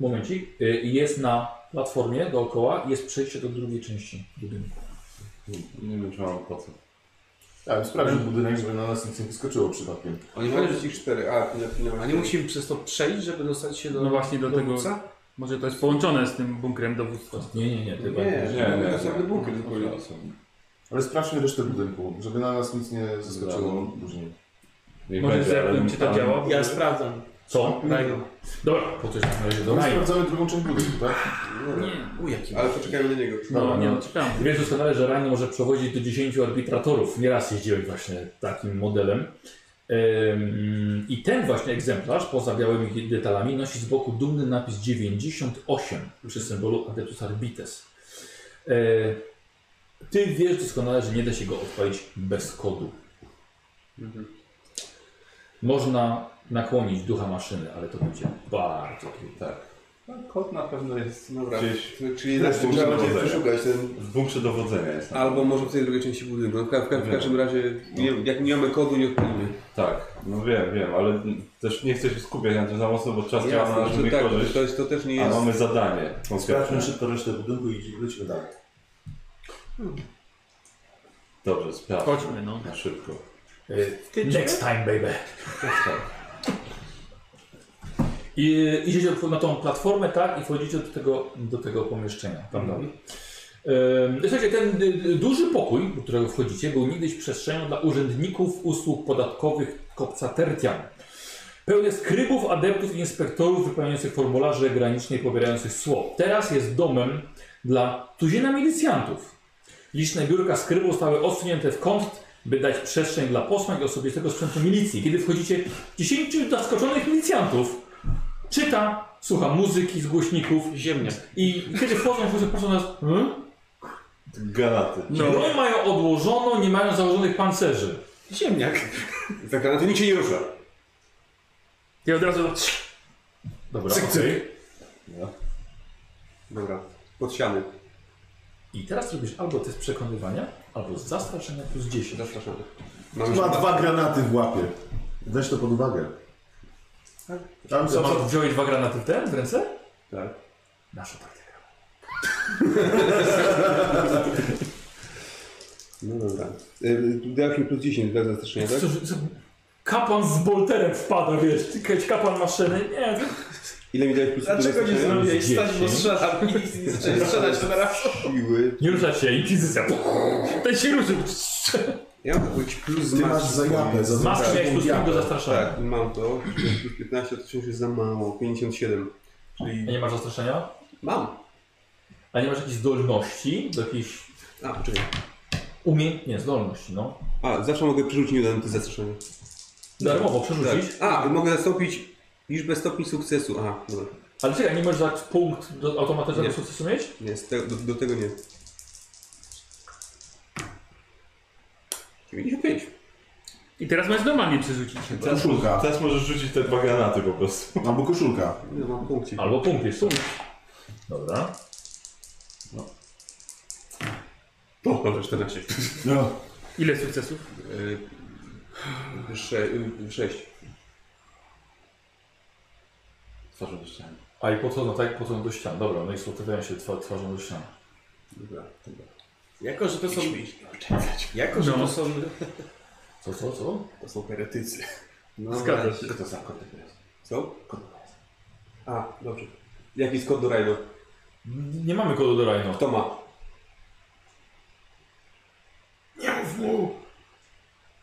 Speaker 1: Momencik. Eee, jest na platformie dookoła i jest przejście do drugiej części budynku.
Speaker 5: Nie wiem, czy mam po co.
Speaker 4: Tak, sprawdził budynek, żeby na nas nic nie wyskoczyło przypadkiem.
Speaker 6: Oni mają ich cztery, a pina, pina,
Speaker 8: A nie musimy przez to przejść, żeby dostać się do...
Speaker 3: No właśnie do tego...
Speaker 8: dowódca?
Speaker 3: Może to jest połączone z tym bunkrem dowództwa.
Speaker 1: Nie, nie, nie. Ty
Speaker 6: Nie, nie,
Speaker 5: nie,
Speaker 6: nie.
Speaker 5: nie.
Speaker 6: Osobny bunkier zupełnie.
Speaker 4: Ale sprawdźmy resztę budynku, żeby na nas nic nie zaskoczyło
Speaker 5: Dobra.
Speaker 4: później.
Speaker 5: Nie
Speaker 3: Może
Speaker 5: będzie, ale
Speaker 3: zerknąć, czy to
Speaker 5: tam-
Speaker 3: działa.
Speaker 8: Ja sprawdzam.
Speaker 1: Co?
Speaker 8: Dajmy.
Speaker 1: Dobra, po coś na razie do
Speaker 4: No
Speaker 1: Rajna.
Speaker 4: sprawdzamy drugą część budynku, tak?
Speaker 3: Nie.
Speaker 8: U, jaki
Speaker 6: Ale poczekajmy na niego.
Speaker 3: No, nie, no, czekamy.
Speaker 1: Wiesz doskonale, że Rani może przewozić do 10 arbitratorów. Nieraz jeździłem właśnie takim modelem. Ym, I ten właśnie egzemplarz, poza białymi detalami, nosi z boku dumny napis 98 przy symbolu Adeptus Arbites. Yy, Ty wiesz doskonale, że nie da się go odpalić bez kodu. Można nakłonić ducha maszyny, ale to będzie bardzo trudne.
Speaker 5: Tak.
Speaker 6: No, Kot na pewno jest
Speaker 5: Dobra. Gdzieś
Speaker 6: Czyli na
Speaker 5: Zresztą
Speaker 6: trzeba będzie
Speaker 5: dowodzenia.
Speaker 6: wyszukać ten
Speaker 5: w bunkrze dowodzenia jest. tam.
Speaker 6: Albo może w tej drugiej części budynku. No, w, ka- w, ka-
Speaker 5: Mhm.
Speaker 6: w każdym razie, nie,
Speaker 5: No.
Speaker 6: jak nie mamy kodu, nie odpalimy.
Speaker 5: Tak, no wiem, wiem, ale też nie chcę się skupiać na tym za mocno, bo czas działa na
Speaker 6: Jasne,
Speaker 5: naszą
Speaker 6: że tak,
Speaker 5: korzyść,
Speaker 6: to, jest, to też nie
Speaker 5: a
Speaker 6: jest...
Speaker 5: mamy zadanie konkretne.
Speaker 4: Sprawdźmy szybko resztę budynku i lecimy dalej.
Speaker 5: Dobrze, sprawdźmy.
Speaker 3: Chodźmy, no.
Speaker 5: Na szybko.
Speaker 1: Next time, baby. I idziecie na tą platformę, tak, i wchodzicie do tego, do tego pomieszczenia. Tam dalej. Ym, Słuchajcie, ten y, y, duży pokój, do którego wchodzicie, był niegdyś przestrzenią dla urzędników usług podatkowych kopca Tertian. Pełne skrybów, adeptów i inspektorów wypełniających formularze graniczne i pobierających słop. Teraz jest domem dla tuzina milicjantów. Liczne biurka skrybu zostały odsunięte w kąt, by dać przestrzeń dla posłań i osobistego sprzętu milicji. Kiedy wchodzicie, 10 zaskoczonych milicjantów czyta, słucha muzyki z głośników
Speaker 8: Ziemniak.
Speaker 1: i kiedy wchodzą, wchodzą, patrzą na nas, hmm?
Speaker 5: Granaty.
Speaker 3: No.
Speaker 1: broń mają odłożoną, nie mają założonych pancerzy.
Speaker 8: Ziemniak.
Speaker 6: Za granaty nikt się nie rusza.
Speaker 3: I od razu...
Speaker 1: Dobra,
Speaker 4: Cyk,
Speaker 1: okej.
Speaker 6: Dobra, pod ściany.
Speaker 1: I teraz robisz albo test przekonywania, albo z zastraszenia plus 10.
Speaker 6: Zastraszamy. Mamy
Speaker 4: Ma dwa granaty w łapie. Weź to pod uwagę. Tam są...
Speaker 1: Zobacz, wziąłeś dwa granaty w ten, w ręce?
Speaker 6: Tak.
Speaker 1: Nasza taktyka.
Speaker 6: No dobra. Y, Dałeś mi plus 10 dla zastraszenia, tak?
Speaker 1: Co, że- co, kapłan z bolterem wpada, wiesz, ty jakiś kapłan maszyny, nie,
Speaker 6: Ile mi dałeś plus
Speaker 13: Dlaczego nie
Speaker 6: zastraszenia?
Speaker 13: zrobiłeś stać, bo
Speaker 1: Dzieci.
Speaker 13: strzelam i nie zaczęli strzelać to teraz?
Speaker 6: Siły.
Speaker 1: nie rusza się, inkwizycja. Ten się ruszył.
Speaker 6: Ja mam jakiś plus z
Speaker 4: Ty masz za japę, za
Speaker 1: Masz
Speaker 4: za-
Speaker 1: miałeś plus
Speaker 4: japę.
Speaker 1: do zastraszenia.
Speaker 6: Tak, i mam to. Plus 15 to wciąż jest za mało. 57.
Speaker 1: A
Speaker 6: Czyli
Speaker 1: nie masz zastraszenia?
Speaker 6: mam.
Speaker 1: A nie masz jakiejś zdolności, do jakiejś
Speaker 6: A, poczekaj.
Speaker 1: umiejętności, nie, zdolności, no.
Speaker 6: A, zawsze mogę przerzucić nieudane zastraszenie.
Speaker 1: Darmowo przerzucić.
Speaker 6: Tak. A, mogę zastąpić liczbę stopni sukcesu. Aha, dobra.
Speaker 1: Ale czekaj, nie możesz za punkt do automatycznego
Speaker 6: Nie.
Speaker 1: sukcesu mieć?
Speaker 6: Nie, z te, do, do tego nie. 95.
Speaker 3: I teraz masz normalnie przerzucić.
Speaker 5: Teraz,
Speaker 4: Koszulka.
Speaker 5: teraz możesz rzucić te dwa granaty po prostu.
Speaker 4: Albo koszulka.
Speaker 6: No mam punkcie.
Speaker 1: Albo punkt jest. punkt.
Speaker 14: Dobra.
Speaker 6: O, dobrze, 14.
Speaker 3: Ile sukcesów?
Speaker 6: Yy, sze, yy, 6.
Speaker 5: Twarzą do ściany.
Speaker 1: A i po co, no tak, po co do ścian. Dobra, no i spotykają się twa- twarzą do ścian.
Speaker 6: Dobra, dobra.
Speaker 8: Jako, że to są... Jako, że
Speaker 3: No.
Speaker 8: to są...
Speaker 1: Co, co, co?
Speaker 6: To są heretycy. No
Speaker 3: Zgadza
Speaker 6: właśnie.
Speaker 3: się.
Speaker 5: Kto to za kod to jest?
Speaker 6: Co? A, dobrze. Jaki jest kod do Rhino?
Speaker 1: Nie mamy kodu do Rhino.
Speaker 6: Kto ma?
Speaker 5: Nie mów mu!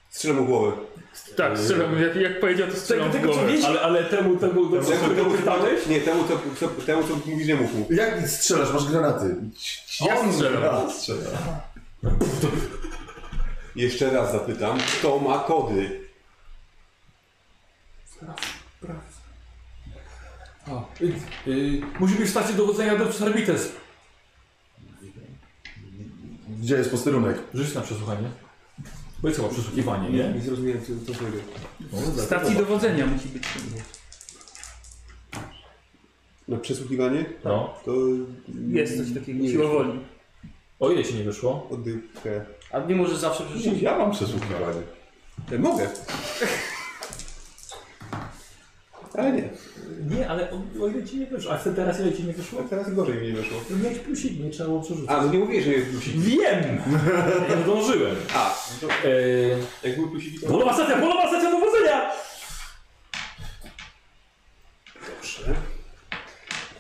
Speaker 6: Strzelę mu głowę.
Speaker 3: Tak, strzelam, jak, jak powiedział, to strzelam w głowę.
Speaker 1: Ale, ale temu, temu, temu,
Speaker 6: Temu, temu, pytałeś? Nie, temu, co, co, temu, co mówisz, nie mów mu.
Speaker 4: Jak nic strzelasz, masz granaty.
Speaker 3: Ja strzelam.
Speaker 4: A, strzela.
Speaker 6: Jeszcze raz zapytam, kto ma kody?
Speaker 1: Y, y, musi być w stacji dowodzenia Deptus Arbites.
Speaker 4: Gdzie jest posterunek?
Speaker 1: Rzuć na przesłuchanie. Bo jest chyba przesłuchiwanie, nie?
Speaker 6: Nie zrozumiałem, co, co powiedział.
Speaker 3: Stacji dowodzenia musi być.
Speaker 6: Na przesłuchiwanie?
Speaker 1: No.
Speaker 6: To...
Speaker 3: Jest coś takiego,
Speaker 6: Nie
Speaker 3: siła
Speaker 6: wiem.
Speaker 3: woli.
Speaker 1: O ile ci nie wyszło?
Speaker 6: Oddychę.
Speaker 15: A nie możesz zawsze przeczytać.
Speaker 5: Ja mam przesłuchiwanie.
Speaker 6: Ja E, mogę. Ale nie.
Speaker 1: Nie, ale o, o ile ci nie wyszło? A chcę teraz ile ci nie wyszło?
Speaker 6: Teraz gorzej mi nie wyszło.
Speaker 1: No miałeś plusik, nie trzeba było przerzucić.
Speaker 6: A, no nie mówię, że jest plusik.
Speaker 1: Wiem! Nie zdążyłem.
Speaker 6: A,
Speaker 1: Yy,
Speaker 6: jak był plusik, to...
Speaker 1: polowa stacja, polowa stacja dowodzenia!
Speaker 6: Dobrze.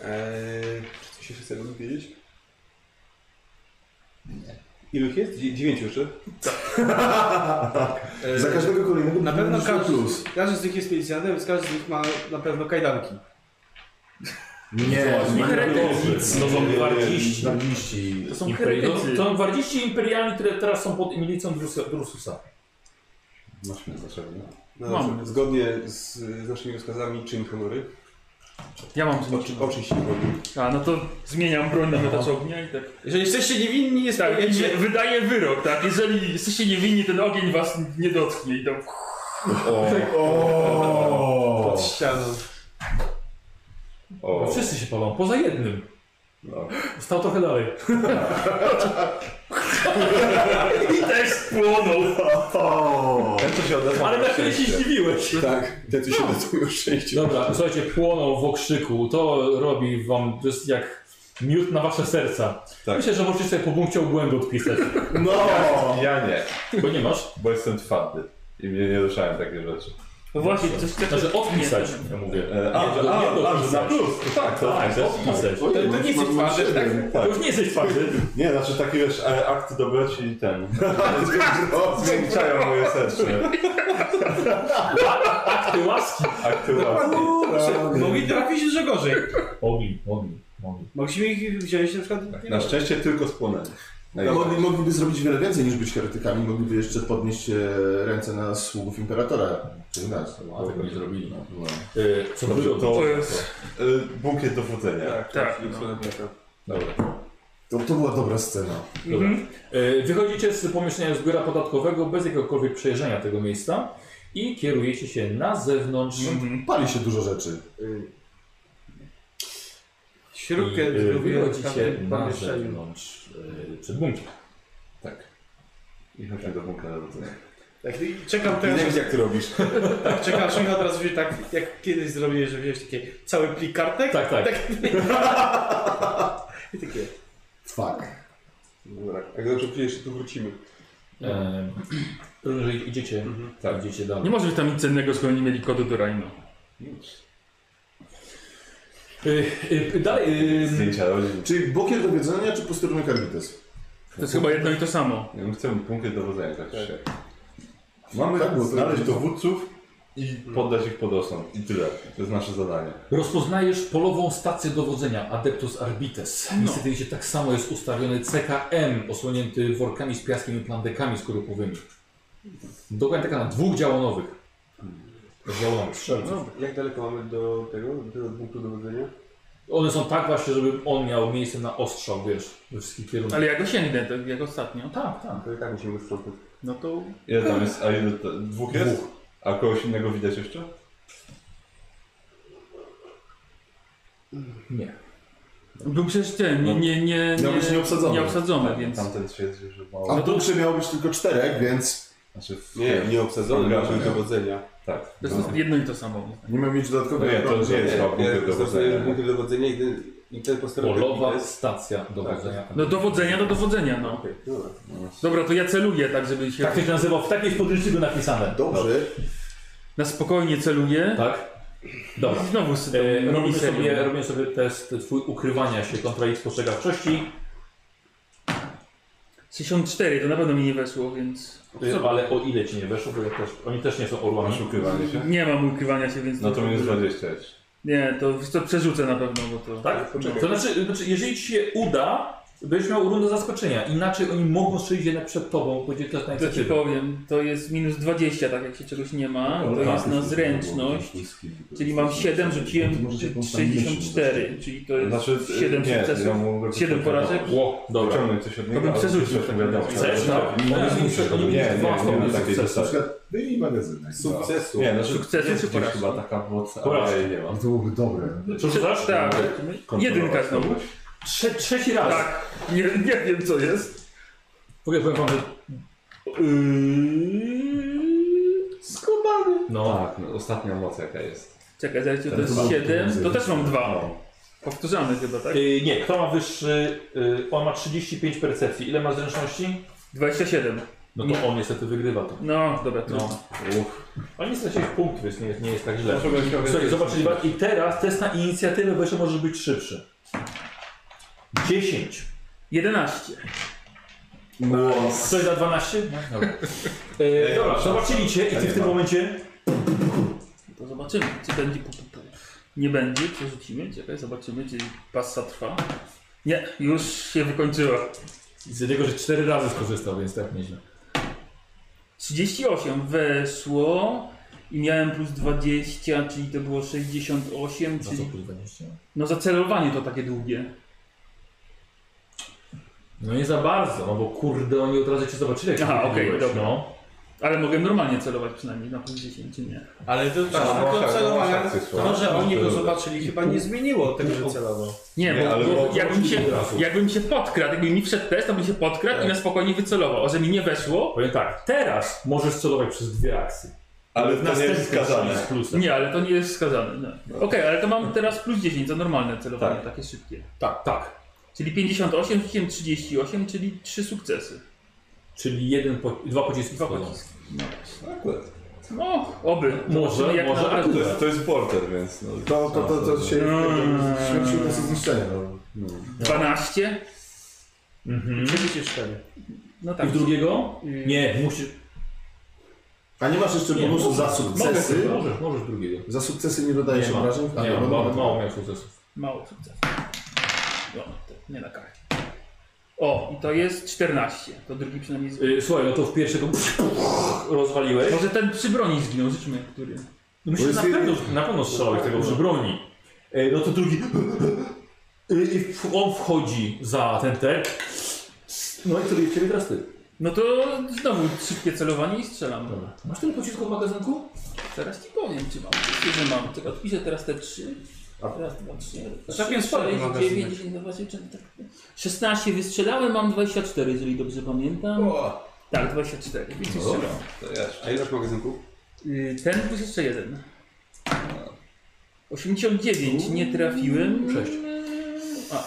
Speaker 6: Eee, czy coś jeszcze chcę wiedzieć? Ilu ich jest? Dzie- Dziewięciu jeszcze?
Speaker 4: Za każdego kolejnego
Speaker 8: Na pewno
Speaker 4: będziesz miał
Speaker 8: każdy,
Speaker 4: plus.
Speaker 8: każdy z nich jest milicjantem, więc każdy z nich ma na pewno kajdanki.
Speaker 4: Nie,
Speaker 1: No, heretycy. To No, są gwardziści.
Speaker 4: Nagiści.
Speaker 3: To są
Speaker 1: Imperi- no,
Speaker 3: heretycy.
Speaker 1: To są gwardziści imperialni, które teraz są pod milicją Drusu- Drususa.
Speaker 5: Masz mnie zaczęło.
Speaker 6: No,
Speaker 3: Mam.
Speaker 6: dobrze. Zgodnie z, z naszymi rozkazami czyn honory.
Speaker 3: Ja mam coś.
Speaker 6: Oczy, oczyść broń.
Speaker 3: A, no to zmieniam broń na miotacz ognia i tak.
Speaker 8: Jeżeli jesteście niewinni, jest
Speaker 3: Tak, i
Speaker 8: pojęcie...
Speaker 3: nie, wydaje wyrok, tak? Jeżeli jesteście niewinni, ten ogień was nie dotknie i to
Speaker 8: Pod ścianą.
Speaker 5: O,
Speaker 1: Wszyscy się palą, poza jednym. Stał trochę dalej.
Speaker 3: I też spłonął.
Speaker 6: Ten, co się odezwał
Speaker 5: tak
Speaker 1: Ale na
Speaker 6: na
Speaker 1: chwilę się
Speaker 6: szczęście.
Speaker 1: zdziwiłeś.
Speaker 6: Tak, ten, co się odezwał na szczęście.
Speaker 1: Dobra, słuchajcie, płoną w okrzyku. To robi wam, to jest jak miód na wasze serca.
Speaker 5: Tak.
Speaker 1: Myślę, że możecie sobie po punkcie obłędu odpisać,
Speaker 4: No!
Speaker 5: ja nie,
Speaker 1: bo nie masz.
Speaker 5: bo jestem twardy. I mnie nie ruszałem takie rzeczy.
Speaker 3: No właśnie, coś takiego.
Speaker 1: Znaczy odpisać, ja mówię.
Speaker 5: E,
Speaker 1: Nie, to nie
Speaker 5: a,
Speaker 1: dopisać.
Speaker 5: na plus! to Tak, to
Speaker 1: Tak, odpisać.
Speaker 4: To
Speaker 8: nie jesteś twardy, tak?
Speaker 1: To
Speaker 5: tak.
Speaker 1: już nie jesteś twardy.
Speaker 5: Nie, znaczy taki wiesz, e, akt dobroci i ten.
Speaker 6: Tak.
Speaker 5: Zmiękczają moje serce.
Speaker 1: Ty łaski.
Speaker 5: Akty łaski.
Speaker 8: Mogli trafić jeszcze gorzej.
Speaker 1: Mogli, mogli, mogli.
Speaker 8: Mogliśmy ich wziąć Tak, na przykład... Nie
Speaker 5: Na
Speaker 8: wiem.
Speaker 5: szczęście tylko spłonęli. Ej,
Speaker 4: No, mogli, mogliby zrobić wiele więcej niż być heretykami, mogliby jeszcze podnieść e, ręce na sługów imperatora. Czyli nas,
Speaker 1: A tego nie zrobili.
Speaker 4: No, no.
Speaker 1: Yy, co
Speaker 5: Dobrze,
Speaker 1: było?
Speaker 5: to
Speaker 3: To jest.
Speaker 5: e, bunkiet dowodzenia.
Speaker 6: Tak,
Speaker 3: Tak,
Speaker 6: tak.
Speaker 3: no.
Speaker 5: Dobra.
Speaker 4: To, to była dobra scena.
Speaker 1: Dobra. E, Wychodzicie z pomieszczenia z biura podatkowego bez jakiegokolwiek przejrzenia tego miejsca i kierujecie się na zewnątrz.
Speaker 8: Mm,
Speaker 3: Mhm.
Speaker 4: Pali się dużo rzeczy.
Speaker 8: Śrubkę
Speaker 1: I, e,
Speaker 8: zrobiłem w
Speaker 1: wychodzicie
Speaker 8: tamtym
Speaker 1: na
Speaker 8: pomieszczeniu.
Speaker 1: zewnątrz e, przed bunkiem. Tak.
Speaker 5: I chodźmy do bunkra dowodzenia.
Speaker 8: Tak, i czekam
Speaker 6: Nie
Speaker 8: teraz,
Speaker 6: wiem, jak ty robisz.
Speaker 8: tak, czekam, że Michał teraz wziął tak, jak kiedyś zrobiłeś, że wziąłeś takie cały plik kartek.
Speaker 1: Tak, tak.
Speaker 8: I takie,
Speaker 4: Fuck.
Speaker 6: Dobra, jak dobrze przyjdziesz, to tu wrócimy.
Speaker 1: E, rozumiem, że idziecie,
Speaker 8: Mhm.
Speaker 1: tak. idziecie dalej.
Speaker 3: Nie może być tam nic cennego, skoro nie mieli kodu do Rhino.
Speaker 1: E, e, dalej, e,
Speaker 5: Zdjęcia rodzin.
Speaker 4: Czyli bokier do wiedzenia, czy posterunek arbites?
Speaker 3: To jest chyba jedno i to samo.
Speaker 5: Ja bym Chcę bunkiet dowodzenia tak się. Mamy
Speaker 4: Tak, bo to-
Speaker 5: znaleźć dowódców i poddać ich pod osąd. I tyle. To jest nasze zadanie.
Speaker 1: rozpoznajesz polową stację dowodzenia Adeptus Arbites. Niestety widzicie, tak samo jest ustawiony CKM osłonięty workami z piaskiem i plandekami skorupowymi. Dokładnie taka na dwóch działonowych. Działonowych strzelców.
Speaker 6: Jak daleko mamy do tego, do tego punktu dowodzenia?
Speaker 1: One są tak właśnie, żeby on miał miejsce na ostrzał, wiesz, we wszystkich kierunkach.
Speaker 3: Ale ja go sięgnę, tak jak ostatnio.
Speaker 1: Tak, tak.
Speaker 6: To i tak musimy sprzątać.
Speaker 3: No to
Speaker 5: Ile tam jest? A ile to, dwóch jest? A kogoś innego widać jeszcze?
Speaker 1: Nie.
Speaker 3: Był przecież
Speaker 1: No.
Speaker 3: ten, nie, nie, nie,
Speaker 4: Miał być nieobsadzony.
Speaker 1: Tak,
Speaker 3: nieobsadzony, więc...
Speaker 5: Tamten twierdził, że
Speaker 4: A
Speaker 5: mało.
Speaker 4: w Dukrze miało być tylko czterech, więc
Speaker 5: Znaczy, w-
Speaker 6: Nie, nie obsadzony,
Speaker 5: Dobra,
Speaker 6: raczej
Speaker 5: nie.
Speaker 6: dowodzenia.
Speaker 5: Tak.
Speaker 3: To jest jedno i to samo.
Speaker 4: nie miał mieć
Speaker 5: No
Speaker 4: dodatkowej
Speaker 5: nie, to
Speaker 4: obrony.
Speaker 5: nie jest rok punkty
Speaker 6: Zostaje
Speaker 5: dowodzenia.
Speaker 6: punkty dowodzenia i ten, i ten
Speaker 8: Tak,
Speaker 1: Polowa
Speaker 6: posterunek.
Speaker 1: stacja dowodzenia.
Speaker 3: No dowodzenia do dowodzenia, no. Dobra, to ja celuję tak, żeby się...
Speaker 1: Tak to się nazywał, w takiej w podręczniku napisane.
Speaker 4: Dobrze.
Speaker 3: Na spokojnie celuję.
Speaker 1: Tak? Dobra.
Speaker 3: I Znowu z
Speaker 1: E,
Speaker 3: e,
Speaker 1: robimy, sobie, robimy sobie test twój ukrywania się kontra ich spostrzegawczości,
Speaker 3: 64, to na pewno mi nie weszło, więc...
Speaker 1: e, ale o ile ci nie weszło, bo ja też, oni też nie są orłami.
Speaker 5: Masz ukrywanie się?
Speaker 3: Nie mam ukrywania się, więc...
Speaker 5: No to minus 20 jest.
Speaker 3: Nie, to, to przerzucę na pewno, bo to...
Speaker 1: Tak? To znaczy, znaczy, jeżeli ci się uda, będziesz miał rundę zaskoczenia. Inaczej oni mogą strzelić jednak przed tobą, będzie to jest na
Speaker 3: To ci
Speaker 1: inicjatywę.
Speaker 3: powiem, to jest minus 20, tak jak się czegoś nie ma, to
Speaker 5: Tak,
Speaker 3: jest na
Speaker 5: jest
Speaker 3: zręczność, czyli mam 7, rzuciłem 64, czyli to jest
Speaker 5: Znaczy,
Speaker 3: 7
Speaker 5: nie,
Speaker 3: sukcesów,
Speaker 5: ja mogę
Speaker 3: 7 porażek.
Speaker 1: Ło, dobra.
Speaker 5: Wyciągnąć coś od niego,
Speaker 3: To bym
Speaker 5: ale
Speaker 3: przerzucił
Speaker 5: przecież
Speaker 3: tak
Speaker 5: wiadomo.
Speaker 1: Chcesz? No.
Speaker 5: Nie,
Speaker 1: Oni muszą- oni
Speaker 5: nie,
Speaker 1: mieli
Speaker 5: nie,
Speaker 1: dwa
Speaker 5: nie,
Speaker 1: stopnie
Speaker 5: na takiej
Speaker 1: sukcesu.
Speaker 4: Na
Speaker 5: zasadzie.
Speaker 4: przykład byli magazyny.
Speaker 6: Sukcesu.
Speaker 5: Nie, znaczy
Speaker 3: Sukcesy
Speaker 5: jest
Speaker 3: czy
Speaker 5: gdzieś
Speaker 3: porażki?
Speaker 5: chyba taka moc,
Speaker 1: Porażki.
Speaker 5: ale jej nie mam.
Speaker 4: To byłoby dobre.
Speaker 1: Co rzucasz?
Speaker 3: Tak, jedynka znowu.
Speaker 1: Trze trzeci raz.
Speaker 3: Tak, nie, nie wiem co jest.
Speaker 1: W ogóle powiem wam, że... Skubany. No.
Speaker 5: Tak, no, ostatnia moc jaka jest.
Speaker 3: Czekaj, zaraz, to jest 7, to też mam 2. Powtarzamy chyba, tak?
Speaker 1: Y, nie, kto ma wyższy... Y, on ma 35 percepcji. Ile ma zręczności?
Speaker 3: 27.
Speaker 1: No to on niestety wygrywa to.
Speaker 3: No, dobra, trudno.
Speaker 1: No. Oni stracili punkt, więc nie, nie jest tak źle.
Speaker 5: Proszę, weź trochę-
Speaker 1: Słuchaj, zobacz, Iwan, i teraz test na inicjatywę, bo jeszcze możesz być szybszy. 10.
Speaker 3: 11.
Speaker 1: Coś za 12? No, dobra. E, dobra, zobaczyli cię i ty w tym momencie...
Speaker 3: To zobaczymy, czy będzie pu, pu, pu. Nie będzie, przerzucimy, czekaj, zobaczymy, czy passa trwa. Nie, już się wykończyła.
Speaker 1: Z tego, że 4 razy skorzystał, więc tak nieźle.
Speaker 3: 38 weszło i miałem plus 20, czyli to było 68,
Speaker 1: Za co
Speaker 3: czyli...
Speaker 1: plus 20?
Speaker 3: No zacelowanie to takie długie.
Speaker 1: No nie za bardzo, no bo kurde, oni od razu cię zobaczyli, jak się
Speaker 3: Aha, okej,
Speaker 1: wychyliłeś,
Speaker 3: dobra.
Speaker 1: No.
Speaker 3: Ale mogę normalnie celować przynajmniej na plus 10, czy nie?
Speaker 8: Ale to
Speaker 5: Tak,
Speaker 8: tak,
Speaker 5: no,
Speaker 8: to
Speaker 5: tak,
Speaker 8: celowanie.
Speaker 5: no, tak, tak,
Speaker 8: To, że
Speaker 5: tak.
Speaker 8: oni go zobaczyli, chyba nie zmieniło tego, że celował.
Speaker 3: Nie,
Speaker 5: Nie,
Speaker 3: bo,
Speaker 5: ale
Speaker 3: bo
Speaker 5: mogę
Speaker 3: jakbym, się, jakbym się podkradł, jakby mi wszedł test, to bym się podkradł i na spokojnie wycelował. A że mi nie weszło?
Speaker 1: Powiem tak, teraz możesz celować przez dwie akcje.
Speaker 5: Ale to nie jest skazane.
Speaker 1: Z plusem.
Speaker 3: Nie, ale to nie jest wskazane. No. Okej, ale to mam teraz plus 10 za normalne celowanie, takie szybkie.
Speaker 1: Tak, tak.
Speaker 3: Czyli 58, rzuciłem 38, czyli 3 sukcesy.
Speaker 1: Czyli jeden po, dwa pociski
Speaker 3: Dwa
Speaker 1: wchodzą.
Speaker 3: pociski. No, oby. Zobaczymy,
Speaker 1: Może, może
Speaker 3: naprawdę-
Speaker 5: To jest, to jest border, więc no.
Speaker 4: To, to, to, to się
Speaker 3: Mm.
Speaker 4: śmierciło bez zniszczenia. no.
Speaker 3: 12?
Speaker 1: Mhm.
Speaker 8: 34.
Speaker 3: No
Speaker 1: I
Speaker 3: tak.
Speaker 1: w drugiego? Nie, musisz...
Speaker 4: A nie masz jeszcze
Speaker 1: Nie,
Speaker 4: bonusu za sukcesy?
Speaker 1: Możesz, możesz drugiego.
Speaker 4: Za sukcesy nie dodaje się
Speaker 1: ma.
Speaker 4: obrażeń? A,
Speaker 1: Nie,
Speaker 4: no,
Speaker 1: mam
Speaker 4: no,
Speaker 1: mało,
Speaker 4: no.
Speaker 1: mało miał sukcesów.
Speaker 3: Mało sukcesów. No, to nie na karę. O, i to jest 14. To drugi przynajmniej zginął.
Speaker 1: Y, Słuchaj, no to w pierwszego rozwaliłeś.
Speaker 3: Może ten przy broni zginął, życzmy, który.
Speaker 1: No myślę, że
Speaker 4: Bo
Speaker 1: na
Speaker 4: jest
Speaker 1: pewno, na pewno strzelałeś tego przy broni. E, No to drugi. I i w- on wchodzi za ten ter. No i sobie ciebie teraz ty.
Speaker 3: No to znowu szybkie celowanie i strzelam.
Speaker 1: Dobra. Masz tyle pocisków w magazynku?
Speaker 3: Teraz ci powiem, czy mam. Czy że mam. Czekaj, odpiszę teraz te 3. Raz, dwa,
Speaker 1: No,
Speaker 3: trzy.
Speaker 8: Całkiem spory magazynek.
Speaker 3: 9, 10, 12, 16 tak. wystrzelałem, mam 24, jeżeli dobrze pamiętam. Tak, 24. Więc strzelam.
Speaker 6: A ile masz magazynków?
Speaker 3: Y, Ten plus jeszcze jeden. 89, nie trafiłem.
Speaker 1: Sześć.
Speaker 3: A,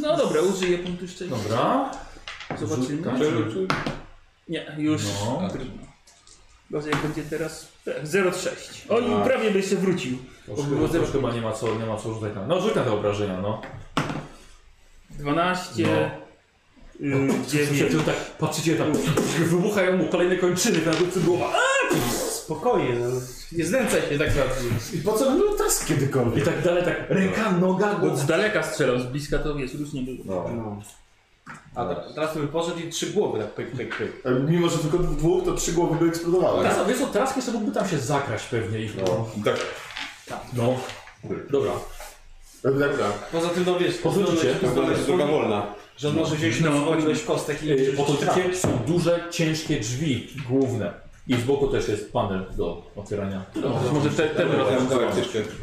Speaker 3: no dobra, użyję punktu szczęścia.
Speaker 1: Dobra.
Speaker 3: Zobaczymy.
Speaker 1: Rzucam.
Speaker 3: Nie, już.
Speaker 1: No.
Speaker 3: Trudno. Gorzej jak będzie teraz. tak, 0,6. Oj,
Speaker 1: Tak.
Speaker 3: prawie by się wrócił.
Speaker 1: Bo było zero, chyba nie ma co, nie ma co rzucać tam. No rzuć na te obrażenia, no.
Speaker 3: 12. No.
Speaker 1: Słyszycie,
Speaker 3: 9.
Speaker 1: tu tak, patrzycie tam, wybuchają mu kolejne kończyny, na końcu głowa.
Speaker 8: Spokojnie, no. nie znęcaj się tak bardzo.
Speaker 4: I po co był teraz
Speaker 1: I
Speaker 4: kiedykolwiek?
Speaker 1: tak dalej, tak, ręka, noga,
Speaker 3: Bo
Speaker 1: głowa.
Speaker 3: z daleka strzelał, z bliska to wiesz, różnie było.
Speaker 8: No. A te- teraz bym poszedł i trzy głowy tak pyk, pyk, pyk.
Speaker 4: E, Mimo, że tylko dwóch, to trzy głowy by eksplodowały.
Speaker 1: Teraz, a wiesz co, teraz jeszcze mógłby tam się zakraść pewnie i no.
Speaker 5: Tak,
Speaker 1: no. Dobra.
Speaker 4: E, Tak, tak.
Speaker 8: Poza tym, no wiesz,
Speaker 1: Pozwólcie.
Speaker 8: zdolność-
Speaker 6: To
Speaker 8: zdolność
Speaker 6: jest droga
Speaker 8: słoni-
Speaker 6: wolna.
Speaker 8: że on może wziąć
Speaker 3: No,
Speaker 8: no,
Speaker 3: chodźmy.
Speaker 8: ilość kostek i...
Speaker 1: Yy, Otoczycie są duże, ciężkie drzwi główne. I z boku też jest panel do otwierania.
Speaker 3: Może te, ten
Speaker 5: Dobra,
Speaker 3: razem.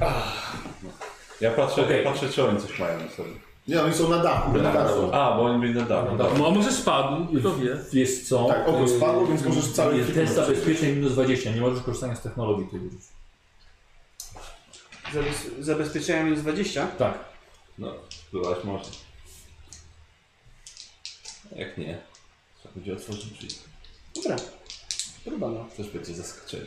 Speaker 5: ja patrzę,
Speaker 1: Okej.
Speaker 5: patrzę, czy oni coś mają na sobie.
Speaker 4: Nie, oni są na dachu, na dachu.
Speaker 5: A, bo oni byli na dachu.
Speaker 1: dachu.
Speaker 3: No, a może spadł, kto wie.
Speaker 1: Wiesz co? yy,
Speaker 4: Tak, oko spadło, więc możesz cały
Speaker 1: Jest test zabezpieczeń minus 20, nie możesz korzystania z technologii tych ludzi.
Speaker 8: Zabez- Zabezpieczenia minus 20.
Speaker 1: Tak.
Speaker 5: No, spływać może. Jak nie, trzeba będzie otworzyć drzwi.
Speaker 8: Dobra. Próba no.
Speaker 5: Też będzie zaskoczenie.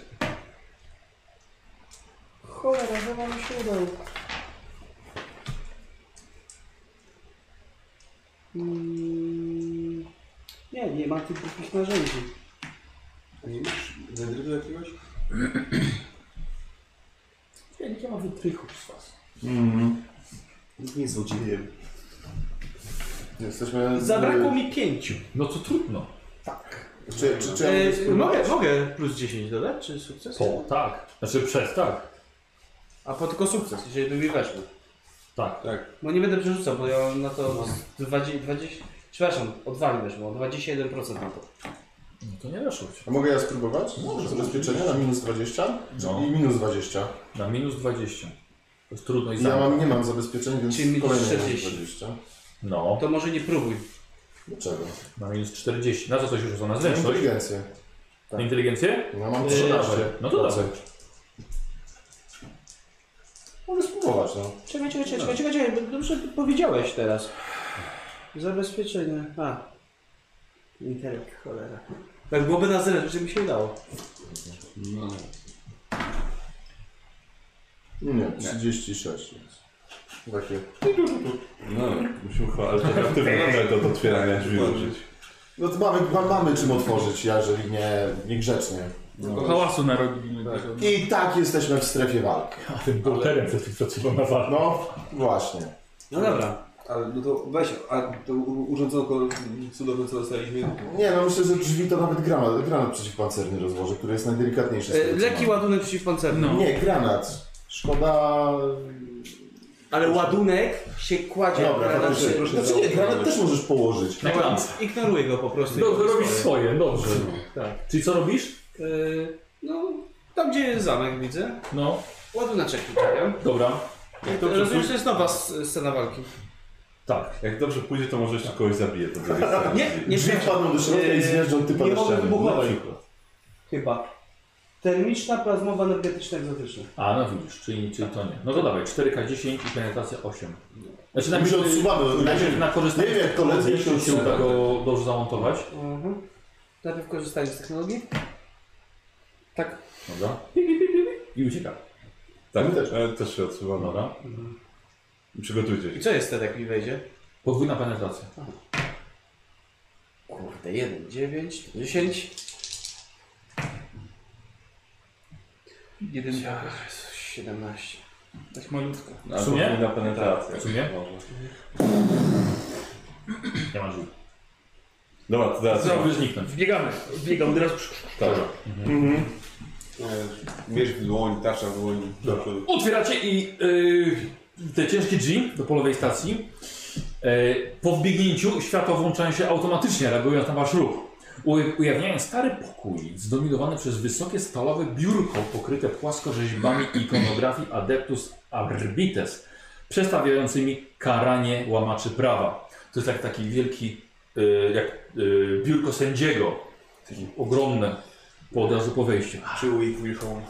Speaker 8: Cholera, chyba mi się udało. Mm, nie, nie ma tych takich narzędzi.
Speaker 6: Nie masz wędrywy jakiegoś?
Speaker 1: Ja nie mam wytrychów z was.
Speaker 5: Nikt nie jest złodziejem.
Speaker 4: Jesteśmy...
Speaker 8: Zabrakło mi pięciu.
Speaker 1: No to trudno.
Speaker 4: Czy, czy, czy ja mogę
Speaker 8: E,
Speaker 4: spróbować?
Speaker 8: mogę, mogę plus 10 dodać, czy sukces?
Speaker 1: Po, tak. Znaczy przez, tak.
Speaker 8: A po tylko sukces, jeżeli drugi weszły.
Speaker 1: Tak.
Speaker 8: No nie będę przerzucał, bo ja mam na to z 20, 20 przepraszam, o 2 nie weszło, o 21% na to.
Speaker 1: No to nie weszło ci.
Speaker 4: A mogę ja spróbować? Może zabezpieczenie na minus 20?
Speaker 1: No.
Speaker 4: I minus 20.
Speaker 1: Na minus 20. To jest trudno i
Speaker 4: Ja
Speaker 1: za.
Speaker 4: mam, nie mam zabezpieczeń, więc
Speaker 8: Czyli minus
Speaker 4: kolejne
Speaker 8: 40.
Speaker 4: 20.
Speaker 1: No,
Speaker 8: To może nie próbuj.
Speaker 4: Dlaczego?
Speaker 1: na minus 40. Na co coś rzuca? Na zręczność?
Speaker 4: Inteligencję. Tak.
Speaker 1: Na inteligencję?
Speaker 4: Ja mam
Speaker 1: No
Speaker 4: 13.
Speaker 1: dawaj. No to dawaj.
Speaker 4: Mogę spróbować, no.
Speaker 8: Czekaj, czekaj, czekaj, czekaj, czekaj, czekaj, bo dobrze powiedziałeś teraz. Zabezpieczenie. A. Intelekt, cholera. Tak byłoby na zręcz, żeby mi się udało.
Speaker 4: Nie, 36 jest. Takie.
Speaker 5: No, musimy chyba alternatywną metodę otwierania drzwi użyć.
Speaker 4: No to mamy, ma- mamy czym otworzyć, ja, jeżeli nie niegrzecznie.
Speaker 3: Tylko No. hałasu narobiliśmy. dużo.
Speaker 4: I tak jesteśmy w strefie walki.
Speaker 1: Tym bolterem przed chwilą pracował na walkę.
Speaker 4: No, właśnie.
Speaker 8: No dobra.
Speaker 5: Ale no to weź, a to u- urządzonko cudowne co dostaliśmy.
Speaker 4: Nie, no myślę, że drzwi to nawet granat, granat przeciwpancerny rozłoży, który jest najdelikatniejszy. z
Speaker 8: E,
Speaker 4: tego, co
Speaker 8: Leki
Speaker 4: mam.
Speaker 8: ładunek przeciwpancerny.
Speaker 3: No.
Speaker 4: Nie, granat. Szkoda...
Speaker 8: Ale ładunek się kładzie.
Speaker 4: Dobra,
Speaker 8: na
Speaker 4: faktycznie.
Speaker 8: trzy.
Speaker 4: Znaczy nie, granat też możesz położyć.
Speaker 1: Na klamce.
Speaker 8: Ignoruję go po
Speaker 4: Tak.
Speaker 8: prostu. i
Speaker 1: Tak, No,
Speaker 8: robię
Speaker 1: robisz
Speaker 8: swoje.
Speaker 1: swoje, dobrze. Tak. Czyli co robisz?
Speaker 8: Y, No, tam gdzie jest zamek widzę.
Speaker 1: No,
Speaker 8: Ładunaczek wyciągam.
Speaker 1: dobra.
Speaker 8: Rozumiem, że to jest nowa s- scena walki.
Speaker 1: Tak.
Speaker 5: Jak dobrze pójdzie, to może jeszcze kogoś zabije. To będzie strasznie.
Speaker 8: Nie, nie
Speaker 4: Drzwi
Speaker 8: przepraszam.
Speaker 4: wpadną do środka i
Speaker 8: Eee,
Speaker 4: zjeżdżą typa
Speaker 8: nie
Speaker 4: na
Speaker 8: mogę
Speaker 4: ścianę.
Speaker 8: wybuchować.
Speaker 4: Na przykład.
Speaker 8: Chyba. Termiczna, plazmowa, energetyczna, egzotyczna.
Speaker 1: A, no widzisz, czyli, czyli to nie. No to dawaj, 4K10 i penetracja 8. Znaczy
Speaker 4: My No się odsuwamy.
Speaker 1: najpierw na korzystanie
Speaker 4: Nie wiem, jak to ledwie
Speaker 1: jeśli
Speaker 4: się
Speaker 1: się uda go dobrze zamontować.
Speaker 8: Mhm. Najpierw korzystanie z technologii. Tak.
Speaker 1: Dobra. I ucieka.
Speaker 5: Tak,
Speaker 4: My też.
Speaker 5: e, też się odsuwam.
Speaker 1: Dobra.
Speaker 5: Przygotujcie
Speaker 8: I
Speaker 5: się.
Speaker 8: co jest wtedy, jak mi wejdzie?
Speaker 1: Podwójna penetracja.
Speaker 8: Kurde, 1, 9, 10.
Speaker 3: Jeden tak.
Speaker 8: 17.
Speaker 3: Tak malutko.
Speaker 5: A
Speaker 1: W sumie?
Speaker 5: podwójna penetracja.
Speaker 1: W sumie?
Speaker 5: Może.
Speaker 1: Nie ma drzwi.
Speaker 5: Dobra, to teraz.
Speaker 1: Chciałby zniknąć.
Speaker 3: Wbiegamy. Wbiegam teraz.
Speaker 5: Dobra. E, Mierz w dłoń, tasza w dłoń. do przodu.
Speaker 1: Otwieracie i yy, te ciężkie drzwi do polowej stacji. Yy, po wbiegnięciu światła włączają się automatycznie, reagując na wasz ruch. U- Ujawniają stary pokój, zdominowany przez wysokie stalowe biurko pokryte płaskorzeźbami ikonografii Adeptus Arbites, przestawiającymi karanie łamaczy prawa. To jest jak taki wielki, yy, jak yy, biurko sędziego. Takie ogromne, po od razu po wejściu.
Speaker 5: Czy week we home.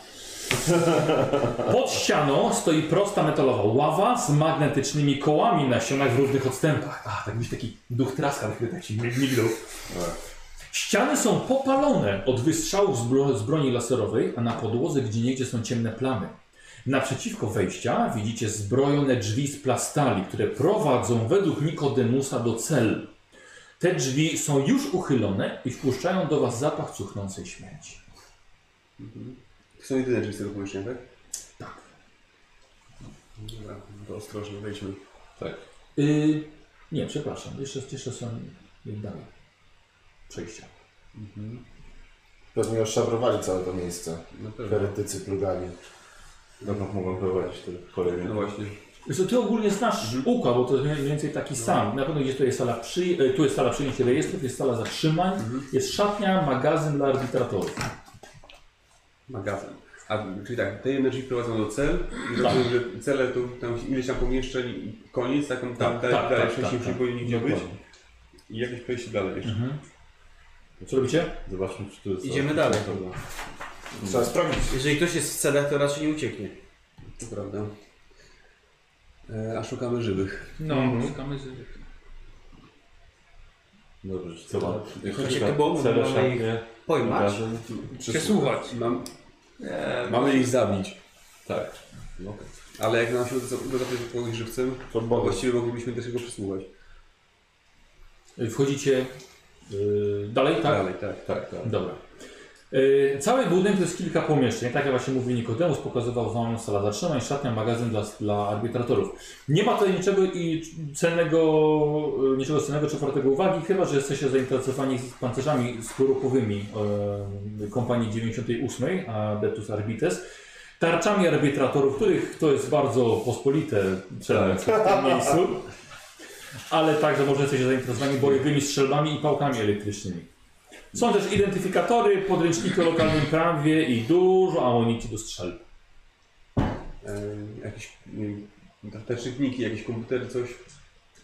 Speaker 1: Pod ścianą stoi prosta metalowa ława z magnetycznymi kołami na ścianach w różnych odstępach. A, tak byś taki duch traska, tak, tak się mig- mignął. Ściany są popalone od wystrzałów z, bro z broni laserowej, a na podłodze gdzie niegdzie są ciemne plamy. Naprzeciwko wejścia widzicie zbrojone drzwi z plastali, które prowadzą według Nikodemusa do celu. Te drzwi są już uchylone i wpuszczają do was zapach cuchnącej śmierci.
Speaker 6: To są jedyne drzwi z tego pomieszczenia, tak?
Speaker 1: Tak.
Speaker 6: Dobra, no to ostrożnie wejdźmy.
Speaker 5: Tak.
Speaker 1: Y, nie, przepraszam. Jeszcze, jeszcze są dalej. Przejścia.
Speaker 4: Pewnie oszczarowali całe to miejsce.
Speaker 6: Na pewno.
Speaker 4: Heretycy plugali.
Speaker 5: Dobra, mogą prowadzić te kolejne.
Speaker 6: No właśnie.
Speaker 1: Wiesz, co, ty ogólnie znasz
Speaker 8: Mhm.
Speaker 1: układ, bo to jest mniej więcej taki
Speaker 8: No.
Speaker 1: sam. Na pewno gdzieś tu jest sala, przy, e, tu jest sala przyjęć rejestrów, jest sala
Speaker 8: Mhm.
Speaker 1: zatrzymań, jest szatnia, magazyn dla arbitratorów.
Speaker 6: Magazyn. A, czyli tak, te energy wprowadzą do cel
Speaker 5: Tak.
Speaker 6: i rozumiem, że cele to tam ileś tam pomieszczeń i koniec, tak tam
Speaker 1: Tak,
Speaker 6: dalej,
Speaker 1: tak,
Speaker 6: dalej
Speaker 1: tak,
Speaker 6: wcześniej
Speaker 1: tak,
Speaker 6: nie
Speaker 1: tak.
Speaker 6: powinien nigdzie być.
Speaker 1: Dokładnie.
Speaker 6: I jakieś przejście dalej jeszcze.
Speaker 5: Mhm.
Speaker 1: Co robicie?
Speaker 5: Zobaczmy, czy to jest...
Speaker 8: Idziemy dalej.
Speaker 4: Trzeba sprawdzić.
Speaker 8: Jeżeli ktoś jest w celach, to raczej nie ucieknie.
Speaker 6: To prawda. E, a szukamy żywych.
Speaker 3: No, mhm. szukamy, że...
Speaker 5: Dobrze, czy co mam?
Speaker 8: Chodźcie do bomu, mamy ich pojmać.
Speaker 3: Przesłuchać.
Speaker 6: Mam,
Speaker 5: Mamy ich zabić. Tak.
Speaker 6: ale jak nam się uda uda zapytać żywcem,
Speaker 5: To
Speaker 6: to
Speaker 5: Boga.
Speaker 6: właściwie moglibyśmy też jego przesłuchać.
Speaker 1: Y, Wchodzicie y, dalej, tak?
Speaker 6: Dalej, tak.
Speaker 5: Tak, tak.
Speaker 1: Dobra. Y, Cały budynek to jest kilka pomieszczeń. Tak jak właśnie mówił Nikodemus, pokazywał wam sala zatrzymań, szatnia, magazyn dla, dla arbitratorów. Nie ma tutaj niczego i cennego, y, niczego cennego czy wartego uwagi, chyba że jesteście zainteresowani pancerzami skorupowymi y, kompanii 98, Adeptus Arbites. Tarczami arbitratorów, których to jest bardzo pospolite cenne w tym miejscu. Ale także może jesteście zainteresowani bojowymi strzelbami i pałkami elektrycznymi. Są też identyfikatory, podręczniki o lokalnym prawie i dużo amunicji do strzelb.
Speaker 6: E, jakieś, nie wiem, notatniki, jakieś komputery, coś.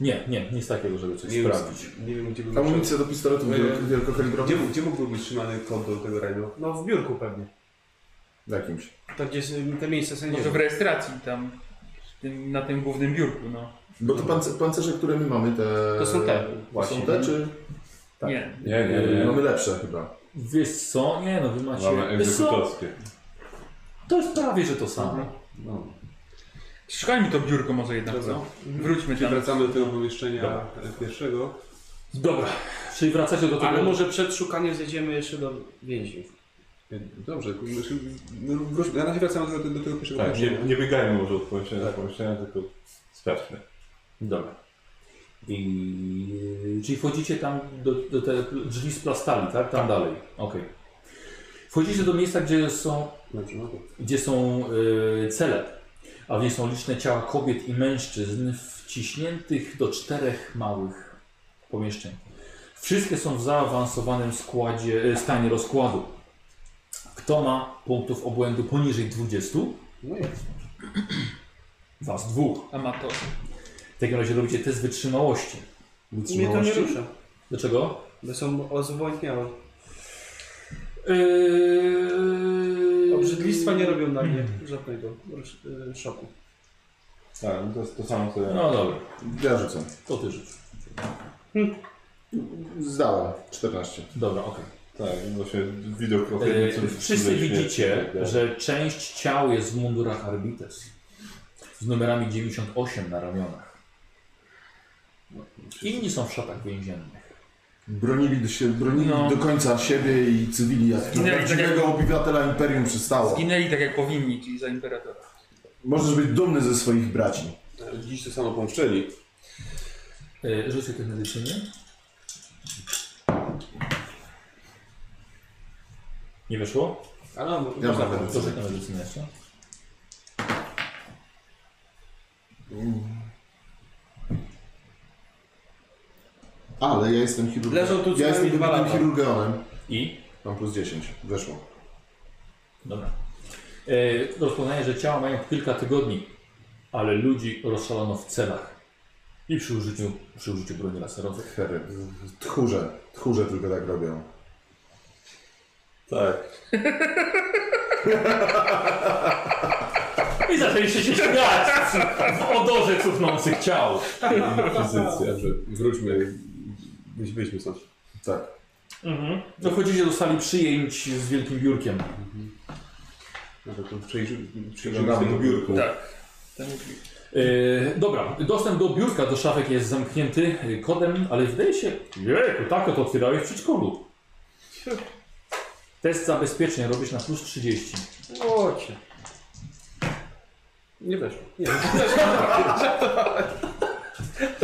Speaker 1: Nie, nie, nic takiego, żeby coś
Speaker 6: Nie wiem,
Speaker 1: sprawdzić.
Speaker 6: nie wiem gdzie bym
Speaker 4: Amunicja do pistoletów
Speaker 6: Nie.
Speaker 8: E,
Speaker 4: wielko-
Speaker 6: Gdzie,
Speaker 4: wielkokalibrowych.
Speaker 6: mógł- gdzie mógłby być trzymany kod do tego rajdu?
Speaker 8: No w biurku pewnie.
Speaker 4: Jakimś.
Speaker 8: Tak gdzie są te miejsca
Speaker 3: Może w
Speaker 8: sędziego.
Speaker 3: rejestracji tam, w tym, na tym głównym biurku, no.
Speaker 4: Bo to pancer, pancerze, które my mamy, te...
Speaker 8: To są te. E,
Speaker 4: To są te, czy...
Speaker 3: Nie.
Speaker 5: Nie, nie,
Speaker 1: Yy,
Speaker 5: nie.
Speaker 4: Mamy lepsze chyba.
Speaker 1: Wiesz co? Nie, no wy macie...
Speaker 5: Mamy
Speaker 1: Wiesz co?
Speaker 5: egzekutorskie.
Speaker 1: To jest prawie, że to samo.
Speaker 3: Szukajmy to biurko może jednak, co? Wróćmy
Speaker 6: Czyli
Speaker 3: tam.
Speaker 6: wracamy do tego pomieszczenia e, pierwszego.
Speaker 1: Dobra, czyli wracacie do tego...
Speaker 8: Ale może przed szukaniem zejdziemy jeszcze do więźniów.
Speaker 6: Dobrze, znaczy, no, wróćmy. na razie wracamy do, do, do tego pierwszego
Speaker 5: Tak, nie,
Speaker 6: pomieszczenia.
Speaker 5: nie biegajmy może od pomieszczenia do pomieszczenia, tylko sprawdźmy.
Speaker 1: Dobra. I... Czyli wchodzicie tam do, do te drzwi z plastali, tak? Tam dalej. Okej. Wchodzicie do miejsca, gdzie są
Speaker 6: Dobrze, no to.
Speaker 1: gdzie są y, cele, a w niej są liczne ciała kobiet i mężczyzn wciśniętych do czterech małych pomieszczeń. Wszystkie są w zaawansowanym składzie, y, stanie rozkładu. Kto ma punktów obłędu poniżej 20?
Speaker 6: No jest.
Speaker 1: Was dwóch.
Speaker 3: Amator.
Speaker 1: W takim razie robicie test wytrzymałości.
Speaker 8: Mnie to nie
Speaker 4: Wytrzymałości?
Speaker 8: rusza.
Speaker 1: Dlaczego?
Speaker 8: Bo są ozwłodniałe.
Speaker 1: Yy...
Speaker 8: Obrzydlistwa nie robią na mnie żadnego rusz- y, szoku.
Speaker 5: Tak, no to jest to samo co ja.
Speaker 1: No dobra,
Speaker 4: Ja rzucam.
Speaker 1: to ty rzuć.
Speaker 4: Zdałem. 14.
Speaker 1: Dobra, okej.
Speaker 5: Tak, właśnie widok
Speaker 1: E,
Speaker 5: ofiarnicy.
Speaker 1: Wszyscy widzicie, że część ciał jest w mundurach Arbites. Z numerami 98 na ramionach. Inni są w szatach więziennych.
Speaker 4: Bronili, do się, bronili
Speaker 3: No.
Speaker 4: do końca siebie i cywili, jak do
Speaker 3: Zginęli tak
Speaker 4: prawdziwego
Speaker 3: jak-
Speaker 4: obywatela Imperium przystało.
Speaker 3: Zginęli tak jak powinni, czyli za imperatora.
Speaker 4: Możesz być dumny ze swoich braci.
Speaker 6: Dziś to samo pomszczeli.
Speaker 1: E, Rzuć sobie na medycynie. Nie wyszło?
Speaker 8: Ale on
Speaker 4: Ja mam
Speaker 1: To
Speaker 4: medycynę.
Speaker 1: rzuć na medycynę jeszcze.
Speaker 4: Ale ja jestem chirurgiem.
Speaker 8: Leżą tu co
Speaker 4: ja jestem
Speaker 8: najmniej dwa
Speaker 4: wybitnym
Speaker 8: lata.
Speaker 4: chirurgonem.
Speaker 1: I?
Speaker 4: Mam plus 10. Weszło.
Speaker 1: Dobra. E, Rozpoznaje, że ciała mają kilka tygodni, ale ludzi rozszalono w celach. I przy użyciu, przy użyciu broni laserowej.
Speaker 4: Hery. Tchórze. Tchórze tylko tak robią.
Speaker 5: Tak.
Speaker 1: I zaczęliście się śmiać w odorze cuchnących ciał.
Speaker 5: Pozycja, że
Speaker 6: Wróćmy. Byś, byliśmy stąd.
Speaker 4: Tak.
Speaker 1: No wchodzicie do sali przyjęć z wielkim biurkiem.
Speaker 6: Nawet tu przejrzy- przyjrzymy się
Speaker 4: Przyglądamy
Speaker 6: temu
Speaker 4: do
Speaker 6: biurku.
Speaker 3: Tak. Ten
Speaker 1: Yy, dobra, dostęp do biurka, do szafek jest zamknięty yy, kodem, ale wydaje się... Jejku, tak to otwierałeś w przedszkolu. Test zabezpieczeń robisz na plus 30.
Speaker 8: Ocie. Nie weszło. Nie,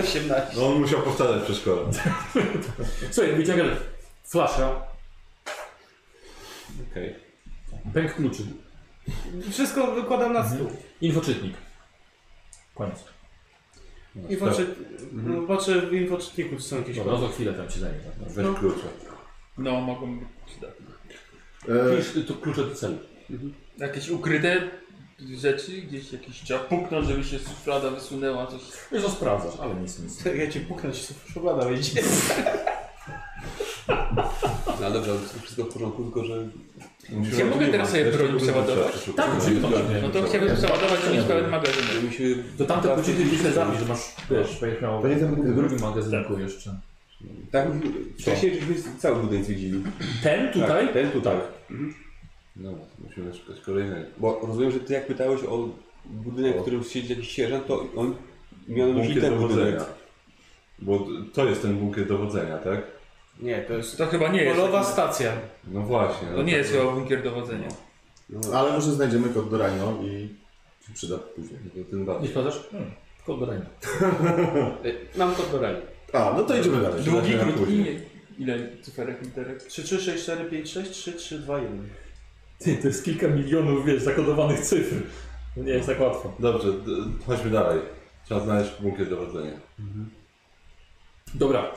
Speaker 8: 18.
Speaker 5: No on musiał powtarzać przez szkole.
Speaker 1: Słuchaj, wyciągasz flasza,
Speaker 5: Okej.
Speaker 1: pęk kluczy,
Speaker 8: Wszystko wykładam na stół.
Speaker 1: infoczytnik. Koniec.
Speaker 8: Infoczy... No, patrzę w infoczytniku, czy są jakieś
Speaker 1: Dobra, no to chwilę tam ci No. zajmie.
Speaker 5: Weź klucze.
Speaker 3: No, mogą być przydatne.
Speaker 4: E,
Speaker 1: Pisz, to klucze do celu.
Speaker 3: Jakieś ukryte rzeczy, gdzieś jakieś trzeba puknąć, żeby się szuflada wysunęła, coś.
Speaker 1: Wiesz, to sprawdzasz, ale nic, nic.
Speaker 2: Ja cię puknę, ci szuflada wejdzie.
Speaker 6: No dobrze, ale to wszystko w porządku, tylko że...
Speaker 3: Ja mogę teraz sobie broń przeładować?
Speaker 1: Tak, oczywiście.
Speaker 3: No to chciałbym przeładować i mieć pełen magazyn.
Speaker 6: Mi się...
Speaker 1: To tamte pocity gdzieś się zabić, że masz, wiesz, będziesz miał
Speaker 4: To nie ten
Speaker 1: w
Speaker 4: budynek.
Speaker 1: drugim magazynku jeszcze.
Speaker 6: Tak, wcześniej żeśmy cały budynek zwiedzili.
Speaker 1: Ten tutaj?
Speaker 6: Tak, ten tutaj. No, to musimy szukać kolejnego. Bo rozumiem, że ty jak pytałeś o budynek, w którym siedzi jakiś sierżant, to on miał na myśli
Speaker 5: Bunkier
Speaker 3: tak
Speaker 6: ten budynek.
Speaker 5: dowodzenia. Bo to jest ten bunkier dowodzenia, tak?
Speaker 8: Nie, to jest
Speaker 3: To chyba nie jest.
Speaker 2: Polowa stacja.
Speaker 5: No właśnie.
Speaker 3: To nie jest chyba bunkier dowodzenia.
Speaker 4: no, Ale może znajdziemy kod do rano i się przyda później.
Speaker 5: Ten dalej.
Speaker 1: Nie sprawdzasz? Hmm. Kod do rajna.
Speaker 8: Mam kod do rani.
Speaker 4: A, no to idziemy dalej.
Speaker 3: Długi,
Speaker 5: Przyda się
Speaker 3: krótki.
Speaker 5: później.
Speaker 3: nie- Ile cyferek, literek?
Speaker 8: 3, 3, 6, 4, 5, 6, 3, 3, 2, 1.
Speaker 1: Ty, to jest kilka milionów, wiesz, zakodowanych cyfr. To nie jest tak łatwo.
Speaker 5: Dobrze, d- chodźmy dalej. Trzeba znaleźć bunkier dowodzenia.
Speaker 1: Dobra.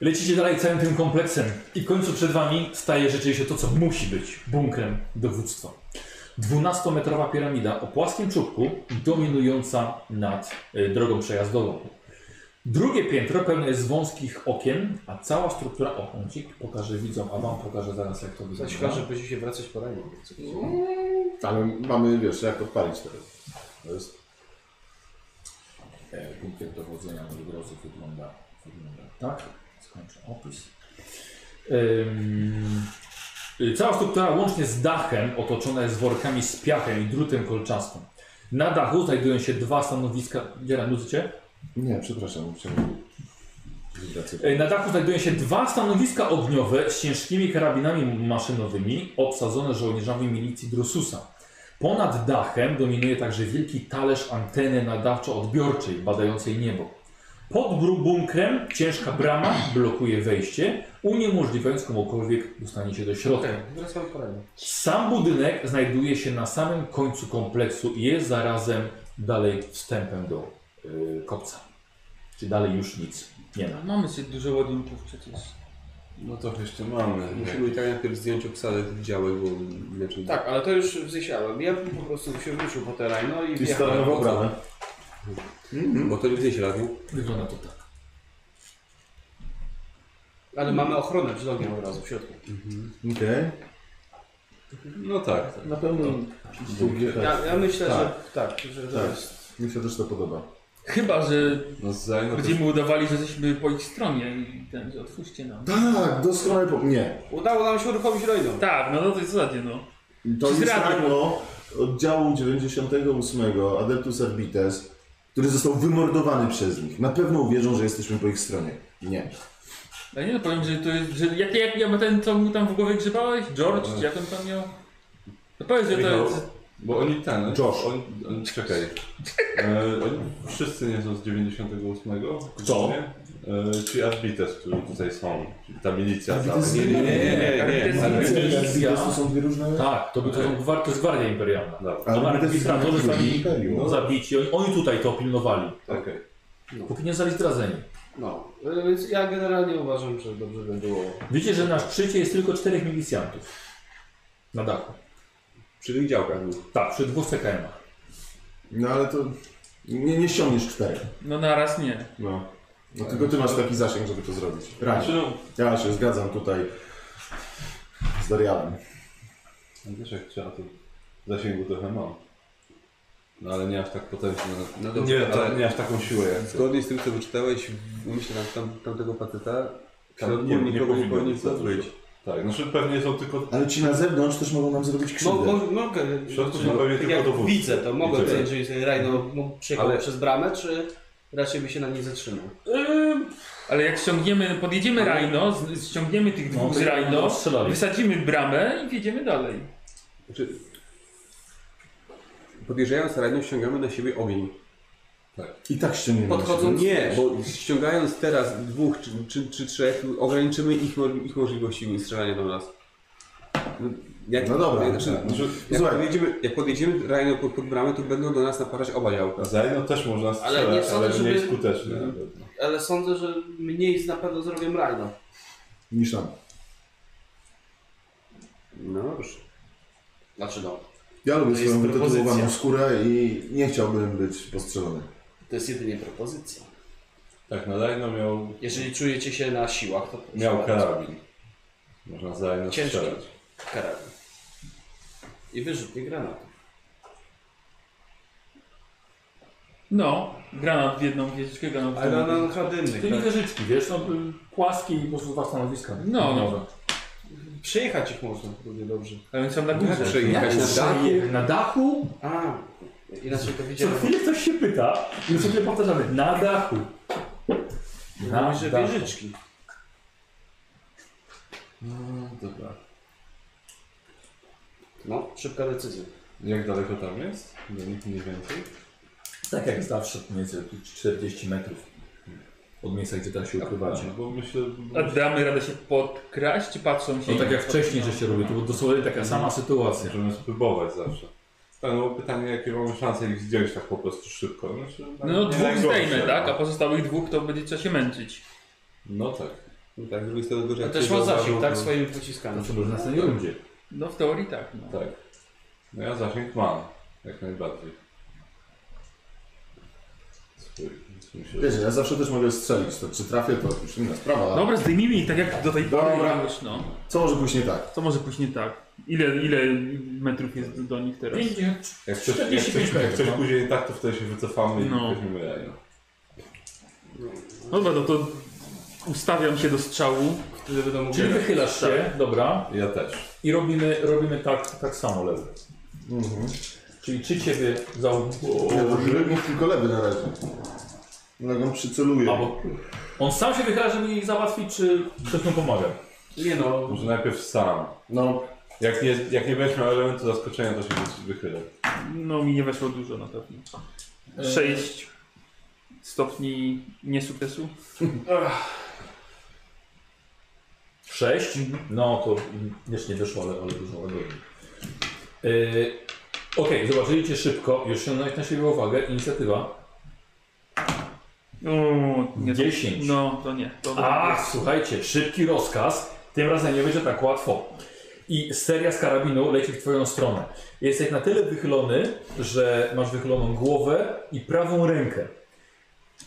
Speaker 1: Lecicie dalej całym tym kompleksem i w końcu przed wami staje rzeczywiście to, co musi być bunkrem dowództwa. 12-metrowa piramida o płaskim czubku, dominująca nad e, drogą przejazdową. Drugie piętro pełne jest wąskich okien, a cała struktura okien ci pokażę widzom, a wam pokażę zaraz jak to wygląda.
Speaker 8: Zaś że będzie się wracać po ranie.
Speaker 4: Ale mamy, wiesz, jak odpalić teraz. To jest...
Speaker 1: E, bunkier dowodzenia moi drodzy wygląda, wygląda tak. Skończę opis. Ym, y, cała struktura łącznie z dachem otoczona jest workami z piachem i drutem kolczastym. Na dachu znajdują się dwa stanowiska. Dziela, nudzicie?
Speaker 4: Nie, przepraszam, chciałem...
Speaker 1: E, Na dachu znajdują się dwa stanowiska ogniowe z ciężkimi karabinami maszynowymi obsadzone żołnierzami milicji Drususa. Ponad dachem dominuje także wielki talerz anteny nadawczo-odbiorczej badającej niebo. Pod bru- bunkrem ciężka brama blokuje wejście, uniemożliwiając komukolwiek dostanie się do środka.
Speaker 8: Wracamy po ranie.
Speaker 1: Sam budynek znajduje się na samym końcu kompleksu i jest zarazem dalej wstępem do y, kopca. Czy dalej już nic nie ma.
Speaker 3: No, Mamy sobie dużo ładunków przecież.
Speaker 5: No to jeszcze mamy.
Speaker 6: Musimy i tak najpierw zdjąć obsadę tych działek, bo inaczej...
Speaker 8: Tak, ale to już wzniesiałem. Ja bym po prostu się ruszył po te ranie, no i
Speaker 4: I
Speaker 8: wjechałem.
Speaker 4: starą bramę.
Speaker 5: Mhm.
Speaker 6: Bo to nie wzniesie razu.
Speaker 1: Wygląda to tak.
Speaker 8: Ale mamy ochronę przed ogniem od razu w środku.
Speaker 4: Okej.
Speaker 5: No tak.
Speaker 4: Na pewno... Długie, tak.
Speaker 8: Ja, ja myślę, że tak, że to
Speaker 4: Tak.
Speaker 8: jest...
Speaker 4: Mi się też to podoba.
Speaker 3: Chyba, że
Speaker 5: No zajmę
Speaker 3: będziemy udawali, że jesteśmy po ich stronie i ten, że otwórzcie nam.
Speaker 4: Tak, doskonale po... Nie.
Speaker 8: Udało nam się uruchomić rojną.
Speaker 3: Tak, no to jest zasadzie, no.
Speaker 4: To jest tak, no,
Speaker 3: Zdradzę.
Speaker 4: rano oddziału 98 Adeptus Arbites, który został wymordowany przez nich. Na pewno uwierzą, że jesteśmy po ich stronie. Nie.
Speaker 3: Ja nie no, powiem, że to jest, że jak, jak ja ten, co mu tam w głowie grzebałeś? George, czy jak on tam miał? No powiedz, że to
Speaker 5: Michał.
Speaker 3: jest...
Speaker 5: Bo oni ten.
Speaker 4: Josh.
Speaker 5: Oni, oni, czekaj. E, oni wszyscy nie są z 98.
Speaker 1: Kto?
Speaker 5: Nie? E, ci Arbites, którzy tutaj są. Czyli ta milicja
Speaker 4: Arbites
Speaker 5: cała.
Speaker 4: nie- nie, nie,
Speaker 3: nie, nie.
Speaker 4: Adeptus Arbites to są dwie różne...
Speaker 1: Tak, to by to, są gwar- to jest Gwardia Imperialna.
Speaker 5: Dobra,
Speaker 1: Tam
Speaker 4: Arbites są
Speaker 1: arbitratorzy
Speaker 4: dwie różne
Speaker 1: sami
Speaker 4: imperium.
Speaker 1: no, zabici, oni, oni tutaj to pilnowali.
Speaker 5: okej.
Speaker 1: Póki nie zostali zdradzeni.
Speaker 8: No, y, więc ja generalnie uważam, że dobrze by było.
Speaker 1: Wiecie, że na szczycie jest tylko czterech milicjantów. Na dachu.
Speaker 6: Przy tych działkach.
Speaker 1: Tak, przy dwóch CKM-ach.
Speaker 4: No ale to... Nie, nie ściągniesz czterech.
Speaker 3: No naraz nie.
Speaker 4: No. No tylko ty masz taki zasięg, żeby to zrobić. Raczej.
Speaker 5: Znaczy, no,
Speaker 4: Ja się zgadzam tutaj z Darianem.
Speaker 5: no też jak trzeba, to zasięgu trochę mam. No ale nie aż tak potężny.
Speaker 6: No dobrze,
Speaker 5: nie,
Speaker 6: ale-
Speaker 8: tak.
Speaker 5: ale nie aż taką siłę jak ty.
Speaker 6: Zgodnie z tym, co wyczytałeś, myślę, tam, tam, tamtego faceta, tam
Speaker 5: nie
Speaker 6: nie, nikogo nie
Speaker 5: powinno
Speaker 6: powinien
Speaker 5: być za
Speaker 6: tu
Speaker 5: dużo.
Speaker 6: być.
Speaker 5: Tak, znaczy pewnie są tylko.
Speaker 4: Ale ci na zewnątrz też mogą nam zrobić
Speaker 8: Mo,
Speaker 4: krzywdę.
Speaker 8: mo, mogę,
Speaker 5: W środku
Speaker 8: znaczy,
Speaker 5: są pewnie
Speaker 8: tak
Speaker 5: tylko
Speaker 8: jak
Speaker 5: dowódcy.
Speaker 8: widzę, to mogę
Speaker 5: Widzę. Mhm.
Speaker 8: ocenić, że jest rajno mógł przyjechał
Speaker 6: Ale-
Speaker 8: przez bramę, czy raczej by się na niej zatrzymał.
Speaker 3: Ale jak ściągniemy, podjedziemy Rajno, z- ściągniemy tych
Speaker 1: No,
Speaker 3: dwóch z Rajno,
Speaker 1: strzelali.
Speaker 3: wysadzimy bramę i wjedziemy dalej.
Speaker 6: Znaczy, podjeżdżając radnią ściągamy na siebie ogień.
Speaker 4: I tak ściągniemy.
Speaker 8: Podchodząc-
Speaker 6: Nie, bo ściągając teraz dwóch czy, czy, czy trzech, ograniczymy ich, mo- ich możliwości strzelania do nas. No, Jak,
Speaker 4: No dobra,
Speaker 6: znaczy,
Speaker 4: tak.
Speaker 6: znaczy, jak,
Speaker 4: Słuchaj.
Speaker 6: podjedziemy, jak podjedziemy rajno pod, pod bramę, to będą do nas napadać oba działka.
Speaker 5: Zajno no też można
Speaker 8: Ale nie
Speaker 5: strzelać, ale,
Speaker 8: sądzę,
Speaker 5: mniej
Speaker 8: żeby-
Speaker 5: skutecznie. na
Speaker 6: Mhm.
Speaker 5: pewno.
Speaker 8: Ale sądzę, że mniej na pewno zrobią rajno.
Speaker 4: Niż nam.
Speaker 6: No dobrze.
Speaker 8: Znaczy no,
Speaker 4: Ja lubię
Speaker 8: To jest
Speaker 4: swoją wytytułowaną
Speaker 8: propozycja.
Speaker 4: skórę i nie chciałbym być postrzelony.
Speaker 8: to jest jedynie propozycja.
Speaker 5: Tak, na Dajno miał,
Speaker 8: Jeżeli czujecie się na siłach, to
Speaker 5: miał karabin. Można z Dajna
Speaker 8: Ciężki.
Speaker 5: strzelać.
Speaker 8: karabin. I wyrzutnie granatu.
Speaker 3: No, granat w jedną wieżyczkę, granat w
Speaker 16: Ale
Speaker 3: drugą.
Speaker 16: na, na Hadynny,
Speaker 1: Czyli
Speaker 16: tak.
Speaker 1: wieżyczki, wiesz, no, y, płaskie i po prostu dwa stanowiska.
Speaker 3: No, no.
Speaker 1: Dobra.
Speaker 16: Przejechać ich można, równie dobrze.
Speaker 3: Ale oni są na górze.
Speaker 6: Przejechać na dach?
Speaker 1: Na dachu?
Speaker 8: A, inaczej to
Speaker 1: Co
Speaker 8: widziałem.
Speaker 1: chwilę ktoś się pyta i sobie powtarzamy. Na dachu. Na
Speaker 16: Że
Speaker 1: dachu.
Speaker 16: wieżyczki.
Speaker 5: Dobra.
Speaker 8: No, szybka decyzja.
Speaker 5: Jak daleko tam jest? Do nich mniej więcej.
Speaker 1: Tak jak zawsze, mniej więcej 40 metrów od miejsca, gdzie teraz się ukrywacie.
Speaker 5: Bo myślę,
Speaker 3: A damy radę się podkraść, czy patrzą się?
Speaker 1: No tak jak wcześniej, że się robi, to była dosłownie taka sama sytuacja.
Speaker 5: możemy spróbować zawsze. Tak, no pytanie, jakie mamy szanse ich zdjąć tak po prostu szybko. Znaczy,
Speaker 3: No
Speaker 5: nie
Speaker 3: dwóch
Speaker 5: najgorsze,
Speaker 3: zdejmę, tak?
Speaker 5: no.
Speaker 3: A pozostałych dwóch to będzie trzeba się męczyć.
Speaker 5: No tak.
Speaker 6: No Tak, z drugiej strony gorzej.
Speaker 8: To
Speaker 6: jak
Speaker 8: też
Speaker 6: się
Speaker 8: ma
Speaker 6: zauważył,
Speaker 8: zasięg, tak?
Speaker 6: to-
Speaker 8: Swoimi pociskami.
Speaker 1: Znaczy może na samej rundzie.
Speaker 3: No w teorii tak, no.
Speaker 5: Tak. No ja zasięg mam, jak najbardziej. Swój, więc myślę,
Speaker 4: Wiesz, ja zawsze też mogę strzelić, to czy trafię, to już inna sprawa. ale
Speaker 3: Dobra, zdejmijmy ich tak jak do tej pory
Speaker 4: Dobra.
Speaker 3: już, no.
Speaker 4: Co może pójść nie tak?
Speaker 3: To może później tak. Ile, ile metrów jest do, do nich teraz?
Speaker 5: Jak coś, jak
Speaker 1: 45
Speaker 5: coś, jak
Speaker 1: metrów,
Speaker 5: coś
Speaker 1: no.
Speaker 5: później nie tak, to wtedy się wycofamy
Speaker 3: No.
Speaker 5: i weźmiemy jajo.
Speaker 3: Dobra, no to ustawiam się do strzału.
Speaker 16: Wtedy będą mogli...
Speaker 1: Czyli wychylasz się, No, tak, dobra,
Speaker 5: Ja też.
Speaker 1: i robimy, robimy tak, tak samo lewy. Czyli czy ciebie za...
Speaker 4: Nie, to lewy, tylko lewy na razie. Nogą przyceluję.
Speaker 1: Albo on sam się wychyla, żeby ich załatwić, czy ktoś mu pomaga?
Speaker 8: Nie no,
Speaker 5: Może najpierw sam.
Speaker 4: No,
Speaker 5: Jak nie, jak nie będziesz miał elementu zaskoczenia, to się wy- wychylę.
Speaker 3: No mi nie weszło dużo na pewno. Sześć stopni niesukcesu.
Speaker 1: Sześć? No to jeszcze nie wyszło, ale, ale dużo łagodniej. Yy, Okej, zobaczyliście szybko, już się na- na siebie uwagę, inicjatywa.
Speaker 3: O, nie, to-
Speaker 1: 10.
Speaker 3: No, to nie. To
Speaker 1: Ach, słuchajcie, szybki rozkaz. Tym razem nie będzie tak łatwo. I seria z karabinu leci w twoją stronę. Jesteś na tyle wychylony, że masz wychyloną głowę i prawą rękę.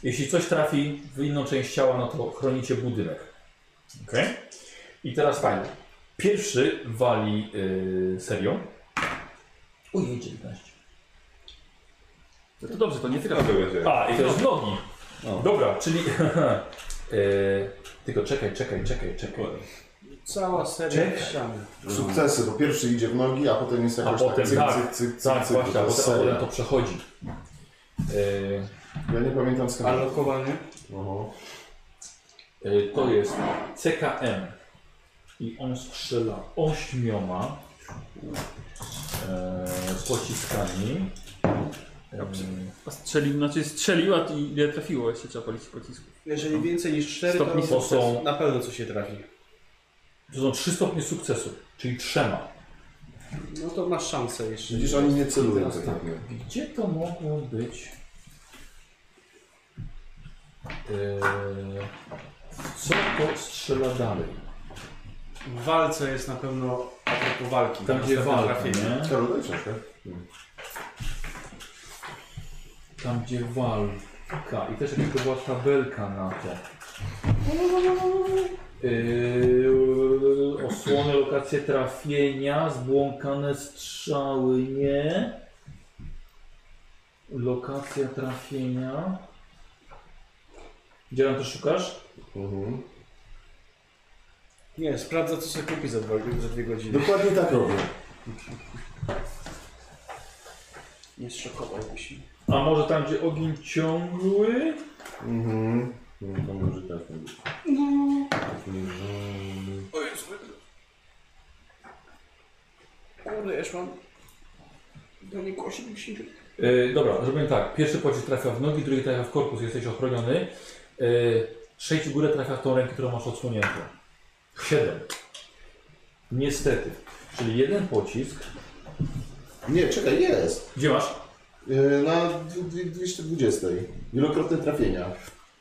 Speaker 1: Jeśli coś trafi w inną część ciała, no to chronicie budynek. Okay? I teraz fajnie. Pierwszy wali yy, serią. Ujej, 19.
Speaker 3: No to dobrze, to nie tylko.
Speaker 5: No to będzie.
Speaker 1: A, i to jest nogi.
Speaker 5: O.
Speaker 1: Dobra, czyli... yy, tylko czekaj, czekaj, czekaj, czekaj.
Speaker 17: Cała seria
Speaker 1: Czekaj.
Speaker 17: ściany.
Speaker 4: Mhm. sukcesy, bo pierwszy idzie w nogi, a potem jest
Speaker 1: A
Speaker 4: jakoś
Speaker 1: potem
Speaker 4: tak, cyk,
Speaker 1: tak,
Speaker 4: cyk, cyk, cyk,
Speaker 1: tak,
Speaker 4: cyk,
Speaker 1: właśnie, a
Speaker 4: to
Speaker 1: potem, a potem
Speaker 4: seria.
Speaker 1: to przechodzi. Yy,
Speaker 4: Ja nie pamiętam skąd. No,
Speaker 17: Alokowanie.
Speaker 4: Oho.
Speaker 1: yy, to jest CKM. I on strzela ośmioma yy, z pociskami. Yy,
Speaker 3: A strzelił, znaczy strzelił, a i ile trafiło jeszcze trzeba policzyć pocisków.
Speaker 16: Jeżeli więcej niż 4,
Speaker 3: Stopni
Speaker 16: to
Speaker 1: to są,
Speaker 16: na pewno coś się trafi.
Speaker 1: to są trzy stopnie sukcesu, czyli trzema.
Speaker 16: No to masz szansę jeszcze.
Speaker 4: Widzisz, oni nie celują tak jak my.
Speaker 1: Gdzie to mogło być? Yy, co to strzela dalej?
Speaker 16: W walce jest na pewno a propos walki.
Speaker 1: Tam gdzie
Speaker 16: Następne
Speaker 1: walka,
Speaker 16: trafienie.
Speaker 1: nie?
Speaker 4: Karol, daj książkę.
Speaker 1: Tam gdzie walka i też jakaś to była tabelka na to. Yy, osłony, lokacje trafienia, zbłąkane strzały, nie. Lokacja trafienia. Gdzie nam to szukasz?
Speaker 4: Mhm.
Speaker 16: Nie, sprawdza co sobie kupi za dwa- za dwie godziny.
Speaker 4: Dokładnie tak robię.
Speaker 8: nie zszokowałby się.
Speaker 1: A może tam gdzie ogień ciągły?
Speaker 4: Mhm. No, to może tak.
Speaker 8: O Jezu, Kurde, ja już mam do niego 80.
Speaker 1: Yy, dobra, zrobimy tak. Pierwszy pocisk trafia w nogi, drugi trafia w korpus, jesteś ochroniony. Yy, sześć w górę trafia w tą rękę, którą masz odsłoniętą. Siedem. Niestety. Czyli jeden pocisk.
Speaker 4: Nie, czekaj, jest.
Speaker 1: Gdzie masz?
Speaker 4: Yy, Na dwu- dwie- 220. Wielokrotne trafienia.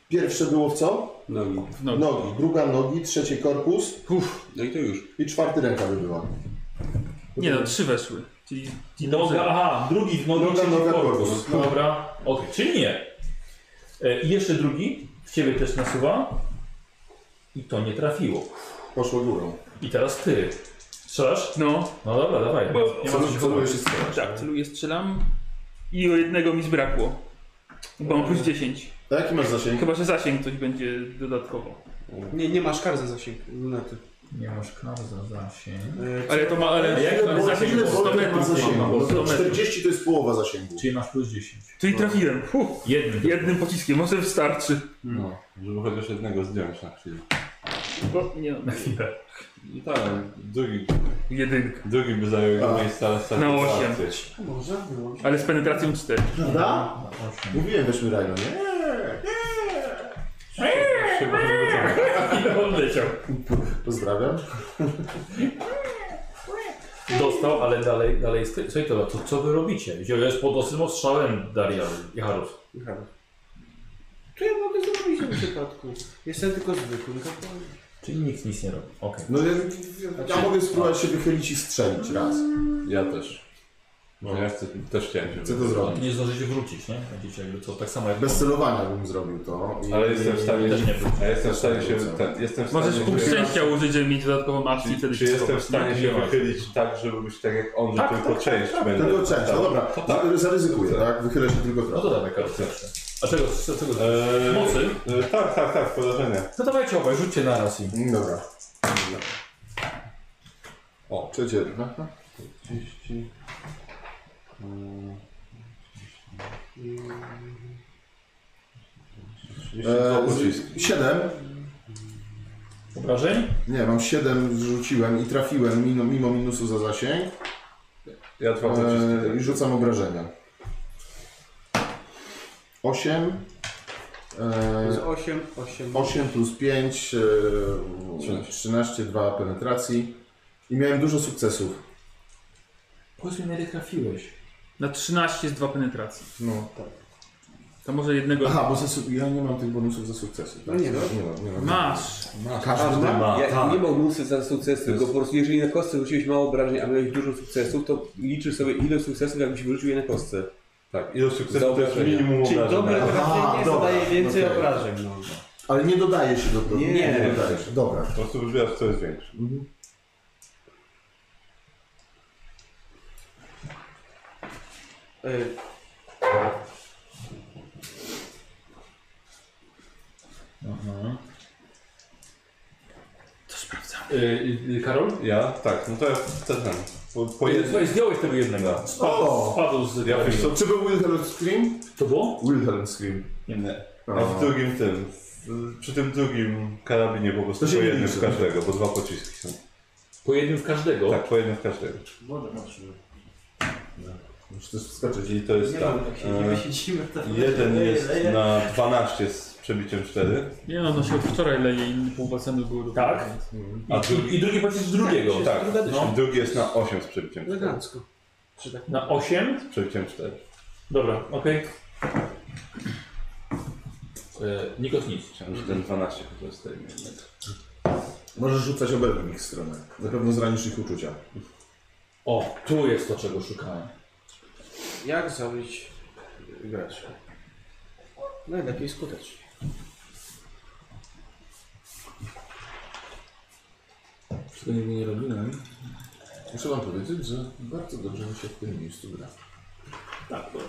Speaker 4: Pierwsze było w co?
Speaker 6: No i,
Speaker 3: Nogi.
Speaker 4: Nogi. Druga nogi, trzecie korpus
Speaker 6: no i to już.
Speaker 4: i czwarty ręka by była.
Speaker 3: Nie no, trzy weszły. Czyli, czyli
Speaker 1: Noga,
Speaker 3: dobrze.
Speaker 1: aha, drugi w nogi,
Speaker 4: Noga,
Speaker 1: trzeci
Speaker 4: noga,
Speaker 1: w korpus.
Speaker 4: korpus.
Speaker 1: Dobra, okej, czyli nie. E, I jeszcze drugi, w ciebie też nasuwa. I to nie trafiło.
Speaker 4: Poszło górą.
Speaker 1: I teraz ty. Strzelasz?
Speaker 3: No,
Speaker 1: No dobra, dawaj. Nie ma co się
Speaker 4: Celuje
Speaker 1: chować.
Speaker 4: się strzelać.
Speaker 3: tak, celuję, strzelam. I o jednego mi zbrakło. Bo mam plus 10.
Speaker 4: A jaki masz zasięg?
Speaker 3: Chyba, że zasięg coś będzie dodatkowo.
Speaker 18: Nie, nie masz kar za zasięg lunaty.
Speaker 1: Nie masz kar za zasięg.
Speaker 3: Ale to ma,
Speaker 1: A
Speaker 3: ale...
Speaker 1: jak
Speaker 4: Ile
Speaker 1: masz
Speaker 4: volt-
Speaker 1: zasięg?
Speaker 4: ile
Speaker 1: Bo
Speaker 4: volt
Speaker 1: 100
Speaker 4: ma
Speaker 1: metrów
Speaker 4: zasięgu?
Speaker 1: nie ma, bo 100 metrów.
Speaker 4: 40 to jest połowa zasięgu.
Speaker 1: Czyli masz plus 10.
Speaker 3: Czyli trafiłem. Huh,
Speaker 1: Jednym.
Speaker 3: jednym pociskiem, może wystarczy.
Speaker 5: No, żeby chociaż jednego zdjąć na chwilę.
Speaker 3: Bo, nie no.
Speaker 1: Na chwilę.
Speaker 5: No tak, drugi,
Speaker 3: Jedynka.
Speaker 5: drugi by zajął jego miejsce, ale
Speaker 3: Na
Speaker 5: satysfakcję.
Speaker 3: osiem. Ale z penetracją 4.
Speaker 4: Prawda? Mówiłem, weźmy Rhino, nie?
Speaker 5: Chyba, żeby to
Speaker 1: I odleciał.
Speaker 4: Pozdrawiam.
Speaker 1: Dostał, ale dalej, dalej jest ty. Słuchaj, to, to co wy robicie? Wziął jest pod ostrym ostrzałem Daria i Harus.
Speaker 8: Co ja mogę zrobić w tym przypadku? Jestem tylko zwykłym kapłanem.
Speaker 1: Czyli nikt nic nie robi. Okej.
Speaker 4: No ja, ja mogę spróbować się wychylić i strzelić raz.
Speaker 5: Ja też. No. Ja chcę, też chciałem się
Speaker 4: Chcę to
Speaker 5: wybrać.
Speaker 4: zrobić.
Speaker 1: Nie zdążycie wrócić, nie? Będziecie jakby co, tak samo jak...
Speaker 4: Bez celowania bym zrobił to. I,
Speaker 5: Ale jestem w stanie,
Speaker 1: Też nie wróci.
Speaker 5: a jestem w stanie się,
Speaker 4: Wrócę.
Speaker 5: ten, jestem w stanie,
Speaker 3: Możesz punkt
Speaker 5: się-
Speaker 3: szczęścia użyć, żeby mieć dodatkową masę i
Speaker 5: czy,
Speaker 3: wtedy
Speaker 5: czy jestem w stanie
Speaker 1: Nie,
Speaker 5: się
Speaker 1: nie ma.
Speaker 5: wychylić tak, żeby być tak jak on, że tylko część będę.
Speaker 4: Tylko część, no dobra,
Speaker 5: tak.
Speaker 4: zaryzykuję, tak? Wychylę się tylko
Speaker 1: No
Speaker 4: trochę.
Speaker 1: to dawaj kartę. A czego? Co, czego?
Speaker 5: Eee,
Speaker 1: Mocy?
Speaker 5: e, tak, tak, tak, porażenia.
Speaker 1: No dawajcie obaj, rzućcie na raz i...
Speaker 4: Mm, Dobra. O, trzecie. jedno.
Speaker 5: 30.
Speaker 4: E,
Speaker 5: pocisk.
Speaker 4: z- Siedem.
Speaker 1: Obrażeń?
Speaker 4: Nie, mam siedem zrzuciłem i trafiłem mimo, mimo minusu za zasięg.
Speaker 5: Ja dwa pociski.
Speaker 4: E, I rzucam obrażenia. Osiem.
Speaker 8: Z
Speaker 4: E,
Speaker 8: 8, 8.
Speaker 4: 8 plus 5, e, 13, 2 penetracji. I miałem dużo sukcesów.
Speaker 1: Powiedz mi, na ile trafiłeś?
Speaker 3: Na 13 jest 2 penetracji.
Speaker 4: No, tak.
Speaker 3: To może jednego...
Speaker 4: Aha, bo za, su- ja nie mam tych bonusów za sukcesy. Tak?
Speaker 8: nie
Speaker 4: nie,
Speaker 8: no.
Speaker 4: mam, nie mam, nie mam.
Speaker 3: Masz!
Speaker 4: Każdy ma.
Speaker 6: Ja nie mam minusy za sukcesy, tylko po prostu jeżeli na kostce wróciłeś mało obrażeń, a miałeś dużo sukcesów, to liczysz sobie ile sukcesów jakbyś wyrzucił je na kostce.
Speaker 5: Tak, ilość sukcesów to jest
Speaker 6: Zaobrażenia.
Speaker 5: minimum
Speaker 8: Czyli
Speaker 5: obrażeń.
Speaker 8: dobre
Speaker 5: Tak.
Speaker 8: trafienie
Speaker 4: dobra,
Speaker 8: zadaje więcej
Speaker 4: okej.
Speaker 8: obrażeń. No.
Speaker 4: Ale nie dodaje się do problemu.
Speaker 8: Nie.
Speaker 4: dodaje się. Dobra.
Speaker 5: Po prostu wybierasz co jest większe.
Speaker 8: Y,
Speaker 1: Yy, yy, Karol?
Speaker 5: Ja? Tak, no to ja chcę ten. Po, po jednym.
Speaker 1: Słuchaj, zdjąłeś tego jednego.
Speaker 4: O!
Speaker 1: Spadł z...
Speaker 5: Ja wiesz co?
Speaker 4: Czy był Wilhelm Scream?
Speaker 1: To było?
Speaker 4: Wilhelm Scream.
Speaker 5: Nie. A
Speaker 4: O.
Speaker 5: w drugim tym. w- Przy tym drugim karabinie po prostu
Speaker 4: To się
Speaker 5: po
Speaker 4: nie
Speaker 5: jednym
Speaker 4: liczy.
Speaker 5: w każdego, bo dwa pociski są.
Speaker 1: Po jednym w każdego.
Speaker 5: Tak, po jednym w każdego.
Speaker 4: Muszę też wskoczyć.
Speaker 5: Czyli to jest
Speaker 8: nie
Speaker 5: tak.
Speaker 8: mam, jak się
Speaker 5: e,
Speaker 8: nie siedzimy. To...
Speaker 5: Jeden jest na 12 z przebiciem 4,
Speaker 3: Nie no, to się od wczoraj leje i pół basenu było do
Speaker 1: Tak?
Speaker 5: a
Speaker 1: I, i, I drugi pocisk z drugiego.
Speaker 8: Tak,
Speaker 5: tak.
Speaker 8: druga dyszka.
Speaker 5: drugi jest na 8 z przebiciem 4.
Speaker 8: Elegancko. Czy tak?
Speaker 1: Na 8?
Speaker 5: Z przebiciem 4.
Speaker 1: Dobra, okej. Yy, Nikos nic.
Speaker 5: Chciałem, że ten 12 po prostu zdejmie jednak.
Speaker 4: Możesz rzucać obelgiem ich stronę. Na pewno zranisz ich uczucia.
Speaker 1: O, tu jest to, czego szukałem.
Speaker 8: Jak zabić gracza? Najlepiej skutecznie.
Speaker 1: Wszystko nigdy nie robiłem.
Speaker 4: Muszę wam powiedzieć, że bardzo dobrze mi się w tym miejscu gra.
Speaker 8: Tak, dobrze.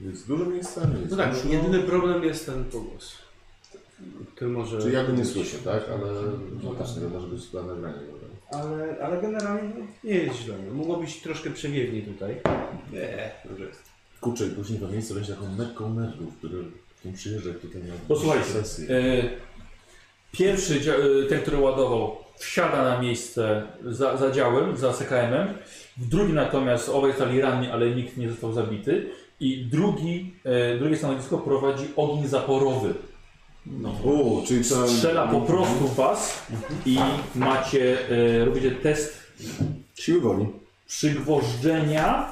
Speaker 4: Jest dużo miejsca, nie jest
Speaker 8: No tak,
Speaker 4: dużo.
Speaker 8: jedyny problem jest ten pogłos. Który może...
Speaker 4: Czy ja go nie słyszę, tak? Ale no też nie może być dla nagrania. dobra.
Speaker 8: Ale, ale generalnie nie jest źle. no. Mogło być troszkę przewiewniej tutaj.
Speaker 4: Kurczę, i później to miejsce będzie taką mekką nerdów, który tym przyjeżdża jak tutaj na
Speaker 1: Posłuchajcie.
Speaker 4: sesję.
Speaker 1: E, Pierwszy, dzia- e, ten, który ładował, wsiada na miejsce za, za działem, za CKM-em. W drugim natomiast obaj stali ranni, ale nikt nie został zabity. I drugi, e, drugie stanowisko prowadzi ogień zaporowy.
Speaker 4: O, czyli trzeba...
Speaker 1: Strzela po prostu w was i macie, e, robicie test
Speaker 4: Siły woli.
Speaker 1: przygwożdżenia.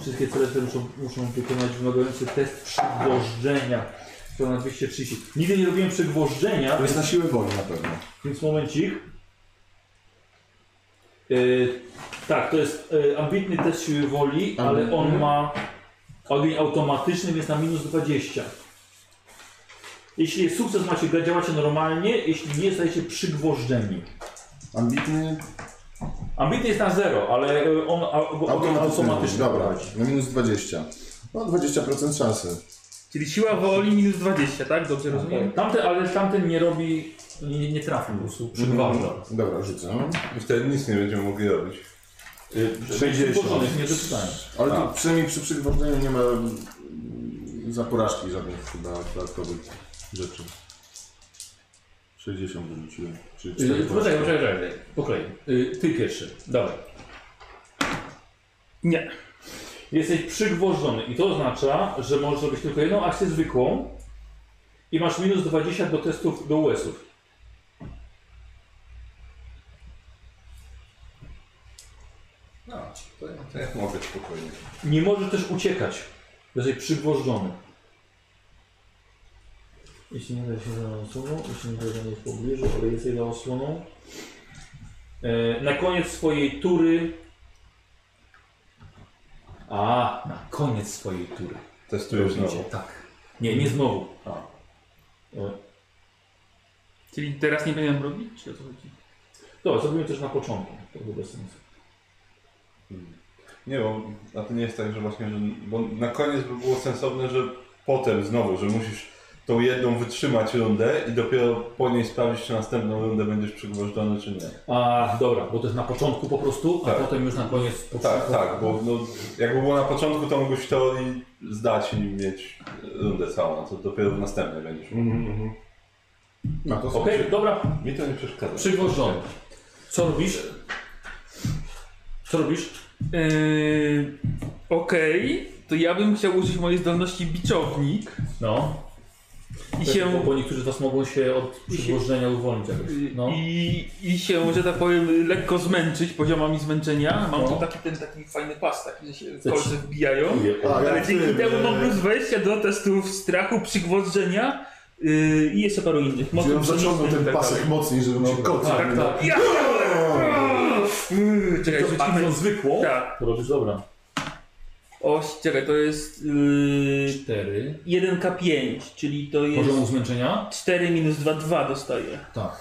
Speaker 1: Wszystkie cele te muszą, muszą wykonać wymagający test przygwożdżenia. To na 230. Nigdy nie robiłem przygwożdżenia,
Speaker 4: To jest na siłę woli na pewno.
Speaker 1: więc momencik. Y, tak, to jest y, ambitny test siły woli, ale on ma ogień automatyczny, jest na minus 20. Jeśli jest sukces, macie działacie normalnie, jeśli nie, jesteście przygwożdżeni.
Speaker 4: Ambitny,
Speaker 1: Ambitny jest na 0, ale y, on a, automatyczny. automatyczny.
Speaker 4: Dobra, na minus 20. No 20% szansy.
Speaker 3: Czyli siła woli minus 20, tak? Dobrze rozumiem?
Speaker 1: Tamten, ale tamten nie robi, nie, nie trafił po prostu, przygważdża.
Speaker 4: Dobra, rzucę.
Speaker 5: I wtedy nic nie będziemy mogli robić.
Speaker 1: Przygwożdżonych nie doczytałem.
Speaker 4: Ale tu przynajmniej przy przygwożdżeniu nie ma mm, za porażki żadnych chyba dodatkowych rzeczy. 60 wyrzuciłem, czyli 4
Speaker 1: Yy,
Speaker 4: porażki.
Speaker 1: Poczekaj, poczekaj, poczekaj, po kolei. Y, Ty pierwszy, dawaj.
Speaker 3: Nie.
Speaker 1: Jesteś przygwożdżony i to oznacza, że możesz zrobić tylko jedną akcję zwykłą i masz minus 20 do testów do US-ów.
Speaker 5: No, to, to ja mogę spokojnie.
Speaker 1: Nie możesz też uciekać. Jesteś przygwożdżony. Jeśli nie da się za osłoną, jeśli nie da się w pobliżu, ale jesteś za osłoną. E, na koniec swojej tury. A, na koniec swojej tury.
Speaker 5: Testujesz nowo.
Speaker 1: Tak. Nie, nie znowu. A.
Speaker 3: Czyli teraz nie powinienem robić? Czy o co chodzi?
Speaker 1: Dobra, zrobimy też na początku. To było bez sensu.
Speaker 5: Nie, bo a to nie jest tak, że właśnie, że, bo na koniec by było sensowne, że potem znowu, że musisz tą jedną wytrzymać rundę i dopiero po niej sprawdzić, czy następną rundę będziesz przygwożdżony, czy nie.
Speaker 1: A, dobra, bo to jest na początku po prostu, a
Speaker 5: Tak.
Speaker 1: potem już na koniec. Po
Speaker 5: Tak, tak, bo no, jakby było na początku, to mógłbyś w teorii zdać i mieć rundę całą, to dopiero w następnej będziesz. mógł.
Speaker 4: No to
Speaker 1: Okej, dobra,
Speaker 5: Mi to nie przeszkadza.
Speaker 1: przygwożdżony. Co robisz? Co robisz?
Speaker 3: Yy, Okej, to ja bym chciał użyć mojej zdolności biczownik
Speaker 1: No.
Speaker 3: i
Speaker 1: Bo,
Speaker 3: się, yy,
Speaker 1: bo niektórzy z Was mogą się od przygłożenia uwolnić jakoś. No.
Speaker 3: i, i się, że tak powiem, lekko zmęczyć poziomami zmęczenia. Mam tu taki ten taki fajny pas, taki, że się w kolce wbijają.
Speaker 4: A, ja
Speaker 3: Ale dzięki
Speaker 4: tym,
Speaker 3: temu
Speaker 4: e,
Speaker 3: mam plus 20 do testów strachu, przygwożdżenia yy, i jeszcze paru innych.
Speaker 4: Gdzie
Speaker 3: Mocno
Speaker 4: on zaciągnął ten pasek mocniej, żeby
Speaker 3: No
Speaker 4: ci kocy.
Speaker 1: tak, tak.
Speaker 3: Ja! Yy, Czekaj,
Speaker 1: To akcją
Speaker 3: rzucimy.
Speaker 1: zwykłą.
Speaker 3: Tak.
Speaker 1: To robisz, dobra.
Speaker 3: O, czekaj, to jest yy,
Speaker 1: 4.
Speaker 3: 1K5, czyli to jest
Speaker 1: Poziomu zmęczenia?
Speaker 3: 4 minus 2, 2 dostaję.
Speaker 1: Tak.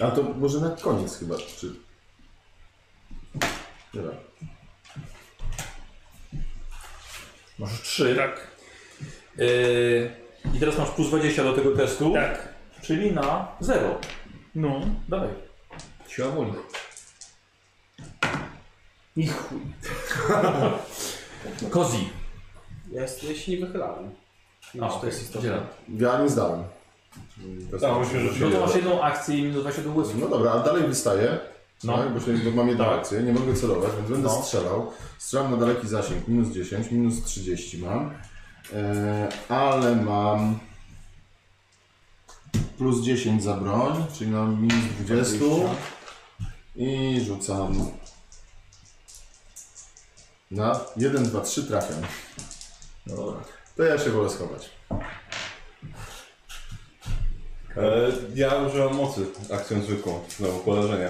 Speaker 4: A to może na koniec chyba, czy... Dobra.
Speaker 1: Masz 3.
Speaker 3: Tak,
Speaker 1: I teraz masz plus 20 do tego testu,
Speaker 3: tak.
Speaker 1: czyli na 0.
Speaker 3: No.
Speaker 1: Dawaj. Siła woli.
Speaker 3: I chuj.
Speaker 1: Kozi.
Speaker 8: Ja, jest, ja się nie wychylałem.
Speaker 1: A,
Speaker 8: No, to
Speaker 1: okej,
Speaker 8: jest istotne.
Speaker 1: podzielam.
Speaker 4: Ja nie zdałem.
Speaker 5: Tam już już
Speaker 1: No to masz jedną akcję i minus 20 do łysów.
Speaker 4: No dobra, a dalej wystaję.
Speaker 1: No.
Speaker 4: No. bo, się, bo mam jedną
Speaker 1: Tak.
Speaker 4: akcję, nie mogę celować, więc będę
Speaker 1: No.
Speaker 4: strzelał. Strzelam na daleki zasięg, minus 10, minus 30 mam. E, ale mam plus 10 za broń, czyli mam minus 20. I rzucam na 1, 2, 3 trafiam. No dobra. To ja się wolę schować.
Speaker 5: E, ja używam mocy akcją zwykłą, znowu porażenia.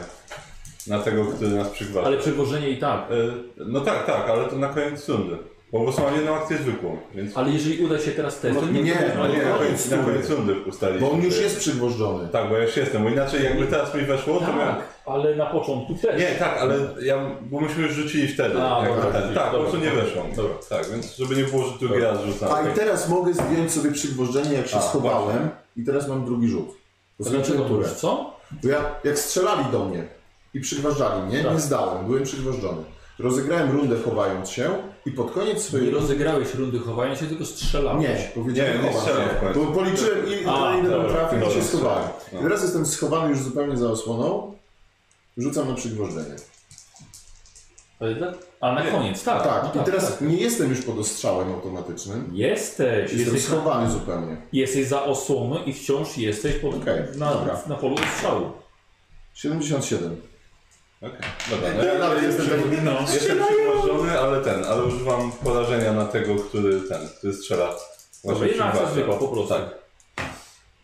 Speaker 5: Na tego, który nas przygwałcił.
Speaker 1: Ale przewożenie i tak.
Speaker 5: E, no tak, tak, ale to na koniec rundy. Po prostu mam jedną akcję zwykłą, więc...
Speaker 1: Ale jeżeli uda się teraz test, to nie,
Speaker 5: A nie, na
Speaker 4: no,
Speaker 5: koniec, na koniec rundy ustaliśmy.
Speaker 4: Bo on już jest przygwożdżony.
Speaker 5: Tak, bo ja już jestem, bo inaczej jakby teraz mi weszło, to miałem...
Speaker 1: Tak, ale na początku też.
Speaker 5: Nie, tak, ale ja, bo myśmy już rzucili wtedy.
Speaker 1: A,
Speaker 5: jakby
Speaker 1: dobra,
Speaker 5: ten.
Speaker 1: dobra,
Speaker 5: tak, po prostu nie
Speaker 1: dobra.
Speaker 5: weszło. Dobra. Tak, więc żeby nie było, że drugi raz rzucam.
Speaker 4: A i teraz mogę zdjąć sobie przygwożdżenie, jak się
Speaker 5: A,
Speaker 4: schowałem i teraz mam drugi rzut. To
Speaker 1: To
Speaker 4: znaczy
Speaker 1: dlaczego
Speaker 4: turę.
Speaker 1: mówisz, co?
Speaker 4: Bo ja, jak strzelali do mnie i przygważdżali mnie,
Speaker 1: Tak.
Speaker 4: nie zdałem, byłem przygwożdżony. Rozegrałem rundę chowając się i pod koniec
Speaker 1: Nie
Speaker 4: swojej rundy...
Speaker 1: rozegrałeś rundy chowania się, tylko strzelałeś.
Speaker 4: Nie, powiedziałem
Speaker 5: Nie, nie
Speaker 4: chowam
Speaker 5: strzelam w
Speaker 4: się.
Speaker 5: końcu.
Speaker 4: Bo policzyłem i
Speaker 1: A,
Speaker 4: A, ile
Speaker 1: dobra,
Speaker 4: bym trafił i
Speaker 5: dobra.
Speaker 4: się schowałem. I
Speaker 5: No.
Speaker 4: teraz jestem schowany już zupełnie za osłoną. Rzucam na przygwożdżenie.
Speaker 1: Ale dla- A na
Speaker 5: Nie.
Speaker 1: koniec, tak.
Speaker 4: Tak,
Speaker 1: no
Speaker 4: i teraz nie jestem już pod ostrzałem automatycznym.
Speaker 1: Jesteś,
Speaker 4: Jestem
Speaker 1: jesteś,
Speaker 4: schowany zupełnie.
Speaker 1: jesteś za osłoną i wciąż jesteś pod,
Speaker 4: Okej,
Speaker 1: na,
Speaker 4: dobra.
Speaker 1: na polu strzału.
Speaker 4: 77.
Speaker 5: Okej, dobra. No,
Speaker 4: Ja
Speaker 5: ja
Speaker 4: nawet
Speaker 5: jestem,
Speaker 4: jestem
Speaker 5: jestem,
Speaker 4: taki...
Speaker 3: No.
Speaker 5: przyłożony, ale ten, ale używam porażenia na tego, który ten, który strzela.
Speaker 1: Dobra,
Speaker 5: Właśnie
Speaker 1: jedna akcja
Speaker 5: przygwałca.
Speaker 1: zwykła, po prostu.
Speaker 5: Tak.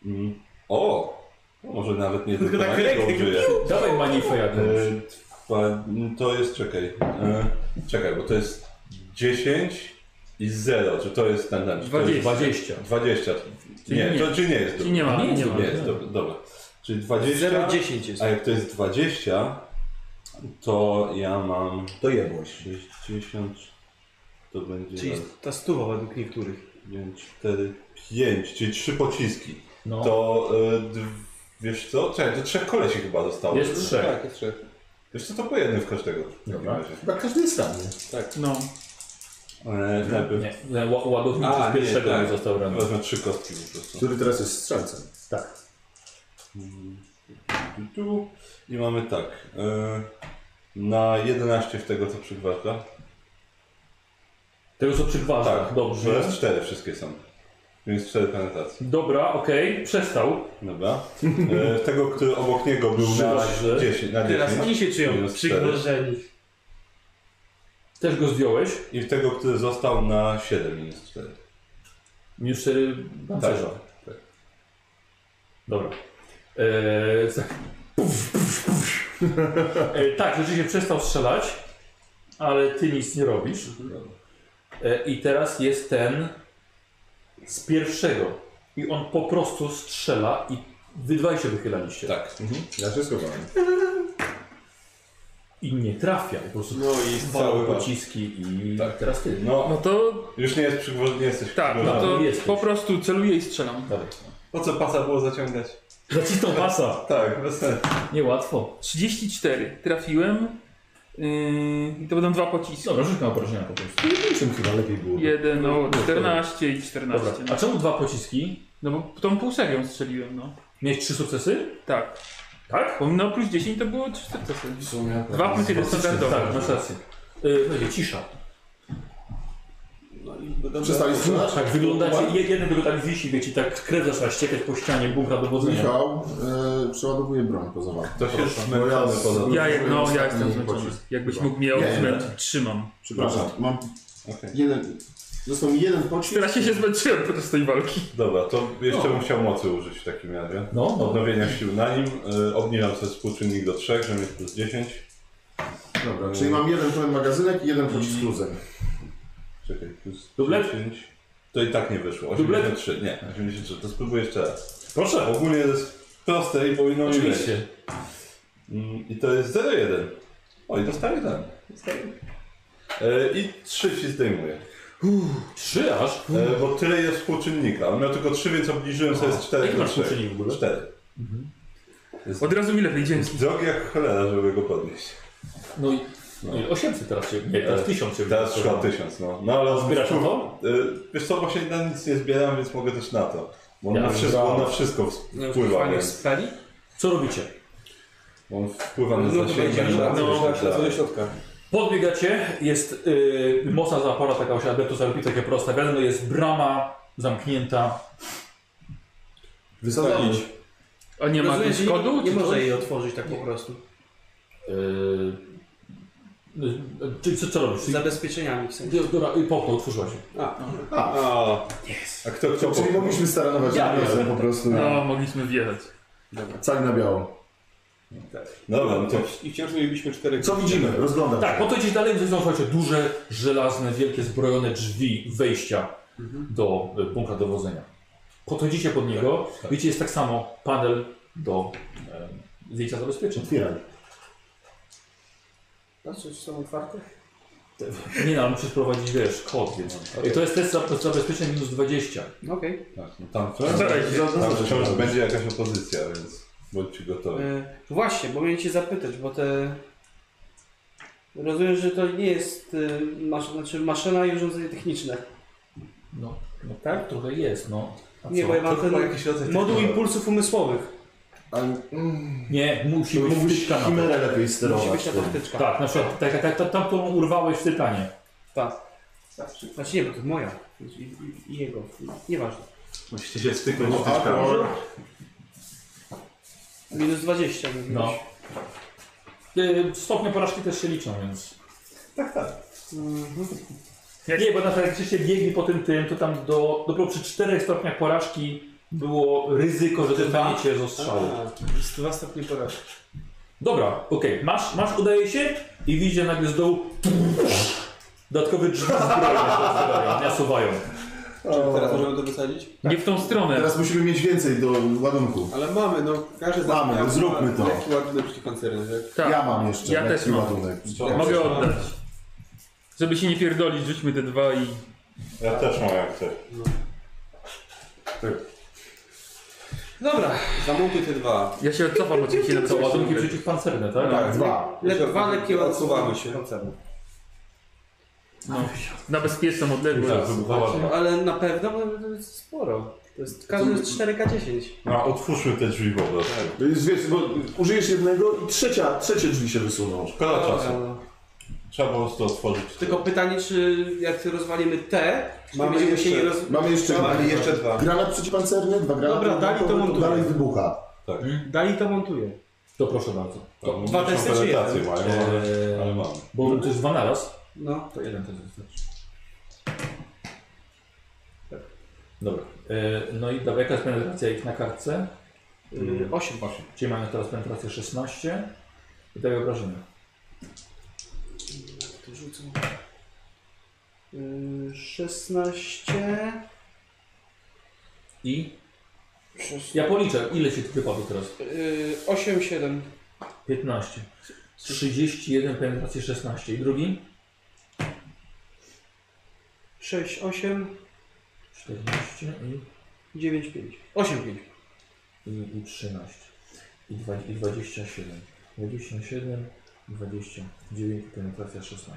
Speaker 5: Mm. O! Może nawet nie tylko
Speaker 19: tak
Speaker 5: na niego użyję.
Speaker 1: Dawaj manifę jakąś.
Speaker 5: E, Pa- To jest, czekaj. E, czekaj, bo to jest 10 i 0. Czy to jest ten, ten czy To jest
Speaker 20: 20.
Speaker 5: 20.
Speaker 1: Czyli
Speaker 5: nie,
Speaker 1: nie.
Speaker 5: to czy nie jest
Speaker 1: Czyli nie ma, nie ma.
Speaker 5: Nie jest, dobra. dobra. Czyli 20.
Speaker 8: 0,10 jest.
Speaker 5: A jak to jest 20, to ja mam
Speaker 4: To jebłeś.
Speaker 5: 60. To będzie
Speaker 8: Czyli ta stuwa według niektórych.
Speaker 5: 5, 4, 5, czyli 3 pociski.
Speaker 1: No.
Speaker 5: To e, dw- wiesz co? Czekaj, to trzech kolesi chyba zostało.
Speaker 1: Jest trzech.
Speaker 5: Tak, jest trzech. Wiesz co, to po jednym w każdego. W takim
Speaker 1: Dobra.
Speaker 5: razie.
Speaker 4: Chyba każdy jest ranny.
Speaker 1: No.
Speaker 5: E, najpierw
Speaker 1: Nie, nie, ła- ładownik
Speaker 5: A,
Speaker 1: z
Speaker 5: nie,
Speaker 1: pierwszego
Speaker 5: tak.
Speaker 1: nie, został rany.
Speaker 5: Wezmę trzy kostki po prostu.
Speaker 4: Który teraz jest strzelcem. Tak.
Speaker 5: Tu, tu. I mamy tak. e, Na 11 w tego co przygwarta.
Speaker 1: Tego co przygważa.
Speaker 5: Tak,
Speaker 1: Dobrze.
Speaker 5: Teraz 4 wszystkie są. Więc 4 penetracje.
Speaker 1: Dobra, okej, przestał.
Speaker 5: Dobra. E, tego, który obok niego był na
Speaker 1: Przyłoży.
Speaker 5: 10. Na 10.
Speaker 8: Teraz oni się czują
Speaker 5: Minus cztery.
Speaker 8: przygłożeni.
Speaker 1: Też go zdjąłeś.
Speaker 5: I tego, który został na 7 minus 4.
Speaker 1: Minus 4
Speaker 5: Tak.
Speaker 1: pancerza. Dobra. Eee, tak. Puf, puf, puf. Eee, tak, rzeczywiście przestał strzelać, ale ty nic nie robisz. Eee, I teraz jest ten z pierwszego. I on po prostu strzela i wy dwaj się wychylaliście.
Speaker 5: Tak.
Speaker 4: Ja wszystko mam.
Speaker 1: I nie trafia. Po prostu
Speaker 5: No i
Speaker 1: cały
Speaker 5: cały
Speaker 1: pociski i
Speaker 5: Tak.
Speaker 1: teraz ty.
Speaker 5: No,
Speaker 3: No to
Speaker 5: już nie jest przygwożony, nie jesteś
Speaker 3: tak, no
Speaker 5: przygwożony.
Speaker 3: to
Speaker 1: jesteś.
Speaker 3: po prostu celuję i strzelam.
Speaker 1: Dawaj.
Speaker 5: Po co pasa było zaciągać?
Speaker 1: Zacisnął pasa.
Speaker 5: Tak, bez sensu.
Speaker 1: Niełatwo.
Speaker 3: 34 trafiłem yy, i to będą dwa pociski.
Speaker 1: Dobra, rzuć na obrażenia po prostu.
Speaker 4: Czym chyba lepiej było.
Speaker 3: Jeden, no 14 i 14.
Speaker 1: Dobra. A czemu dwa pociski?
Speaker 3: No bo tą pół serią strzeliłem, no.
Speaker 1: Miałeś trzy sukcesy?
Speaker 3: Tak.
Speaker 1: Tak?
Speaker 3: Pomimo plus 10 to było 3 sukcesy.
Speaker 4: W sumie.
Speaker 3: Dwa plus jeden standardowe.
Speaker 1: Tak, masz rację. Yy, będzie cisza.
Speaker 4: Przestali strzelać?
Speaker 1: Tak, wyglądacie, je- jeden tylko tak wisi, wiecie, tak krew zaczyna ściekać po ścianie, bunkra dowodzenia.
Speaker 4: Michał e, przeładowuje broń poza walką.
Speaker 5: To się
Speaker 4: Bo ja
Speaker 5: zmęczony poza
Speaker 3: Ja,
Speaker 4: Mój
Speaker 3: no, ja
Speaker 4: ostatni
Speaker 3: jestem zmęczony.
Speaker 4: pocisk.
Speaker 3: Jakbyś
Speaker 4: Chyba.
Speaker 3: mógł mnie
Speaker 4: Nie, nie,
Speaker 3: odmęczyć, trzymam.
Speaker 4: Przepraszam, mam
Speaker 5: Okej.
Speaker 4: jeden. Został mi jeden pocisk.
Speaker 3: Teraz się, się zmęczyłem podczas tej walki.
Speaker 5: Dobra, to jeszcze bym chciał mocy użyć w takim razie.
Speaker 1: No, no.
Speaker 5: Odnowienia sił na nim. Y, obniżam sobie współczynnik do 3, że jest plus 10.
Speaker 4: Dobra, czyli mam jeden pełen magazynek i jeden pocisk luzem.
Speaker 5: Czekaj, plus
Speaker 1: Dublet?
Speaker 5: 10. To i tak nie wyszło.
Speaker 1: Dublet?
Speaker 5: 83. Nie, 83. To spróbuję jeszcze raz. Tak,
Speaker 1: Proszę.
Speaker 5: Ogólnie jest proste i powinno mi być.
Speaker 1: Oczywiście.
Speaker 5: Mm, I to jest 0,1. O, i dostaję ten. E, I 3 ci zdejmuję.
Speaker 1: Trzy aż?
Speaker 5: E, bo tyle jest współczynnika. On miał tylko 3, więc obniżyłem sobie z 4
Speaker 1: Jaki
Speaker 5: do
Speaker 1: masz
Speaker 5: 3.
Speaker 1: współczynnik w ogóle?
Speaker 5: 4.
Speaker 3: Od razu mi lepiej, dzięki.
Speaker 5: Drogi jak cholera, żeby go podnieść.
Speaker 1: No i, no i 800 teraz się, nie, teraz 1000 się
Speaker 5: Teraz szła 1000, no. No ale on
Speaker 1: Zbierasz na to?
Speaker 5: Y, Wiesz co, właśnie na nic nie zbieram, więc mogę też na to. Bo on
Speaker 1: Ja
Speaker 5: na
Speaker 1: bym
Speaker 5: wszystko, on na
Speaker 6: No,
Speaker 5: wszystko wpływa,
Speaker 8: Fajnych
Speaker 5: więc
Speaker 8: speli?
Speaker 1: Co robicie?
Speaker 5: on wpływa na
Speaker 6: No to będzie
Speaker 5: zasięgi. na
Speaker 6: no,
Speaker 5: coś, tak
Speaker 6: do
Speaker 5: dalej.
Speaker 6: środka.
Speaker 1: Podbiegacie, jest yy, mocna zapora taka właśnie Adeptus Albi, takie prostawiane, no jest brama zamknięta.
Speaker 4: Wysadzamy.
Speaker 3: A nie ma tu szkodu?
Speaker 8: Nie
Speaker 3: czy
Speaker 8: można
Speaker 3: coś?
Speaker 8: jej otworzyć tak po prostu.
Speaker 1: Yy, yy, czyli co, co robisz?
Speaker 8: Z zabezpieczeniami w sensie.
Speaker 1: Czyli, dobra, y, popno otworzyła się.
Speaker 8: A,
Speaker 5: A, a kto kto
Speaker 4: Czyli mogliśmy staranować
Speaker 1: Ja
Speaker 4: ja razem po prostu.
Speaker 3: No, mogliśmy wjechać.
Speaker 4: Cali na biało.
Speaker 5: Dobra, no to
Speaker 6: I wciąż mielibyśmy cztery.
Speaker 4: Co widzimy? Rozglądam
Speaker 1: Tak,
Speaker 4: się.
Speaker 1: po to gdzieś dalej są, słuchajcie, duże, żelazne, wielkie, zbrojone drzwi wejścia do y, bunkra dowodzenia. Podchodzicie pod niego, wiecie, jest tak samo panel do e, zdjęcia zabezpieczeń.
Speaker 4: Otwieraj.
Speaker 8: patrzcie, czy są otwarte?
Speaker 1: Nie no, ale musisz prowadzić, wiesz, kod, więc... I to jest test za- zabezpieczeń minus 20.
Speaker 8: Okej.
Speaker 5: tak, no tam wciąż,
Speaker 3: Staraj się.
Speaker 5: tam
Speaker 4: Zaznaczę,
Speaker 5: wciąż
Speaker 4: że
Speaker 5: będzie jakaś opozycja, więc bądźcie gotowi.
Speaker 8: E, właśnie, bo miałem cię zapytać, bo te... Rozumiem, że to nie jest e, masz, znaczy maszyna i urządzenie techniczne.
Speaker 1: No, no tak? Trochę jest, no. A
Speaker 8: Nie,
Speaker 1: co?
Speaker 8: bo ja mam ten
Speaker 5: rodzaj
Speaker 8: moduł impulsów umysłowych.
Speaker 4: Ale mm,
Speaker 1: Nie, musi być
Speaker 4: mógłbyś
Speaker 1: wtyczka na to.
Speaker 4: chimerę lepiej
Speaker 8: Musi być
Speaker 4: sterować.
Speaker 8: ta
Speaker 4: tym.
Speaker 8: taktyczka.
Speaker 1: Tak, na przykład, tak, tak, tak, tam którą urwałeś w tytanie.
Speaker 8: Tak. Znaczy nie, bo to moja. I, i, i jego. Nieważne.
Speaker 5: Musicie się styknąć z
Speaker 4: Armor.
Speaker 8: Minus 20 mówiłeś.
Speaker 1: No. Y, Stopnie porażki też się liczą, więc... Mhm.
Speaker 3: Jak-
Speaker 1: Nie, bo na przykład jak się biegli po tym tym, to tam do, dopiero przy 4 stopniach porażki było ryzyko, że dostaniecie z ostrzału.
Speaker 8: A, 2 stopnie porażki.
Speaker 1: Dobra, okej, masz, masz, udaje się i widzicie nagle z dołu dodatkowe drzwi zbroją, nasuwają.
Speaker 6: Teraz możemy to wysadzić?
Speaker 3: Nie w tą stronę.
Speaker 4: Teraz musimy mieć więcej do ładunku.
Speaker 6: Ale mamy, no każdy z nas
Speaker 4: Mamy,
Speaker 6: ma-
Speaker 4: no zróbmy to.
Speaker 6: Jaki ładny przeciwpancerny, tak?
Speaker 3: Tak.
Speaker 4: Ja mam jeszcze
Speaker 3: Ja też
Speaker 4: lekki
Speaker 3: mam.
Speaker 4: ładunek.
Speaker 3: Mogę oddać. Żeby się nie pierdolić, rzućmy te dwa i...
Speaker 5: Ja też mam jak chcę.
Speaker 6: Dobra. Zamontuj te dwa.
Speaker 3: Ja się odcofam od tych
Speaker 1: To ładunki przeciwpancerne, tak?
Speaker 4: Tak, dwa.
Speaker 8: Le- dwa
Speaker 6: Odsuwamy
Speaker 8: lekkie
Speaker 6: Odsuwamy się.
Speaker 3: Na bezpieczną
Speaker 5: tak
Speaker 4: Tak,
Speaker 3: odległość.
Speaker 8: Ale na pewno bo to jest sporo. To jest, każdy jest 4K10.
Speaker 5: No, otwórzmy te drzwi po prostu.
Speaker 4: To No jest, wiesz, bo użyjesz jednego i trzecia, trzecie drzwi się wysuną.
Speaker 5: Szkoda czasu.
Speaker 8: No.
Speaker 5: Trzeba po prostu otworzyć.
Speaker 8: Tylko pytanie, czy jak rozwalimy te, czy
Speaker 6: Mamy
Speaker 8: będziemy się nie
Speaker 6: jeszcze-
Speaker 8: roz...
Speaker 4: Mamy jeszcze dwa.
Speaker 6: Mamy jeszcze dwa.
Speaker 4: Granat przeciwpancerny, dwa granaty.
Speaker 8: Dobra, dali to
Speaker 4: wybuchowe,
Speaker 8: montuję.
Speaker 4: Dalej wybucha.
Speaker 8: Dali to montuje.
Speaker 1: To proszę bardzo.
Speaker 5: To
Speaker 8: dwa
Speaker 5: mniejszą
Speaker 8: testy czy jeden?
Speaker 5: penetrację mają, ale, ale
Speaker 1: Eee,
Speaker 5: mamy.
Speaker 1: bo to jest dwa naraz.
Speaker 8: No.
Speaker 1: To jeden też wystarczy. Tak. Dobra. Eee, no i dobra, jaka jest penetracja ich na kartce?
Speaker 8: 8.
Speaker 1: Czyli mamy teraz penetrację 16 i tak obrażenia.
Speaker 8: To rzucę. Yy, 16.
Speaker 1: I ja policzę, ile się tu wypadło teraz?
Speaker 8: Yy, 8, 7.
Speaker 1: 15. 31 penetracji 16. I drugi?
Speaker 8: 6, 8,
Speaker 1: 14 i,
Speaker 8: 9, 5. 8, 5.
Speaker 1: i, i 13. I, dwa, I 27. 27, 29 penetracja 16.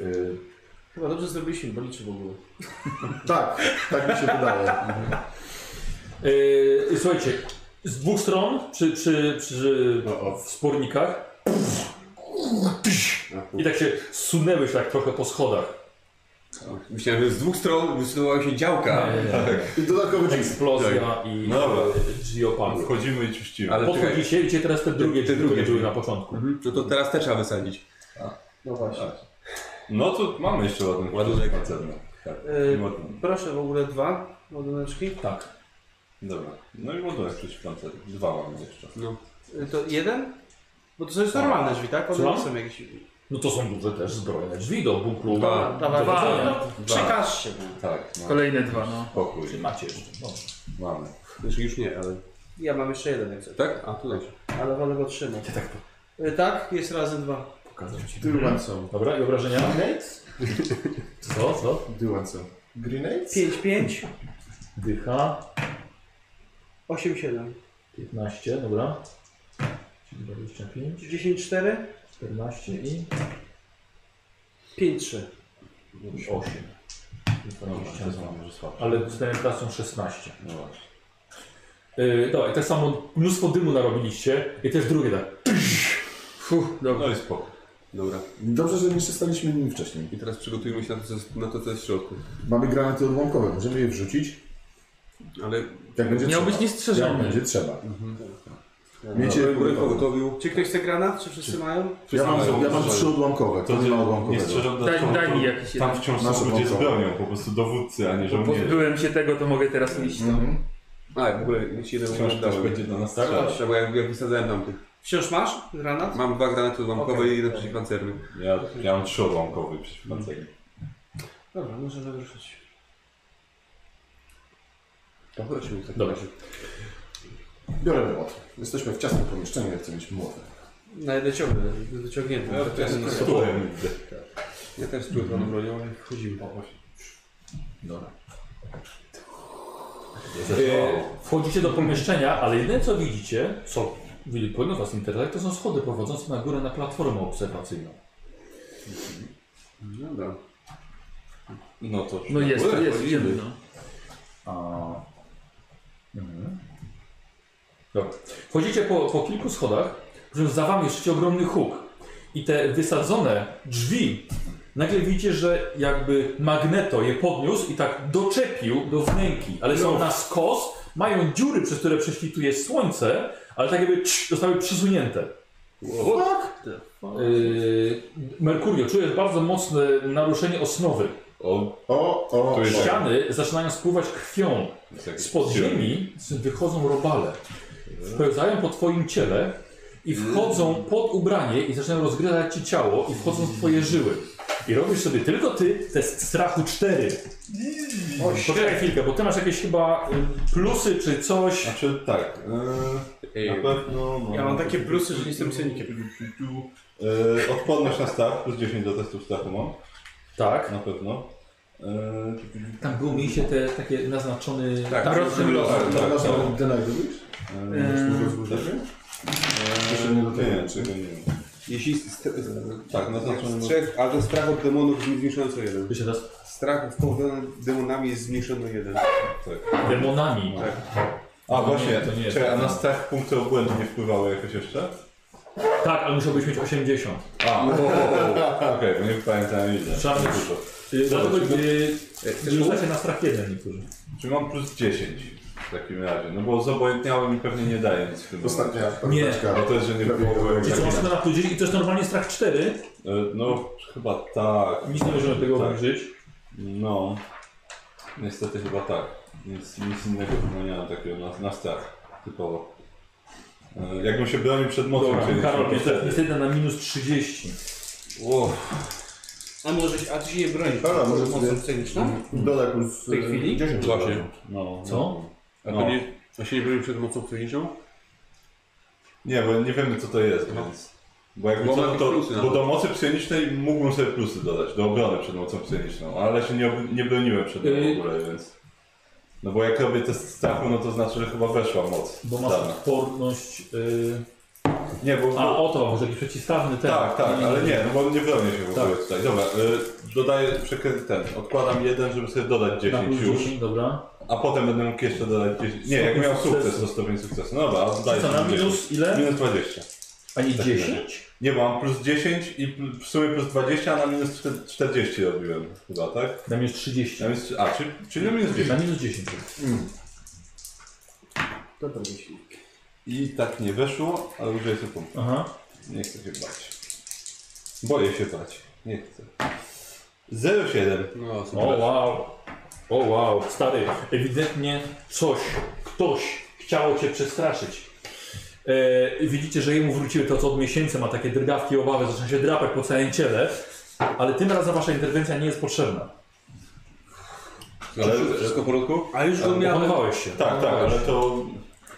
Speaker 1: Yy,
Speaker 8: Chyba dobrze zrobiliśmy, bo liczy w ogóle.
Speaker 4: Tak, tak mi się wydaje.
Speaker 1: Yy, słuchajcie, z dwóch stron przy, przy, przy spornikach i tak się sunęłeś tak trochę po schodach.
Speaker 6: Myślałem, że z dwóch stron wysunęła się działka.
Speaker 4: I dodatkowe drzwi.
Speaker 1: Eksplozja i e,
Speaker 5: No dobra.
Speaker 1: drzwi opadły.
Speaker 5: Wchodzimy i czyścimy.
Speaker 6: Ale czekaj,
Speaker 1: Podchodzicie, widzicie teraz te drugie,
Speaker 6: te
Speaker 1: te,
Speaker 6: drugie
Speaker 1: które były
Speaker 6: drzwi.
Speaker 1: na początku.
Speaker 6: No to teraz też trzeba wysadzić.
Speaker 8: No właśnie.
Speaker 5: No to mamy jeszcze ładunek.
Speaker 6: Ładunek.
Speaker 5: pancerny. Tak.
Speaker 8: Yy,
Speaker 5: Ładunek.
Speaker 8: proszę w ogóle dwa ładuneczki.
Speaker 1: Tak.
Speaker 5: Dobra. No i ładunek przeciwpancerny. Dwa mamy jeszcze.
Speaker 6: No.
Speaker 8: Yy, to jeden? Bo to są już normalne drzwi, tak? One
Speaker 1: Co?
Speaker 8: nie są jakieś...
Speaker 1: No to są duże też zbrojne drzwi do bunkru.
Speaker 6: Dwa.
Speaker 8: Dawaj,
Speaker 1: Dwa.
Speaker 8: dwa. No, przekaż się.
Speaker 5: Tak, no.
Speaker 3: Kolejne dwa, no.
Speaker 5: Pokój.
Speaker 1: Czyli macie jeszcze. Dobrze.
Speaker 5: Mamy.
Speaker 6: Znaczy już nie, ale...
Speaker 8: Ja mam jeszcze jeden, jak chcę.
Speaker 6: Tak? A, tutaj.
Speaker 8: Ale wolę go trzymać.
Speaker 1: tak
Speaker 8: Yy, tak, jest razem dwa.
Speaker 1: Pokażę ci.
Speaker 4: Dyłan są.
Speaker 1: Dobra, i obrażenia?
Speaker 4: Grenades?
Speaker 1: Co, co?
Speaker 4: Dyłan są. Grenades?
Speaker 8: Pięć, pięć.
Speaker 1: Dycha.
Speaker 8: 8, 7.
Speaker 1: 15, dobra. Czyli 25,
Speaker 8: 10, 4.
Speaker 1: 14 i
Speaker 8: 5, 3.
Speaker 1: 8.
Speaker 5: Dobra, to mamy, że słabo.
Speaker 1: Ale z penetracją 16.
Speaker 5: No właśnie.
Speaker 1: Yy, dobra, i tak samo mnóstwo dymu narobiliście i też drugie tak.
Speaker 3: Fuh, dobra.
Speaker 5: No i spoko.
Speaker 6: Dobra.
Speaker 4: Dobrze, że nie przestaliśmy nimi wcześniej.
Speaker 6: I teraz przygotujmy się na to, co jest, na to, co jest w środku.
Speaker 4: Mamy granaty odłamkowe, możemy je wrzucić.
Speaker 6: Ale...
Speaker 4: Jak będzie
Speaker 3: Miał
Speaker 4: trzeba.
Speaker 3: być niestrzeżony.
Speaker 4: Jak będzie trzeba.
Speaker 6: Dobra,
Speaker 4: Miecie
Speaker 6: broń pogotowiu.
Speaker 8: Czy ktoś chce granat? Czy wszyscy mają?
Speaker 4: ja mam, ja mam
Speaker 5: Wszyscy
Speaker 4: trzy odłamkowe, to
Speaker 5: To
Speaker 4: nie ma
Speaker 5: nie
Speaker 4: odłamkowego.
Speaker 5: strzeżą
Speaker 3: Daj,
Speaker 5: dodatkowo,
Speaker 3: daj
Speaker 5: to
Speaker 3: mi jakiś
Speaker 5: Tam
Speaker 3: jeden.
Speaker 5: wciąż
Speaker 4: Nasze
Speaker 5: są ludzie z
Speaker 4: wątroby.
Speaker 5: bronią, po prostu dowódcy, a nie żołnierze.
Speaker 3: Pozbyłem się tego, to mogę teraz iść. No,
Speaker 4: Mhm.
Speaker 6: A, w ogóle nic jeden
Speaker 5: Wciąż
Speaker 6: nie
Speaker 5: ktoś
Speaker 6: dałem.
Speaker 5: będzie do nas
Speaker 6: Tak,
Speaker 5: strzelać.
Speaker 6: bo jak, jak wysadzałem tam tych.
Speaker 8: Wciąż masz granat?
Speaker 6: Mam dwa granaty odłamkowe
Speaker 8: Okej.
Speaker 6: i jeden przeciwpancerny.
Speaker 5: Ja, ja mam trzy odłamkowe przeciwpancerny.
Speaker 8: Dobra, możemy ruszyć.
Speaker 6: To chodźmy w takim
Speaker 1: Dobra.
Speaker 6: razie.
Speaker 4: Biorę młot. Jesteśmy w ciasnym pomieszczeniu, jak chcę mieć młotę.
Speaker 8: Nawet ciągle, dociągnięty.
Speaker 6: Ja też
Speaker 5: Z
Speaker 6: z
Speaker 5: którym idę.
Speaker 6: Ja też z
Speaker 5: no,
Speaker 6: trudną bronią, ale wchodzimy.
Speaker 1: Yy, wchodzicie do pomieszczenia, ale jedyne co widzicie, co wi- powinno was interesować, to są schody prowadzące na górę na platformę obserwacyjną.
Speaker 6: Dobra.
Speaker 5: No to
Speaker 3: No jest, to jest, wiemy, no.
Speaker 1: Dobra. Wchodzicie po, po kilku schodach, że za wami jest jeszcze ogromny huk. I te wysadzone drzwi, nagle widzicie, że jakby magneto je podniósł i tak doczepił do wnęki, ale są na skos, mają dziury, przez które prześwituje słońce, ale tak jakby cii, zostały przysunięte. Yy, Merkurio, czujesz bardzo mocne naruszenie osnowy.
Speaker 5: O,
Speaker 4: O, o,
Speaker 1: No.
Speaker 5: Tu jest-
Speaker 4: o.
Speaker 1: Ściany zaczynają spływać krwią.
Speaker 5: jest jakiś
Speaker 1: Spod ziemi wychodzą robale. Spełzają po twoim ciele i wchodzą pod ubranie i zaczynają rozgryzać ci ciało i wchodzą w twoje żyły. I robisz sobie tylko ty test strachu 4. Poczekaj chwilkę, bo ty masz jakieś chyba y, plusy czy coś.
Speaker 5: Znaczy tak, e, na pewno... No,
Speaker 21: Ja mam takie plusy, że nie jestem cynikiem.
Speaker 5: E, odporność na strach, plus 10 do testów strachu mam,
Speaker 1: Tak.
Speaker 5: na pewno. E,
Speaker 1: Tam było mi się te takie naznaczony...
Speaker 5: tak, tak,
Speaker 22: rocznym losem.
Speaker 6: no.
Speaker 5: Tak, tak,
Speaker 4: Przepraszam,
Speaker 5: tak.
Speaker 4: gdy znajdujesz?
Speaker 21: E,
Speaker 4: Mm.
Speaker 5: Eee, nie, e, nie, czego nie wiem.
Speaker 6: Jeśli st- st-
Speaker 5: Tak, na znaczeniu-
Speaker 6: z trzech, ale ten strach od demonów zmniejszono co jeden.
Speaker 1: Jeszcze raz.
Speaker 6: Strach spowodowany demonami jest zmniejszony o jeden.
Speaker 1: Demonami.
Speaker 5: A właśnie,
Speaker 1: to nie jest.
Speaker 5: czekaj, a na strach punkty obłędu nie wpływały jakoś jeszcze?
Speaker 1: Tak, ale musiałbyś mieć 80.
Speaker 5: A, okej, bo nie pamiętałem ile.
Speaker 1: Trzeba mieć-
Speaker 5: Dużo.
Speaker 1: Y, Dlatego
Speaker 5: Dobra,
Speaker 1: y, rzucacie na strach jeden niektórzy.
Speaker 5: Czy mam plus 10 w takim razie? No bo zobojętniałem i pewnie nie daję nic w tym momencie.
Speaker 4: Ostatnia
Speaker 1: Nie.
Speaker 4: karteczka.
Speaker 5: A to jest, że nie
Speaker 4: Lepiej
Speaker 5: było...
Speaker 4: było.
Speaker 1: Czyli co, masz na tudzież i to jest normalnie strach 4.
Speaker 5: E, No, chyba tak.
Speaker 1: Nic nie możemy tego
Speaker 5: Tak.
Speaker 1: obniżyć.
Speaker 5: No, niestety chyba tak. Nic, nic innego chyba nie mam takiego na, na strach, typowo. E, Jakbym się bronił przed mocą,
Speaker 1: Dobra,
Speaker 5: czyli No,
Speaker 1: Karol,
Speaker 5: niestety.
Speaker 1: niestety, niestety na minus 30.
Speaker 5: Ło,
Speaker 8: A może, a ty się nie bronisz?
Speaker 4: Dobra, Tak, może Mhm.
Speaker 8: mocą
Speaker 4: sobie-
Speaker 8: sceniczną?
Speaker 4: Dodaj e, plus... W
Speaker 8: tej chwili?
Speaker 4: 10
Speaker 6: Właśnie.
Speaker 4: dodatku.
Speaker 5: No,
Speaker 1: Co?
Speaker 6: A
Speaker 5: No.
Speaker 6: to nie, a się nie broni przed mocą psychiczną?
Speaker 5: Nie, bo nie wiemy co to jest, więc... Bo jakby
Speaker 6: Bo
Speaker 5: co,
Speaker 6: ma jakieś
Speaker 5: to,
Speaker 6: plusy na
Speaker 5: bo
Speaker 6: to.
Speaker 5: do mocy psionicznej mógłbym sobie plusy dodać, do obrony przed mocą psioniczną, ale się nie, ob- nie broniłem przed nią
Speaker 1: Yy.
Speaker 5: w ogóle, więc... No bo jak robię test strachu, no to znaczy, że chyba weszła moc.
Speaker 1: Bo masz
Speaker 5: Dana.
Speaker 1: odporność. Y...
Speaker 5: Nie, bo...
Speaker 1: A oto, może jakiś przeciwstawny ten.
Speaker 5: Tak, tak,
Speaker 1: I-
Speaker 5: ale nie, no bo nie bronię się w
Speaker 1: Tak.
Speaker 5: ogóle tutaj. Dobra, y, dodaję przekręt ten, odkładam jeden, żeby sobie dodać
Speaker 1: Na
Speaker 5: 10
Speaker 1: plus
Speaker 5: już,
Speaker 1: 10, dobra.
Speaker 5: a potem będę mógł jeszcze dodać 10. Nie, jak
Speaker 1: Stopień
Speaker 5: miał sukces,
Speaker 1: sukcesu.
Speaker 5: to stopień sukcesu. No dobra,
Speaker 1: Co,
Speaker 5: oddaję
Speaker 1: co, na
Speaker 5: sobie
Speaker 1: minus ile?
Speaker 5: 20.
Speaker 1: A nie
Speaker 5: takim
Speaker 1: 10?
Speaker 5: Nie, bo mam plus 10 i pl- w sumie plus 20, a na minus 4- 40 robiłem chyba, tak?
Speaker 1: Na minus 30.
Speaker 5: Na minus, a, czy, czyli na minus 10.
Speaker 1: Na minus 10.
Speaker 8: Dobra, myśli.
Speaker 5: I tak nie weszło, ale użyję sobie punktu.
Speaker 1: Aha.
Speaker 5: Nie chcę się bać. Boję się bać. Nie chcę. 07.
Speaker 6: No,
Speaker 1: O wow. O wow. Stary, ewidentnie coś, ktoś chciało cię przestraszyć. E, widzicie, że jemu wróciły to, co od miesięcy ma takie drgawki, obawy, zaczyna się drapać po całym ciele. Ale tym razem wasza interwencja nie jest potrzebna.
Speaker 5: Ale,
Speaker 6: Wszystko w porządku?
Speaker 21: A już go miałem.
Speaker 1: Opanowałeś się.
Speaker 5: Tak, tak, ale to.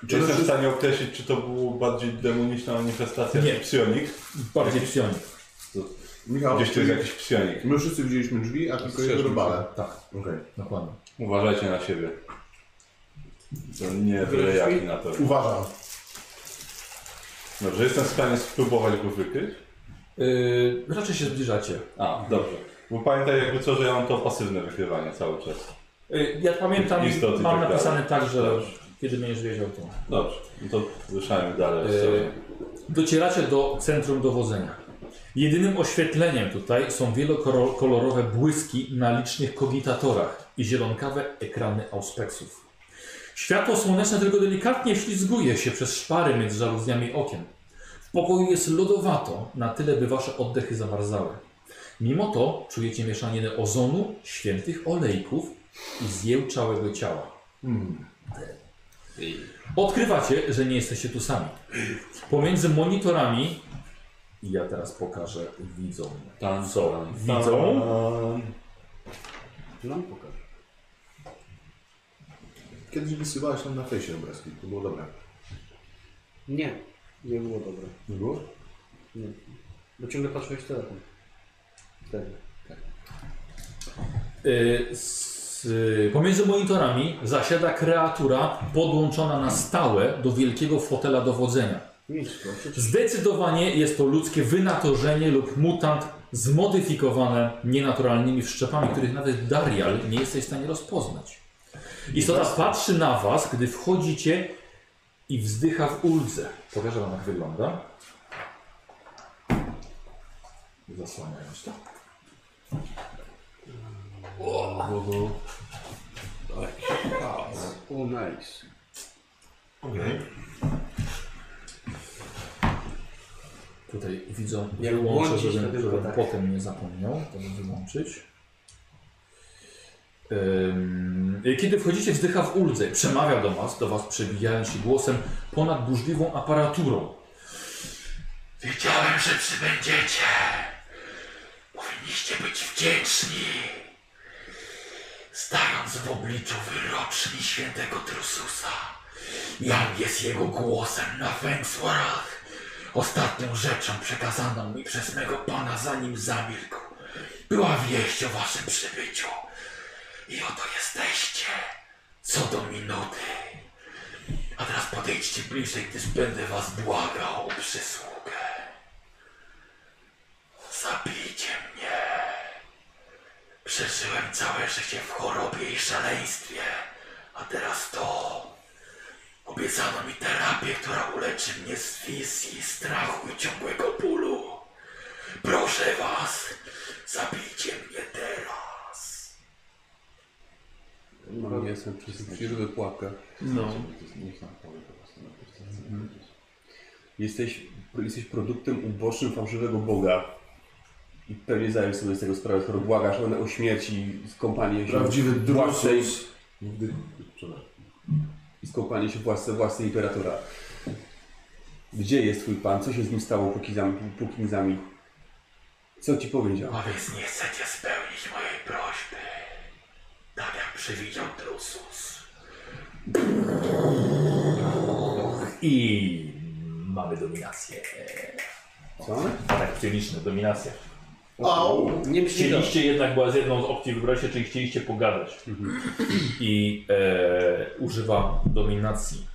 Speaker 5: Czy jestem
Speaker 21: to-
Speaker 5: w stanie określić, czy to było bardziej demoniczna manifestacja
Speaker 1: Nie.
Speaker 5: czy psionik?
Speaker 1: Bardziej psionik.
Speaker 4: Michał,
Speaker 5: Gdzieś tu jest jakiś psionik.
Speaker 4: my wszyscy widzieliśmy drzwi, a tylko jego robale.
Speaker 5: Tak.
Speaker 4: Okej.
Speaker 1: Dokładnie.
Speaker 5: Uważajcie na siebie. To nie byle jaki na to.
Speaker 4: Uważam.
Speaker 5: Dobrze, jestem w stanie spróbować go wykryć.
Speaker 1: Yy, raczej się zbliżacie.
Speaker 5: A, dobrze. Bo pamiętaj jakby co, że ja mam to pasywne wykrywanie cały czas.
Speaker 1: Yy, ja pamiętam,
Speaker 5: Istoty
Speaker 1: mam
Speaker 5: tak dalej.
Speaker 1: napisane tak, że
Speaker 5: Dobrze.
Speaker 1: kiedy będziesz wiedział to.
Speaker 5: Dobrze, no to ruszajmy dalej.
Speaker 1: Yy.
Speaker 5: Sobie.
Speaker 1: Docieracie do centrum dowodzenia. Jedynym oświetleniem tutaj są wielokolorowe błyski na licznych kogitatorach i zielonkawe ekrany auspeksów. Światło słoneczne tylko delikatnie ślizguje się przez szpary między żaluzniami okien. W pokoju jest lodowato, na tyle by wasze oddechy zamarzały. Mimo to czujecie mieszaninę ozonu, świętych olejków i zjełczałego ciała. Odkrywacie, że nie jesteście tu sami. Pomiędzy monitorami i ja teraz pokażę widzom.
Speaker 5: Tam,
Speaker 1: Co?
Speaker 5: tam,
Speaker 1: Widzą?
Speaker 4: Nam pokaż. Kiedyś wysyłałeś nam na fejsie obrazki, to było dobre.
Speaker 8: Nie, nie było dobre.
Speaker 4: Nie było?
Speaker 8: Nie. Bo ciągle patrzyłeś w telefon. Wtedy.
Speaker 1: Y, s- y, Pomiędzy monitorami zasiada kreatura podłączona na stałe do wielkiego fotela dowodzenia.
Speaker 8: Nic, bo przecież
Speaker 1: Zdecydowanie jest to ludzkie wynatorzenie lub mutant zmodyfikowane nienaturalnymi wszczepami, których nawet Darial nie jesteś w stanie rozpoznać. Istota patrzy na was, gdy wchodzicie i wzdycha w uldze. Pokażę wam jak wygląda. Zasłaniając to.
Speaker 8: Oh, nice.
Speaker 1: Tutaj widzą,
Speaker 8: Jak
Speaker 1: wyłączę,
Speaker 8: włączyć,
Speaker 1: żebym,
Speaker 8: to tylko
Speaker 1: żebym
Speaker 8: tak.
Speaker 1: potem nie zapomniał, to bym wyłączyć. Ym, Kiedy wchodzicie, wzdycha w uldze. Przemawia do was, do was przebijając się głosem ponad burzliwą aparaturą.
Speaker 23: Wiedziałem, że przybędziecie. Powinniście być wdzięczni. Stając w obliczu wyroczni świętego Trususa, Jan jest jego głosem na Fengswarach. Ostatnią rzeczą przekazaną mi przez mego pana, zanim zamilkł, była wieść o waszym przybyciu. I oto jesteście, co do minuty. A teraz podejdźcie bliżej, gdyż będę was błagał o przysługę. Zabijcie mnie. Przeżyłem całe życie w chorobie i szaleństwie, a teraz to. Obiecano mi terapię, która uleczy mnie z wizji, strachu i ciągłego bólu. Proszę was, zabijcie mnie teraz.
Speaker 5: No, jestem przez przyrodę pułapkę.
Speaker 3: No.
Speaker 5: Jesteś, jesteś produktem ubocznym fałszywego Boga. I pewnie zdajesz sobie z tego sprawę, skoro błagasz one o śmierć i skąpanie się
Speaker 4: Prawdziwy
Speaker 5: w własnej,
Speaker 4: drusus. Nigdy kurczę.
Speaker 5: i skąpanie się w własce własnej imperatora. Gdzie jest twój pan? Co się z nim stało póki, zam, póki nie zamilkł? Co ci powiedział?
Speaker 23: A więc nie chcecie spełnić mojej prośby. Tak jak przewidział Drusus.
Speaker 1: I mamy dominację. Tak,
Speaker 5: Co?
Speaker 1: Atak psioniczny, dominacja.
Speaker 4: Au!
Speaker 8: Nie myślę.
Speaker 1: Chcieliście jednak, była z jedną z opcji, wybraliście, czyli chcieliście pogadać. I e, używa dominacji.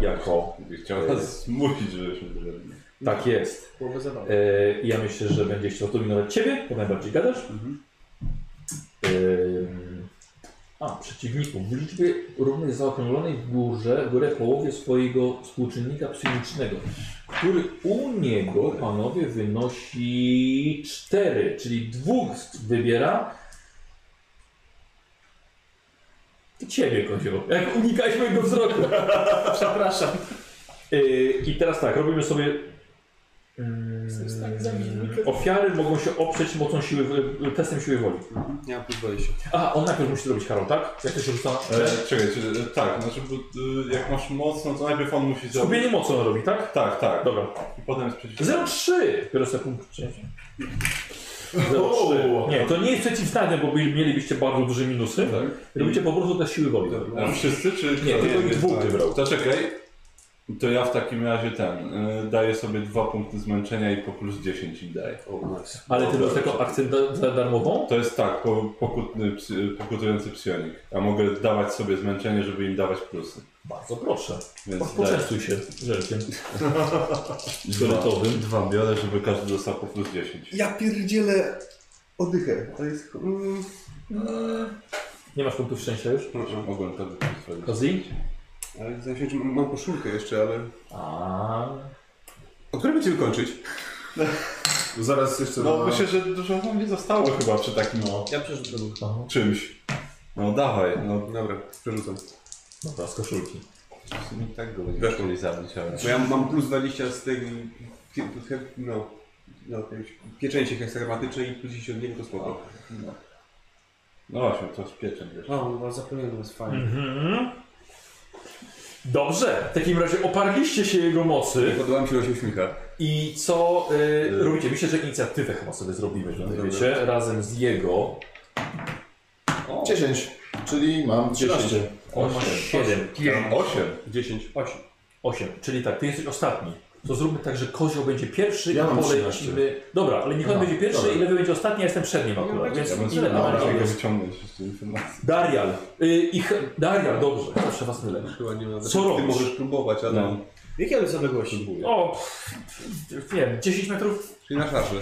Speaker 1: Jako.
Speaker 5: Chciał nas zmusić, żebyśmy to robili.
Speaker 1: Tak jest.
Speaker 8: Głowę zabawy.
Speaker 1: E, ja myślę, że będzie chciał dominować ciebie, bo najbardziej gadasz. Em, a, przeciwników. W liczbie równej zaokrąglonej w górze, w górę połowie swojego współczynnika psychicznego, który u niego, panowie, wynosi 4, czyli dwóch wybiera. Ty Ciebie, kozioł. Jak unikałeś mojego wzroku.
Speaker 3: No.
Speaker 8: Przepraszam.
Speaker 1: Yy, I teraz tak, robimy sobie. mm, Ofiary mogą się oprzeć mocą siły, w- testem siły woli.
Speaker 6: Ja mam plus 20.
Speaker 1: A, on najpierw musi zrobić Karol, tak? Jak to się rzuca? E,
Speaker 5: E, czekaj, czy, tak, znaczy, bo, y, jak masz mocno, to najpierw on musi zrobić.
Speaker 1: skupienie mocy on robi, tak?
Speaker 5: Tak, tak.
Speaker 1: Dobra.
Speaker 5: I potem jest przeciw.
Speaker 1: 0,3! Biorę sobie punkt szczęścia. 0,3. Nie, to nie jest przeciwstawne, bo by- mielibyście bardzo duże minusy.
Speaker 5: Tak.
Speaker 1: Robicie po prostu test siły woli.
Speaker 5: A wszyscy, czy... Tak.
Speaker 1: Nie, tylko ich dwóch wybrał.
Speaker 5: To czekaj, to ja w takim razie ten, y, daję sobie dwa punkty zmęczenia i po plus 10 im daję.
Speaker 1: Ale ty masz taką akcję da- za darmową?
Speaker 5: To jest tak, po, pokutny, psy- pokutujący psionik. A mogę dawać sobie zmęczenie, żeby im dawać plusy.
Speaker 1: Bardzo proszę.
Speaker 5: Więc daję
Speaker 1: Poczęstuj się żelkiem. Filetowym.
Speaker 5: dwa biorę, żeby każdy dostał po plus 10.
Speaker 4: Ja pierdzielę odychę. To jest... Mm.
Speaker 1: Nie masz punktów szczęścia już?
Speaker 5: Mogłem to wykorzystać.
Speaker 1: Kozli?
Speaker 6: Ale zdaje się, że mam mam koszulkę jeszcze, ale...
Speaker 1: A.
Speaker 6: O której będziemy kończyć?
Speaker 4: Zaraz jeszcze...
Speaker 5: No
Speaker 4: na-
Speaker 5: myślę, że dużo nam nie zostało chyba przy takim no,
Speaker 8: Ja przerzucam.
Speaker 5: czymś. No dawaj, no
Speaker 6: Dobra, przerzucam.
Speaker 1: Dobra, z koszulki.
Speaker 5: w sumie tak go będzie.
Speaker 6: Weszło mi
Speaker 5: zabić, ale...
Speaker 6: Bo ja mam plus 20 z tej... pie- he- No... No, jakiejś pieczęci heksagramatycznej i plus 10 od niego to spoko.
Speaker 5: No właśnie, to z pieczem wiesz.
Speaker 8: O, no, zapomniałem, to jest
Speaker 6: Mm.
Speaker 8: fajne.
Speaker 1: Mhm. Dobrze, w takim razie oparliście się jego mocy
Speaker 6: Podoba mi się, że się uśmiecha.
Speaker 1: i co y, robicie? Myślę, że inicjatywę chyba sobie zrobimy, że wiecie, razem z jego.
Speaker 4: 10, czyli mam 13.
Speaker 1: On ma 7,
Speaker 5: 8.
Speaker 6: 10. 8.
Speaker 1: 8, czyli tak, ty jesteś ostatni. To zróbmy tak, że kozioł będzie pierwszy
Speaker 4: Ja
Speaker 1: i
Speaker 4: mam
Speaker 1: polecimy. Dobra, ale niech on
Speaker 4: No,
Speaker 1: będzie pierwszy
Speaker 4: dobra.
Speaker 1: i lewy będzie ostatni, a jestem przednim akurat. Więc
Speaker 5: Ja bym
Speaker 1: ile
Speaker 5: sobie
Speaker 1: na razie
Speaker 5: mogę
Speaker 1: jest?
Speaker 5: wyciągnąć jeszcze informacje.
Speaker 1: Darial. Y, ich, Darial, dobrze, zawsze was mylę.
Speaker 6: Chyba nie ma...
Speaker 1: Co
Speaker 6: Ty
Speaker 1: robisz?
Speaker 6: możesz próbować, ale...
Speaker 5: No.
Speaker 8: Jakie ale zaległości?
Speaker 1: O, pff, nie wiem, 10 metrów
Speaker 6: Czyli na szarze.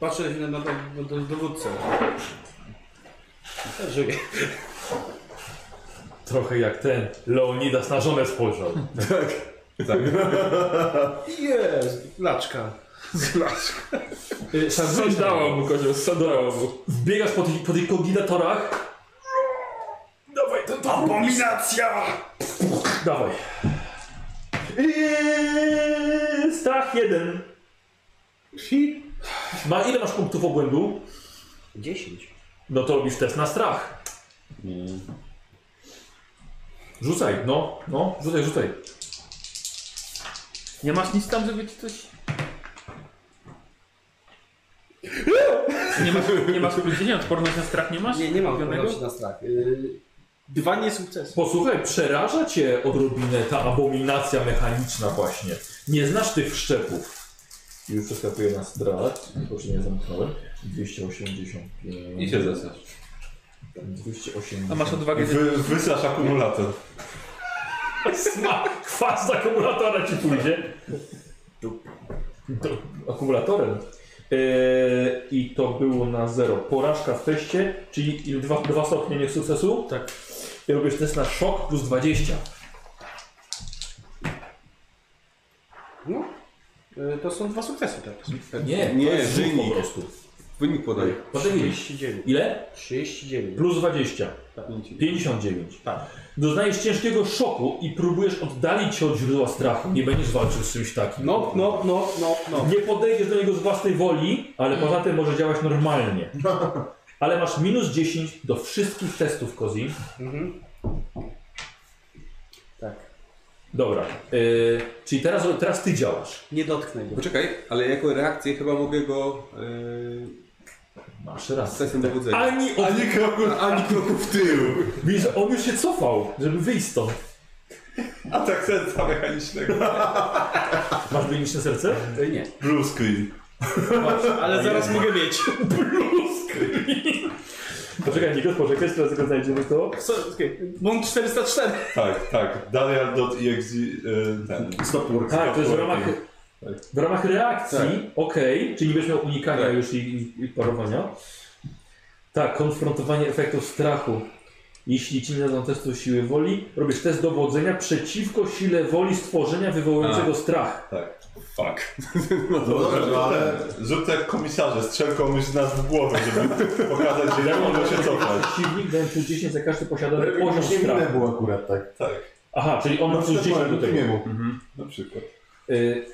Speaker 8: Patrzę na, na, na, na dowódcę. Żyje.
Speaker 1: Trochę jak ten Leonidas na żonę spojrzał.
Speaker 8: Jest! Laczka.
Speaker 3: Sadało mu kozioł, sadało mu.
Speaker 1: Wbiegasz po tych, po tych kogitatorach. Dawaj, to, to Abominacja! Dawaj. Eee, strach jeden. Ma, ile masz punktów obłędu?
Speaker 8: 10.
Speaker 1: No to robisz test na strach. Mm. Rzucaj, no, no, rzucaj, rzucaj.
Speaker 3: Nie masz nic tam, żeby ci coś... Nie masz, nie masz pójdzienia, odporność na strach nie masz?
Speaker 8: Nie, nie mam
Speaker 3: Ulubionego?
Speaker 8: odpowiedzi na strach. Yy, dwa niesukcesy.
Speaker 1: Posłuchaj, przeraża cię odrobinę ta abominacja mechaniczna właśnie. Nie znasz tych wszczepów. Już przeskakuję na strat, bo się nie zamknąłem. 285.
Speaker 5: I się zesasz.
Speaker 1: 280.
Speaker 3: A masz odwagę...
Speaker 5: Wy, wysasz akumulator.
Speaker 1: Sma, kwas z akumulatora ci pójdzie. To akumulatorem. Eee, I to było na 0. Porażka w teście, czyli ile dwa, dwa stopnie niesukcesu? Tak. I robisz test na szok plus 20.
Speaker 8: No, yy, to są dwa sukcesy tak. teraz.
Speaker 1: Nie,
Speaker 5: Nie,
Speaker 1: nie, rzut po
Speaker 5: wynik.
Speaker 1: prostu.
Speaker 5: Wynik podaj.
Speaker 1: Poczekaj,
Speaker 8: 39.
Speaker 1: ile?
Speaker 8: 39.
Speaker 1: Plus 20. 59. Doznajesz ciężkiego szoku i próbujesz oddalić się od źródła strachu. Nie będziesz walczył z czymś takim.
Speaker 8: No, no, no, no, no.
Speaker 1: Nie podejdziesz do niego z własnej woli, ale poza tym może działać normalnie. Ale masz minus 10 do wszystkich testów, Kozi.
Speaker 8: Mhm. Tak.
Speaker 1: Dobra, yy, czyli teraz, teraz ty działasz.
Speaker 8: Nie dotknę go.
Speaker 6: Poczekaj, ale jako reakcję chyba mogę go yy,
Speaker 1: Masz raz.
Speaker 6: sesją dowodzenia.
Speaker 1: Ani on,
Speaker 5: Ani kroku, ani kroku w tył.
Speaker 1: widzisz, on już się cofał, żeby wyjść stąd.
Speaker 5: A tak serca mechanicznego.
Speaker 1: Masz wyniczne serce?
Speaker 8: Yy, nie.
Speaker 5: Blue screen.
Speaker 24: Ale zaraz mogę mieć.
Speaker 1: Poczekaj, Nikos, poczekaj, teraz tylko znajdziemy to.
Speaker 24: Co, okay. Bądź 404.
Speaker 5: Tak, tak. Darial.exe. e, Ten.
Speaker 4: Stop work.
Speaker 1: Tak, to jest w ramach, w ramach reakcji,
Speaker 5: Tak.
Speaker 1: okej, czyli nie będziesz miał unikania
Speaker 5: Tak.
Speaker 1: już i, i, i parowania. Tak, konfrontowanie efektów strachu. Jeśli ci nie dadzą testu siły woli, robisz test dowodzenia przeciwko sile woli stworzenia wywołującego strach.
Speaker 5: Tak. Fuck. No dobrze,
Speaker 4: dobrze,
Speaker 5: no ale...
Speaker 4: ale-
Speaker 5: Zrób tak jak komisarze, strzel komuś nas w głowę, żeby pokazać, że nie można się cofać.
Speaker 1: Przeciwnik daje plus 10 za każdy posiadany
Speaker 4: Ale No,
Speaker 1: poziom
Speaker 4: właśnie minę
Speaker 1: strachu.
Speaker 4: było akurat tak. Znaczy,
Speaker 5: Tak,
Speaker 1: Aha, czyli on ma plus 10 do tego.
Speaker 4: niemu.
Speaker 5: na przykład.
Speaker 1: Y,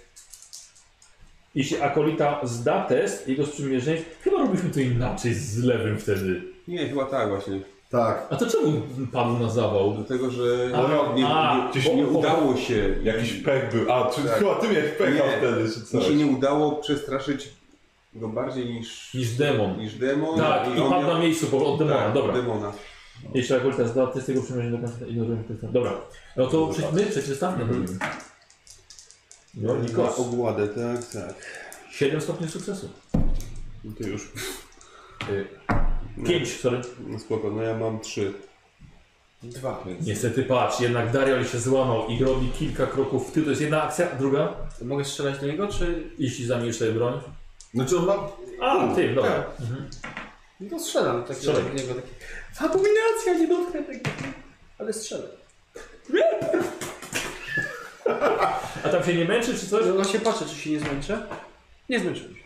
Speaker 1: jeśli akolita zda test, jego sprzymierzeńcy... Chyba robiliśmy to inaczej z lewym wtedy.
Speaker 6: Nie, chyba tak właśnie.
Speaker 4: Tak.
Speaker 1: A to czemu padł na zawał?
Speaker 6: Dlatego, że
Speaker 1: A,
Speaker 6: nie,
Speaker 1: a,
Speaker 6: nie, nie
Speaker 1: bo-
Speaker 6: udało się.
Speaker 5: Jakiś pech był. A, czy,
Speaker 4: Tak.
Speaker 5: chyba ty miałeś pecha
Speaker 6: Nie.
Speaker 5: wtedy, czy
Speaker 6: Mi
Speaker 5: coś.
Speaker 6: się nie udało przestraszyć go bardziej niż,
Speaker 1: Niż demon.
Speaker 6: niż demon.
Speaker 1: Tak, i
Speaker 6: on
Speaker 1: padł na miejscu po, od demona,
Speaker 6: tak,
Speaker 1: dobra.
Speaker 6: demona.
Speaker 1: Jeszcze jak teraz dwa testy go przymierzenia do końca ignorujemy testa. Dobra, no to prze, my przeciwstawmy robimy. No,
Speaker 6: Na
Speaker 1: Nikos.
Speaker 6: ogładę, tak, tak.
Speaker 1: 7 stopni sukcesu.
Speaker 6: No to już.
Speaker 1: 5, sorry.
Speaker 6: No spoko, no ja mam trzy.
Speaker 8: Dwa.
Speaker 1: Niestety patrz, jednak Darial się złamał i robi kilka kroków w tył. To jest jedna akcja, druga,
Speaker 8: Mogę strzelać do niego, czy...
Speaker 1: jeśli zamierzysz sobie broń.
Speaker 4: Znaczy on ma...
Speaker 1: A, ty, dobra.
Speaker 8: Tak. No to strzelam tak
Speaker 1: Strzelaj.
Speaker 8: do niego. Taki... Abominacja, nie dotknę tego. Ale strzelam.
Speaker 1: A tam się nie męczy czy coś?
Speaker 8: No się patrzę, czy się nie zmęczę. Nie zmęczyłem się.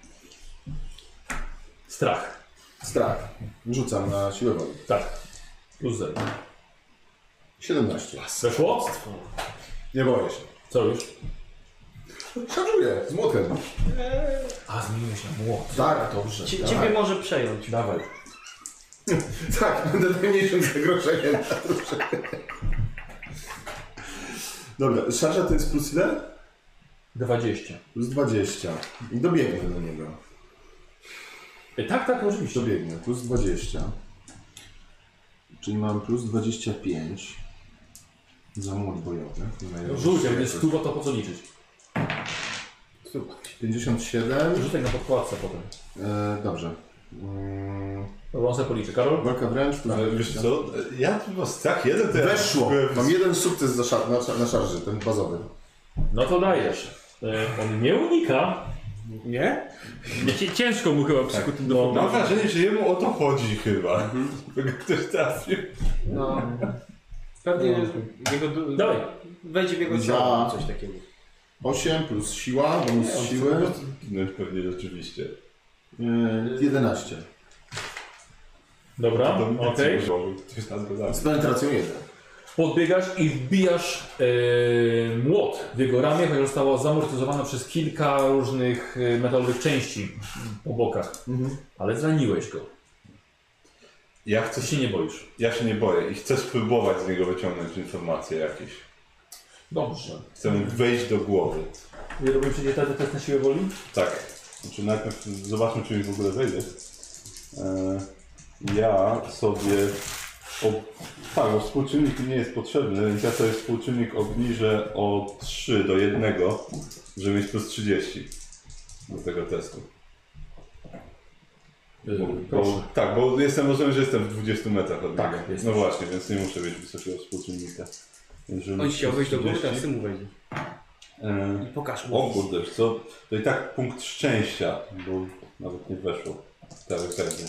Speaker 1: Strach.
Speaker 4: Strach. Rzucam na siłę woli.
Speaker 1: Tak. Plus 0.
Speaker 4: 17.
Speaker 1: Weszło?
Speaker 4: Nie boję się.
Speaker 1: Co już?
Speaker 4: Szarżuję z młotem.
Speaker 1: A, zmieniłeś na młot.
Speaker 4: Tak, dobrze.
Speaker 8: Cie,
Speaker 4: tak.
Speaker 8: Ciebie może przejąć.
Speaker 1: Dawaj.
Speaker 4: Tak, będę najmniejszym zagrożeniem. Dobra, szarża to jest plus ile?
Speaker 1: 20.
Speaker 4: Plus 20. I dobiegnę do niego.
Speaker 1: E, Tak, tak, oczywiście.
Speaker 4: Dobiegnę, plus 20. Czyli mam plus 25. Za młot bojowy. Nie ma jego
Speaker 1: Rzuć, jak
Speaker 4: szybkości.
Speaker 1: będzie stuwa, to po co liczyć?
Speaker 4: 57.
Speaker 1: Rzucaj na podkładce potem.
Speaker 4: E, dobrze. Mm,
Speaker 1: Dobra, on sobie policzy. Karol?
Speaker 4: walka wręcz. Plus
Speaker 5: Ale wiesz
Speaker 4: 20.
Speaker 5: co, ja tu mam strach jeden, to ja
Speaker 4: Weszło.
Speaker 5: byłem w
Speaker 4: Mam jeden sukces za szar na, na szarży, ten bazowy.
Speaker 1: No to dajesz. E, On nie unika.
Speaker 8: Nie?
Speaker 3: Cię- Ciężko mu chyba
Speaker 5: Tak.
Speaker 3: przykutym do
Speaker 5: Mam wrażenie, że jemu o to chodzi chyba. Żeby go ktoś trafił.
Speaker 8: No. Pewnie jego... du-
Speaker 1: Dawaj.
Speaker 8: Wejdzie w jego
Speaker 4: Za-
Speaker 8: ciało coś takiego.
Speaker 4: 8 plus siła, bonus siły.
Speaker 5: No pewnie rzeczywiście.
Speaker 4: E, 11.
Speaker 1: Dobra,
Speaker 5: Dominacja
Speaker 1: okej.
Speaker 5: może, Ktoś nas go
Speaker 4: Z
Speaker 5: zabił.
Speaker 4: penetracją 1.
Speaker 1: Podbiegasz i wbijasz e, młot w jego ramię, chociaż została zamortyzowana przez kilka różnych e, metalowych części po bokach. Ale zraniłeś go.
Speaker 5: Ja
Speaker 1: Ty
Speaker 5: chcę
Speaker 1: się nie boisz.
Speaker 5: Ja się nie boję i chcę spróbować z niego wyciągnąć informacje jakieś.
Speaker 1: Dobrze.
Speaker 5: Chcę mu wejść do głowy.
Speaker 1: Y, Robimy przecież te- te- test na siłę woli.
Speaker 5: Tak. Znaczy najpierw zobaczmy, czy mi w ogóle wejdzie. E, ja sobie... Ob... Tak, bo współczynnik mi nie jest potrzebny, więc ja sobie współczynnik obniżę o 3 do 1, żeby mieć plus 30 do tego testu. Bo,
Speaker 1: E,
Speaker 5: bo, tak, bo jestem, rozumiem, że jestem w 20 metrach od
Speaker 1: Tak,
Speaker 5: niego.
Speaker 1: jesteś.
Speaker 5: No właśnie, więc nie muszę mieć wysokiego współczynnika. Więc żeby
Speaker 8: On
Speaker 5: mieć
Speaker 8: chciał
Speaker 5: plus
Speaker 8: wejść do góry, tak? teraz
Speaker 5: 30,
Speaker 8: ty mu wejdzie.
Speaker 5: e,
Speaker 8: I pokaż mu.
Speaker 5: o kurde, wiesz co? To i tak punkt szczęścia, bo nawet nie weszło. Tak, pewnie.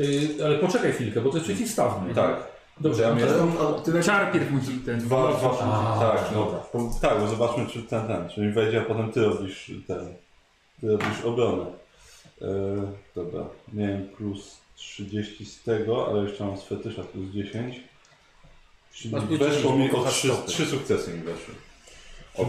Speaker 1: Y, ale poczekaj chwilkę, bo to jest przeciwstawny.
Speaker 5: Tak.
Speaker 1: Dobrze,
Speaker 5: Ja
Speaker 1: ale-
Speaker 4: Ale on, on, ty najpierw...
Speaker 3: Czarpierw musi ten.
Speaker 5: Dwa, dwa punkty.
Speaker 1: A,
Speaker 5: tak, no. Bo, tak, bo zobaczmy, czy ten, ten, czy mi wejdzie, a potem ty robisz ten. Ty robisz obronę. E, dobra, miałem plus 30 z tego, ale jeszcze mam z fetysza plus 10. Czyli
Speaker 8: Masz plus
Speaker 5: weszło
Speaker 8: 10,
Speaker 5: mi
Speaker 8: bo
Speaker 5: o
Speaker 8: kochasz
Speaker 5: 3,
Speaker 8: stopy.
Speaker 5: sukcesy mi weszły.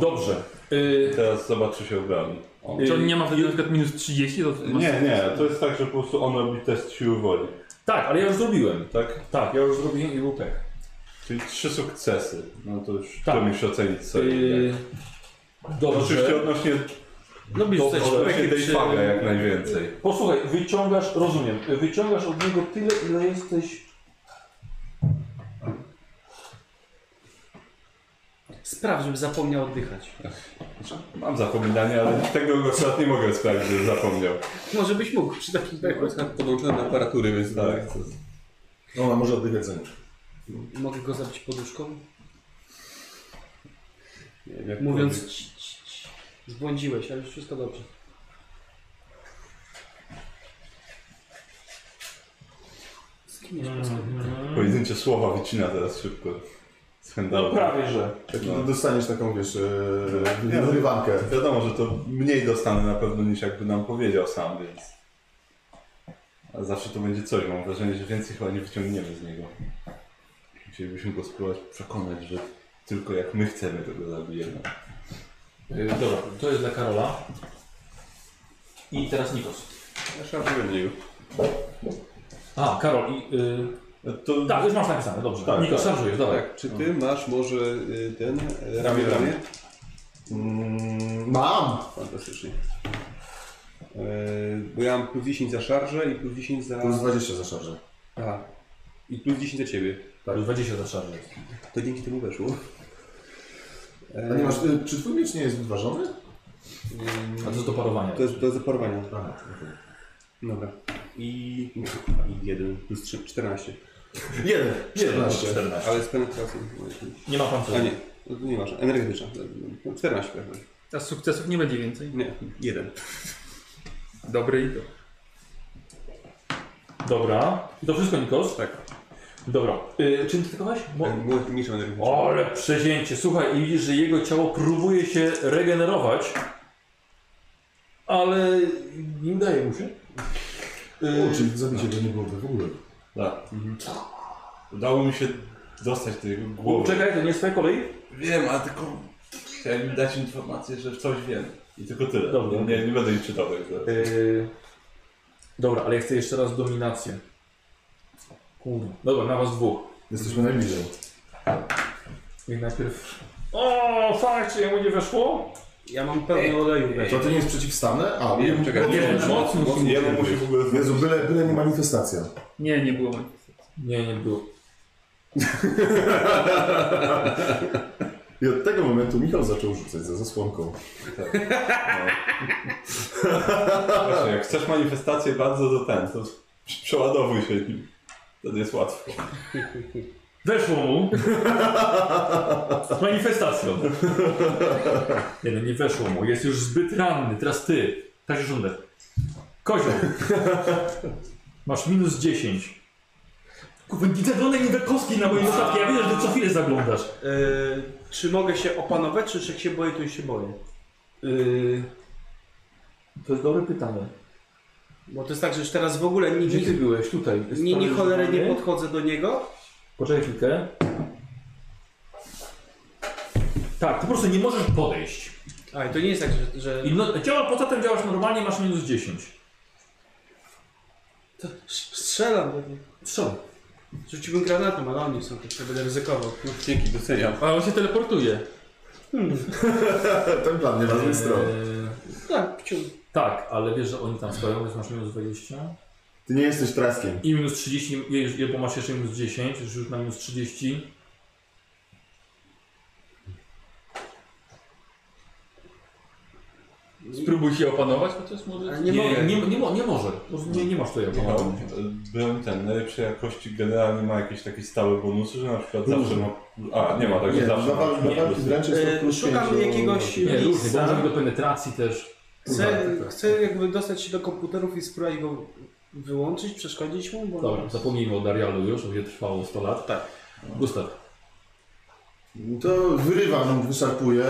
Speaker 1: Dobrze. Y,
Speaker 5: Teraz zobaczy się obroni. O.
Speaker 3: Czy on nie ma wtedy na przykład minus 30? To
Speaker 5: y- Nie, nie, to jest tak, że po prostu on robi test siły woli,
Speaker 1: tak, ale ja już zrobiłem.
Speaker 5: tak?
Speaker 1: Tak, ja już zrobiłem i był pech.
Speaker 5: Czyli trzy sukcesy. No to już
Speaker 1: Tak.
Speaker 5: to musisz ocenić sobie.
Speaker 8: Yy,
Speaker 1: Y,
Speaker 5: Oczywiście
Speaker 1: dobrze.
Speaker 5: odnośnie
Speaker 8: Lubisz
Speaker 5: to,
Speaker 8: No, coś
Speaker 5: odnośnie tej
Speaker 8: przy-
Speaker 5: faga jak najwięcej.
Speaker 1: Posłuchaj, wyciągasz, rozumiem, y, wyciągasz od niego tyle, ile jesteś...
Speaker 8: Sprawdź, żeby zapomniał oddychać.
Speaker 5: Mam zapominanie, ale tego akurat nie mogę sprawdzić, że zapomniał.
Speaker 8: Może byś mógł przy takim
Speaker 6: Tak,
Speaker 8: peku.
Speaker 6: Podłączone do aparatury, więc tak.
Speaker 5: Tak. to-
Speaker 4: Ona może oddychać za nim.
Speaker 8: Mogę go zabić poduszką?
Speaker 5: nie wiem, jak
Speaker 8: Mówiąc, "Ci, ci, ci". zbłądziłeś, ale już wszystko dobrze. Z kim jest
Speaker 5: powiem. Pojedyncze słowa wycina teraz szybko. Z handout.
Speaker 1: Prawie, że.
Speaker 4: Taki
Speaker 5: No.
Speaker 4: dostaniesz taką, wiesz, yy,
Speaker 5: Nie, no.
Speaker 4: rywankę.
Speaker 5: Wiadomo, że to mniej dostanę na pewno niż jakby nam powiedział sam, więc... Ale zawsze to będzie coś, mam wrażenie, że więcej chyba nie wyciągniemy z niego. Musielibyśmy go spróbować przekonać, że tylko jak my chcemy, to go zabijemy.
Speaker 1: Y, dobra, to jest dla Karola. I teraz Nikos.
Speaker 6: Ja szarpuję w niego.
Speaker 1: A, Karol i... Y,
Speaker 5: No To
Speaker 1: tak, już masz napisane, dobrze.
Speaker 5: Tak,
Speaker 1: Nikos,
Speaker 5: tak.
Speaker 1: szarżujesz, dobra.
Speaker 6: Tak, czy ty masz może y, ten y, ramię w ramię?
Speaker 4: Mm, mam!
Speaker 6: Fantastycznie. E, Bo ja mam plus 10 za szarżę i plus 10 za...
Speaker 4: Plus 20 za szarżę.
Speaker 6: Aha. I plus 10 za ciebie.
Speaker 1: Plus 20 Tak, za szarżę.
Speaker 6: To dzięki temu weszło. E,
Speaker 4: A nie masz, y, czy twój miecz nie jest wyważony?
Speaker 6: mm,
Speaker 1: A to jest do parowania.
Speaker 6: To jest do zaporowania.
Speaker 4: Aha, okej.
Speaker 6: Dobra. I... I 1 plus 3, 14.
Speaker 4: Jeden, 14.
Speaker 1: 14.
Speaker 6: Ale z penetracją.
Speaker 1: Nie ma pan
Speaker 6: A nie, no to nie masz. Energetyczna. No, 14 pewnie.
Speaker 3: A sukcesów nie będzie więcej.
Speaker 6: Nie, 1.
Speaker 3: Dobry i to.
Speaker 1: Dobra. I to wszystko, Nikos?
Speaker 6: Tak.
Speaker 1: Dobra. Y, czym ty atakowałeś?
Speaker 6: E,
Speaker 1: Mo-
Speaker 6: Mniejszą energetyczną.
Speaker 1: O, ale przezięcie. Słuchaj, i widzisz, że jego ciało próbuje się regenerować, ale nie udaje mu się.
Speaker 4: O, Yy, czyli zabicie go nie byłoby w ogóle.
Speaker 5: Tak. Udało mi się dostać do jego głowy.
Speaker 1: Czekaj, to nie jest twoja kolej?
Speaker 5: Wiem, a tylko chciałem im dać informację, że coś wiem. I tylko tyle.
Speaker 1: Dobra.
Speaker 5: Nie, nie będę ich czytał. także-
Speaker 1: Yy, dobra, ale ja chcę jeszcze raz dominację. Kurde. Dobra, na was dwóch.
Speaker 4: Jesteśmy najbliżej.
Speaker 1: Więc najpierw... O, fakcie, jemu nie weszło?
Speaker 8: Ja mam pełno oleju. weź.
Speaker 4: To to nie jest przeciwstawne? A, yy,
Speaker 6: Nie, czekaj, nie,
Speaker 1: nie,
Speaker 6: moc,
Speaker 1: nie,
Speaker 6: moc,
Speaker 5: Jemu musi w ogóle
Speaker 4: Jezu, byle, byle nie manifestacja.
Speaker 3: Nie, nie było.
Speaker 1: Nie, nie było.
Speaker 4: I od tego momentu Michał zaczął rzucać za zasłonką.
Speaker 5: Właśnie, jak chcesz manifestację bardzo, to ten, to przeładowuj się nim. Wtedy jest łatwo.
Speaker 1: Weszło mu. Z manifestacją. Nie no, nie weszło mu. Jest już zbyt ranny. Teraz ty. Kasia Żunder. Kozioł. Masz minus 10. Kurwa, nie zaglądaj mi we kostki na moje notatki. Ja wiem, że co chwilę zaglądasz.
Speaker 8: Yy, czy mogę się opanować, czy jak się boję, to już się boję? E,
Speaker 1: Yy, to jest dobre pytanie.
Speaker 8: Bo to jest tak, że już teraz w ogóle ni,
Speaker 1: Gdzie ty
Speaker 8: ni,
Speaker 1: byłeś? Tutaj. Jest
Speaker 8: ni, ni
Speaker 1: paraliżowany.
Speaker 8: cholerę nie podchodzę do niego.
Speaker 1: Poczekaj chwilkę. Tak, po prostu nie możesz podejść.
Speaker 8: A, to nie jest tak, że... że...
Speaker 1: I no, działa, poza tym działasz normalnie, masz minus 10.
Speaker 8: To strzelam do niego.
Speaker 1: Strzel.
Speaker 8: Rzuciłbym granatem, ale oni są, tak to będę ryzykował.
Speaker 6: Dzięki, doceniam.
Speaker 3: A on się teleportuje.
Speaker 4: Ten plan nie ma złej strony.
Speaker 8: Tak, ciągle.
Speaker 1: E, Tak, ale wiesz, że oni tam stoją, więc masz minus 20.
Speaker 4: Ty nie jesteś traskiem.
Speaker 1: I minus 30, je- bo masz jeszcze minus 10, już już na minus 30.
Speaker 3: Spróbuj się opanować chociaż może.
Speaker 8: Ale nie, mogę.
Speaker 1: nie, nie, mo- nie może. Po prostu Nie, nie masz tutaj
Speaker 5: No,
Speaker 1: opanowania.
Speaker 5: byłem ten, najlepszej jakości generalnie ma jakieś takie stałe bonusy, że na przykład zawsze ma... A, nie ma, tak,
Speaker 4: Nie,
Speaker 5: że
Speaker 4: na
Speaker 5: zawsze ma.
Speaker 4: wal- na walki zręczy jest to
Speaker 8: E,
Speaker 4: plus
Speaker 8: szukam
Speaker 4: pięć,
Speaker 8: jakiegoś
Speaker 1: Nie, różnie, bo
Speaker 8: miejsca.
Speaker 1: może być do penetracji też.
Speaker 8: Chcę, chcę jakby dostać się do komputerów i spróbować go wyłączyć, przeszkodzić mu, bo...
Speaker 1: Dobra, zapomnijmy o Darialu już, bo będzie trwało 100 lat. Tak. Gustaw.
Speaker 4: no To wyrywam, wyszarpuję,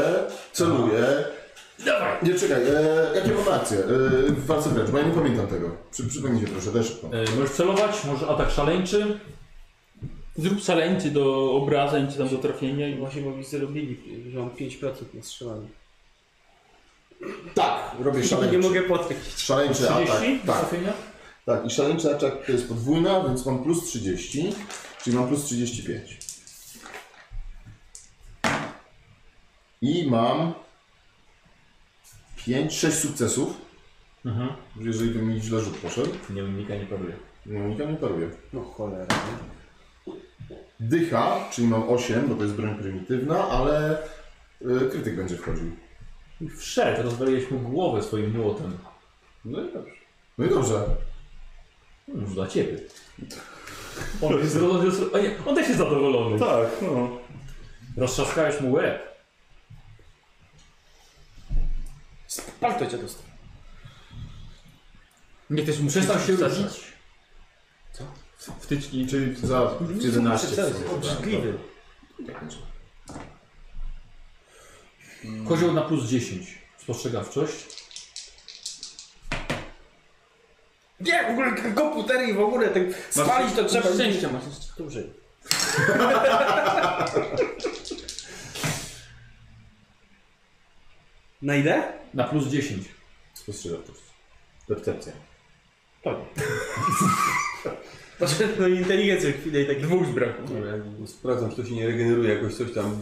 Speaker 4: celuję. Dawaj! Nie, czekaj, e, jakie mam akcje? E, w walce wręcz, bo ja nie pamiętam tego. Przy, przypomnijcie proszę, też szybko.
Speaker 8: Tak.
Speaker 1: E, możesz celować, możesz atak szaleńczy.
Speaker 3: Zrób szaleńcy do obrażeń czy tam do trafienia. i-
Speaker 8: Właśnie bo mi zrobili, że mam 5% na strzelanie.
Speaker 4: Tak, robię
Speaker 8: Nie
Speaker 4: szaleńczy.
Speaker 8: mogę potrafić.
Speaker 4: Szaleńczy atak,
Speaker 1: 30 do
Speaker 4: tak.
Speaker 1: trafienia.
Speaker 4: Tak, i szaleńczy atak to jest podwójna, więc mam plus 30, czyli mam plus 35. I mam 5, 6 sukcesów.
Speaker 8: Mhm.
Speaker 4: Jeżeli by mi źle rzut poszedł,
Speaker 1: Nie unika, nie paruje.
Speaker 4: no i tam nie paruję.
Speaker 8: No cholera.
Speaker 4: Dycha, czyli mam 8, bo to jest broń prymitywna, ale y, krytyk będzie wchodził.
Speaker 1: Wszedł, rozwaliłeś mu głowę swoim młotem.
Speaker 4: No i dobrze. No i dobrze.
Speaker 1: Już dla ciebie. On jest zadowolony. a nie, On też jest zadowolony.
Speaker 5: Tak, no.
Speaker 1: Roztrzaskałeś mu łeb.
Speaker 8: Palto cię dostał.
Speaker 3: Nie też muszę
Speaker 1: Przestał się ruszać.
Speaker 3: Wtyczki.
Speaker 4: Czyli za 11. w sumie, tak.
Speaker 8: Obrzydliwy.
Speaker 1: Kozioł na plus 10. Spostrzegawczość.
Speaker 8: Nie, w ogóle k- komputery i w ogóle tak spalić to trzeba.
Speaker 3: szczęścia masz jeszcze.
Speaker 8: Dobrze. Na ile?
Speaker 1: Na plus 10.
Speaker 4: Spostrzegawczość. Percepcja.
Speaker 8: Patrzę na no, inteligencję chwilę i tak.
Speaker 3: Dwóch zbrakło.
Speaker 6: Sprawdzam, czy to się nie regeneruje jakoś coś tam.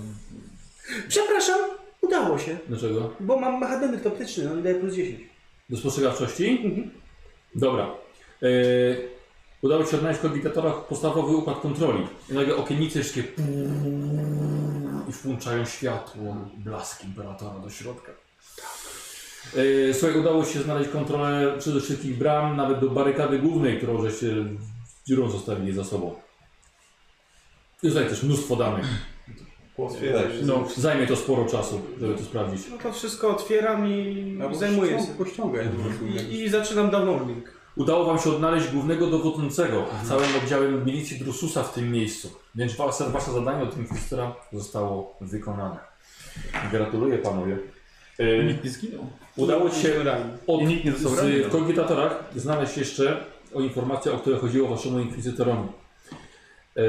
Speaker 8: Przepraszam, udało się,
Speaker 1: Dlaczego?
Speaker 8: bo mam machademyk optyczny, no i daje plus 10.
Speaker 1: Do spostrzegawczości? Dobra. Yy, udało ci się odnaleźć w kogitatorach podstawowy układ kontroli. I nagle okiennice wszystkie i włączają światło, blask imperatora do środka. Yy, słuchaj, udało ci się znaleźć kontrolę przede wszystkich bram, nawet do barykady głównej, którą żeście z dziurą zostawili za sobą. I tutaj też mnóstwo danych.
Speaker 5: Otwieraj się.
Speaker 1: No, zajmie to sporo czasu, żeby to sprawdzić.
Speaker 8: No to wszystko otwieram i
Speaker 1: No
Speaker 6: Albo
Speaker 8: zajmuję
Speaker 6: ściąg-
Speaker 8: się.
Speaker 6: Pościągaj.
Speaker 8: I, I zaczynam downloading.
Speaker 1: Udało wam się odnaleźć głównego dowodzącego całym oddziałem milicji Drususa w tym miejscu. Więc wasze, wasze zadanie od Infistera zostało wykonane. Gratuluję panowie. Yy,
Speaker 3: Nikt nie zginął.
Speaker 1: udało ci się od,
Speaker 3: I nikt nie został ranny.
Speaker 1: z, w kogitatorach znaleźć jeszcze o informacje, o które chodziło waszemu inkwizytorowi. Yy,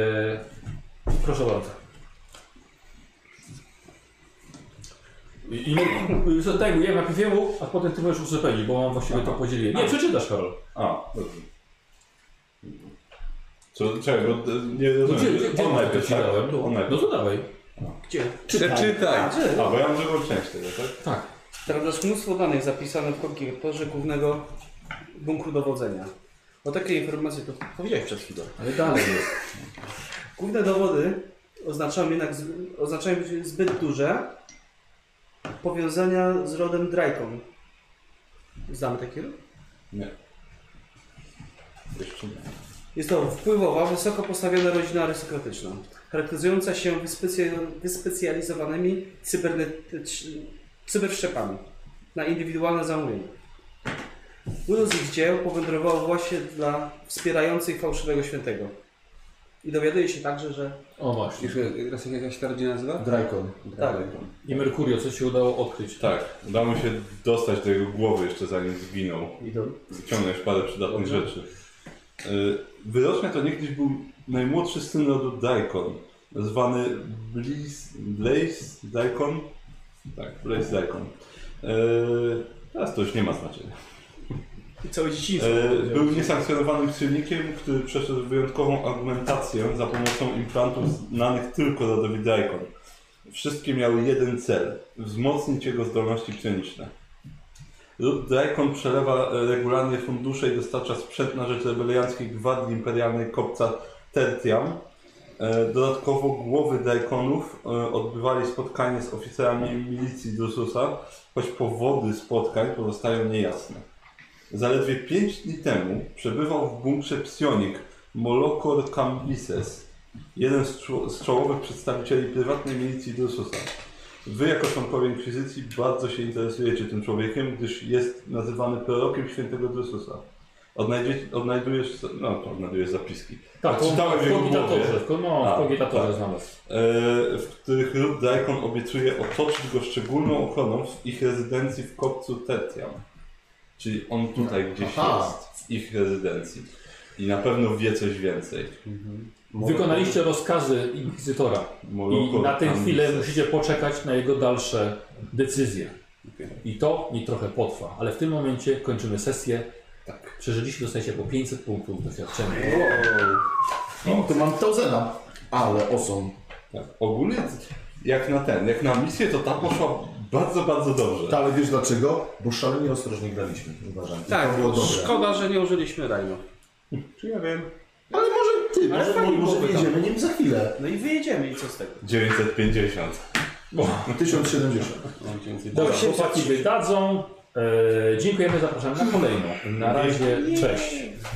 Speaker 1: proszę bardzo. I, i nie, zajmuję najpierw jemu, a potem ty możesz uzupełnić, bo mam właściwie to podzielić. Nie, przeczytasz Karol.
Speaker 5: A, dobrze. Co, czekaj, bo e, nie
Speaker 1: No gdzie,
Speaker 5: rozumiem.
Speaker 1: gdzie, gdzie
Speaker 5: On
Speaker 1: to
Speaker 5: najpierw,
Speaker 1: ci
Speaker 5: tak?
Speaker 1: dałem?
Speaker 5: On
Speaker 1: No
Speaker 5: najpierw.
Speaker 1: to dawaj.
Speaker 8: Gdzie?
Speaker 6: Przeczytaj.
Speaker 5: A, bo ja muszę poczytać tego, tak?
Speaker 1: Tak.
Speaker 8: Sprawdzasz mnóstwo danych zapisanych w komputerze głównego bunkru dowodzenia. O takie informacje to powiedziałeś przed chwilą.
Speaker 1: Ale dalej jest.
Speaker 8: Główne dowody oznaczają jednak z- oznaczają zbyt duże powiązania z rodem Drajką. Znamy taki ród?
Speaker 5: Nie. Jeszcze nie.
Speaker 8: Jest to wpływowa, wysoko postawiona rodzina arystokratyczna, charakteryzująca się wyspecja- wyspecjalizowanymi cybernetycz- cyberszczepami na indywidualne zamówienia. Wielu z ich dzieł powędrowało właśnie dla wspierających fałszywego świętego. I dowiaduje się także, że
Speaker 1: O właśnie.
Speaker 6: Jeszcze raz jak jakaś ta rodzina nazywa?
Speaker 4: Drakon.
Speaker 8: tak,
Speaker 1: I Merkurio, co ci się udało odkryć?
Speaker 5: Tak, udało mi się dostać do jego głowy jeszcze zanim zginął. Wyciągnąć parę przydatnych rzeczy. Y, Wyrocznia to niegdyś był najmłodszy syn rodu Daikon, zwany Bliz, Blaze Daikon. Tak, Blaze Daikon. Y, Teraz to już nie ma znaczenia.
Speaker 2: Całe dzieciństwo.
Speaker 5: E, Był niesankcjonowanym czynnikiem, który przeszedł wyjątkową augmentację za pomocą implantów znanych tylko rodowi Daikon. Wszystkie miały jeden cel. Wzmocnić jego zdolności psioniczne. Lud Dragon przelewa e, regularnie fundusze i dostarcza sprzęt na rzecz rebelianckiej gwardii imperialnej kopca Tertiam. E, Dodatkowo głowy Drakonów e, odbywali spotkanie z oficerami milicji Drususa, choć powody spotkań pozostają niejasne. Zaledwie 5 dni temu przebywał w bunkrze psionik Molokor Cambises, jeden z, czo- z czołowych przedstawicieli prywatnej milicji Drususa. Wy jako członkowie Inkwizycji bardzo się interesujecie tym człowiekiem, gdyż jest nazywany prorokiem świętego Drususa. Odnajdzie, odnajdujesz, no to odnajdujesz zapiski,
Speaker 1: Tak, on-
Speaker 5: Czytałem
Speaker 1: w
Speaker 5: jego
Speaker 1: kogitatorze,
Speaker 5: głowie.
Speaker 1: w ko- no,
Speaker 5: A,
Speaker 1: w kogitatorze
Speaker 5: tak.
Speaker 1: znalazł.
Speaker 5: e, w których Lud Daikon obiecuje otoczyć go szczególną ochroną w ich rezydencji w kopcu Tetiam. Czyli on
Speaker 1: No,
Speaker 5: tutaj gdzieś
Speaker 4: Aha.
Speaker 5: jest, w ich rezydencji. I na pewno wie coś więcej.
Speaker 1: Wykonaliście rozkazy inkwizytora i
Speaker 5: Moloko-
Speaker 1: na tę
Speaker 5: tam-
Speaker 1: chwilę musicie poczekać na jego dalsze decyzje. I to mi trochę potrwa, ale w tym momencie kończymy sesję.
Speaker 5: Tak.
Speaker 1: Przeżyliście, dostajecie po 500 punktów doświadczenia.
Speaker 4: O, tu mam Tausena. Ale osą.
Speaker 5: Tak. Ogólnie jak na ten, jak na misję, to ta poszła bardzo, bardzo dobrze.
Speaker 1: Tak.
Speaker 4: Ale wiesz dlaczego? Bo szalenie ostrożnie graliśmy, uważam. I
Speaker 8: Tak,
Speaker 4: to było dobre.
Speaker 8: szkoda, że nie użyliśmy Rhino.
Speaker 2: Czy ja wiem?
Speaker 4: Ale może ty,
Speaker 8: Ale
Speaker 4: może,
Speaker 8: fajnie
Speaker 4: może
Speaker 8: byłoby
Speaker 4: wyjdziemy nim za chwilę.
Speaker 8: No i wyjedziemy i co z tego?
Speaker 5: 950.
Speaker 4: 1070.
Speaker 1: Dobra, chłopaki wydadzą. E, dziękujemy, zapraszamy na kolejną. Na razie, cześć.